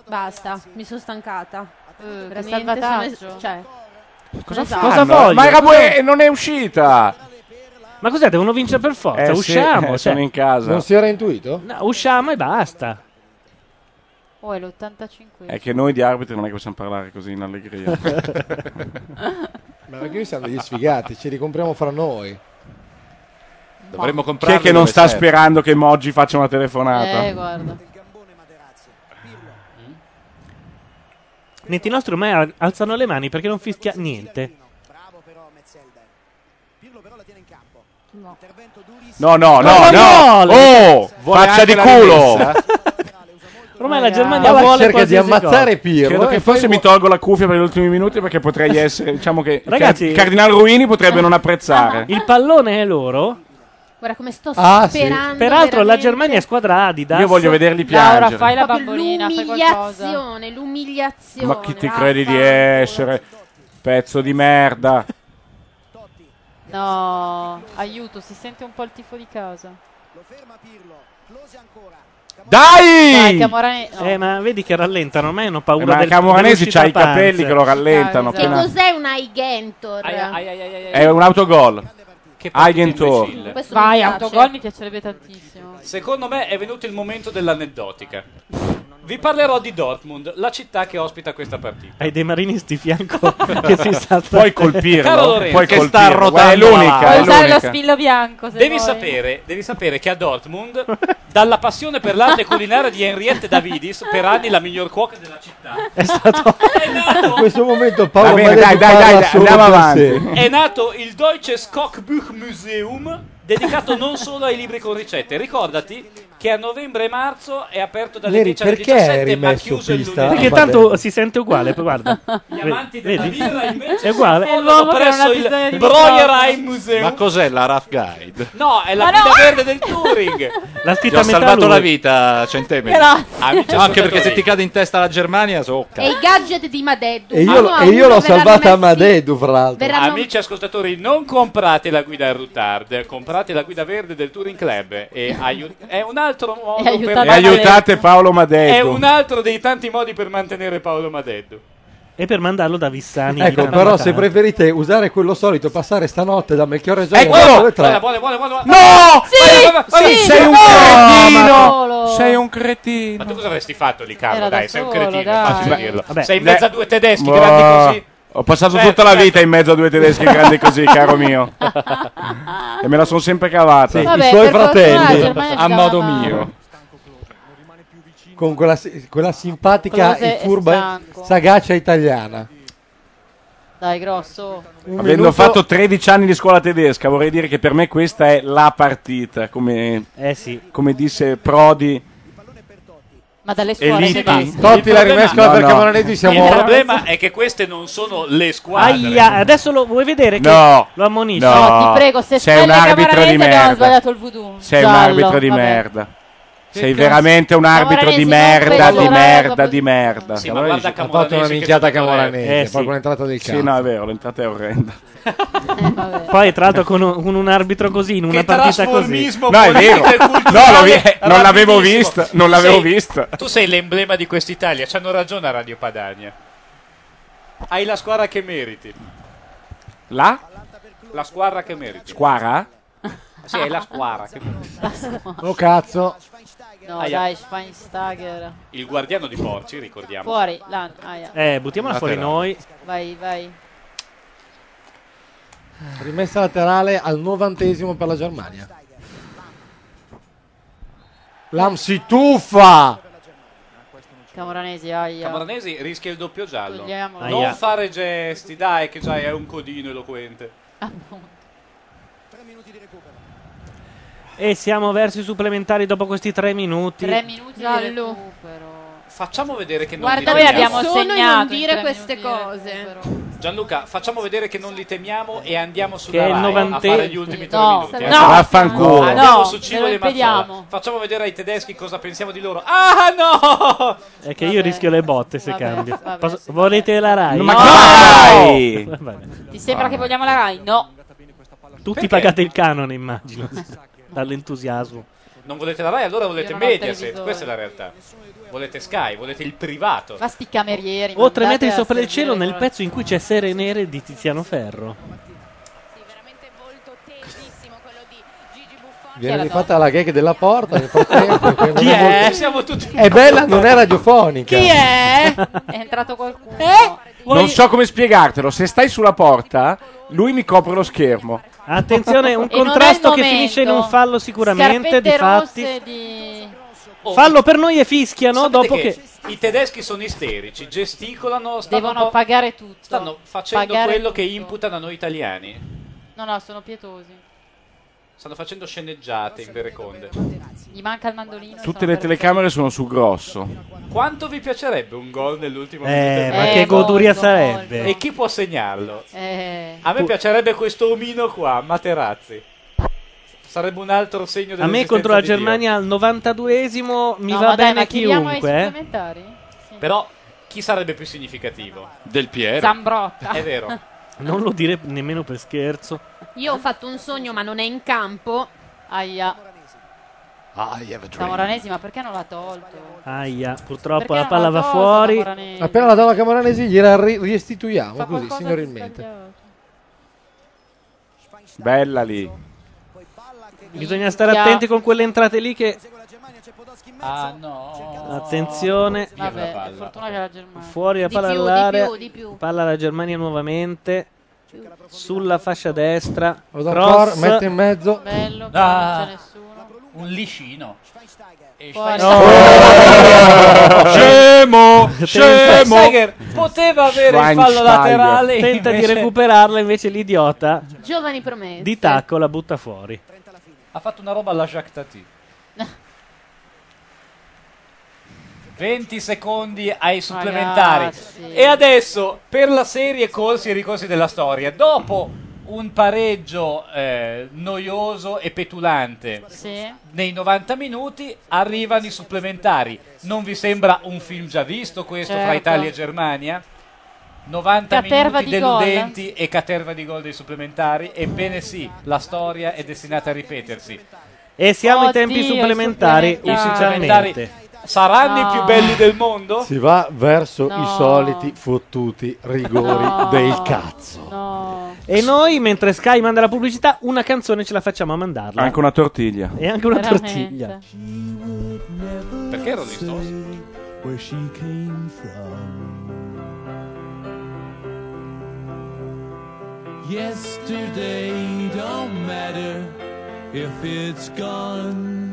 Speaker 16: Basta, mi sono stancata.
Speaker 11: Eh,
Speaker 16: Eh, Veramente,
Speaker 11: salvataggio.
Speaker 16: sono es- cioè,
Speaker 8: Cosa,
Speaker 16: Esatto.
Speaker 9: Ah,
Speaker 8: fanno?
Speaker 2: Cosa voglio?
Speaker 8: Ma era
Speaker 2: Cosa-
Speaker 8: bu- eh, non è uscita.
Speaker 2: Ma cos'è? Devono vincere per forza.
Speaker 8: Eh sì,
Speaker 2: usciamo. cioè.
Speaker 8: eh, sono in casa. Non
Speaker 5: si era intuito?
Speaker 2: No, usciamo e basta.
Speaker 11: Oh, è l'85.
Speaker 8: È che noi di arbitri non è che possiamo parlare così in allegria.
Speaker 5: Ma perché noi siamo degli sfigati, ci ricompriamo fra noi.
Speaker 4: Dovremmo
Speaker 8: Chi
Speaker 4: comprare.
Speaker 8: è che non sta sperando che Moggi faccia una telefonata?
Speaker 11: guarda.
Speaker 2: Niente, i nostri ormai al- alzano le mani perché non fischia niente.
Speaker 8: No, no, no,
Speaker 2: Ma
Speaker 8: no.
Speaker 2: vuole!
Speaker 8: Oh, faccia di culo.
Speaker 2: Ormai la Germania vuole qualsiasi cosa.
Speaker 8: Credo che forse mi tolgo la cuffia per gli ultimi minuti perché potrei essere, diciamo che il
Speaker 2: Ragazzi- eh,
Speaker 8: Car- Cardinal Ruini potrebbe non apprezzare.
Speaker 2: Il pallone è loro.
Speaker 16: Guarda come sto
Speaker 8: Ah, sì.
Speaker 16: sperando.
Speaker 2: Peraltro la
Speaker 16: veramente.
Speaker 2: Germania è squadra Adidas.
Speaker 8: Io voglio vederli piangere. Laura, fai
Speaker 11: la
Speaker 16: Proprio
Speaker 11: bambolina, fai qualcosa.
Speaker 16: L'umiliazione, l'umiliazione.
Speaker 8: Ma chi ti credi di essere? Pezzo di merda.
Speaker 11: No, aiuto, si sente un po' il tifo di casa.
Speaker 8: Dai!
Speaker 11: Dai, Camorane- no.
Speaker 2: Eh, ma vedi che rallentano, ormai hanno paura
Speaker 8: Eh, ma
Speaker 2: del
Speaker 8: Camoranesi c'ha i
Speaker 2: dell'uscita
Speaker 8: capelli
Speaker 2: panze.
Speaker 8: che lo rallentano
Speaker 11: Esatto.
Speaker 16: Che
Speaker 8: appena-
Speaker 16: cos'è un Aigentor?
Speaker 5: Eh,
Speaker 8: È un autogol. Eigentor.
Speaker 16: Questo
Speaker 11: Vai,
Speaker 16: mi piace.
Speaker 11: autogol mi piacerebbe tantissimo.
Speaker 9: Secondo me è venuto il momento dell'aneddotica. Vi parlerò di Dortmund, la città che ospita questa partita.
Speaker 2: Hai dei marinisti fianco che si saltano.
Speaker 9: Puoi colpirlo, Caro Lorenzo, puoi
Speaker 2: che
Speaker 9: colpirlo.
Speaker 2: sta
Speaker 9: Guarda, è
Speaker 2: rotando. la
Speaker 9: l'unica, è
Speaker 2: lava.
Speaker 9: l'unica.
Speaker 11: Dai lo spillo bianco, se
Speaker 9: Devi
Speaker 11: vuoi.
Speaker 9: sapere, devi sapere che a Dortmund, dalla passione per l'arte culinaria di Henriette Davidis, per anni la miglior cuoca della città,
Speaker 5: È stato in questo momento Paolo
Speaker 8: Va bene,
Speaker 5: Maretti
Speaker 8: dai, dai,
Speaker 5: parla
Speaker 8: dai,
Speaker 5: solo
Speaker 8: andiamo
Speaker 5: per
Speaker 8: avanti.
Speaker 5: sé.
Speaker 9: è nato il Deutsches Kochbuch Museum, dedicato non solo ai libri con ricette. Ricordati che a novembre e marzo è aperto dalle
Speaker 5: Neri,
Speaker 9: 10 alle
Speaker 5: perché
Speaker 9: 17,
Speaker 5: hai
Speaker 9: ma
Speaker 5: rimesso
Speaker 9: chiuso il
Speaker 5: pista?
Speaker 9: lunedì.
Speaker 2: Perché
Speaker 5: Ah, va
Speaker 2: tanto
Speaker 5: bene.
Speaker 2: si sente uguale, poi guarda. Gli
Speaker 9: amanti della birra, invece,
Speaker 2: È uguale.
Speaker 9: si sfondano
Speaker 2: che
Speaker 9: presso
Speaker 2: non ha
Speaker 9: il
Speaker 2: bisogno di
Speaker 9: Breuerheim
Speaker 2: microfono.
Speaker 9: Museum.
Speaker 4: Ma cos'è la Rough Guide?
Speaker 9: No, è la
Speaker 11: Ma
Speaker 9: guida
Speaker 11: no!
Speaker 9: verde del Turing.
Speaker 2: La
Speaker 4: Ti ho salvato la vita, Centemeri.
Speaker 16: Grazie.
Speaker 4: Amici
Speaker 9: No,
Speaker 4: anche perché
Speaker 9: ascoltatori.
Speaker 4: se ti cade in testa la Germania, so oh,
Speaker 16: E i gadget di Madeddu.
Speaker 5: E io,
Speaker 16: Uno a
Speaker 5: e io
Speaker 16: uno verranno
Speaker 5: l'ho salvata a
Speaker 16: messi-
Speaker 5: Madedu, fra l'altro.
Speaker 8: Ah,
Speaker 16: verranno-
Speaker 9: Amici ascoltatori, non comprate la guida Rutard, comprate la guida verde del Touring Club. E aiu- è un altro modo per
Speaker 8: E aiutate Paolo
Speaker 9: È
Speaker 8: Madeddu.
Speaker 9: un altro dei tanti modi per mantenere Paolo Madeddu.
Speaker 2: E per mandarlo da Vissani. di
Speaker 5: Ecco,
Speaker 2: Milano
Speaker 5: però
Speaker 2: a
Speaker 5: se
Speaker 2: Catania.
Speaker 5: preferite usare quello solito e passare stanotte da Melchiorre
Speaker 9: Ecco!
Speaker 5: Giorgio
Speaker 2: Eccolo!
Speaker 5: alle tre.
Speaker 9: Buona, buona, buona, buona.
Speaker 8: No!
Speaker 9: Vai, vai, vai, vai.
Speaker 8: sei un cretino! Sei un cretino!
Speaker 9: Ma tu cosa avresti fatto lì, Carlo?
Speaker 8: Era da
Speaker 9: Dai, sei un
Speaker 8: solo,
Speaker 9: cretino,
Speaker 8: dai.
Speaker 9: è facile
Speaker 8: Beh,
Speaker 9: dirlo.
Speaker 8: vabbè.
Speaker 9: Sei in mezzo a due tedeschi
Speaker 8: Boh,
Speaker 9: grandi così.
Speaker 8: Ho passato
Speaker 9: Certo,
Speaker 8: tutta la
Speaker 9: certo.
Speaker 8: vita in mezzo a due tedeschi grandi così, caro mio. E me la sono sempre cavata.
Speaker 5: Sì, i Vabbè, suoi per fortuna la fratelli. Germania ci
Speaker 8: A
Speaker 5: dà
Speaker 8: modo
Speaker 5: una mano.
Speaker 8: mio.
Speaker 5: Con quella, si- quella
Speaker 11: Quello
Speaker 5: simpatica e
Speaker 11: se- è
Speaker 5: furba
Speaker 11: stanco.
Speaker 5: sagacia italiana.
Speaker 11: Dai, grosso.
Speaker 5: Un
Speaker 8: Avendo
Speaker 5: minuto-
Speaker 8: fatto 13 anni di scuola tedesca, vorrei dire che per me questa è la partita, come, come disse Prodi.
Speaker 11: Ma dalle
Speaker 8: E
Speaker 11: scuole
Speaker 8: lì-
Speaker 11: tedesche.
Speaker 8: Totti la rimescola perché Moranetti siamo-
Speaker 9: Il problema è che queste non sono le squadre.
Speaker 2: Aia, adesso lo vuoi vedere che
Speaker 8: No.
Speaker 2: lo ammonisce?
Speaker 8: No, No, ti prego, se sei un spelle arbitro Camarese di abbiamo merda. sbagliato
Speaker 11: il voodoo.
Speaker 8: Sei un arbitro di merda. Sei
Speaker 2: cazzo?
Speaker 8: veramente un arbitro
Speaker 11: Camoranesi
Speaker 8: di
Speaker 11: non
Speaker 8: merda,
Speaker 11: quello,
Speaker 8: di
Speaker 11: raga,
Speaker 8: merda,
Speaker 11: proprio-
Speaker 8: di merda.
Speaker 9: Sì, ma guarda
Speaker 5: Ha fatto una minchiata camoranese, poi con l'entrata del
Speaker 8: Sì,
Speaker 5: cazzo.
Speaker 8: no, è vero, l'entrata è orrenda.
Speaker 2: Poi, tra l'altro, con un, con un arbitro così, in una partita così.
Speaker 9: trasformismo No, è vero. politico e culturale No, lo vi- eh, non l'avevo rapidissimo. vista, non l'avevo Sei-
Speaker 8: vista.
Speaker 9: Tu sei l'emblema di quest'Italia, c'hanno ragione a Radio Padania. Hai la squadra che meriti.
Speaker 8: La?
Speaker 9: La squadra che meriti.
Speaker 8: Squara?
Speaker 9: Sì, hai la squadra che meriti.
Speaker 5: Oh cazzo.
Speaker 11: No,
Speaker 9: Aia.
Speaker 11: dai, Schweinsteiger.
Speaker 9: Il guardiano di Porci, ricordiamo.
Speaker 11: Fuori, là, aia.
Speaker 2: Eh, buttiamola fuori
Speaker 9: Laterale.
Speaker 2: noi.
Speaker 11: Vai, vai.
Speaker 5: Rimessa laterale al novantesimo per la Germania. Lam si tuffa.
Speaker 11: Camoranesi, aia.
Speaker 9: Camoranesi rischia il doppio giallo.
Speaker 11: Togliamolo.
Speaker 9: Non
Speaker 11: Aia.
Speaker 9: fare gesti, dai, che già è un codino eloquente.
Speaker 2: E siamo verso i supplementari dopo questi tre minuti.
Speaker 11: Tre minuti di
Speaker 16: Giallo.
Speaker 11: recupero.
Speaker 9: Facciamo vedere che non
Speaker 16: Guarda,
Speaker 9: li
Speaker 16: noi
Speaker 9: temiamo.
Speaker 16: abbiamo solo non
Speaker 11: cioè.
Speaker 16: dire queste
Speaker 11: eh,
Speaker 16: cose.
Speaker 9: Gianluca, facciamo vedere che non li temiamo e andiamo sulla
Speaker 2: Che è il
Speaker 9: Rai a
Speaker 2: novante-
Speaker 9: fare gli ultimi tre
Speaker 11: No,
Speaker 9: minuti.
Speaker 11: no,
Speaker 9: eh.
Speaker 11: no,
Speaker 8: Vaffanculo.
Speaker 9: Andiamo
Speaker 11: no,
Speaker 9: su Ciro
Speaker 11: ve lo
Speaker 9: e Mazzola.
Speaker 11: impediamo.
Speaker 9: Facciamo vedere ai tedeschi cosa pensiamo di loro. Ah no!
Speaker 2: È che io rischio le botte se
Speaker 11: vabbè,
Speaker 2: cambio.
Speaker 11: vabbè,
Speaker 2: Posso- Volete la Rai?
Speaker 8: Ma dai!
Speaker 2: Vabbè.
Speaker 11: Ti sembra che vogliamo la Rai? No.
Speaker 2: Tutti
Speaker 9: Perché?
Speaker 2: pagate il canone, immagino. Dall'entusiasmo.
Speaker 9: Non volete la Rai, allora volete
Speaker 11: Io non ho il
Speaker 9: Mediaset,
Speaker 11: televisore.
Speaker 9: questa è la realtà. Volete Sky, volete il privato.
Speaker 11: Ma sti camerieri.
Speaker 2: O Oh, tre
Speaker 11: mandate
Speaker 2: metri
Speaker 11: a
Speaker 2: sopra il
Speaker 11: servire
Speaker 2: cielo nel
Speaker 11: con-
Speaker 2: pezzo in cui c'è Sere Nere di Tiziano Ferro.
Speaker 5: Viene rifatta la gag della porta nel frattempo. che
Speaker 9: Chi
Speaker 5: non
Speaker 9: è?
Speaker 5: molto-
Speaker 9: Siamo tutti-
Speaker 5: È bella, non è radiofonica.
Speaker 11: Chi è? È entrato qualcuno.
Speaker 16: Eh?
Speaker 8: Non so come spiegartelo. Se stai sulla porta, lui mi copre lo schermo.
Speaker 2: Attenzione, un contrasto che finisce in un fallo sicuramente. Di
Speaker 11: Scarpette Oh.
Speaker 2: fatti.
Speaker 11: rosse di...
Speaker 9: Oh.
Speaker 2: Fallo per noi e fischiano
Speaker 9: Sapete
Speaker 2: dopo che...
Speaker 9: i tedeschi sono isterici, gesticolano, stanno
Speaker 11: Devono
Speaker 9: un po'
Speaker 11: pagare tutto.
Speaker 9: Stanno facendo
Speaker 11: Pagare
Speaker 9: quello
Speaker 11: tutto.
Speaker 9: che imputano a noi italiani.
Speaker 11: No, no, sono pietosi.
Speaker 9: Stanno facendo sceneggiate in vere conde.
Speaker 11: Gli manca il mandolino.
Speaker 8: Tutte le telecamere sono su grosso.
Speaker 9: Quanto vi piacerebbe un gol nell'ultimo
Speaker 8: Eh,
Speaker 9: minuto?
Speaker 8: ma Eh, che goduria molto, sarebbe. molto.
Speaker 9: E chi può segnarlo?
Speaker 11: Eh.
Speaker 2: Ah,
Speaker 9: A me piacerebbe questo omino qua, Materazzi. Sarebbe un altro segno
Speaker 2: A me
Speaker 9: dell'esistenza
Speaker 2: contro la
Speaker 9: di Dio.
Speaker 2: Germania al 92esimo mi
Speaker 11: No,
Speaker 2: va
Speaker 11: ma dai,
Speaker 2: bene
Speaker 11: ma chiediamo ai
Speaker 2: chiunque. eh.
Speaker 11: supplementari?
Speaker 9: Però chi sarebbe più significativo?
Speaker 4: Del Piero.
Speaker 16: Zambrotta.
Speaker 9: È vero.
Speaker 2: Non lo dire nemmeno per scherzo.
Speaker 16: Io ho fatto un sogno, ma non è in campo.
Speaker 11: Aia.
Speaker 4: I have a
Speaker 11: Da Moranesi, ma perché non l'ha tolto?
Speaker 2: Aia, purtroppo
Speaker 11: Perché
Speaker 2: la palla
Speaker 11: non
Speaker 2: va
Speaker 11: la tolta,
Speaker 2: fuori.
Speaker 11: Camoranesi?
Speaker 5: Appena la donna Camoranesi gliela ri- restituiamo
Speaker 11: Fa
Speaker 5: così,
Speaker 11: qualcosa di
Speaker 5: signorilmente.
Speaker 8: Bella lì.
Speaker 2: Bisogna stare
Speaker 11: Minchia.
Speaker 2: attenti con quelle entrate lì che...
Speaker 9: Ah no.
Speaker 2: Attenzione.
Speaker 11: Vabbè, per fortuna che la Germania.
Speaker 2: Fuori la
Speaker 11: Di
Speaker 2: palla
Speaker 11: più, di
Speaker 2: all'area.
Speaker 11: più, di più.
Speaker 2: Palla alla Germania nuovamente. Sulla fascia destra.
Speaker 5: Odonkor
Speaker 2: Cross.
Speaker 5: mette in mezzo.
Speaker 11: Bello,
Speaker 9: che Ah. non c'è Un liscino. E
Speaker 11: Fuori.
Speaker 9: Schweinsteiger-
Speaker 2: Oh! Scemo, scemo.
Speaker 9: Schweinsteiger poteva avere il fallo
Speaker 2: Schweinsteiger.
Speaker 9: laterale.
Speaker 2: Tenta
Speaker 9: invece
Speaker 2: di recuperarla, invece l'idiota
Speaker 11: Giovani promesse.
Speaker 2: di tacco la butta fuori.
Speaker 9: Ha fatto una roba alla Jacques Tati. 20 secondi ai supplementari.
Speaker 11: Ragazzi.
Speaker 9: E adesso per la serie corsi e ricorsi della storia. Dopo un pareggio eh, noioso e petulante
Speaker 11: Sì.
Speaker 9: nei 90 minuti arrivano i supplementari. Non vi sembra un film già visto questo fra
Speaker 11: Certo.
Speaker 9: Italia e Germania? 90
Speaker 11: Caterva
Speaker 9: minuti
Speaker 11: di
Speaker 9: deludenti e caterva di gol dei supplementari. Ebbene sì, la storia è destinata a ripetersi.
Speaker 2: E siamo in
Speaker 9: Oddio,
Speaker 2: tempi
Speaker 9: i
Speaker 2: supplementari,
Speaker 9: supplementari.
Speaker 2: ufficialmente.
Speaker 9: Saranno i più belli del mondo?
Speaker 5: Si va verso
Speaker 9: No.
Speaker 5: i soliti fottuti rigori
Speaker 9: No.
Speaker 5: del cazzo.
Speaker 2: E noi, mentre Sky manda la pubblicità, una canzone ce la facciamo a mandarla.
Speaker 8: Anche una tortiglia.
Speaker 2: E anche una
Speaker 8: Veramente.
Speaker 2: tortiglia.
Speaker 9: Perché ero di
Speaker 1: where she came from. Yesterday don't matter if it's gone.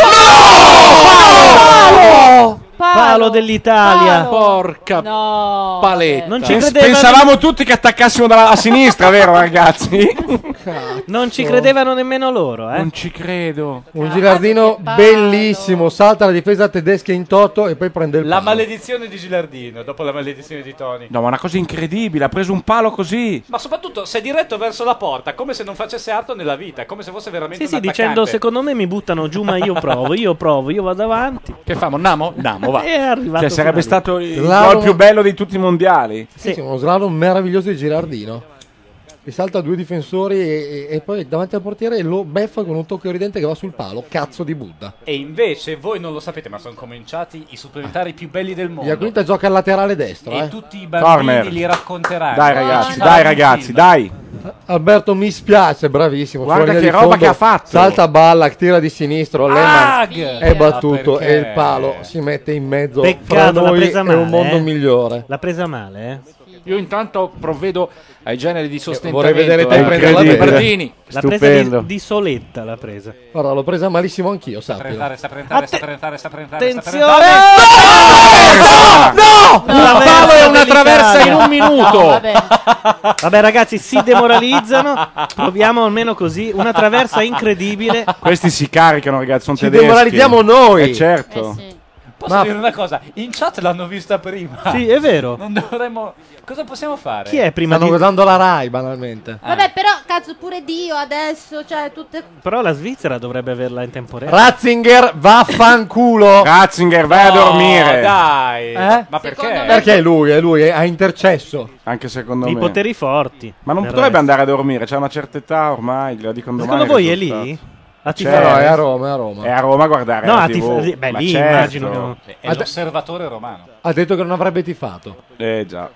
Speaker 9: gol!
Speaker 2: Palo! dell'Italia.
Speaker 4: Porca
Speaker 11: no.
Speaker 4: paletta.
Speaker 2: Non ci
Speaker 8: Pens-
Speaker 2: credevano.
Speaker 8: Pensavamo tutti che attaccassimo dalla a sinistra, vero ragazzi?
Speaker 2: Non ci credevano nemmeno loro, eh.
Speaker 8: Non ci credo.
Speaker 5: Un girardino bellissimo, salta la difesa tedesca in toto e poi prende il
Speaker 9: La
Speaker 5: palo.
Speaker 9: maledizione di Gilardino, dopo la maledizione di Tony.
Speaker 8: No, ma una cosa incredibile, ha preso un palo così.
Speaker 9: Ma soprattutto si è diretto verso la porta, come se non facesse altro nella vita, come se fosse veramente
Speaker 2: Sì, sì,
Speaker 9: un
Speaker 2: dicendo
Speaker 9: attaccante.
Speaker 2: secondo me mi buttano giù, ma io provo, io provo, io vado avanti. Eh,
Speaker 4: Che famo? Namo? Namo,
Speaker 2: va. È arrivato
Speaker 8: Cioè, sarebbe
Speaker 2: fino a
Speaker 8: stato
Speaker 2: lì.
Speaker 8: il gol più bello di tutti i mondiali.
Speaker 5: Sì, sì, uno slalom meraviglioso di Girardino. Che salta due difensori e, e- e poi davanti al portiere lo beffa con un tocco ridente che va sul palo. Cazzo di Buddha.
Speaker 9: E invece voi non lo sapete, ma sono cominciati i supplementari più belli del mondo.
Speaker 5: Iaquinta gioca al laterale destro.
Speaker 9: E
Speaker 5: eh.
Speaker 9: tutti i bambini
Speaker 8: Corner.
Speaker 9: li racconteranno.
Speaker 8: Dai ragazzi,
Speaker 9: No,
Speaker 8: dai
Speaker 9: no,
Speaker 8: ragazzi, dai.
Speaker 5: Alberto mi spiace, bravissimo.
Speaker 8: Guarda
Speaker 5: fuori
Speaker 8: che
Speaker 5: di
Speaker 8: roba
Speaker 5: fondo,
Speaker 8: che ha fatto.
Speaker 5: Salta balla, tira di sinistro, Lehmann
Speaker 2: Ag!
Speaker 5: è battuto
Speaker 2: Ma
Speaker 5: e
Speaker 2: perché?
Speaker 5: il palo si mette in mezzo fra
Speaker 2: Peccato, l'ha
Speaker 5: noi
Speaker 2: presa
Speaker 5: e
Speaker 2: male.
Speaker 5: un mondo
Speaker 2: eh.
Speaker 5: migliore.
Speaker 2: L'ha presa male, eh.
Speaker 4: Io intanto provvedo ai generi di sostentamento.
Speaker 5: vorrei vedere te
Speaker 4: eh.
Speaker 5: prendere la
Speaker 4: Incredibile.
Speaker 5: palla.
Speaker 4: Bardini.
Speaker 2: L'ha presa di, di soletta, l'ha presa.
Speaker 5: Guarda, l'ho presa malissimo anch'io, sappilo.
Speaker 9: Saprentare, saprentare, saprentare, saprentare,
Speaker 2: Attenzione!
Speaker 4: No!
Speaker 2: La
Speaker 4: Un palo
Speaker 2: traversa
Speaker 4: e una traversa in
Speaker 2: dell'Italia.
Speaker 4: un minuto.
Speaker 2: vabbè. ragazzi, si demoralizzano. Proviamo almeno così. Una traversa incredibile.
Speaker 8: Questi si caricano, ragazzi, sono
Speaker 2: Ci
Speaker 8: tedeschi.
Speaker 2: demoralizziamo noi.
Speaker 8: Eh, certo.
Speaker 9: Posso
Speaker 8: Ma-
Speaker 9: dire una cosa? In chat l'hanno vista prima.
Speaker 2: Sì, è vero.
Speaker 9: Non dovremmo... Cosa possiamo fare?
Speaker 5: Stanno guardando la Rai, banalmente.
Speaker 9: Ah,
Speaker 16: Vabbè, però, cazzo, pure Dio adesso, cioè, tutte...
Speaker 2: Però la Svizzera dovrebbe averla in temporea.
Speaker 5: Ratzinger, vaffanculo.
Speaker 8: Ratzinger, vai a
Speaker 2: No,
Speaker 8: dormire.
Speaker 2: dai.
Speaker 5: Eh?
Speaker 2: Ma perché? Secondo me-
Speaker 5: Perché è lui, è lui, è- ha intercesso.
Speaker 8: Anche secondo
Speaker 2: I
Speaker 8: me.
Speaker 2: poteri forti.
Speaker 8: Ma non
Speaker 2: Del
Speaker 8: potrebbe
Speaker 2: resto.
Speaker 8: andare a dormire, c'è una certa età ormai, gliela dicono domani.
Speaker 2: Secondo voi è
Speaker 8: il risultato.
Speaker 2: lì? A
Speaker 8: C'è.
Speaker 2: tifare?
Speaker 5: No, è a Roma, è a Roma.
Speaker 8: È a Roma a guardare
Speaker 2: No,
Speaker 8: la
Speaker 2: a
Speaker 8: TV.
Speaker 2: tif- beh,
Speaker 8: Ma
Speaker 2: lì
Speaker 8: certo.
Speaker 2: immagino che non-
Speaker 9: È l'osservatore romano.
Speaker 5: Ha detto che non avrebbe tifato.
Speaker 8: Eh già.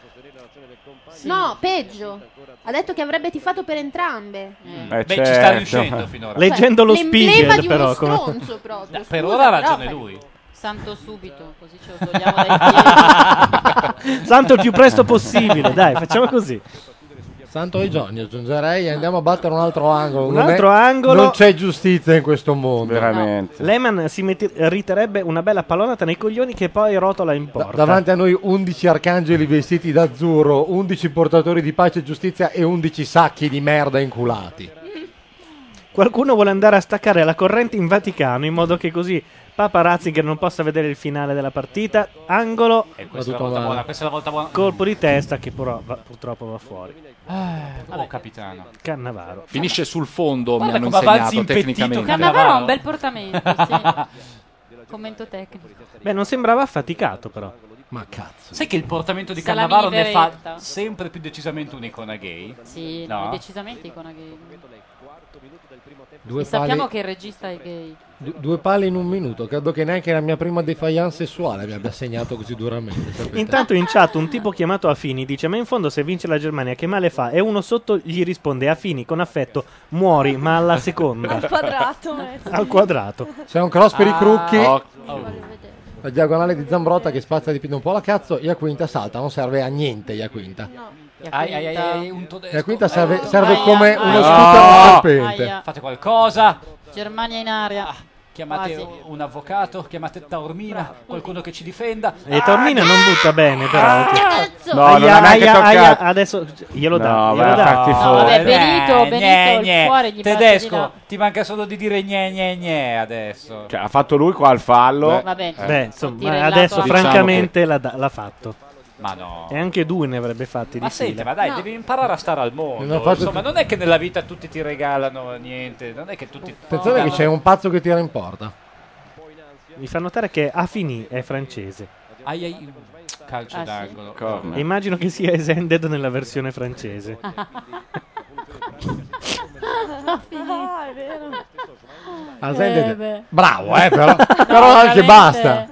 Speaker 16: No, peggio. Ha detto che avrebbe tifato per entrambe.
Speaker 8: Eh,
Speaker 9: Beh, ci sta
Speaker 8: certo.
Speaker 9: riuscendo finora.
Speaker 2: Leggendo lo
Speaker 16: L'emblema
Speaker 2: Spiegel,
Speaker 16: di uno
Speaker 2: però. come-
Speaker 16: stronzo proprio.
Speaker 9: Per
Speaker 16: Scusa,
Speaker 9: ora
Speaker 16: però,
Speaker 9: ha ragione
Speaker 16: fai-
Speaker 9: lui.
Speaker 11: Santo subito, così ce lo togliamo dai piedi.
Speaker 2: Santo il più presto possibile, dai, facciamo così.
Speaker 5: Santo ai Giorni aggiungerei andiamo a battere un altro angolo.
Speaker 2: Un
Speaker 5: Non è-
Speaker 2: altro angolo.
Speaker 5: Non c'è giustizia in questo mondo.
Speaker 2: No. Lehman si metti- riterebbe una bella pallonata nei coglioni che poi rotola in porta.
Speaker 5: Davanti a noi 11 arcangeli vestiti d'azzurro, 11 portatori di pace e giustizia e 11 sacchi di merda inculati.
Speaker 2: Qualcuno vuole andare a staccare la corrente in Vaticano in modo che così Papa Ratzinger non possa vedere il finale della partita. Angolo.
Speaker 9: Eh, Questa è la volta buona, questa è la volta buona.
Speaker 2: Colpo di testa che però va- purtroppo va fuori.
Speaker 9: Oh, capitano.
Speaker 2: Cannavaro.
Speaker 4: Finisce sul fondo,
Speaker 2: Guarda
Speaker 4: mi hanno
Speaker 2: come avanzi
Speaker 4: insegnato
Speaker 2: impettito
Speaker 4: tecnicamente.
Speaker 11: Cannavaro ha un bel portamento, sì. Commento tecnico.
Speaker 2: Beh, non sembrava affaticato però.
Speaker 5: Ma cazzo.
Speaker 9: Sai che il portamento di
Speaker 11: Salami
Speaker 9: Cannavaro ne
Speaker 11: veretta.
Speaker 9: fa sempre più decisamente un'icona gay?
Speaker 11: Sì, no, è
Speaker 9: no.
Speaker 11: decisamente icona gay.
Speaker 5: Due
Speaker 11: E sappiamo
Speaker 5: pali-
Speaker 11: che il regista è gay.
Speaker 5: Du- due pali in un minuto, credo che neanche la mia prima defiance sessuale mi abbia segnato così duramente. sapete.
Speaker 2: Intanto in chat un tipo chiamato Affini dice: Ma in fondo, se vince la Germania, che male fa? E uno sotto gli risponde: Affini, con affetto, muori, ma alla seconda.
Speaker 17: Al quadrato, eh.
Speaker 2: Al quadrato.
Speaker 5: C'è un cross per i crucchi.
Speaker 2: Ah,
Speaker 11: Oh.
Speaker 5: La diagonale di Zambrotta che spazza di più un po' la cazzo, Iaquinta salta, non serve a niente Iaquinta.
Speaker 9: Ai, ai, ai, ai, un todesco.
Speaker 5: Iaquinta serve,
Speaker 9: Eh,
Speaker 5: serve
Speaker 9: aia,
Speaker 5: come
Speaker 9: aia.
Speaker 5: uno
Speaker 9: No!
Speaker 5: scooter serpente.
Speaker 11: Aia.
Speaker 9: Fate qualcosa.
Speaker 11: Germania in aria.
Speaker 9: Chiamate
Speaker 11: Quasi.
Speaker 9: un avvocato, chiamate Taormina, qualcuno che ci difenda.
Speaker 2: E Tormina non butta bene, però.
Speaker 11: Ah,
Speaker 9: cazzo!
Speaker 8: No, non ha neanche toccato.
Speaker 2: adesso glielo dà.
Speaker 8: No,
Speaker 2: glielo
Speaker 8: va,
Speaker 2: dà.
Speaker 8: fatti No, fuori. vabbè,
Speaker 11: Benito, Benito, il cuore gli batte di
Speaker 9: Eh, Tedesco,
Speaker 11: là.
Speaker 9: ti manca solo di dire gne gne gne adesso.
Speaker 8: Cioè, ha fatto lui qua al fallo.
Speaker 9: Beh, vabbè,
Speaker 2: Beh,
Speaker 9: Eh.
Speaker 2: insomma,
Speaker 9: Tira in lato
Speaker 2: adesso
Speaker 9: alla-
Speaker 2: francamente l'ha, da- l'ha fatto.
Speaker 9: Ma no.
Speaker 2: E anche due ne avrebbe fatti
Speaker 9: Ma
Speaker 2: di
Speaker 9: senti,
Speaker 2: fila.
Speaker 9: ma dai, devi imparare a stare al
Speaker 5: Non ha
Speaker 9: mondo.
Speaker 5: fatto
Speaker 9: Insomma,
Speaker 5: tutto.
Speaker 9: non è che nella vita tutti ti regalano niente, non è che tutti
Speaker 5: Attenzione che c'è un pazzo che tira in porta.
Speaker 2: Mi fa notare che Affini è francese.
Speaker 9: Ai, ai, calcio
Speaker 11: Ah, sì.
Speaker 9: d'angolo.
Speaker 2: E Immagino che sia Extended nella versione francese.
Speaker 17: Ah, è vero.
Speaker 5: Ah, sentite.
Speaker 17: Eh, beh.
Speaker 5: Bravo, eh, però.
Speaker 17: No,
Speaker 5: però
Speaker 17: veramente.
Speaker 5: anche basta.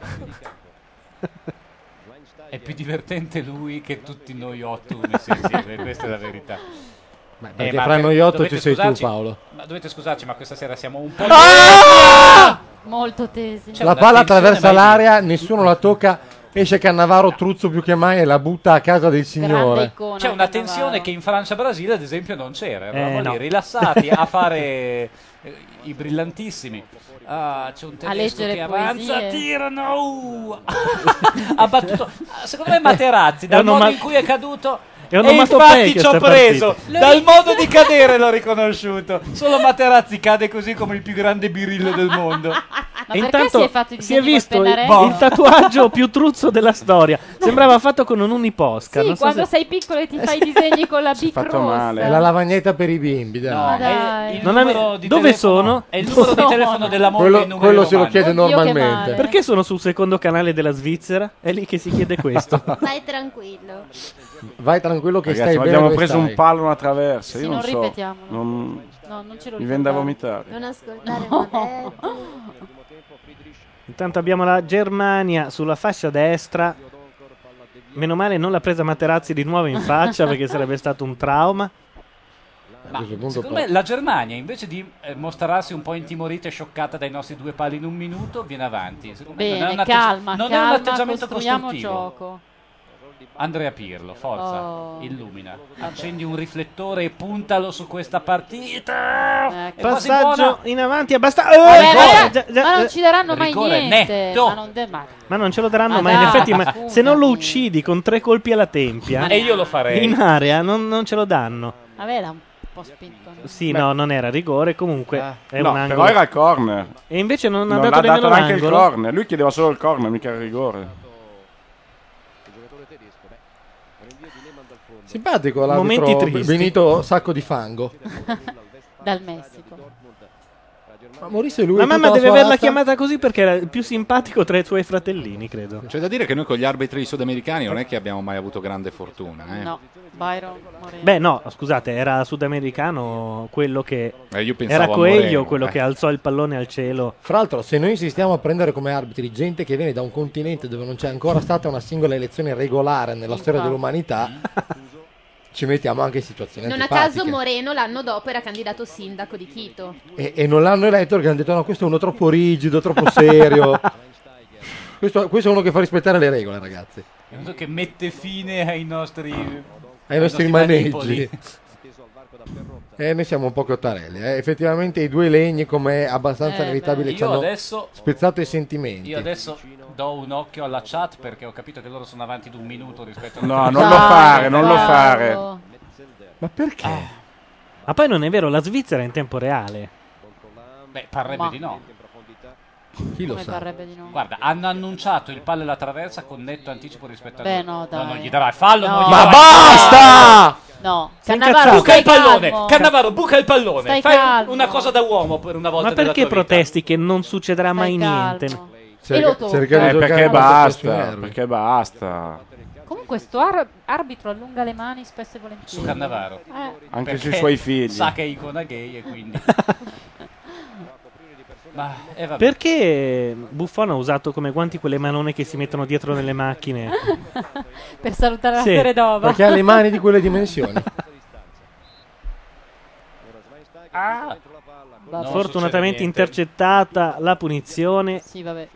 Speaker 9: È più divertente lui che tutti noi otto messi insieme, questa è la verità. Eh, Ma
Speaker 5: perché fra noi otto ci sei tu, Paolo. Ah!
Speaker 9: Ma dovete scusarci, ma questa sera siamo un po'.
Speaker 11: Ah! Molto tesi.
Speaker 5: Cioè, la palla attraversa l'area, nessuno la tocca, esce Cannavaro truzzo più che mai e la butta a casa del signore.
Speaker 9: C'è una tensione che in Francia-Brasile, ad esempio, non c'era. Eravamo
Speaker 5: Eh, no.
Speaker 9: lì rilassati a fare eh, i brillantissimi. Ah, c'è un tedesco
Speaker 11: leggere
Speaker 9: che avanza,
Speaker 11: poesie.
Speaker 9: tirano. uh, ha battuto. Secondo me Materazzi,
Speaker 2: È
Speaker 9: dal
Speaker 2: un
Speaker 9: modo
Speaker 2: oma-
Speaker 9: in cui è caduto.
Speaker 2: È
Speaker 9: E
Speaker 2: onomatopeica
Speaker 9: infatti ci
Speaker 2: sta
Speaker 9: ho preso
Speaker 2: partita.
Speaker 9: dal modo di cadere l'ho riconosciuto. Solo Materazzi cade così come il più grande birillo del mondo. Boh.
Speaker 11: Ma
Speaker 2: E
Speaker 11: perché
Speaker 2: intanto
Speaker 11: si è fatto il
Speaker 2: si
Speaker 11: disegno
Speaker 2: è
Speaker 11: col
Speaker 2: visto il,
Speaker 11: pennarello?
Speaker 2: il tatuaggio più truzzo della storia. Sembrava fatto con un uniposca.
Speaker 11: Sì,
Speaker 2: non so
Speaker 11: quando
Speaker 2: se-
Speaker 11: sei piccolo e ti fai i disegni con la Bic rossa.
Speaker 5: È la lavagnetta per i bimbi, dai.
Speaker 11: Ma dai.
Speaker 9: il
Speaker 2: Non ave-
Speaker 9: numero di
Speaker 2: Dove
Speaker 9: telefono-
Speaker 2: sono?
Speaker 9: È il numero di telefono della moglie
Speaker 2: Quello-
Speaker 9: in numero
Speaker 2: quello
Speaker 5: se lo
Speaker 9: romano.
Speaker 5: chiede Oddio, che normalmente. male.
Speaker 2: Perché sono sul secondo canale della Svizzera? È lì che si chiede questo.
Speaker 12: Stai tranquillo.
Speaker 5: Vai tranquillo che
Speaker 8: Ragazzi,
Speaker 5: stai
Speaker 8: ma
Speaker 5: bene.
Speaker 8: abbiamo
Speaker 5: dove
Speaker 8: preso
Speaker 5: stai.
Speaker 8: un palo una traversa.
Speaker 12: Sì,
Speaker 8: Io
Speaker 12: non
Speaker 8: non, so.
Speaker 12: ripetiamo.
Speaker 8: Non-
Speaker 12: No, non ce lo
Speaker 8: Mi viene da
Speaker 12: ricordavo.
Speaker 8: vomitare.
Speaker 12: Non ascoltare Maderni.
Speaker 2: Intanto abbiamo la Germania sulla fascia destra. Meno male non l'ha presa Materazzi di nuovo in faccia perché sarebbe stato un trauma.
Speaker 9: Ma secondo me la Germania invece di eh, mostrarsi un po' intimorita e scioccata dai nostri due pali in un minuto viene avanti. Secondo me non è
Speaker 11: Bene,
Speaker 9: un atte-
Speaker 11: calma,
Speaker 9: non è un
Speaker 11: calma,
Speaker 9: atteggiamento
Speaker 11: costruiamo
Speaker 9: costruttivo.
Speaker 11: gioco.
Speaker 9: Andrea Pirlo, forza,
Speaker 11: Oh.
Speaker 9: illumina. Accendi un riflettore e puntalo su questa partita. È quasi
Speaker 2: Passaggio
Speaker 9: buona.
Speaker 2: in avanti è basta-
Speaker 11: Vabbè,
Speaker 2: Eh,
Speaker 11: ma,
Speaker 2: già- già-
Speaker 11: ma non ci daranno mai
Speaker 9: Rigore
Speaker 11: niente.
Speaker 9: netto.
Speaker 11: Ma non de- ma-
Speaker 2: Ma non ce lo daranno
Speaker 11: Ma
Speaker 9: Ah,
Speaker 2: mai. In
Speaker 11: dai,
Speaker 2: effetti, ma
Speaker 11: scusami.
Speaker 2: se non lo uccidi con tre colpi alla tempia,
Speaker 9: E io lo farei.
Speaker 2: In area non, non ce lo danno.
Speaker 11: Vabbè, l'ha un po' spinto.
Speaker 2: Sì,
Speaker 8: Beh. Ah.
Speaker 2: no, non era rigore. Comunque, è
Speaker 8: no,
Speaker 2: un angolo.
Speaker 8: però era il corner.
Speaker 2: E invece non ha
Speaker 8: Non
Speaker 2: dato
Speaker 8: l'ha dato
Speaker 2: nemmeno
Speaker 8: neanche il
Speaker 2: l'angolo.
Speaker 8: corner. Lui chiedeva solo il corner, mica il rigore.
Speaker 5: Simpatico
Speaker 8: Momenti
Speaker 5: l'arbitro
Speaker 8: tristi.
Speaker 5: Benito Sacco di Fango.
Speaker 11: Dal Messico.
Speaker 5: Ma Maurice lui
Speaker 2: La
Speaker 5: e tutta
Speaker 2: mamma deve
Speaker 5: sua
Speaker 2: averla
Speaker 5: razza-
Speaker 2: chiamata così perché era il più simpatico tra i tuoi fratellini, credo.
Speaker 4: C'è da dire che noi con gli arbitri sudamericani non è che abbiamo mai avuto grande fortuna. Eh?
Speaker 11: No, Byron Moreno.
Speaker 2: Beh, no, scusate, era sudamericano quello che.
Speaker 4: Eh, io pensavo
Speaker 2: era
Speaker 4: a
Speaker 2: Coelho
Speaker 4: Moreno,
Speaker 2: quello
Speaker 4: eh.
Speaker 2: che alzò il pallone al cielo.
Speaker 5: Fra l'altro, se noi insistiamo a prendere come arbitri gente che viene da un continente dove non c'è ancora stata una singola elezione regolare nella storia dell'umanità, ci mettiamo anche in situazioni
Speaker 12: Non a
Speaker 5: antipatiche.
Speaker 12: caso Moreno l'anno dopo era candidato sindaco di Quito.
Speaker 5: e, e non l'hanno eletto perché hanno detto: no, questo è uno troppo rigido, troppo serio. Questo, questo è uno che fa rispettare le regole, ragazzi.
Speaker 9: È uno che mette fine ai nostri,
Speaker 5: Ai nostri maneggi.
Speaker 9: manipoli.
Speaker 5: Eh, noi siamo un po' cottarelli. eh. Effettivamente i due legni, come è abbastanza
Speaker 9: Eh, beh,
Speaker 5: inevitabile, ci
Speaker 9: io
Speaker 5: hanno
Speaker 9: adesso-
Speaker 5: spezzato i sentimenti.
Speaker 9: Io adesso do un occhio alla chat perché ho capito che loro sono avanti di un minuto rispetto a
Speaker 8: No, non lo fare, non lo fare.
Speaker 5: Ma perché?
Speaker 2: Ah. Ma poi non è vero, la Svizzera è in tempo reale.
Speaker 9: Beh, parrebbe
Speaker 11: Ma-
Speaker 9: di no.
Speaker 5: Chi
Speaker 11: lo Come sa? parrebbe di no?
Speaker 9: Guarda, hanno annunciato il pallo e la traversa con netto anticipo rispetto a
Speaker 11: Beh,
Speaker 9: noi.
Speaker 11: no, dai.
Speaker 9: non gli darai fallo,
Speaker 11: No.
Speaker 9: non gli
Speaker 11: Ma
Speaker 9: darai
Speaker 11: basta!
Speaker 9: fallo.
Speaker 11: No, Cannavaro,
Speaker 9: buca
Speaker 11: stai
Speaker 9: il pallone,
Speaker 11: calmo.
Speaker 9: Cannavaro, buca il pallone.
Speaker 11: Stai
Speaker 9: Fai un-
Speaker 11: calmo.
Speaker 9: una cosa da uomo per una volta
Speaker 2: Ma perché
Speaker 9: nella tua vita.
Speaker 2: protesti che non succederà mai
Speaker 11: calmo.
Speaker 2: niente?
Speaker 11: Cerca- E lo tocca. cerca
Speaker 8: Eh, perché basta,
Speaker 5: nervi.
Speaker 8: perché basta.
Speaker 11: Comunque sto ar- arbitro allunga le mani spesso e volentieri.
Speaker 9: Su Cannavaro.
Speaker 11: Eh.
Speaker 8: Anche
Speaker 9: Perché
Speaker 8: sui suoi figli.
Speaker 9: Sa che è icona gay e quindi... Ma, eh, vabbè.
Speaker 2: Perché Buffon ha usato come guanti quelle manone che si mettono dietro nelle macchine?
Speaker 11: per salutare
Speaker 2: Sì,
Speaker 11: la Seredova.
Speaker 5: Perché ha le mani di quelle dimensioni.
Speaker 9: Ah,
Speaker 11: Vabbè.
Speaker 2: Fortunatamente intercettata la punizione.
Speaker 11: Sì, vabbè.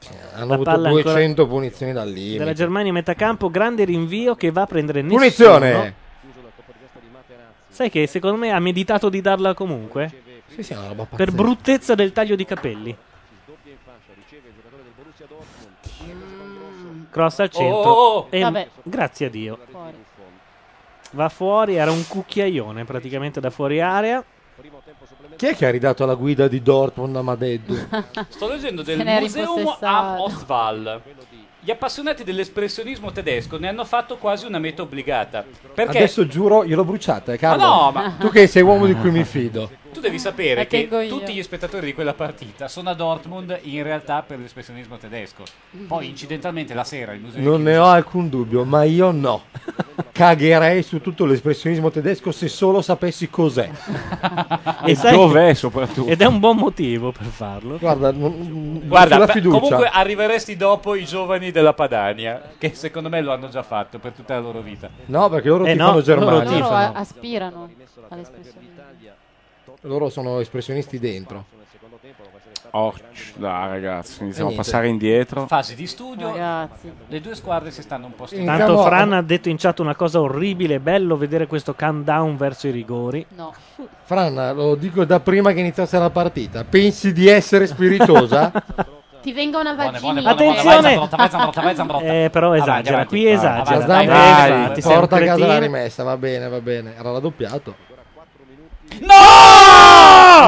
Speaker 11: Cioè,
Speaker 5: Hanno
Speaker 2: La
Speaker 5: avuto
Speaker 2: palla ancora
Speaker 5: 200 punizioni dal limite.
Speaker 2: Della Germania a metà campo, grande rinvio che va a prendere nessuno.
Speaker 5: Punizione!
Speaker 2: Sai che secondo me ha meditato di darla comunque?
Speaker 5: Sì, sì, è una roba
Speaker 2: Per
Speaker 5: pazzesca.
Speaker 2: bruttezza del taglio di capelli. Cross al centro.
Speaker 9: Oh!
Speaker 2: E
Speaker 9: Vabbè.
Speaker 2: grazie a Dio. Va fuori, era un cucchiaione praticamente da fuori area.
Speaker 5: Chi è che ha ridato la guida di Dortmund a Madeddu?
Speaker 9: Sto leggendo
Speaker 11: Se
Speaker 9: del
Speaker 11: n'è
Speaker 9: Museum
Speaker 11: ripossessato.
Speaker 9: am Ostwald. Gli appassionati dell'espressionismo tedesco ne hanno fatto quasi una meta obbligata. Perché
Speaker 5: Adesso giuro, gliel'ho bruciata, eh, Carlo.
Speaker 9: Ma no, ma-
Speaker 5: Tu che sei uomo di cui mi fido.
Speaker 9: tu devi sapere
Speaker 11: La
Speaker 9: che
Speaker 11: tengo io.
Speaker 9: tutti gli spettatori di quella partita sono a Dortmund in realtà per l'espressionismo tedesco. Poi incidentalmente la sera il museo
Speaker 5: Non ne ho alcun dubbio, ma io no. Cagherei su tutto l'espressionismo tedesco se solo sapessi cos'è.
Speaker 2: E sai- dov'è
Speaker 8: soprattutto?
Speaker 2: Ed è un buon motivo per farlo.
Speaker 5: Guarda, non-
Speaker 9: Guarda,
Speaker 5: sulla
Speaker 9: beh,
Speaker 5: fiducia.
Speaker 9: comunque arriveresti dopo i giovani della Padania, che secondo me lo hanno già fatto per tutta la loro vita.
Speaker 5: No, perché loro
Speaker 2: Eh
Speaker 5: tifano
Speaker 2: no,
Speaker 5: Germania.
Speaker 11: Loro eh. a- aspirano all'espressione.
Speaker 5: Loro sono espressionisti dentro.
Speaker 8: Oh, dai ragazzi, iniziamo a
Speaker 5: niente.
Speaker 8: passare indietro.
Speaker 9: Fasi di studio,
Speaker 11: Ragazzi.
Speaker 9: le due squadre si stanno un po'
Speaker 2: Tanto Fran ha detto in chat una cosa orribile, bello vedere questo countdown verso i rigori.
Speaker 11: No.
Speaker 5: Fran, lo dico da prima che iniziasse la partita. Pensi di essere spiritosa?
Speaker 12: Ti venga una
Speaker 9: Buone,
Speaker 12: vagina.
Speaker 9: buone, buone,
Speaker 2: Attenzione!
Speaker 9: buone, vai, Zambrotta, vai, Zambrotta, vai, Zambrotta.
Speaker 2: Eh, però esagera,
Speaker 9: Avanti, avanti.
Speaker 2: qui esagera.
Speaker 9: Avanti,
Speaker 2: Dai, eh,
Speaker 9: avanti,
Speaker 2: dai,
Speaker 9: avanti.
Speaker 2: dai, sei un
Speaker 5: Porta a casa la
Speaker 2: cretino.
Speaker 5: rimessa, va bene, va bene. Era raddoppiato.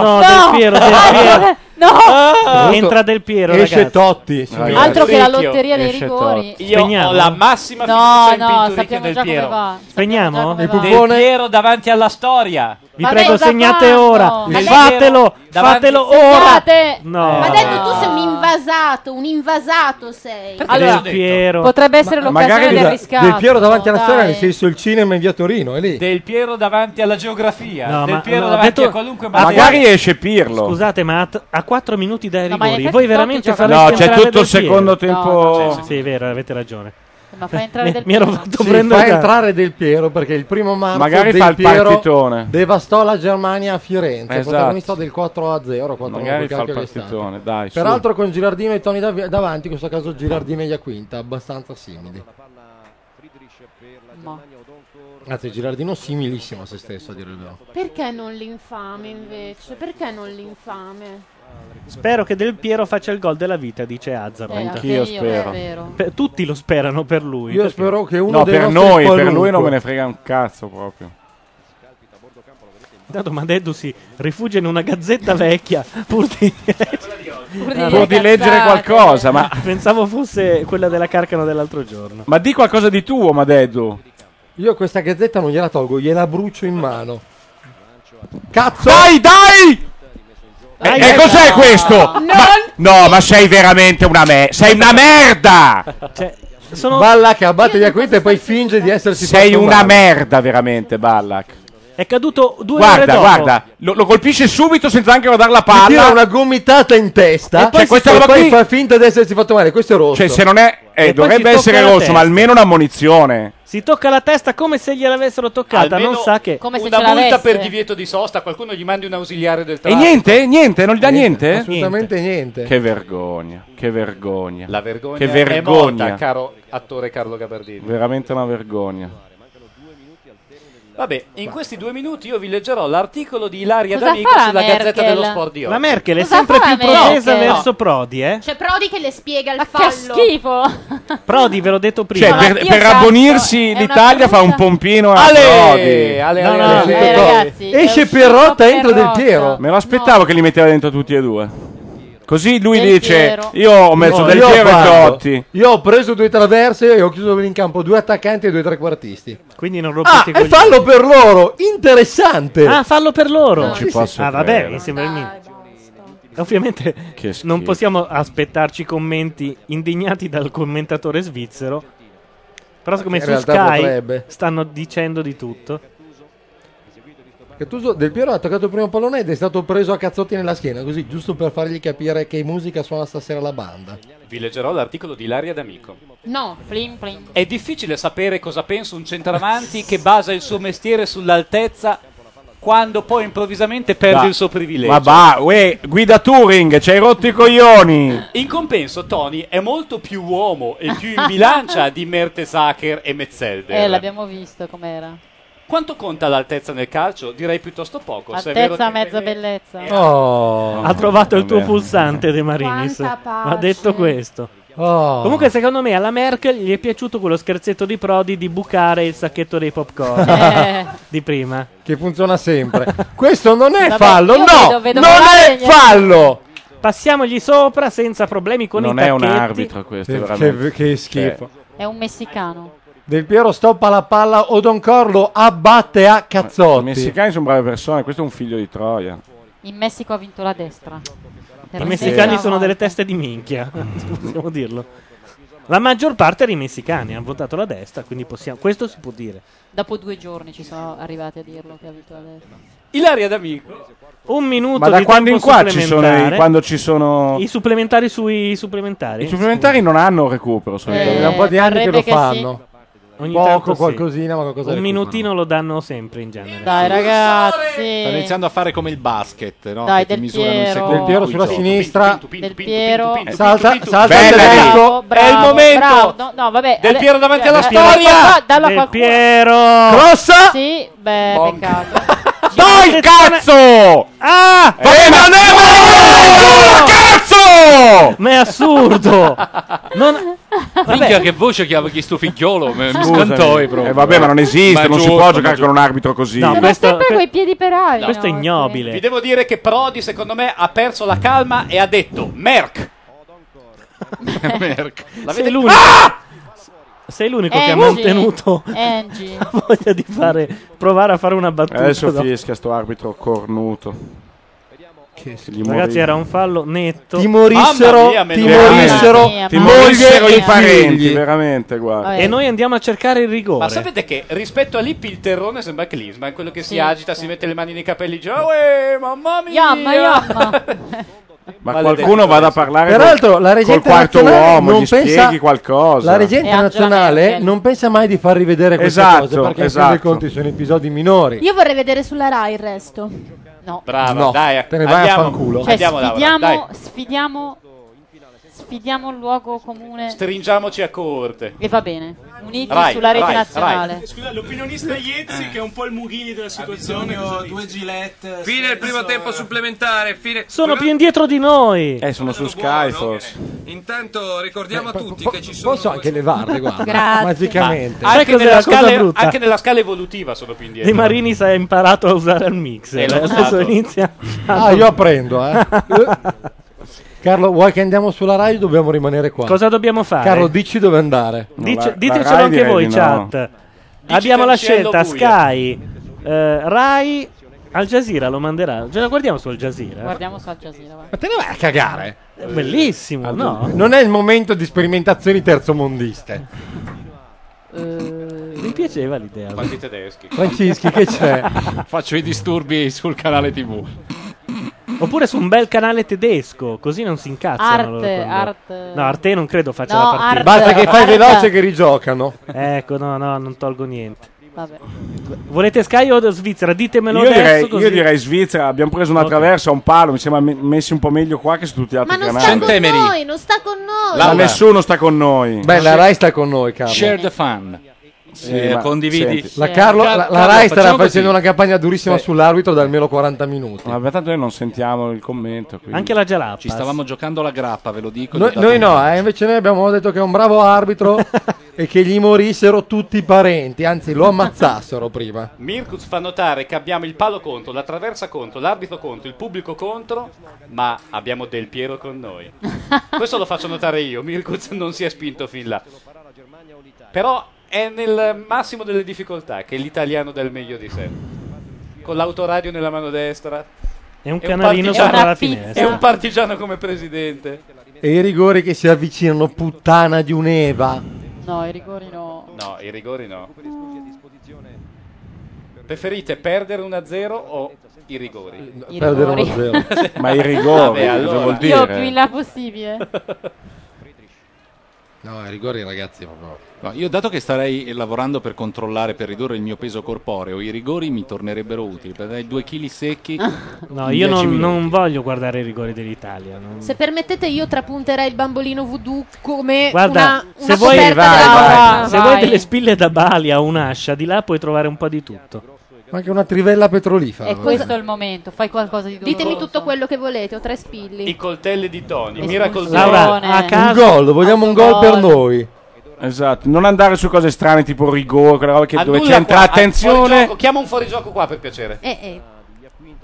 Speaker 2: No, Del Piero, Del Piero.
Speaker 11: No!
Speaker 2: Entra Del Piero,
Speaker 5: Esce
Speaker 2: ragazzi.
Speaker 5: Totti. signori.
Speaker 11: Altro che la
Speaker 9: Vecchio.
Speaker 11: lotteria dei
Speaker 5: Esce
Speaker 11: rigori.
Speaker 9: Io
Speaker 2: Spegniamo?
Speaker 9: ho la massima
Speaker 11: No,
Speaker 9: fiducia in
Speaker 11: no,
Speaker 9: Pinturicchio
Speaker 11: sappiamo
Speaker 9: del
Speaker 11: già come
Speaker 9: Piero.
Speaker 11: va.
Speaker 2: Spegniamo?
Speaker 11: Il
Speaker 9: Del Piero davanti alla storia.
Speaker 2: Vi prego, segnate ora.
Speaker 12: Ma lei-
Speaker 2: Fatelo,
Speaker 9: Davanti-
Speaker 2: fatelo ora.
Speaker 12: Scusate,
Speaker 2: No.
Speaker 12: ma detto tu sei un invasato, un invasato sei.
Speaker 2: Allora, Del Piero.
Speaker 11: Potrebbe essere l'occasione del
Speaker 5: scusa,
Speaker 11: riscatto.
Speaker 5: Del Piero davanti alla
Speaker 11: dai.
Speaker 5: storia, nel senso il cinema in via Torino, è lì.
Speaker 9: Del Piero davanti alla geografia.
Speaker 2: No,
Speaker 9: del
Speaker 2: ma-
Speaker 9: Piero
Speaker 2: no,
Speaker 9: davanti
Speaker 2: detto-
Speaker 9: a qualunque
Speaker 2: Ah,
Speaker 9: materia.
Speaker 8: Magari esce Pirlo.
Speaker 2: Scusate, ma a, t- a 4 minuti dai
Speaker 11: ma in
Speaker 2: rigori,
Speaker 11: effetti
Speaker 2: voi
Speaker 11: Totti
Speaker 2: veramente
Speaker 11: gioca-
Speaker 2: fareste
Speaker 8: No, c'è
Speaker 2: entrare
Speaker 8: tutto
Speaker 2: Del
Speaker 8: il secondo
Speaker 2: Piero?
Speaker 8: tempo- No,
Speaker 2: Sì, sì, è vero, avete ragione.
Speaker 11: Ma fa entrare
Speaker 2: mi,
Speaker 11: Del
Speaker 2: mi ero
Speaker 11: Piero.
Speaker 2: fatto
Speaker 5: Sì,
Speaker 2: prendere
Speaker 5: fa
Speaker 2: da-
Speaker 5: entrare Del Piero perché il primo marzo
Speaker 8: Magari
Speaker 5: Del
Speaker 8: fa il
Speaker 5: Piero
Speaker 8: partitone.
Speaker 5: devastò la Germania a Firenze,
Speaker 8: Esatto.
Speaker 5: protagonista del 4 a 0.
Speaker 8: Magari fa il partitone, dai. su.
Speaker 5: Peraltro con Girardino e Toni dav- davanti, in questo caso Girardino e Iaquinta, abbastanza simili. Anzi, Girardino similissimo a se stesso, a dire il vero.
Speaker 12: Perché non l'infame invece? Perché non l'infame?
Speaker 2: Spero che Del Piero faccia il gol della vita, dice Azzaro.
Speaker 12: Eh, Anch'io anche io, spero. davvero.
Speaker 2: tutti lo sperano per lui.
Speaker 5: Io
Speaker 2: perché-
Speaker 5: spero che uno
Speaker 8: No,
Speaker 5: dei
Speaker 8: per
Speaker 5: nostri
Speaker 8: noi, per
Speaker 5: qualunque-
Speaker 8: lui non me ne frega un cazzo proprio.
Speaker 2: Dato Madeddu si rifugia in una gazzetta vecchia pur di,
Speaker 8: dire Pur di leggere cazzate. qualcosa, ma-
Speaker 2: Pensavo fosse Eh, quella della Carcano dell'altro giorno.
Speaker 8: Ma di qualcosa di tuo, Madeddu.
Speaker 5: Io questa gazzetta non gliela tolgo, gliela brucio in mano.
Speaker 8: Cazzo! Dai, dai! E
Speaker 5: Dai,
Speaker 8: e
Speaker 5: dai.
Speaker 8: eh, cos'è
Speaker 5: No.
Speaker 8: questo? Ma- no, ma sei veramente una me. Sei una merda!
Speaker 5: Ballac abbatte Iaquinta e poi finge di essersi
Speaker 8: Sei
Speaker 5: fatto
Speaker 8: una
Speaker 5: male.
Speaker 8: merda, veramente, Ballac.
Speaker 2: È caduto due ore
Speaker 8: Guarda,
Speaker 2: dopo.
Speaker 8: guarda, lo, lo colpisce subito senza anche guardare la
Speaker 5: Gli tira
Speaker 8: palla.
Speaker 5: una gomitata in testa
Speaker 8: E poi
Speaker 5: e
Speaker 8: si Cioè, questa
Speaker 5: poi
Speaker 8: roba qui-
Speaker 5: fa finta di essersi fatto male. Questo è rosso.
Speaker 8: Cioè, se non è.
Speaker 5: E
Speaker 8: eh,
Speaker 5: poi ci
Speaker 8: dovrebbe
Speaker 5: tocca
Speaker 8: essere
Speaker 5: la
Speaker 8: rosso,
Speaker 5: testa.
Speaker 8: ma almeno una munizione.
Speaker 2: Si tocca la testa come se gliel'avessero toccata,
Speaker 9: Almeno
Speaker 2: non sa che.
Speaker 9: una multa per divieto di sosta, qualcuno gli mandi un ausiliare del
Speaker 8: E
Speaker 9: traffico.
Speaker 8: niente? Niente? Non gli dà niente?
Speaker 9: assolutamente
Speaker 5: niente.
Speaker 8: Che vergogna, che vergogna.
Speaker 9: La vergogna,
Speaker 8: che vergogna.
Speaker 9: è morta, caro attore Carlo Gabardini.
Speaker 8: Veramente una vergogna.
Speaker 9: Vabbè, in questi due minuti io vi leggerò l'articolo di Ilaria
Speaker 16: Cosa
Speaker 9: D'Amico
Speaker 16: fa la
Speaker 9: sulla Gazzetta
Speaker 16: Merkel?
Speaker 9: dello Sport di oggi.
Speaker 2: La Merkel è
Speaker 16: Cosa
Speaker 2: sempre
Speaker 16: fa
Speaker 2: più
Speaker 16: la Merkel?
Speaker 2: protesa
Speaker 16: No.
Speaker 2: verso Prodi, eh?
Speaker 16: C'è Prodi che le spiega il
Speaker 11: Che
Speaker 16: fallo.
Speaker 11: schifo!
Speaker 2: Prodi, ve l'ho detto prima.
Speaker 8: Cioè, per, per abbonirsi l'Italia fa un pompino a
Speaker 2: Ale!
Speaker 8: Prodi.
Speaker 2: Ale, No, ale, no, ale. eh, ragazzi, è
Speaker 8: esce
Speaker 2: uscito
Speaker 8: Perrotta,
Speaker 2: Perrotta.
Speaker 8: entra Del Piero. Me lo aspettavo che li metteva dentro tutti e due. Così lui
Speaker 5: Del
Speaker 8: dice:
Speaker 5: Piero.
Speaker 8: Io ho messo
Speaker 5: No,
Speaker 8: Del
Speaker 5: io
Speaker 8: Piero e
Speaker 5: guardo.
Speaker 8: Totti.
Speaker 5: Io ho preso due traverse e ho chiuso in campo due attaccanti e due trequartisti.
Speaker 2: Quindi non
Speaker 5: Ah,
Speaker 2: rompete
Speaker 5: e fallo per loro! Interessante!
Speaker 2: Ah, fallo per loro.
Speaker 5: Non ci posso
Speaker 2: Ah, vabbè,
Speaker 5: credere.
Speaker 2: mi sembra il minimo. Ovviamente non possiamo aspettarci commenti indignati dal commentatore svizzero. Però siccome
Speaker 5: in
Speaker 2: su
Speaker 5: realtà
Speaker 2: Sky
Speaker 5: potrebbe.
Speaker 2: stanno dicendo di tutto.
Speaker 5: Gattuso- Del Piero ha toccato il primo pallone ed è stato preso a cazzotti nella schiena, così giusto per fargli capire che in musica suona stasera la banda.
Speaker 9: Vi leggerò l'articolo di Ilaria D'Amico.
Speaker 11: No, fling fling.
Speaker 9: È difficile sapere cosa pensa un centravanti che basa il suo mestiere sull'altezza quando poi improvvisamente perde
Speaker 8: Da-
Speaker 9: il suo privilegio.
Speaker 8: Ma va, uè, guida Touring, ci hai rotto i coglioni.
Speaker 9: In compenso, Tony è molto più uomo e più in bilancia di Mertesacker e Metzelder.
Speaker 11: Eh, l'abbiamo visto com'era.
Speaker 9: Quanto conta l'altezza nel calcio? Direi piuttosto poco. se è vero
Speaker 11: Altezza,
Speaker 9: che-
Speaker 11: mezza bellezza.
Speaker 5: Oh.
Speaker 2: ha trovato il tuo
Speaker 9: vabbè.
Speaker 2: pulsante De Marinis.
Speaker 11: Quanta pace.
Speaker 2: Ha detto questo.
Speaker 5: Oh,
Speaker 2: Comunque, secondo me, alla Merkel gli è piaciuto quello scherzetto di Prodi di bucare il sacchetto dei popcorn
Speaker 5: Eh.
Speaker 2: di prima.
Speaker 5: Che funziona sempre. Questo non è
Speaker 2: Vabbè,
Speaker 5: fallo,
Speaker 2: io
Speaker 5: no!
Speaker 2: vedo- vedo
Speaker 5: non
Speaker 2: male
Speaker 5: è
Speaker 2: gli-
Speaker 5: fallo!
Speaker 2: Passiamogli sopra senza problemi con
Speaker 8: Non
Speaker 2: i
Speaker 8: è un
Speaker 2: tacchetti.
Speaker 8: arbitro questo,
Speaker 5: Che- che-
Speaker 8: veramente.
Speaker 5: che
Speaker 2: Cioè,
Speaker 5: schifo.
Speaker 11: È un messicano.
Speaker 5: Del Piero stoppa la palla, Odon Corlo abbatte a
Speaker 8: I
Speaker 5: cazzotti.
Speaker 8: messicani sono brave persone, questo è un figlio di Troia.
Speaker 11: In Messico ha vinto la destra.
Speaker 2: I messicani sono delle teste di minchia, possiamo dirlo. La maggior parte dei messicani hanno votato la destra, quindi possiamo, questo si può dire.
Speaker 11: Dopo due giorni ci sono arrivati a dirlo che ha vinto la destra.
Speaker 9: Ilaria D'Amico.
Speaker 2: Un minuto
Speaker 8: Ma da
Speaker 2: di
Speaker 8: quando in
Speaker 2: tempo
Speaker 8: qua ci sono i,
Speaker 2: supplementare.
Speaker 8: quando ci sono
Speaker 2: I supplementari sui
Speaker 11: Eh,
Speaker 2: supplementari?
Speaker 8: i supplementari non hanno recupero, sono
Speaker 2: Eh,
Speaker 8: da
Speaker 2: da un po' di anni che lo parrebbe che fanno. Ogni tanto
Speaker 5: Poco,
Speaker 2: sì.
Speaker 5: qualcosina, ma qualcosa
Speaker 2: Un
Speaker 5: di-
Speaker 2: minutino lo danno sempre in genere.
Speaker 11: Dai,
Speaker 4: eh. Stanno
Speaker 11: ragazzi.
Speaker 4: iniziando a fare come il basket, no?
Speaker 11: Dai,
Speaker 4: Che ti
Speaker 11: Del
Speaker 4: misurano il
Speaker 11: Piero.
Speaker 4: secondo.
Speaker 5: Del Piero sulla
Speaker 4: Pinto,
Speaker 5: sinistra.
Speaker 11: Del Piero.
Speaker 5: Salta-
Speaker 4: Pinto, Pinto.
Speaker 5: salta il
Speaker 4: Bella lì.
Speaker 5: tedesco.
Speaker 4: È il
Speaker 11: Bravo,
Speaker 4: momento.
Speaker 11: no, no, vabbè.
Speaker 4: Del
Speaker 11: Ade-
Speaker 4: Piero davanti alla
Speaker 11: Del Piero,
Speaker 4: storia.
Speaker 11: dalla- dalla
Speaker 4: Del
Speaker 11: qualcuno.
Speaker 2: Piero.
Speaker 5: Crossa.
Speaker 11: Sì, beh, peccato.
Speaker 8: Dai, cazzo!
Speaker 2: Ah!
Speaker 8: Eh, ma non è vero! Cazzo!
Speaker 2: Ma è assurdo! Non...
Speaker 4: Minchia, che voce che, ha- che sto figliolo, me- mi
Speaker 8: Scusami.
Speaker 4: scantoi proprio.
Speaker 8: Eh, vabbè, ma non esiste,
Speaker 4: Ma
Speaker 8: non si
Speaker 4: giusto,
Speaker 8: può
Speaker 4: ma
Speaker 8: giocare
Speaker 4: giusto.
Speaker 8: con un arbitro così.
Speaker 2: No, questo-
Speaker 11: Sempre coi piedi per aria.
Speaker 2: Questo è ignobile.
Speaker 9: Vi devo dire che Prodi, secondo me, ha perso la calma e ha detto Merck.
Speaker 4: Merck.
Speaker 2: Sei l'unico, sei l'unico che ha
Speaker 11: Eh, Angie,
Speaker 2: mantenuto
Speaker 11: Angie.
Speaker 2: la voglia di fare, provare a fare una battuta.
Speaker 8: Adesso
Speaker 2: dopo.
Speaker 8: fischia sto arbitro cornuto. Gli
Speaker 2: Ragazzi,
Speaker 8: morì.
Speaker 2: era un fallo netto.
Speaker 8: Ti morissero- Mamma mia, me lo- Veramente. Ti morissero i parenti, veramente, guarda.
Speaker 2: E noi andiamo a cercare il rigore.
Speaker 9: Ma sapete che rispetto a Lippi il terrone sembra Klinsman, quello che si
Speaker 2: Sì,
Speaker 9: agita, si mette le mani nei capelli e dice "Ah,
Speaker 8: Eh,
Speaker 9: uè,
Speaker 2: Eh,
Speaker 9: mamma mia!
Speaker 11: Yamma, yamma.
Speaker 8: Ma
Speaker 9: Maledetto
Speaker 8: qualcuno vada a parlare
Speaker 5: Peraltro,
Speaker 8: col,
Speaker 5: la regia
Speaker 8: col quarto
Speaker 5: internazionale
Speaker 8: uomo,
Speaker 5: non
Speaker 8: gli
Speaker 5: pensa-
Speaker 8: spieghi qualcosa.
Speaker 5: La regia internazionale non pensa mai di far rivedere queste
Speaker 8: Esatto,
Speaker 5: cose perché in fin
Speaker 8: esatto.
Speaker 5: dei conti sono episodi minori.
Speaker 13: Io vorrei vedere sulla Rai il resto.
Speaker 11: No.
Speaker 9: Brava,
Speaker 5: No,
Speaker 9: dai,
Speaker 5: te ne vai a
Speaker 9: andiamo.
Speaker 5: fanculo.
Speaker 11: Cioè,
Speaker 9: Andiamo, Laura,
Speaker 11: sfidiamo,
Speaker 9: dai.
Speaker 11: sfidiamo, sfidiamo il luogo comune.
Speaker 9: Stringiamoci a corte.
Speaker 11: eh, e va bene. Uniti
Speaker 9: Rai,
Speaker 11: sulla rete
Speaker 9: Rai,
Speaker 11: nazionale.
Speaker 21: Scusa, l'opinionista Iezzi che è un po' il Mughini della situazione. due gillette. eh,
Speaker 24: Fine il primo tempo supplementare, fine.
Speaker 2: Sono più indietro di noi.
Speaker 8: Eh, sono su Sky forse.
Speaker 24: Intanto ricordiamo a tutti che ci sono
Speaker 5: Posso anche levarle, guarda.
Speaker 24: Grazie.
Speaker 5: Magicamente.
Speaker 2: Ma- Sai
Speaker 9: Anche
Speaker 2: cos'è
Speaker 9: nella,
Speaker 2: la cosa
Speaker 9: scala,
Speaker 2: brutta?
Speaker 9: anche nella scala evolutiva sono più indietro.
Speaker 2: De Marini si è imparato a usare il mixer.
Speaker 9: Eh, l'ho
Speaker 2: Adesso
Speaker 9: usato.
Speaker 2: inizia.
Speaker 5: Ah, io apprendo, eh. Carlo, vuoi che andiamo sulla Rai o dobbiamo rimanere qua?
Speaker 2: Cosa dobbiamo fare?
Speaker 5: Carlo, dici dove andare.
Speaker 2: Dice- ditecelo anche voi, chat. Abbiamo la
Speaker 5: cancello
Speaker 2: scelta
Speaker 5: buio.
Speaker 2: Sky, eh, Rai, Al Jazeera lo manderà. Ce la guardiamo su Al Jazeera.
Speaker 11: Guardiamo su Al Jazeera. va.
Speaker 5: Ma te ne vai a cagare?
Speaker 2: È bellissimo, no?
Speaker 5: Non è il momento di sperimentazioni terzomondiste.
Speaker 2: Mi piaceva l'idea.
Speaker 9: Quanti tedeschi.
Speaker 5: Francischi, che c'è?
Speaker 4: Faccio i disturbi sul canale TV.
Speaker 2: Oppure su un bel canale tedesco, così non si incazzano.
Speaker 11: Arte,
Speaker 2: loro quando-
Speaker 11: arte.
Speaker 2: No, Arte non credo faccia
Speaker 11: No,
Speaker 2: la partita.
Speaker 11: Arte. Basta che fai Arte. veloce
Speaker 5: che rigiocano.
Speaker 2: Ecco, no, no, non tolgo niente. Volete Sky o Svizzera? Ditemelo
Speaker 8: Io
Speaker 2: adesso
Speaker 8: direi,
Speaker 2: così.
Speaker 8: io direi Svizzera, abbiamo preso una traversa, un palo, mi sembra me- messi un po' meglio qua che su tutti gli altri
Speaker 13: Ma non sta
Speaker 8: canali.
Speaker 13: con noi, non sta con noi.
Speaker 8: Ma nessuno sta con noi.
Speaker 5: Beh, la Rai sta con noi, Carlo.
Speaker 4: Share the fun.
Speaker 5: Sì,
Speaker 4: Eh,
Speaker 5: ma-
Speaker 4: condividi.
Speaker 5: senti, La, Carlo, la, la
Speaker 4: Carlo,
Speaker 5: Rai starà
Speaker 4: facciamo così.
Speaker 5: facendo una campagna durissima
Speaker 4: Sì.
Speaker 5: sull'arbitro da almeno 40 minuti.
Speaker 8: Vabbè, tanto noi non sentiamo il commento. quindi.
Speaker 2: Anche la Jalappas.
Speaker 4: Ci stavamo giocando la grappa, ve lo dico.
Speaker 5: Noi,
Speaker 4: gli ho dato
Speaker 5: noi
Speaker 4: un-
Speaker 5: no, eh, invece noi abbiamo detto che è un bravo arbitro e che gli morissero tutti i parenti, anzi lo ammazzassero prima.
Speaker 9: Mirkus fa notare che abbiamo il palo contro, la traversa contro, l'arbitro contro, il pubblico contro, ma abbiamo Del Piero con noi. Questo lo faccio notare io, Mirkus non si è spinto fin là. Però è nel massimo delle difficoltà che l'italiano dà il meglio di sé. Con l'autoradio nella mano destra.
Speaker 2: È un
Speaker 9: e
Speaker 2: canarino
Speaker 9: partigiano-
Speaker 2: sopra la finestra.
Speaker 9: E un partigiano come presidente.
Speaker 5: E i rigori che si avvicinano, puttana di un'Eva.
Speaker 11: No, i rigori no.
Speaker 9: No, i rigori no. Preferite perdere 1-0 o i rigori?
Speaker 11: I
Speaker 5: Perdere
Speaker 11: rigori.
Speaker 5: 1-0.
Speaker 8: Ma i rigori,
Speaker 9: Vabbè,
Speaker 11: cioè,
Speaker 8: cosa
Speaker 9: allora.
Speaker 8: vuol
Speaker 11: Io più in là possibile.
Speaker 5: No, i rigori ragazzi proprio.
Speaker 4: No, io dato che starei lavorando per controllare, per ridurre il mio peso corporeo, i rigori mi tornerebbero utili. Perderei due chili secchi.
Speaker 11: Ah.
Speaker 2: No,
Speaker 4: in
Speaker 2: io
Speaker 4: 10
Speaker 2: non,
Speaker 4: minuti.
Speaker 2: non voglio guardare i rigori dell'Italia. non-
Speaker 13: Se permettete, io trapunterei il bambolino voodoo come
Speaker 2: Guarda,
Speaker 13: una,
Speaker 2: se
Speaker 13: una
Speaker 2: vuoi,
Speaker 13: coperta della Madonna.
Speaker 2: se vuoi delle spille da Balia o un'ascia, di là puoi trovare un po' di tutto.
Speaker 5: Ma anche una trivella petrolifera.
Speaker 11: E questo è il momento, fai qualcosa di doloroso.
Speaker 13: Ditemi tutto quello che volete, ho tre spilli.
Speaker 9: I coltelli di Tony, Miracle
Speaker 8: Laura,
Speaker 9: Zone.
Speaker 8: a
Speaker 5: Un
Speaker 8: caso-
Speaker 5: gol,
Speaker 9: Ah,
Speaker 5: vogliamo un gol per noi.
Speaker 8: Esatto, non andare su cose strane tipo rigore, quella roba che dove
Speaker 9: Annulla
Speaker 8: c'entra
Speaker 9: qua, ah,
Speaker 8: attenzione.
Speaker 9: fuorigioco, Chiama un fuorigioco qua per piacere.
Speaker 13: Eh, eh.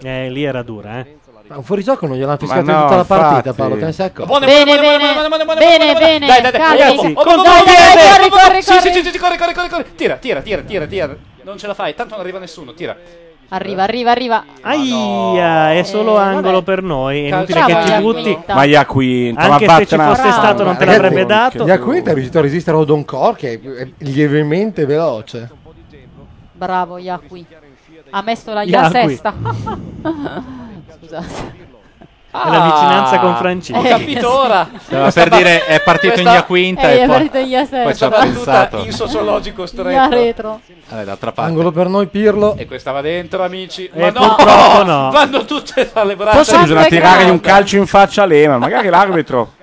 Speaker 2: Eh, lì era dura, eh.
Speaker 5: Ma un fuorigioco non gliel'hanno fischiato
Speaker 2: no,
Speaker 5: in tutta la
Speaker 2: infatti.
Speaker 5: partita, Paolo, te ne sei accorto?
Speaker 9: Buone, buone, buone, buone, buone, buone, buone, buone, buone. Dai, dai, dai,
Speaker 2: Ragazzi,
Speaker 9: oh, oh, oh,
Speaker 2: conto
Speaker 9: oh,
Speaker 2: di Ede.
Speaker 9: oh, oh,
Speaker 2: Corri,
Speaker 9: oh, oh,
Speaker 2: corri,
Speaker 9: sì,
Speaker 2: corri.
Speaker 9: sì, sì, sì, corri, corri, corri, corri. Tira, tira, tira, tira, tira. Non ce la fai, tanto non arriva nessuno, tira.
Speaker 11: Arriva, arriva, arriva.
Speaker 2: Aia, è solo
Speaker 9: Eh,
Speaker 2: angolo per noi. È
Speaker 11: Calcio
Speaker 2: inutile che
Speaker 11: alla
Speaker 2: ci
Speaker 11: quinta.
Speaker 2: butti.
Speaker 8: Ma Iaquinta,
Speaker 2: Anche
Speaker 8: ma
Speaker 2: se ci
Speaker 8: vattene a-
Speaker 2: fosse stato, non te
Speaker 8: Ragazzi,
Speaker 2: l'avrebbe dato.
Speaker 5: Gli Acquinta è riuscito a resistere a Odoncor che è è lievemente veloce.
Speaker 11: Bravo Yaqui. Ha messo la la
Speaker 5: Yaqui.
Speaker 11: sesta. Scusate.
Speaker 2: È la vicinanza con Francesco.
Speaker 11: Eh,
Speaker 2: Ho capito
Speaker 9: ora.
Speaker 4: No, Ah. per dire, è partito in via quinta e
Speaker 11: Eh, è
Speaker 4: poi-
Speaker 11: partito in via sesta.
Speaker 4: poi ci ha
Speaker 11: Battuta
Speaker 4: pensato.
Speaker 9: In sociologico
Speaker 11: Via
Speaker 9: stretto.
Speaker 11: retro.
Speaker 4: Eh, d'altra parte.
Speaker 5: Angolo per noi Pirlo.
Speaker 9: E questa va dentro, amici. Ma
Speaker 5: Eh, purtroppo
Speaker 9: no,
Speaker 5: no.
Speaker 9: vanno tutte dalle braccia.
Speaker 8: Forse bisogna tirare
Speaker 9: di
Speaker 8: un calcio in faccia a Lehman, magari l'arbitro.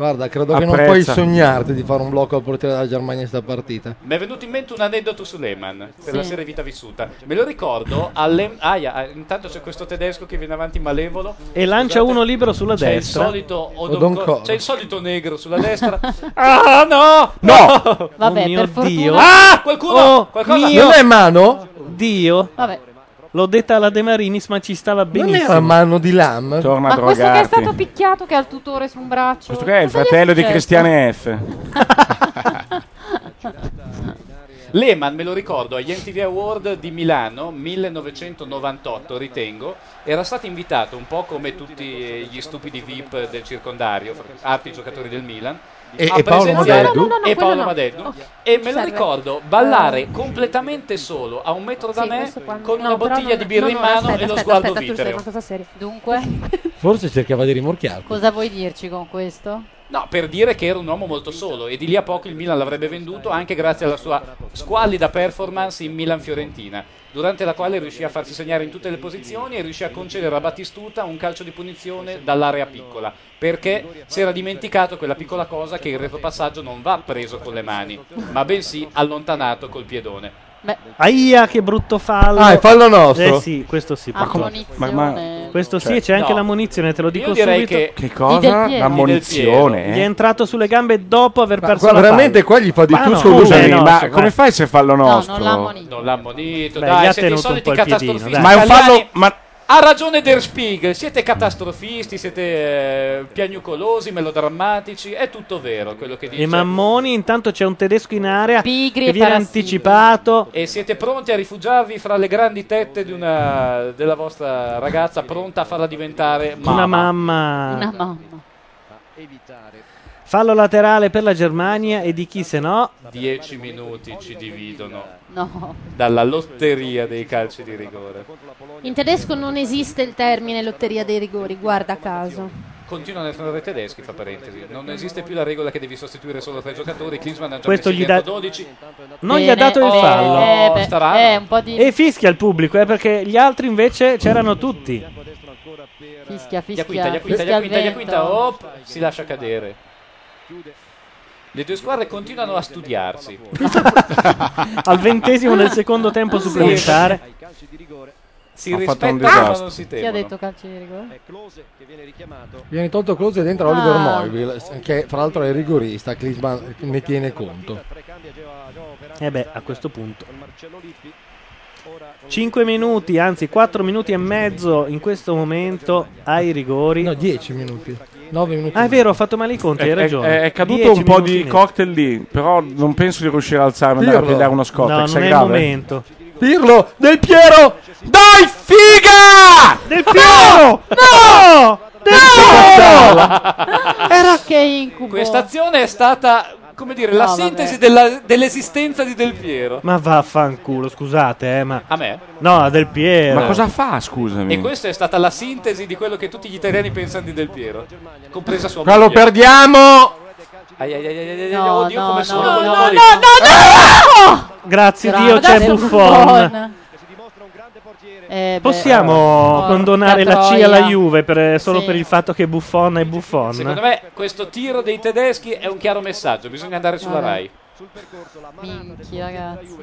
Speaker 5: Guarda, credo che non puoi
Speaker 8: Apprezza.
Speaker 5: sognarti di fare un blocco al portiere della Germania in sta partita.
Speaker 9: Mi è venuto in mente un aneddoto su Lehman per
Speaker 5: Sì.
Speaker 9: la serie Vita Vissuta. Me lo ricordo. a Lem- aia, ah, intanto c'è questo tedesco che viene avanti malevolo
Speaker 2: E lancia uno libero sulla
Speaker 9: C'è il
Speaker 2: destra.
Speaker 9: solito
Speaker 2: Odonkor.
Speaker 9: Odonkor- c'è il solito negro sulla destra. ah no!
Speaker 2: No!
Speaker 9: Vabbè,
Speaker 2: oh mio
Speaker 9: per fortuna-
Speaker 2: Dio.
Speaker 9: Ah, qualcuno-
Speaker 2: Oh,
Speaker 9: qualcosa-
Speaker 2: mio
Speaker 9: Non è
Speaker 5: mano?
Speaker 2: Dio.
Speaker 11: Vabbè.
Speaker 2: L'ho detta alla De Marinis, ma ci stava benissimo.
Speaker 5: Non era mano di Lam.
Speaker 8: Torna
Speaker 11: Ma questo che è stato picchiato che ha il tutore su un braccio.
Speaker 8: Questo qua è il fratello di Cristiane F.
Speaker 9: Lehman, me lo ricordo, agli MTV Award di Milano 1998, ritengo, era stato invitato un po' come tutti eh, gli stupidi VIP del circondario, fra- altri giocatori del Milan.
Speaker 5: E-
Speaker 9: a
Speaker 5: e Paolo
Speaker 9: presenziare-
Speaker 5: Madeddu? No, no, no, no,
Speaker 9: e
Speaker 5: quello
Speaker 9: Paolo
Speaker 5: no.
Speaker 9: Madeddu.
Speaker 5: Ok.
Speaker 9: E me lo
Speaker 5: Serve.
Speaker 9: ricordo ballare completamente solo a un metro da
Speaker 10: Eh. Sì,
Speaker 9: me
Speaker 10: questo qua.
Speaker 9: con
Speaker 10: No,
Speaker 9: una
Speaker 10: però
Speaker 9: bottiglia
Speaker 10: non-
Speaker 9: di birra
Speaker 10: no,
Speaker 9: in
Speaker 10: no,
Speaker 9: mano
Speaker 10: aspetta,
Speaker 9: e lo
Speaker 10: aspetta,
Speaker 9: sguardo
Speaker 10: aspetta, tu sei
Speaker 9: vitreo.
Speaker 10: una cosa seria.
Speaker 11: Dunque,
Speaker 5: Forse cercava di rimorchiarlo.
Speaker 11: cosa vuoi dirci con questo?
Speaker 9: No, per dire che era un uomo molto solo e di lì a poco il Milan l'avrebbe venduto anche grazie alla sua squallida performance in Milan-Fiorentina, durante la quale riuscì a farsi segnare in tutte le posizioni e riuscì a concedere a Battistuta un calcio di punizione dall'area piccola, perché si era dimenticato quella piccola cosa che il retropassaggio non va preso con le mani, ma bensì allontanato col piedone.
Speaker 2: Aia, che brutto fallo.
Speaker 5: Ah, è fallo nostro?
Speaker 2: Eh sì, questo sì.
Speaker 9: Ah,
Speaker 2: purtroppo.
Speaker 9: Ma- ma-
Speaker 2: Questo sì,
Speaker 9: cioè,
Speaker 2: e c'è anche
Speaker 9: no.
Speaker 2: la munizione, te lo dico
Speaker 9: Io direi
Speaker 2: subito.
Speaker 9: che- Che cosa? Di Del Piero.
Speaker 8: L'ammonizione, Di Del Piero. eh?
Speaker 2: Gli è entrato sulle gambe dopo aver perso
Speaker 8: guarda,
Speaker 2: la palla.
Speaker 8: veramente qua gli fa di
Speaker 2: Ma
Speaker 8: più,
Speaker 2: no,
Speaker 8: scusami,
Speaker 2: eh, no,
Speaker 8: ma
Speaker 2: insomma,
Speaker 8: come
Speaker 2: eh.
Speaker 8: fai se fallo No, non nostro? l'ha ammonito.
Speaker 9: Non l'ha ammonito,
Speaker 2: Beh, gli
Speaker 9: dai,
Speaker 2: ha
Speaker 9: siete i
Speaker 2: tenuto un
Speaker 9: soliti
Speaker 2: po' il piedino,
Speaker 9: catastrofisti.
Speaker 2: dai. Ma è un
Speaker 9: italiani.
Speaker 8: fallo-
Speaker 9: Ha ragione Der Spiegel, siete catastrofisti, siete eh, piagnucolosi, melodrammatici, è tutto vero quello che dice.
Speaker 2: E Mammoni, intanto c'è un tedesco in area
Speaker 9: e
Speaker 2: che viene
Speaker 9: parassiti.
Speaker 2: anticipato.
Speaker 9: E siete pronti a rifugiarvi fra le grandi tette di una- della vostra ragazza, pronta a farla diventare mamma.
Speaker 2: Una mamma.
Speaker 11: Una mamma.
Speaker 2: Fallo laterale per la Germania e di chi se no?
Speaker 9: 10 minuti ci dividono
Speaker 13: No.
Speaker 9: dalla lotteria dei calci di rigore.
Speaker 13: In tedesco non esiste il termine lotteria dei rigori, guarda caso.
Speaker 9: Continua nel tenore tedeschi, fra parentesi. Non esiste più la regola che devi sostituire solo tre giocatori. Klinsmann ha già
Speaker 2: Questo
Speaker 9: messo
Speaker 2: gli
Speaker 9: dentro
Speaker 2: dà-
Speaker 9: 12.
Speaker 2: Non gli ha dato
Speaker 9: Eh,
Speaker 2: il fallo.
Speaker 9: Oh,
Speaker 2: eh, E fischia il pubblico, eh, perché gli altri invece c'erano tutti.
Speaker 11: Fischia,
Speaker 9: Gli
Speaker 11: fischia.
Speaker 9: acquinta, gli acquinta, gli
Speaker 11: fischia al
Speaker 9: acquinta, gli acquinta,
Speaker 11: vento.
Speaker 9: op, si lascia cadere. Le due squadre continuano a studiarsi.
Speaker 2: Al ventesimo del secondo tempo
Speaker 9: Sì.
Speaker 2: supplementare.
Speaker 9: Si
Speaker 5: Ha fatto un
Speaker 9: rispettano, ma
Speaker 5: disastro.
Speaker 9: non si
Speaker 11: Chi ha
Speaker 9: temono.
Speaker 11: detto calcio di rigore?
Speaker 5: Viene tolto Close dentro Oliver
Speaker 11: Ah.
Speaker 5: Moivil, che fra l'altro è rigorista, Klinsmann ne tiene conto.
Speaker 2: E Eh, beh, a questo punto. 5 minuti, anzi 4 minuti e mezzo in questo momento ai rigori. No,
Speaker 5: 10 minuti. 9 minuti.
Speaker 2: Ah, è vero, ho fatto male i conti, hai
Speaker 8: È,
Speaker 2: ragione.
Speaker 8: è- è caduto
Speaker 2: 10
Speaker 8: un po'
Speaker 2: minuti
Speaker 8: di
Speaker 2: netti.
Speaker 8: cocktail lì, però non penso di riuscire a alzarmi e andare a
Speaker 2: Pirlo.
Speaker 8: pigliare uno
Speaker 2: No,
Speaker 8: Scottex.
Speaker 2: non è il
Speaker 8: grave.
Speaker 2: momento.
Speaker 5: Pirlo del Piero! Dai figa!
Speaker 2: Del
Speaker 5: Piero!
Speaker 2: No!
Speaker 11: Era che incubo.
Speaker 9: Questa azione è stata, come dire, la
Speaker 11: No, vabbè.
Speaker 9: sintesi della- dell'esistenza di Del Piero.
Speaker 2: Ma vaffanculo, scusate, eh, ma
Speaker 9: A me?
Speaker 2: No, a Del Piero.
Speaker 8: Ma cosa fa, scusami?
Speaker 9: E questa è stata la sintesi di quello che tutti gli italiani pensano di Del Piero, compresa sua
Speaker 8: Qua lo
Speaker 9: moglie.
Speaker 5: perdiamo!
Speaker 9: Ai, ai, ai, ai, ai, ai,
Speaker 11: No,
Speaker 9: oddio,
Speaker 11: no,
Speaker 9: come
Speaker 11: no,
Speaker 9: sono
Speaker 11: no,
Speaker 9: con
Speaker 11: no,
Speaker 9: Oli.
Speaker 11: no, no, no!
Speaker 2: Oh, Grazie
Speaker 11: Grazie
Speaker 2: Dio c'è
Speaker 11: Buffon.
Speaker 2: Buffon.
Speaker 9: Eh
Speaker 11: Eh, beh,
Speaker 2: Possiamo
Speaker 11: porca
Speaker 2: condonare la C alla
Speaker 11: troia.
Speaker 2: Juve per- eh, solo
Speaker 9: oh, Sì.
Speaker 2: per il fatto che Buffon è Buffon.
Speaker 9: Secondo me questo tiro dei tedeschi è un chiaro messaggio, bisogna andare sulla
Speaker 2: Vabbè.
Speaker 9: Rai.
Speaker 11: Minchia, ragazzi.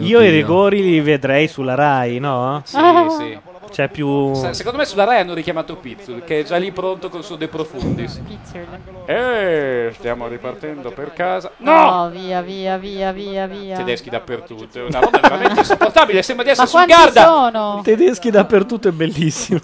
Speaker 2: Io i rigori li vedrei sulla Rai, no?
Speaker 9: Sì, Ah. sì.
Speaker 2: C'è più.
Speaker 9: Se- Secondo me sulla Rai hanno richiamato Pizzul, che è già lì pronto col suo De Profundis. Eh, stiamo ripartendo per casa. No!
Speaker 11: No, via, via, via, via, via.
Speaker 9: Tedeschi dappertutto, è una roba veramente insopportabile, sembra di
Speaker 11: Ma
Speaker 9: essere su
Speaker 11: quanti
Speaker 9: Garda.
Speaker 11: sono?
Speaker 2: I tedeschi dappertutto è bellissimo.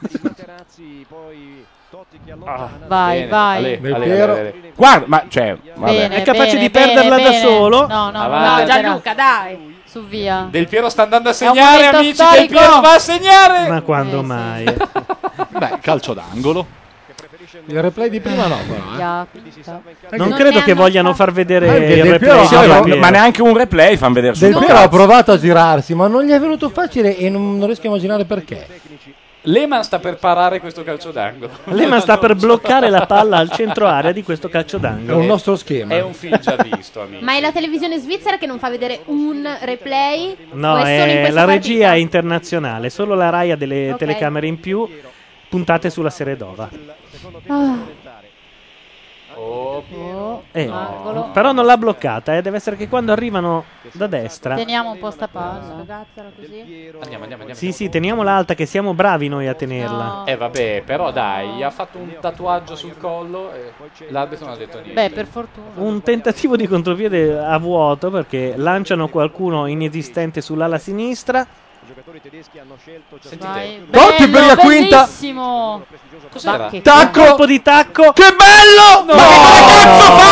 Speaker 18: Ah.
Speaker 11: Vai,
Speaker 9: Bene,
Speaker 11: vai.
Speaker 9: Ale,
Speaker 8: Del
Speaker 9: Ale,
Speaker 8: Piero.
Speaker 9: Ale, Ale. Ecco,
Speaker 8: Guarda, ma cioè, vabbè.
Speaker 11: Bene,
Speaker 2: È capace
Speaker 11: bene,
Speaker 2: di perderla
Speaker 11: bene,
Speaker 2: da
Speaker 11: bene.
Speaker 2: solo.
Speaker 11: No, no, no,
Speaker 9: Avanti.
Speaker 11: Gianluca, dai. Su via.
Speaker 9: Del Piero sta andando a
Speaker 11: È un
Speaker 9: segnare,
Speaker 11: momento
Speaker 9: amici.
Speaker 11: storico.
Speaker 9: Del Piero va a segnare.
Speaker 2: Ma
Speaker 11: Eh,
Speaker 2: quando mai?
Speaker 4: Beh, calcio d'angolo.
Speaker 5: Il replay di prima no, però.
Speaker 2: Non credo che vogliano far vedere
Speaker 8: Ah,
Speaker 5: Anche
Speaker 2: il
Speaker 5: Del
Speaker 2: replay.
Speaker 5: Piero,
Speaker 2: di Eh, Del
Speaker 5: no,
Speaker 2: Piero.
Speaker 8: Ma neanche un replay fanno vedere
Speaker 5: Del
Speaker 8: sul
Speaker 5: Piero ha
Speaker 8: cazzo.
Speaker 5: provato a girarsi, ma non gli è venuto facile e non, non riesco a immaginare perché.
Speaker 9: Lehman sta per parare questo calcio d'angolo.
Speaker 2: Lehman sta per bloccare la palla al centro area di questo calcio d'angolo.
Speaker 5: È un nostro schema.
Speaker 9: È un film già visto, amici.
Speaker 13: Ma è la televisione svizzera che non fa vedere un replay?
Speaker 2: No,
Speaker 13: O è solo in
Speaker 2: è
Speaker 13: questa
Speaker 2: la
Speaker 13: partita?
Speaker 2: regia è internazionale, solo la Rai ha delle
Speaker 13: Ok.
Speaker 2: telecamere in più puntate sulla Seredova.
Speaker 9: Oh,
Speaker 2: Eh,
Speaker 11: Angolo.
Speaker 2: Però non l'ha bloccata, eh, deve essere che quando arrivano da destra.
Speaker 11: Teniamo un po' sta palla.
Speaker 9: Andiamo, andiamo, andiamo.
Speaker 2: Sì, sì, teniamola alta che siamo bravi noi a tenerla.
Speaker 9: Eh vabbè, però dai, ha fatto un tatuaggio sul collo e l'arbitro non ha detto niente.
Speaker 11: Beh, per fortuna.
Speaker 2: Un tentativo di contropiede a vuoto perché lanciano qualcuno inesistente sull'ala sinistra.
Speaker 11: Vai.
Speaker 2: Totti per
Speaker 11: Bello,
Speaker 2: la quinta.
Speaker 11: bellissimo.
Speaker 2: Cos'era?
Speaker 11: Ma che
Speaker 2: Tacco! Colpo di tacco! Che
Speaker 8: bello!
Speaker 2: No!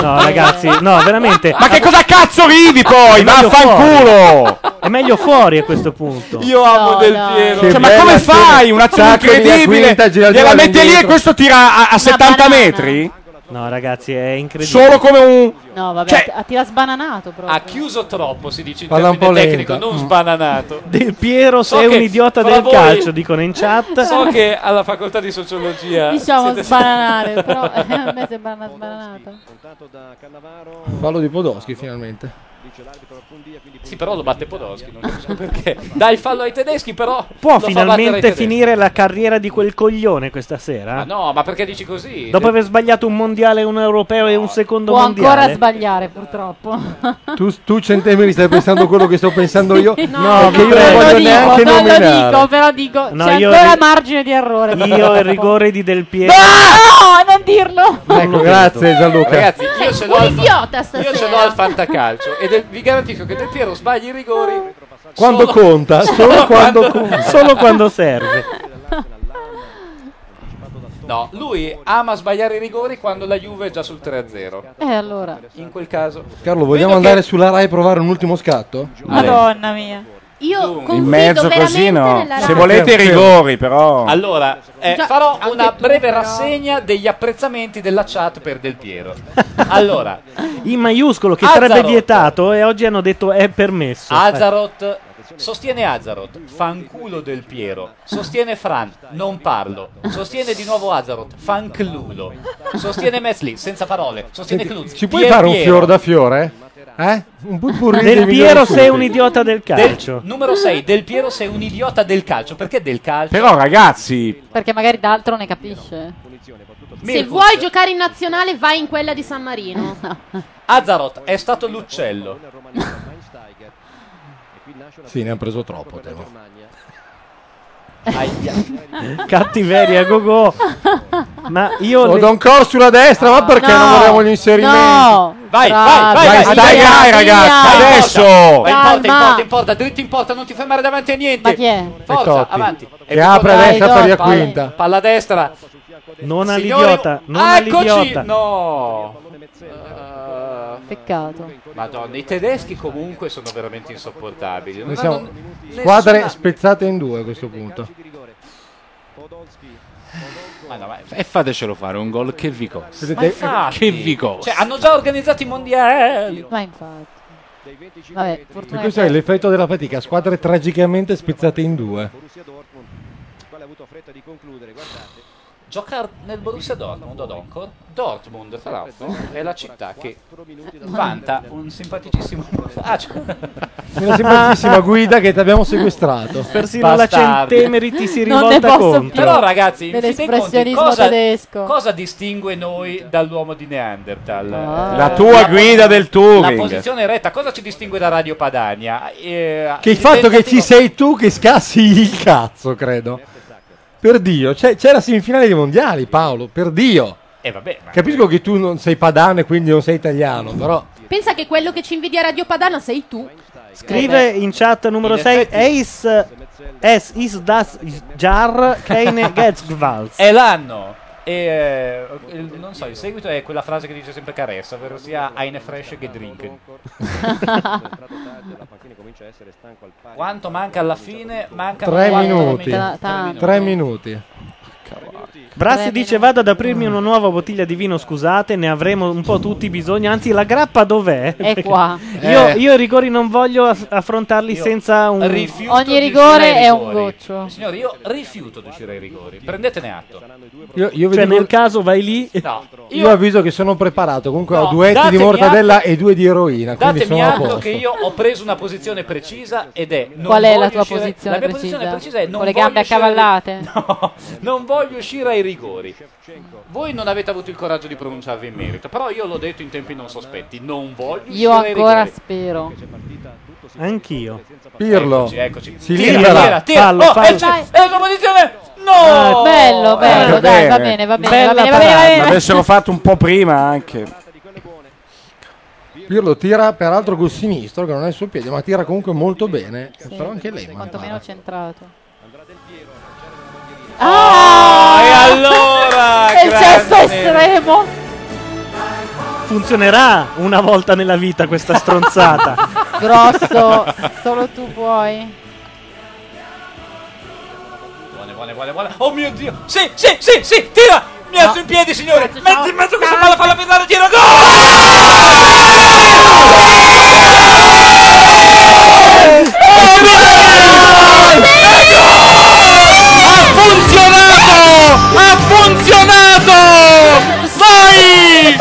Speaker 2: No, ragazzi, no, veramente.
Speaker 8: Ma che cosa cazzo vivi poi?
Speaker 2: È meglio
Speaker 8: Vaffanculo!
Speaker 2: È meglio fuori a questo punto.
Speaker 8: Io amo Del Piero.
Speaker 2: Che
Speaker 8: Cioè, ma
Speaker 2: bella
Speaker 8: come
Speaker 2: azione.
Speaker 8: fai? Un'azione
Speaker 2: Tacco, via,
Speaker 8: incredibile.
Speaker 2: quinta, gira,
Speaker 8: Gliela
Speaker 2: gira,
Speaker 8: mette lì e
Speaker 2: indietro.
Speaker 8: questo tira a, a 70 metri?
Speaker 2: No, ragazzi, è incredibile.
Speaker 8: Solo come un.
Speaker 11: No, vabbè, ha- ti ha sbananato proprio.
Speaker 9: Cioè, Ha chiuso troppo, si dice in
Speaker 2: Palla un
Speaker 9: termine
Speaker 2: po'
Speaker 9: tecnico,
Speaker 2: lenta.
Speaker 9: non sbananato.
Speaker 2: Del Piero
Speaker 9: So
Speaker 2: sei
Speaker 9: che
Speaker 2: un idiota
Speaker 9: fra
Speaker 2: del
Speaker 9: voi-
Speaker 2: calcio, dicono in chat.
Speaker 9: So che alla facoltà di sociologia
Speaker 11: Diciamo
Speaker 9: siete-
Speaker 11: sbananare, però a me sembra una sbananata.
Speaker 5: Fallo di Podoschi finalmente.
Speaker 9: Sì, però lo batte Podolski, non capisco perché. Dai il fallo ai tedeschi, però
Speaker 2: Può
Speaker 9: lo fa battere ai
Speaker 2: finalmente
Speaker 9: tedeschi.
Speaker 2: finire la carriera di quel coglione questa sera?
Speaker 9: Ma no, ma perché dici così?
Speaker 2: Dopo aver sbagliato un mondiale, un europeo e un secondo
Speaker 11: Può
Speaker 2: mondiale.
Speaker 11: ancora sbagliare, purtroppo.
Speaker 2: Ah.
Speaker 5: Tu, tu centesimi stai pensando quello che sto pensando io?
Speaker 11: No,
Speaker 5: perché io
Speaker 11: non
Speaker 5: non
Speaker 11: lo
Speaker 5: voglio
Speaker 11: dico,
Speaker 5: neanche
Speaker 11: non lo
Speaker 5: nominare.
Speaker 11: dico, però dico,
Speaker 2: No,
Speaker 11: c'è
Speaker 2: io
Speaker 11: ancora
Speaker 2: ri-
Speaker 11: margine di errore.
Speaker 2: Io
Speaker 11: purtroppo.
Speaker 2: il rigore di Del Piero.
Speaker 11: No, non dirlo.
Speaker 5: Ecco, grazie Gianluca.
Speaker 9: Ragazzi,
Speaker 13: Eh,
Speaker 9: io ce l'ho
Speaker 11: un
Speaker 9: al fa-
Speaker 11: idiota
Speaker 9: Io ce
Speaker 11: stasera.
Speaker 9: l'ho al fantacalcio e del- vi garantisco che Del Piero sbagli i rigori
Speaker 5: quando
Speaker 9: solo-
Speaker 5: conta, solo quando conta.
Speaker 2: Solo quando serve.
Speaker 9: No, lui ama sbagliare i rigori quando la Juve è già sul 3-0.
Speaker 11: Eh, allora.
Speaker 9: In quel caso
Speaker 5: Carlo, vogliamo andare sulla Rai e provare un ultimo scatto?
Speaker 11: Madonna mia.
Speaker 13: Io
Speaker 8: in
Speaker 13: confido
Speaker 8: mezzo così
Speaker 13: veramente
Speaker 8: no.
Speaker 13: nella
Speaker 8: Se
Speaker 13: Rai.
Speaker 8: volete i rigori però.
Speaker 9: Allora, eh,
Speaker 13: Già,
Speaker 9: farò
Speaker 13: anche
Speaker 9: una
Speaker 13: tu,
Speaker 9: breve
Speaker 13: però.
Speaker 9: rassegna degli apprezzamenti della chat per Del Piero. Allora,
Speaker 2: In maiuscolo che
Speaker 9: Azzaro.
Speaker 2: sarebbe vietato e oggi hanno detto è permesso.
Speaker 9: Azaroth sostiene Azaroth, fanculo del Piero, sostiene Fran, non parlo, sostiene di nuovo Azaroth, fanclulo, sostiene Metzli, senza parole, sostiene Cluz.
Speaker 5: Ci puoi
Speaker 9: Pier
Speaker 5: fare un
Speaker 9: Piero.
Speaker 5: fior da fiore? Eh? Un putpurri
Speaker 2: Del
Speaker 5: di migliori
Speaker 2: Piero
Speaker 5: frutti.
Speaker 2: sei un idiota del calcio.
Speaker 9: Numero 6, Del Piero sei un idiota del calcio, perché del calcio?
Speaker 8: Però ragazzi,
Speaker 11: Perché magari d'altro ne capisce.
Speaker 13: Se
Speaker 9: Mirkus.
Speaker 13: vuoi giocare in nazionale, vai in quella di San Marino.
Speaker 9: Azaroth è stato l'uccello.
Speaker 5: Sì, ne hanno preso troppo. te.
Speaker 2: Eh, Cattiveria go go. Ma io
Speaker 5: O
Speaker 2: le-
Speaker 5: Oh, Don Cor sulla destra, ma perché non volevamo gli inserimenti?
Speaker 9: Vai, vai,
Speaker 5: Bravo,
Speaker 9: vai,
Speaker 5: vai, dai, dai, ragazzi, adesso!
Speaker 9: Vai in porta, in
Speaker 5: Calma.
Speaker 9: porta, in porta, dritto in porta, non ti fermare davanti a niente. Ma chi è? Forza,
Speaker 5: E Totti.
Speaker 9: avanti.
Speaker 5: Che apre
Speaker 9: Dai,
Speaker 5: adesso per via
Speaker 9: palla-
Speaker 5: quinta.
Speaker 9: Palla a destra.
Speaker 2: Non
Speaker 9: Signori,
Speaker 2: all'idiota, non
Speaker 9: eccoci!
Speaker 2: all'idiota.
Speaker 9: No. Eh,
Speaker 11: Peccato.
Speaker 9: Madonna, i tedeschi comunque sono veramente insopportabili.
Speaker 5: Noi siamo
Speaker 9: Non- non-
Speaker 5: squadre
Speaker 9: nessuna-
Speaker 5: spezzate in due a questo punto.
Speaker 9: Ma no, ma-
Speaker 4: E fatecelo fare un gol che vi costa.
Speaker 9: Ma infatti,
Speaker 4: Che vi costa.
Speaker 9: Cioè, hanno già organizzato i mondiali.
Speaker 11: Ma infatti. Vabbè,
Speaker 5: E
Speaker 11: fortuna
Speaker 5: questo è l'effetto della fatica, squadre tragicamente spezzate in due.
Speaker 9: Gioca nel Borussia Dortmund ad Oncor. Dortmund, tra l'altro, è la città che vanta un simpaticissimo. Ah, c'è-
Speaker 5: Una simpaticissima guida che ti abbiamo sequestrato.
Speaker 2: Persino la
Speaker 9: Bastardi.
Speaker 2: Centemeri ti si
Speaker 5: Non
Speaker 2: rivolta
Speaker 5: ne posso
Speaker 2: contro.
Speaker 9: Però, ragazzi, in fin dei conti,
Speaker 11: Dell'espressionismo
Speaker 9: cosa,
Speaker 11: tedesco.
Speaker 9: cosa distingue noi dall'uomo di Neanderthal?
Speaker 8: Ah.
Speaker 9: Eh,
Speaker 8: La tua guida del
Speaker 9: La
Speaker 8: Turing.
Speaker 9: posizione retta, cosa ci distingue da Radio Padania? Eh,
Speaker 5: Che il fatto che ci sei tu che scassi il cazzo, credo. Per Dio, c'è, c'è la semifinale dei mondiali, Paolo, per Dio.
Speaker 9: Eh, vabbè, ma-
Speaker 5: Capisco che tu non sei padano e quindi non sei italiano, però...
Speaker 13: Pensa che quello che ci invidia Radio Padana sei tu.
Speaker 9: Eh,
Speaker 2: Scrive in chat numero
Speaker 13: In
Speaker 2: 6 Eis Es is das Jar keine Getzgwalz.
Speaker 9: È l'anno. E, eh, il- non so, il seguito è quella frase che dice sempre Caressa, ovvero sia Eine Fresh che Drink. Quanto manca alla fine? Mancano
Speaker 5: Tre
Speaker 9: quattro
Speaker 5: minuti.
Speaker 9: minuti.
Speaker 5: Tre minuti.
Speaker 2: Brassi dice vado ad aprirmi una nuova bottiglia di vino, scusate, ne avremo un po' tutti bisogno, anzi la grappa dov'è?
Speaker 11: È qua.
Speaker 2: Io,
Speaker 11: Eh.
Speaker 2: io i rigori non voglio aff- affrontarli senza un...
Speaker 9: Rifiuto di
Speaker 11: Ogni
Speaker 9: uscire
Speaker 11: rigore
Speaker 9: ai
Speaker 11: è un
Speaker 9: rigori.
Speaker 11: goccio.
Speaker 9: Signori, io rifiuto di uscire ai rigori. Prendetene atto.
Speaker 5: Io, io vi
Speaker 2: Cioè
Speaker 5: dico-
Speaker 2: nel caso vai lì...
Speaker 9: No,
Speaker 5: io... avviso che sono preparato, comunque
Speaker 9: No,
Speaker 5: ho duetti
Speaker 9: datemi
Speaker 5: di mortadella
Speaker 9: atto-
Speaker 5: e due di eroina, Ah, quindi
Speaker 9: Datemi
Speaker 5: sono a
Speaker 9: atto
Speaker 5: posto.
Speaker 9: che io ho preso una posizione precisa ed è... non
Speaker 11: Qual è la
Speaker 9: voglio
Speaker 11: tua
Speaker 9: uscire-
Speaker 11: posizione
Speaker 9: La mia
Speaker 11: precisa?
Speaker 9: posizione precisa è non
Speaker 11: Con le
Speaker 9: voglio
Speaker 11: gambe
Speaker 9: uscire-
Speaker 11: accavallate?
Speaker 9: No, non voglio uscire ai rigori. Voi non avete avuto il coraggio di pronunciarvi in merito, però io l'ho detto in tempi non sospetti. Non voglio uscire
Speaker 11: Io
Speaker 9: ai
Speaker 11: ancora
Speaker 9: rigori.
Speaker 11: spero.
Speaker 2: Anch'io.
Speaker 5: Pirlo.
Speaker 9: Eccoci, eccoci.
Speaker 5: Si
Speaker 9: Tira,
Speaker 5: libera.
Speaker 9: tira, tira.
Speaker 5: Fallo,
Speaker 9: Oh,
Speaker 5: fallo.
Speaker 9: e c'è- e la posizione! No!
Speaker 11: Ah, bello, bello,
Speaker 8: Eh,
Speaker 11: dai, va
Speaker 8: bene.
Speaker 11: bene, va bene,
Speaker 8: Bella
Speaker 11: va bene, va bene, va
Speaker 8: parata.
Speaker 11: bene.
Speaker 8: L'avessero fatto un po' prima anche.
Speaker 5: Pirlo tira peraltro col sinistro, che non è il suo piede, ma tira comunque molto bene. Però anche lei.
Speaker 11: Quantomeno centrato.
Speaker 9: Ah, e allora!
Speaker 11: È il gesto
Speaker 9: grande.
Speaker 11: estremo.
Speaker 2: Funzionerà una volta nella vita questa stronzata.
Speaker 11: Grosso, solo tu puoi.
Speaker 9: Buone, buone, buone, buone. Oh mio dio! Sì, sì, sì, sì, tira! Mi alzo in piedi, signori! Mezzo in mezzo a questa palla, falla pesare, tira!
Speaker 19: funzionato! Ha funzionato! Vai!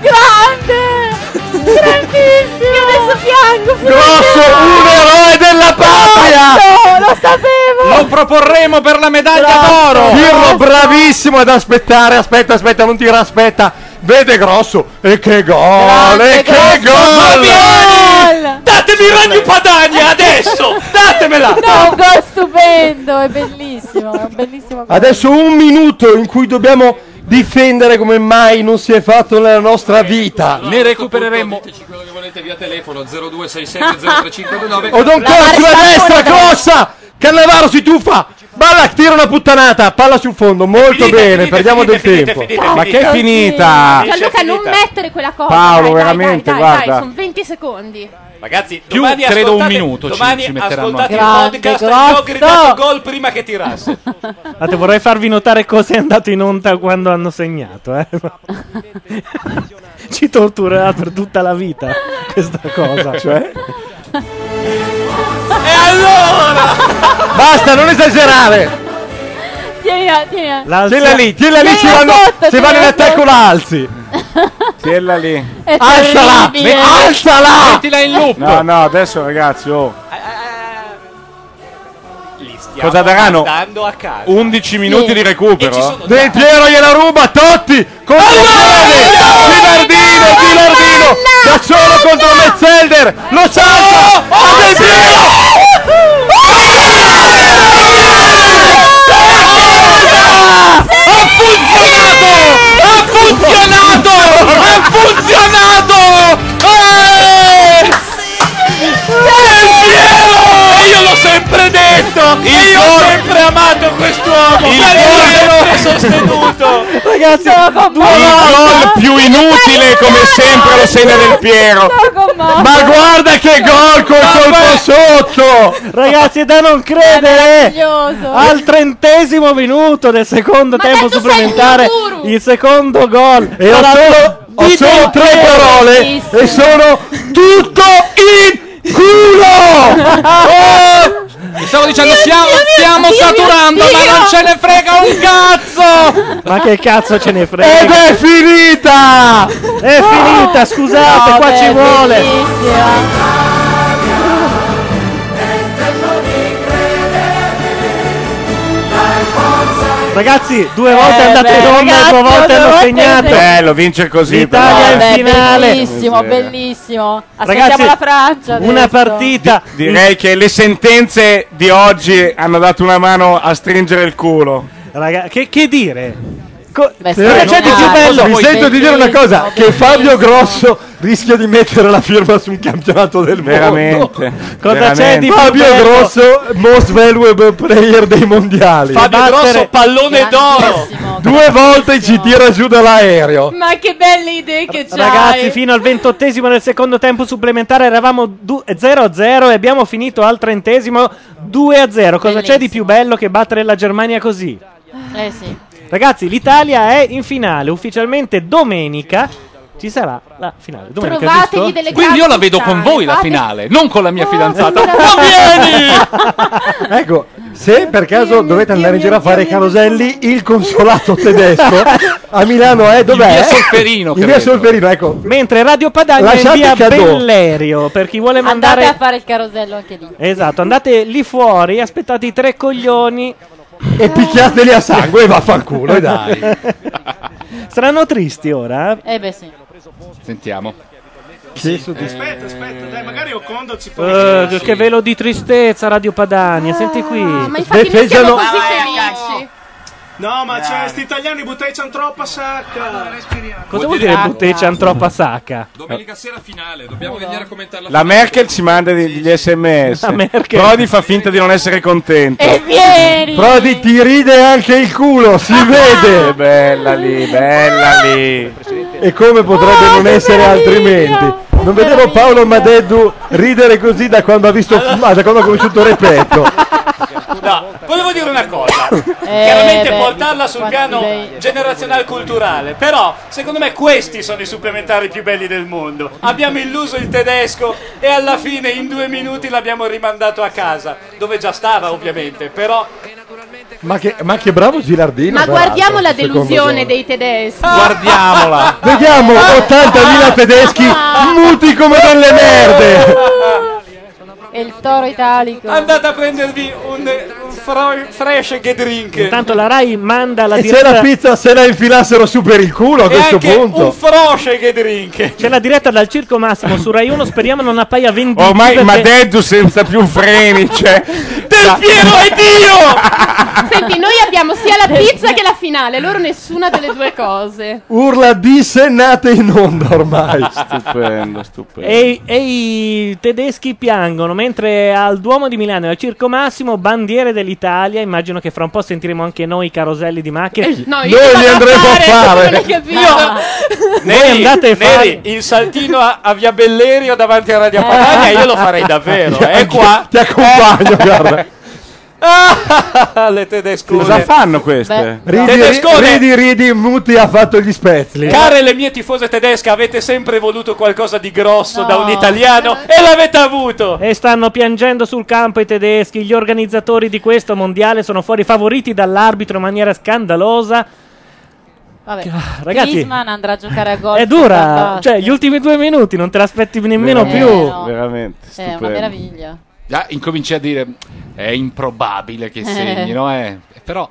Speaker 19: Grande! Grandissimo! Io adesso piango!
Speaker 4: Grosso, un eroe della
Speaker 2: Ah,
Speaker 4: patria!
Speaker 19: Lo sapevo!
Speaker 4: Lo proporremo per la medaglia d'oro!
Speaker 5: Pirlo bravissimo ad aspettare, aspetta, aspetta, non tira, aspetta. Vede grosso e che gol! E che gol!
Speaker 9: Datemi Ragno Padania adesso! Datemela!
Speaker 11: No, un gol stupendo, è bellissimo, è un bellissimo gol.
Speaker 5: Adesso un minuto in cui dobbiamo difendere come mai non si è fatto nella nostra vita.
Speaker 4: Ne recupereremo.
Speaker 24: quello che volete via telefono 0267 0359
Speaker 5: O Don Cor sulla destra, crossa! Cannavaro si tuffa! Balla, tira una puttanata, palla sul fondo, molto bene, perdiamo del tempo.
Speaker 8: Ma che è finita?
Speaker 13: Gianluca, non mettere quella cosa.
Speaker 8: Paolo,
Speaker 13: dai, dai,
Speaker 8: veramente,
Speaker 13: dai, dai,
Speaker 8: guarda.
Speaker 13: dai, sono 20 secondi.
Speaker 9: Ragazzi,
Speaker 8: Più,
Speaker 9: domani
Speaker 8: credo, un
Speaker 9: ascoltate-
Speaker 8: minuto ci-
Speaker 9: domani
Speaker 8: ci metteranno.
Speaker 9: ascoltate
Speaker 8: Grande,
Speaker 9: il podcast
Speaker 8: grosso!
Speaker 9: e ho gridato gol prima che tirasse.
Speaker 2: Guardate, vorrei farvi notare cosa è andato in onda quando hanno segnato. eh. Ci torturerà per tutta la vita questa cosa.
Speaker 5: Cioè?
Speaker 9: E allora!
Speaker 5: Basta, non esagerare.
Speaker 11: Tienila, tienila.
Speaker 5: Tienila lì, tienila lì, se vanno, se vanno in attacco la alzi.
Speaker 8: Tienila lì.
Speaker 11: È
Speaker 8: Alzala!
Speaker 11: terribile.
Speaker 8: me- Alzala!
Speaker 9: Mettila in loop.
Speaker 8: No, no, adesso ragazzi, oh.
Speaker 9: Li stiamo
Speaker 8: Cosa daranno?
Speaker 9: mandando a casa.
Speaker 8: 11 minuti di recupero.
Speaker 5: Del Piero gliela ruba, Totti! Contro
Speaker 11: Eh,
Speaker 5: Pieve! Gilardino, Gilardino! Da solo contro Metzelder! Lo salta! Ma Del Piero!
Speaker 19: Ha funzionato! Ha funzionato! Ha funzionato!
Speaker 9: Eh! E io l'ho sempre detto! e io ho sempre amato quest'uomo!
Speaker 19: Il
Speaker 9: e l'ho
Speaker 19: gol-
Speaker 9: sempre sostenuto!
Speaker 2: Ragazzi,
Speaker 8: il gol più inutile come sempre lo segna del Piero.
Speaker 5: Ma guarda che gol col colpo sotto!
Speaker 2: Ragazzi, è da non credere! Al trentesimo minuto del secondo tempo supplementare, il secondo gol.
Speaker 5: E ho
Speaker 2: Tra
Speaker 5: solo,
Speaker 2: l'altro,
Speaker 5: ho
Speaker 2: di
Speaker 5: solo
Speaker 2: Del
Speaker 5: tre
Speaker 2: Piero.
Speaker 5: parole e sono tutto in culo! Oh!
Speaker 24: Stavo dicendo,
Speaker 5: Dio
Speaker 24: stiamo,
Speaker 5: mio,
Speaker 24: stiamo
Speaker 5: Dio mio
Speaker 24: saturando, ma
Speaker 5: Dio!
Speaker 24: non ce ne frega un cazzo!
Speaker 2: Ma che cazzo ce ne frega?
Speaker 5: Ed è finita!
Speaker 2: È
Speaker 24: Oh!
Speaker 2: finita, scusate, qua ci vuole. Ragazzi,
Speaker 8: Eh,
Speaker 2: due volte andate in onda e due volte hanno segnato.
Speaker 8: Bello, vince così.
Speaker 2: L'Italia
Speaker 8: però,
Speaker 2: in
Speaker 8: eh.
Speaker 2: finale.
Speaker 11: Bellissimo,
Speaker 8: Miseria.
Speaker 11: bellissimo. Aspettiamo
Speaker 8: Ragazzi,
Speaker 11: la Francia.
Speaker 8: una
Speaker 11: adesso.
Speaker 2: partita.
Speaker 8: Direi che le sentenze di oggi hanno dato una mano a stringere il culo.
Speaker 2: Raga, che, che dire? Co-
Speaker 5: Però
Speaker 2: cosa c'è di più bello?
Speaker 5: Mi sento di dire una cosa: che Fabio Grosso rischia di mettere la firma su un campionato del mondo.
Speaker 8: Veramente.
Speaker 5: Cosa
Speaker 8: veramente.
Speaker 5: c'è di Fabio Grosso, most valuable player dei mondiali.
Speaker 8: Fabio Battere- Grosso,
Speaker 9: pallone d'oro.
Speaker 5: Due volte ci tira giù dall'aereo.
Speaker 12: Ma che belle idee che
Speaker 3: Cioè,
Speaker 12: c'hai.
Speaker 2: Ragazzi, fino al ventottesimo del secondo tempo supplementare eravamo du- 0-0 e abbiamo finito al trentesimo 2-0. Cosa c'è di più bello che battere la Germania così?
Speaker 11: Eh sì.
Speaker 2: Ragazzi, l'Italia è in finale ufficialmente domenica. Ci sarà la finale domenica.
Speaker 13: Trovategli
Speaker 2: giusto?
Speaker 13: delle
Speaker 4: Quindi io la vedo con voi la finale, non con la mia fidanzata.
Speaker 5: Ecco, se per caso dovete andare in giro a fare caroselli, il consolato tedesco a Milano è dov'è?
Speaker 2: In via Solferino,
Speaker 5: In via
Speaker 2: credo.
Speaker 5: Solferino, ecco.
Speaker 2: Mentre Radio Padania è in
Speaker 5: Lasciate
Speaker 2: via
Speaker 5: cadeau.
Speaker 2: Bellerio per chi vuole mandare
Speaker 11: Andate a fare il carosello anche lì.
Speaker 2: Esatto, andate lì fuori, aspettate i tre coglioni
Speaker 5: e picchiateli a sangue e vaffanculo, e dai.
Speaker 2: Saranno tristi ora? eh?
Speaker 11: Eh beh sì.
Speaker 4: Sentiamo. Eh,
Speaker 21: Aspetta, aspetta, dai, magari Ocondo ci può
Speaker 2: Eh,
Speaker 21: aiutare.
Speaker 2: Che velo di tristezza, Radio Padania, eh, senti
Speaker 11: Ah,
Speaker 2: qui.
Speaker 21: felici. No, ma c'è sti italiani buttecciano troppa sacca.
Speaker 2: Cosa vuol dire butteccian troppa sacca?
Speaker 24: Domenica sera finale, dobbiamo venire a commentare la
Speaker 8: La Merkel ci manda degli, degli sms. Prodi fa finta di non essere contento.
Speaker 5: E
Speaker 11: vieni!
Speaker 5: Prodi ti ride anche il culo, si vede!
Speaker 8: Bella lì, bella lì.
Speaker 5: E come potrebbe non essere altrimenti? Non vedevo Paolo Madeddu ridere così da quando ha visto ah, da quando ha conosciuto Repetto.
Speaker 9: No, volevo Ah, dire una cosa.
Speaker 11: Eh,
Speaker 9: Chiaramente
Speaker 11: beh,
Speaker 9: portarla sul
Speaker 11: quanti
Speaker 9: piano
Speaker 11: bei-
Speaker 9: generazionale culturale. Però, secondo me, questi sono i supplementari più belli del mondo. Abbiamo illuso il tedesco e alla fine, in due minuti, l'abbiamo rimandato a casa. Dove già stava, ovviamente. Però,
Speaker 5: Ma che, ma che bravo Gilardino!
Speaker 12: Ma
Speaker 5: peraltro,
Speaker 12: guardiamo la
Speaker 5: secondo
Speaker 12: delusione Ah,
Speaker 5: gioco.
Speaker 12: dei tedeschi.
Speaker 8: Guardiamola!
Speaker 5: Vediamo 80.000 tedeschi muti come delle merde!
Speaker 11: E il toro italico.
Speaker 9: andate a prendervi un, un fro- fresh che drink.
Speaker 2: Intanto la Rai manda la
Speaker 5: E se la
Speaker 2: diretta
Speaker 5: pizza se la infilassero su per il culo a
Speaker 2: E
Speaker 5: questo
Speaker 2: anche
Speaker 5: punto!
Speaker 2: un
Speaker 9: Froce che drink.
Speaker 2: C'è la diretta dal Circo Massimo su Rai 1, speriamo non appaia vendita.
Speaker 8: Ormai Madeddu senza più freni, cioè. Del Piero è Dio!
Speaker 12: Senti, noi abbiamo sia la pizza che la finale, loro nessuna delle due cose.
Speaker 5: Urla di sennate in onda ormai.
Speaker 8: stupendo, stupendo.
Speaker 2: E, e i tedeschi piangono mentre al Duomo di Milano e al Circo Massimo bandiere dell'Italia. Immagino che fra un po' sentiremo anche noi i caroselli di macchine.
Speaker 12: no, io Noi li vado a andremo a fare, fare. tu non hai capito.
Speaker 2: Voi andate a fare.
Speaker 9: Neri, il saltino a, a Via Bellerio davanti a Radio Padania, io lo farei davvero. È qua.
Speaker 5: Ah.
Speaker 9: Eh.
Speaker 5: Ti accompagno, guarda.
Speaker 9: Ah, le tedescone.
Speaker 8: Cosa fanno queste?
Speaker 9: Beh,
Speaker 5: Ridi,
Speaker 9: Tedescone.
Speaker 5: ridi, ridi, muti ha fatto gli spezzli.
Speaker 9: Care le mie tifose tedesche, avete sempre voluto qualcosa di grosso da un italiano e l'avete avuto.
Speaker 2: E stanno piangendo sul campo i tedeschi. Gli organizzatori di questo mondiale sono fuori favoriti dall'arbitro in maniera scandalosa.
Speaker 11: Vabbè.
Speaker 2: ragazzi,
Speaker 11: Griezmann andrà a giocare a gol.
Speaker 2: È dura,
Speaker 11: Zapata.
Speaker 2: cioè gli ultimi due minuti non te l'aspetti nemmeno
Speaker 4: Eh,
Speaker 2: più.
Speaker 8: Veramente.
Speaker 11: Eh,
Speaker 5: Cioè,
Speaker 11: è una meraviglia.
Speaker 4: Già incominci a dire è improbabile che segnino, eh. Però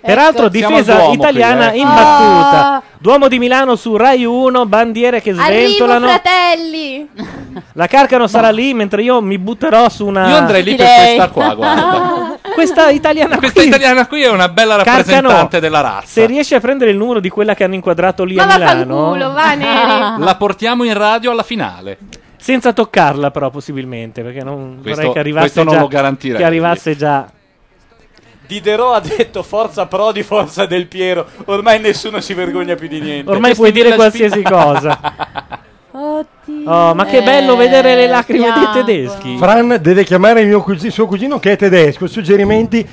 Speaker 2: Peraltro,
Speaker 4: Ecco.
Speaker 2: difesa
Speaker 4: Siamo al Duomo
Speaker 2: italiana
Speaker 4: qui, eh.
Speaker 2: imbattuta. Duomo di Milano su Rai 1, bandiere che
Speaker 13: Arrivo,
Speaker 2: sventolano.
Speaker 13: fratelli!
Speaker 2: La Carcano sarà lì mentre io mi butterò su una.
Speaker 4: Io andrei lì per Direi. questa qua, guarda.
Speaker 2: questa italiana
Speaker 4: questa
Speaker 2: Eh, qui.
Speaker 4: italiana qui è una bella rappresentante
Speaker 2: Carcano,
Speaker 4: della razza.
Speaker 2: Se riesci a prendere il numero di quella che hanno inquadrato lì
Speaker 4: Ma
Speaker 2: a Milano.
Speaker 4: vaffanculo, va, Neri. La portiamo in radio alla finale.
Speaker 2: Senza toccarla, però, possibilmente. Perché non
Speaker 4: Questo-
Speaker 2: vorrei che arrivasse
Speaker 4: questo non
Speaker 2: già.
Speaker 4: lo garantirei.
Speaker 2: Che arrivasse già.
Speaker 9: Diderot ha detto forza Prodi, forza Del Piero. Ormai nessuno si vergogna più di niente.
Speaker 2: Ormai puoi dire qualsiasi cosa.
Speaker 11: Oddio.
Speaker 2: Oh, ma che bello vedere le lacrime dei
Speaker 11: piangono.
Speaker 2: tedeschi.
Speaker 5: Fran deve chiamare il mio cugi- suo cugino che è tedesco. Suggerimenti.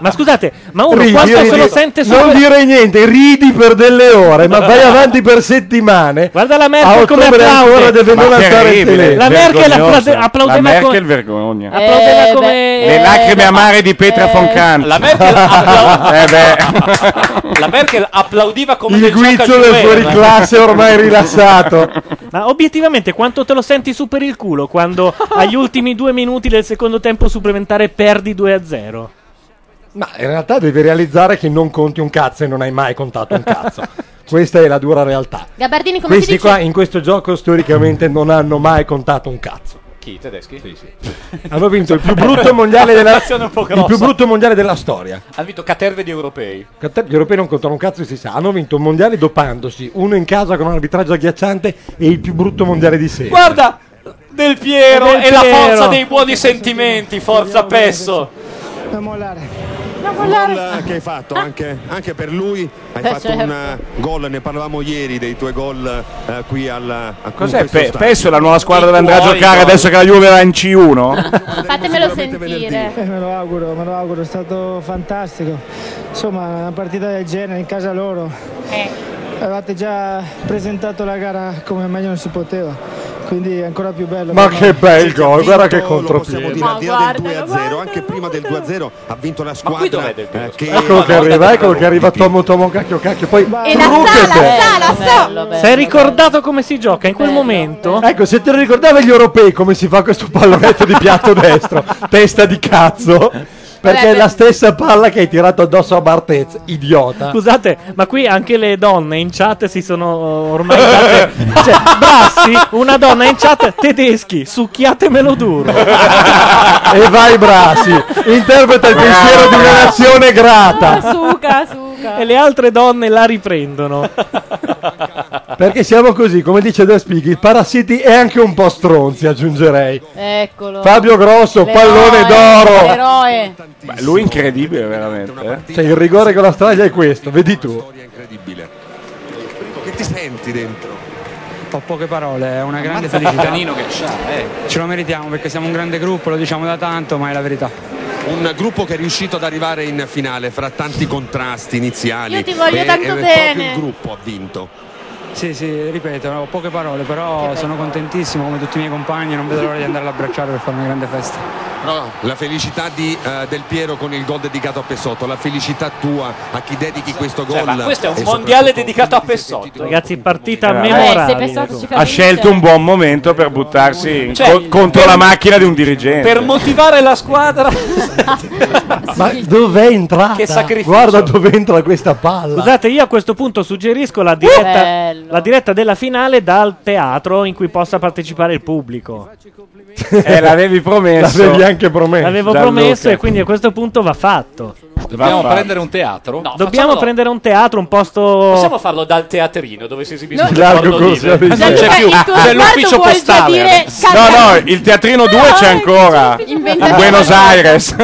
Speaker 2: ma scusate, ma uno quanto se lo sente solo-
Speaker 5: Non dire niente, ridi per delle ore, ma vai avanti per settimane.
Speaker 2: Guarda la
Speaker 5: A
Speaker 2: Merkel come
Speaker 5: ottobre
Speaker 2: applaude.
Speaker 5: ancora deve non alzare il telefono.
Speaker 2: La Merkel applaude,
Speaker 8: vergognosa.
Speaker 2: applaudeva
Speaker 8: La Merkel
Speaker 2: con-
Speaker 8: vergogna.
Speaker 2: applaudeva come...
Speaker 8: Le lacrime amare di Petra von Kant.
Speaker 9: La Merkel applau-
Speaker 8: Eh beh.
Speaker 9: La Merkel applaudiva come
Speaker 5: Il
Speaker 9: nel gioco a
Speaker 5: guizzo del
Speaker 9: Juve,
Speaker 5: fuori
Speaker 9: ma-
Speaker 5: classe ormai rilassato.
Speaker 2: eh. Ma obiettivamente quanto te lo senti su per il culo quando agli ultimi due minuti del secondo tempo supplementare perdi 2 a 0?
Speaker 5: Ma in realtà devi realizzare che non conti un cazzo e non hai mai contato un cazzo. Questa è la dura realtà.
Speaker 13: Gabardini, come si
Speaker 5: Questi
Speaker 13: dice?
Speaker 5: qua in questo gioco storicamente non hanno mai contato un cazzo.
Speaker 9: Chi, i tedeschi? Sì, sì.
Speaker 5: Hanno vinto il più brutto mondiale della,
Speaker 9: Nazione un po' grossa.
Speaker 5: il più brutto mondiale della storia.
Speaker 9: Hanno vinto caterve di europei.
Speaker 5: Gli europei non contano un cazzo, si sa. Hanno vinto un mondiale dopandosi, uno in casa con un arbitraggio agghiacciante e il più brutto mondiale di sempre.
Speaker 9: Guarda, Del Piero
Speaker 5: Del
Speaker 9: e la
Speaker 5: Piero.
Speaker 9: forza dei buoni sentimenti, forza Pesso.
Speaker 10: Non mollare.
Speaker 9: Non
Speaker 10: Un gol che hai fatto anche, anche per lui hai
Speaker 9: Eh,
Speaker 10: fatto
Speaker 9: certo.
Speaker 10: un eh, gol ne parlavamo ieri dei tuoi gol eh, qui al a- in
Speaker 8: Cos'è?
Speaker 10: questo
Speaker 8: Pe-
Speaker 10: stadio.
Speaker 8: Pesso è la nuova squadra dove andrà a giocare adesso che la Juve va in C1?
Speaker 12: Fatemelo sentire.
Speaker 10: venerdì.
Speaker 15: me lo auguro, me lo auguro, è stato fantastico. Insomma, una partita del genere in casa loro. Avevate già presentato la gara come meglio non si poteva, quindi è ancora più bello.
Speaker 5: Ma
Speaker 15: per
Speaker 5: che
Speaker 15: noi.
Speaker 5: bel gol, guarda che
Speaker 10: Lo possiamo dire al
Speaker 15: Ma
Speaker 10: di là del
Speaker 15: guarda,
Speaker 10: 2 a 0 anche prima del 2 a 0 ha vinto la squadra
Speaker 9: dov'è Del
Speaker 10: eh, che
Speaker 5: Eccolo Ecco che arriva, eccolo che arriva Tomo Tomo cacchio cacchio. Poi truccate.
Speaker 2: Sei ricordato come si gioca in quel momento?
Speaker 5: Ecco, se te lo ricordavi gli europei come si fa questo pallonetto di piatto destro, testa di cazzo, perché è la stessa palla che hai tirato addosso a Bartez, idiota.
Speaker 2: Scusate, ma qui anche le donne in chat si sono eh, ormai date. Cioè, Brassi, una donna in chat, tedeschi, succhiatemelo duro.
Speaker 5: E vai Brasi, interpreta il pensiero di una nazione grata.
Speaker 11: Suca, suca.
Speaker 2: E le altre donne la riprendono.
Speaker 5: Perché siamo così, come dice De Spighi, parassiti è anche un po' stronzi, aggiungerei.
Speaker 11: Eccolo.
Speaker 5: Fabio Grosso, pallone d'oro.
Speaker 11: Eroe.
Speaker 8: Beh, lui è incredibile veramente.
Speaker 5: Cioè, il rigore con la straglia è questo, vedi tu.
Speaker 10: incredibile che ti senti dentro
Speaker 15: Ho poche parole, è una grande
Speaker 10: Ammazza
Speaker 15: felicità.
Speaker 10: Paganino che c'ha, eh.
Speaker 15: Ce lo meritiamo perché siamo un grande gruppo, lo diciamo da tanto, ma è la verità.
Speaker 10: un gruppo che è riuscito ad arrivare in finale fra tanti contrasti iniziali
Speaker 15: Io ti voglio
Speaker 10: e-
Speaker 15: tanto
Speaker 10: e proprio
Speaker 15: bene.
Speaker 10: il gruppo ha vinto
Speaker 15: Sì, sì, ripeto, ho poche parole, però sono contentissimo come tutti i miei compagni, non vedo l'ora di andare ad abbracciare per fare una grande festa.
Speaker 10: No, la felicità di, eh, Del Piero con il gol dedicato a Pesotto, la felicità tua a chi dedichi questo gol.
Speaker 9: Cioè, ma questo è un
Speaker 10: E
Speaker 9: mondiale dedicato a Pessotto.
Speaker 2: Ragazzi, partita
Speaker 8: Eh,
Speaker 2: memorabile.
Speaker 5: Ah,
Speaker 8: Ha scelto un buon momento per buttarsi in-
Speaker 9: Cioè,
Speaker 8: co- contro
Speaker 9: per-
Speaker 8: la macchina di un dirigente.
Speaker 9: Per motivare la squadra.
Speaker 5: Ma dov'è entrata?
Speaker 2: Che sacrificio.
Speaker 5: Guarda dove entra questa palla.
Speaker 2: Scusate, io a questo punto suggerisco la diretta, la diretta della finale dal teatro in cui possa partecipare il pubblico.
Speaker 8: Eh, l'avevi promesso.
Speaker 5: L'avevi anche promesso.
Speaker 2: L'avevo
Speaker 8: Gianluca.
Speaker 2: promesso e quindi a questo punto va fatto.
Speaker 4: Dobbiamo
Speaker 2: Va-
Speaker 4: prendere un teatro? No,
Speaker 2: Dobbiamo prendere un teatro, un posto...
Speaker 9: Possiamo farlo dal teatrino dove si esibisce
Speaker 2: No.
Speaker 9: il
Speaker 2: Largo
Speaker 9: Corno
Speaker 2: corso
Speaker 9: Libre.
Speaker 2: da
Speaker 9: Non c'è
Speaker 2: Vigevano.
Speaker 9: più,
Speaker 2: Ah,
Speaker 9: c'è
Speaker 2: Osvaldo
Speaker 9: Cioè, l'ufficio
Speaker 2: vuol già
Speaker 9: postale.
Speaker 2: dire
Speaker 9: adesso.
Speaker 8: No, no, il teatrino 2 c'è ancora.
Speaker 2: Inventa-
Speaker 8: A Buenos Aires.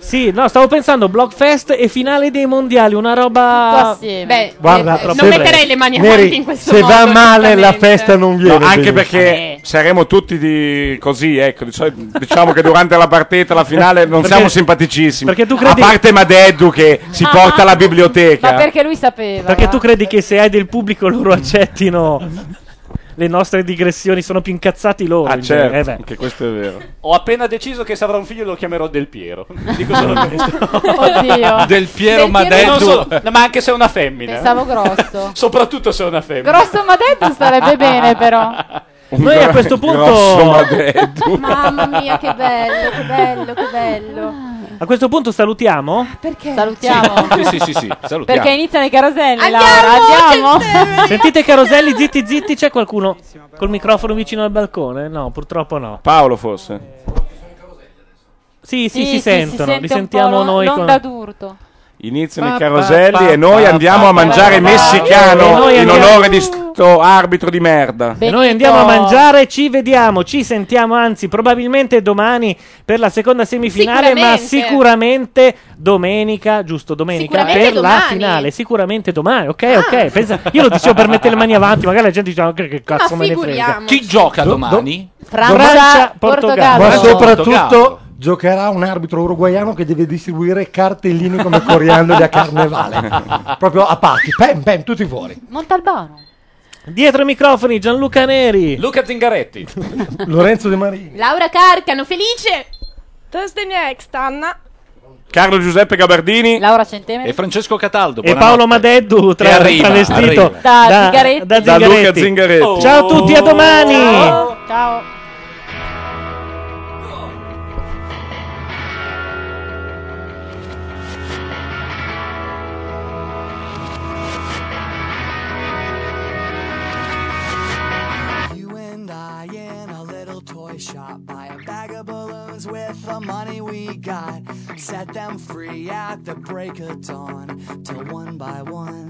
Speaker 2: Sì, no, stavo pensando Blockfest e finale dei mondiali, una roba...
Speaker 25: Beh,
Speaker 2: Guarda,
Speaker 25: eh,
Speaker 2: troppo
Speaker 25: non
Speaker 2: breve.
Speaker 25: metterei le mani
Speaker 2: Neri,
Speaker 25: avanti in questo
Speaker 5: se
Speaker 25: modo.
Speaker 5: va male la
Speaker 25: onestamente.
Speaker 5: festa non
Speaker 8: No,
Speaker 5: viene.
Speaker 8: anche
Speaker 5: benissimo.
Speaker 2: Eh.
Speaker 8: perché saremo tutti di così, ecco, di solito- diciamo che durante la partita, la finale, non
Speaker 2: Perché-
Speaker 8: siamo simpaticissimi.
Speaker 2: perché tu credi-
Speaker 8: A parte Madeddu che si
Speaker 11: Ah.
Speaker 8: porta alla biblioteca.
Speaker 11: Ma perché lui sapeva.
Speaker 2: Perché tu credi che se hai del pubblico loro accettino le nostre digressioni, sono più incazzati loro.
Speaker 8: Ah
Speaker 2: in genere.
Speaker 8: certo,
Speaker 2: Eh beh.
Speaker 8: che questo è vero.
Speaker 9: Ho appena deciso che se avrà un figlio lo chiamerò Del Piero. Dico solo
Speaker 2: Mm.
Speaker 9: questo.
Speaker 11: Oddio.
Speaker 4: Del Piero Del Madeddu. Piero-
Speaker 9: Non solo- no, ma anche se è una femmina.
Speaker 11: Pensavo grosso.
Speaker 9: Soprattutto se è una femmina.
Speaker 11: Grosso Madeddu starebbe bene, però.
Speaker 2: Noi a questo
Speaker 8: Grosso
Speaker 2: punto...
Speaker 26: Mamma mia, che bello, che bello, che bello.
Speaker 2: A questo punto salutiamo?
Speaker 26: Perché?
Speaker 11: Salutiamo.
Speaker 2: Sì, sì, sì, sì, salutiamo.
Speaker 11: Perché iniziano i caroselli, Laura. Andiamo.
Speaker 2: Sentite Caroselli, zitti zitti, c'è qualcuno col microfono vicino al balcone? No, purtroppo no.
Speaker 8: Paolo forse.
Speaker 2: Sì, sì,
Speaker 11: Sì,
Speaker 2: si
Speaker 11: sì,
Speaker 2: sentono,
Speaker 11: si
Speaker 2: li
Speaker 11: sente un
Speaker 2: sentiamo
Speaker 11: po' l'on-
Speaker 2: noi
Speaker 11: l'onda
Speaker 2: con...
Speaker 11: d'urto.
Speaker 8: Iniziano
Speaker 11: Pa,
Speaker 8: i
Speaker 11: pa,
Speaker 8: caroselli
Speaker 11: pa,
Speaker 8: e noi
Speaker 11: pa,
Speaker 8: andiamo
Speaker 11: pa,
Speaker 8: a mangiare
Speaker 11: pa, pa.
Speaker 2: E
Speaker 8: messicano
Speaker 2: noi
Speaker 8: in
Speaker 2: andiamo-
Speaker 8: onore di sto arbitro di merda.
Speaker 2: E noi andiamo a mangiare, ci vediamo, ci sentiamo, anzi probabilmente domani per la seconda semifinale, ma sicuramente domenica, giusto domenica,
Speaker 13: Sicuramente
Speaker 2: per la
Speaker 13: domani. Ah.
Speaker 2: finale, sicuramente domani, ok, ok. Pensa- io lo dicevo per mettere le mani avanti, magari la gente dice "Ah, che, che cazzo me ne frega.
Speaker 4: Chi gioca domani?
Speaker 11: Francia,
Speaker 2: Portogallo.
Speaker 5: Ma soprattutto
Speaker 4: Portogallo.
Speaker 5: giocherà un arbitro uruguaiano che deve distribuire cartellini come coriandoli a carnevale. Proprio a pacchi, pem pem, tutti fuori.
Speaker 11: Montalbano.
Speaker 2: Dietro i microfoni Gianluca Neri.
Speaker 9: Luca Zingaretti.
Speaker 5: Lorenzo De Marini.
Speaker 17: Laura Carcano, felice! Tutte mie ex, Anna.
Speaker 8: Carlo Giuseppe Gabardini.
Speaker 11: Laura Centemeri.
Speaker 4: E Francesco Cataldo.
Speaker 2: E Paolo Madeddu tra,
Speaker 4: E arriva,
Speaker 2: travestito
Speaker 4: arriva.
Speaker 11: Da Zingaretti.
Speaker 2: da
Speaker 4: Da Luca
Speaker 2: Zingaretti.
Speaker 4: Zingaretti.
Speaker 2: Oh. Ciao a tutti, a domani.
Speaker 11: Ciao. Ciao.
Speaker 1: You and I in a little toy shop buy a bag of balloons with the money we got. Set them free at the break of dawn. Till one by one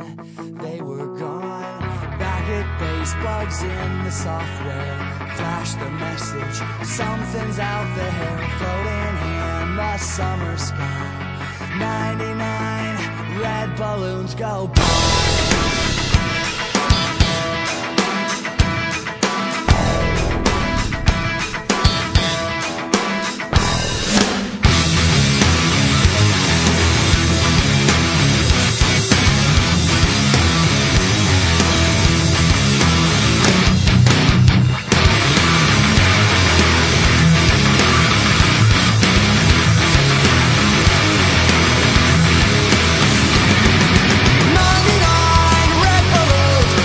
Speaker 1: they were gone. Back at base, bugs in the software. Flash the message, something's out there. Floating in the summer sky. 99 red balloons go. Ninety-nine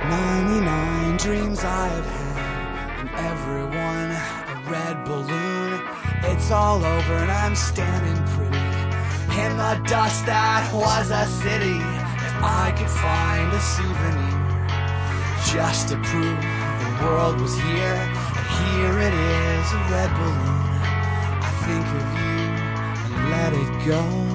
Speaker 1: 99 dreams I have had, and everyone a red balloon. It's all over, and I'm standing pretty in the dust that was a city. If I could find a souvenir just to prove the world was here, and here it is a red balloon. I think of you and let it go.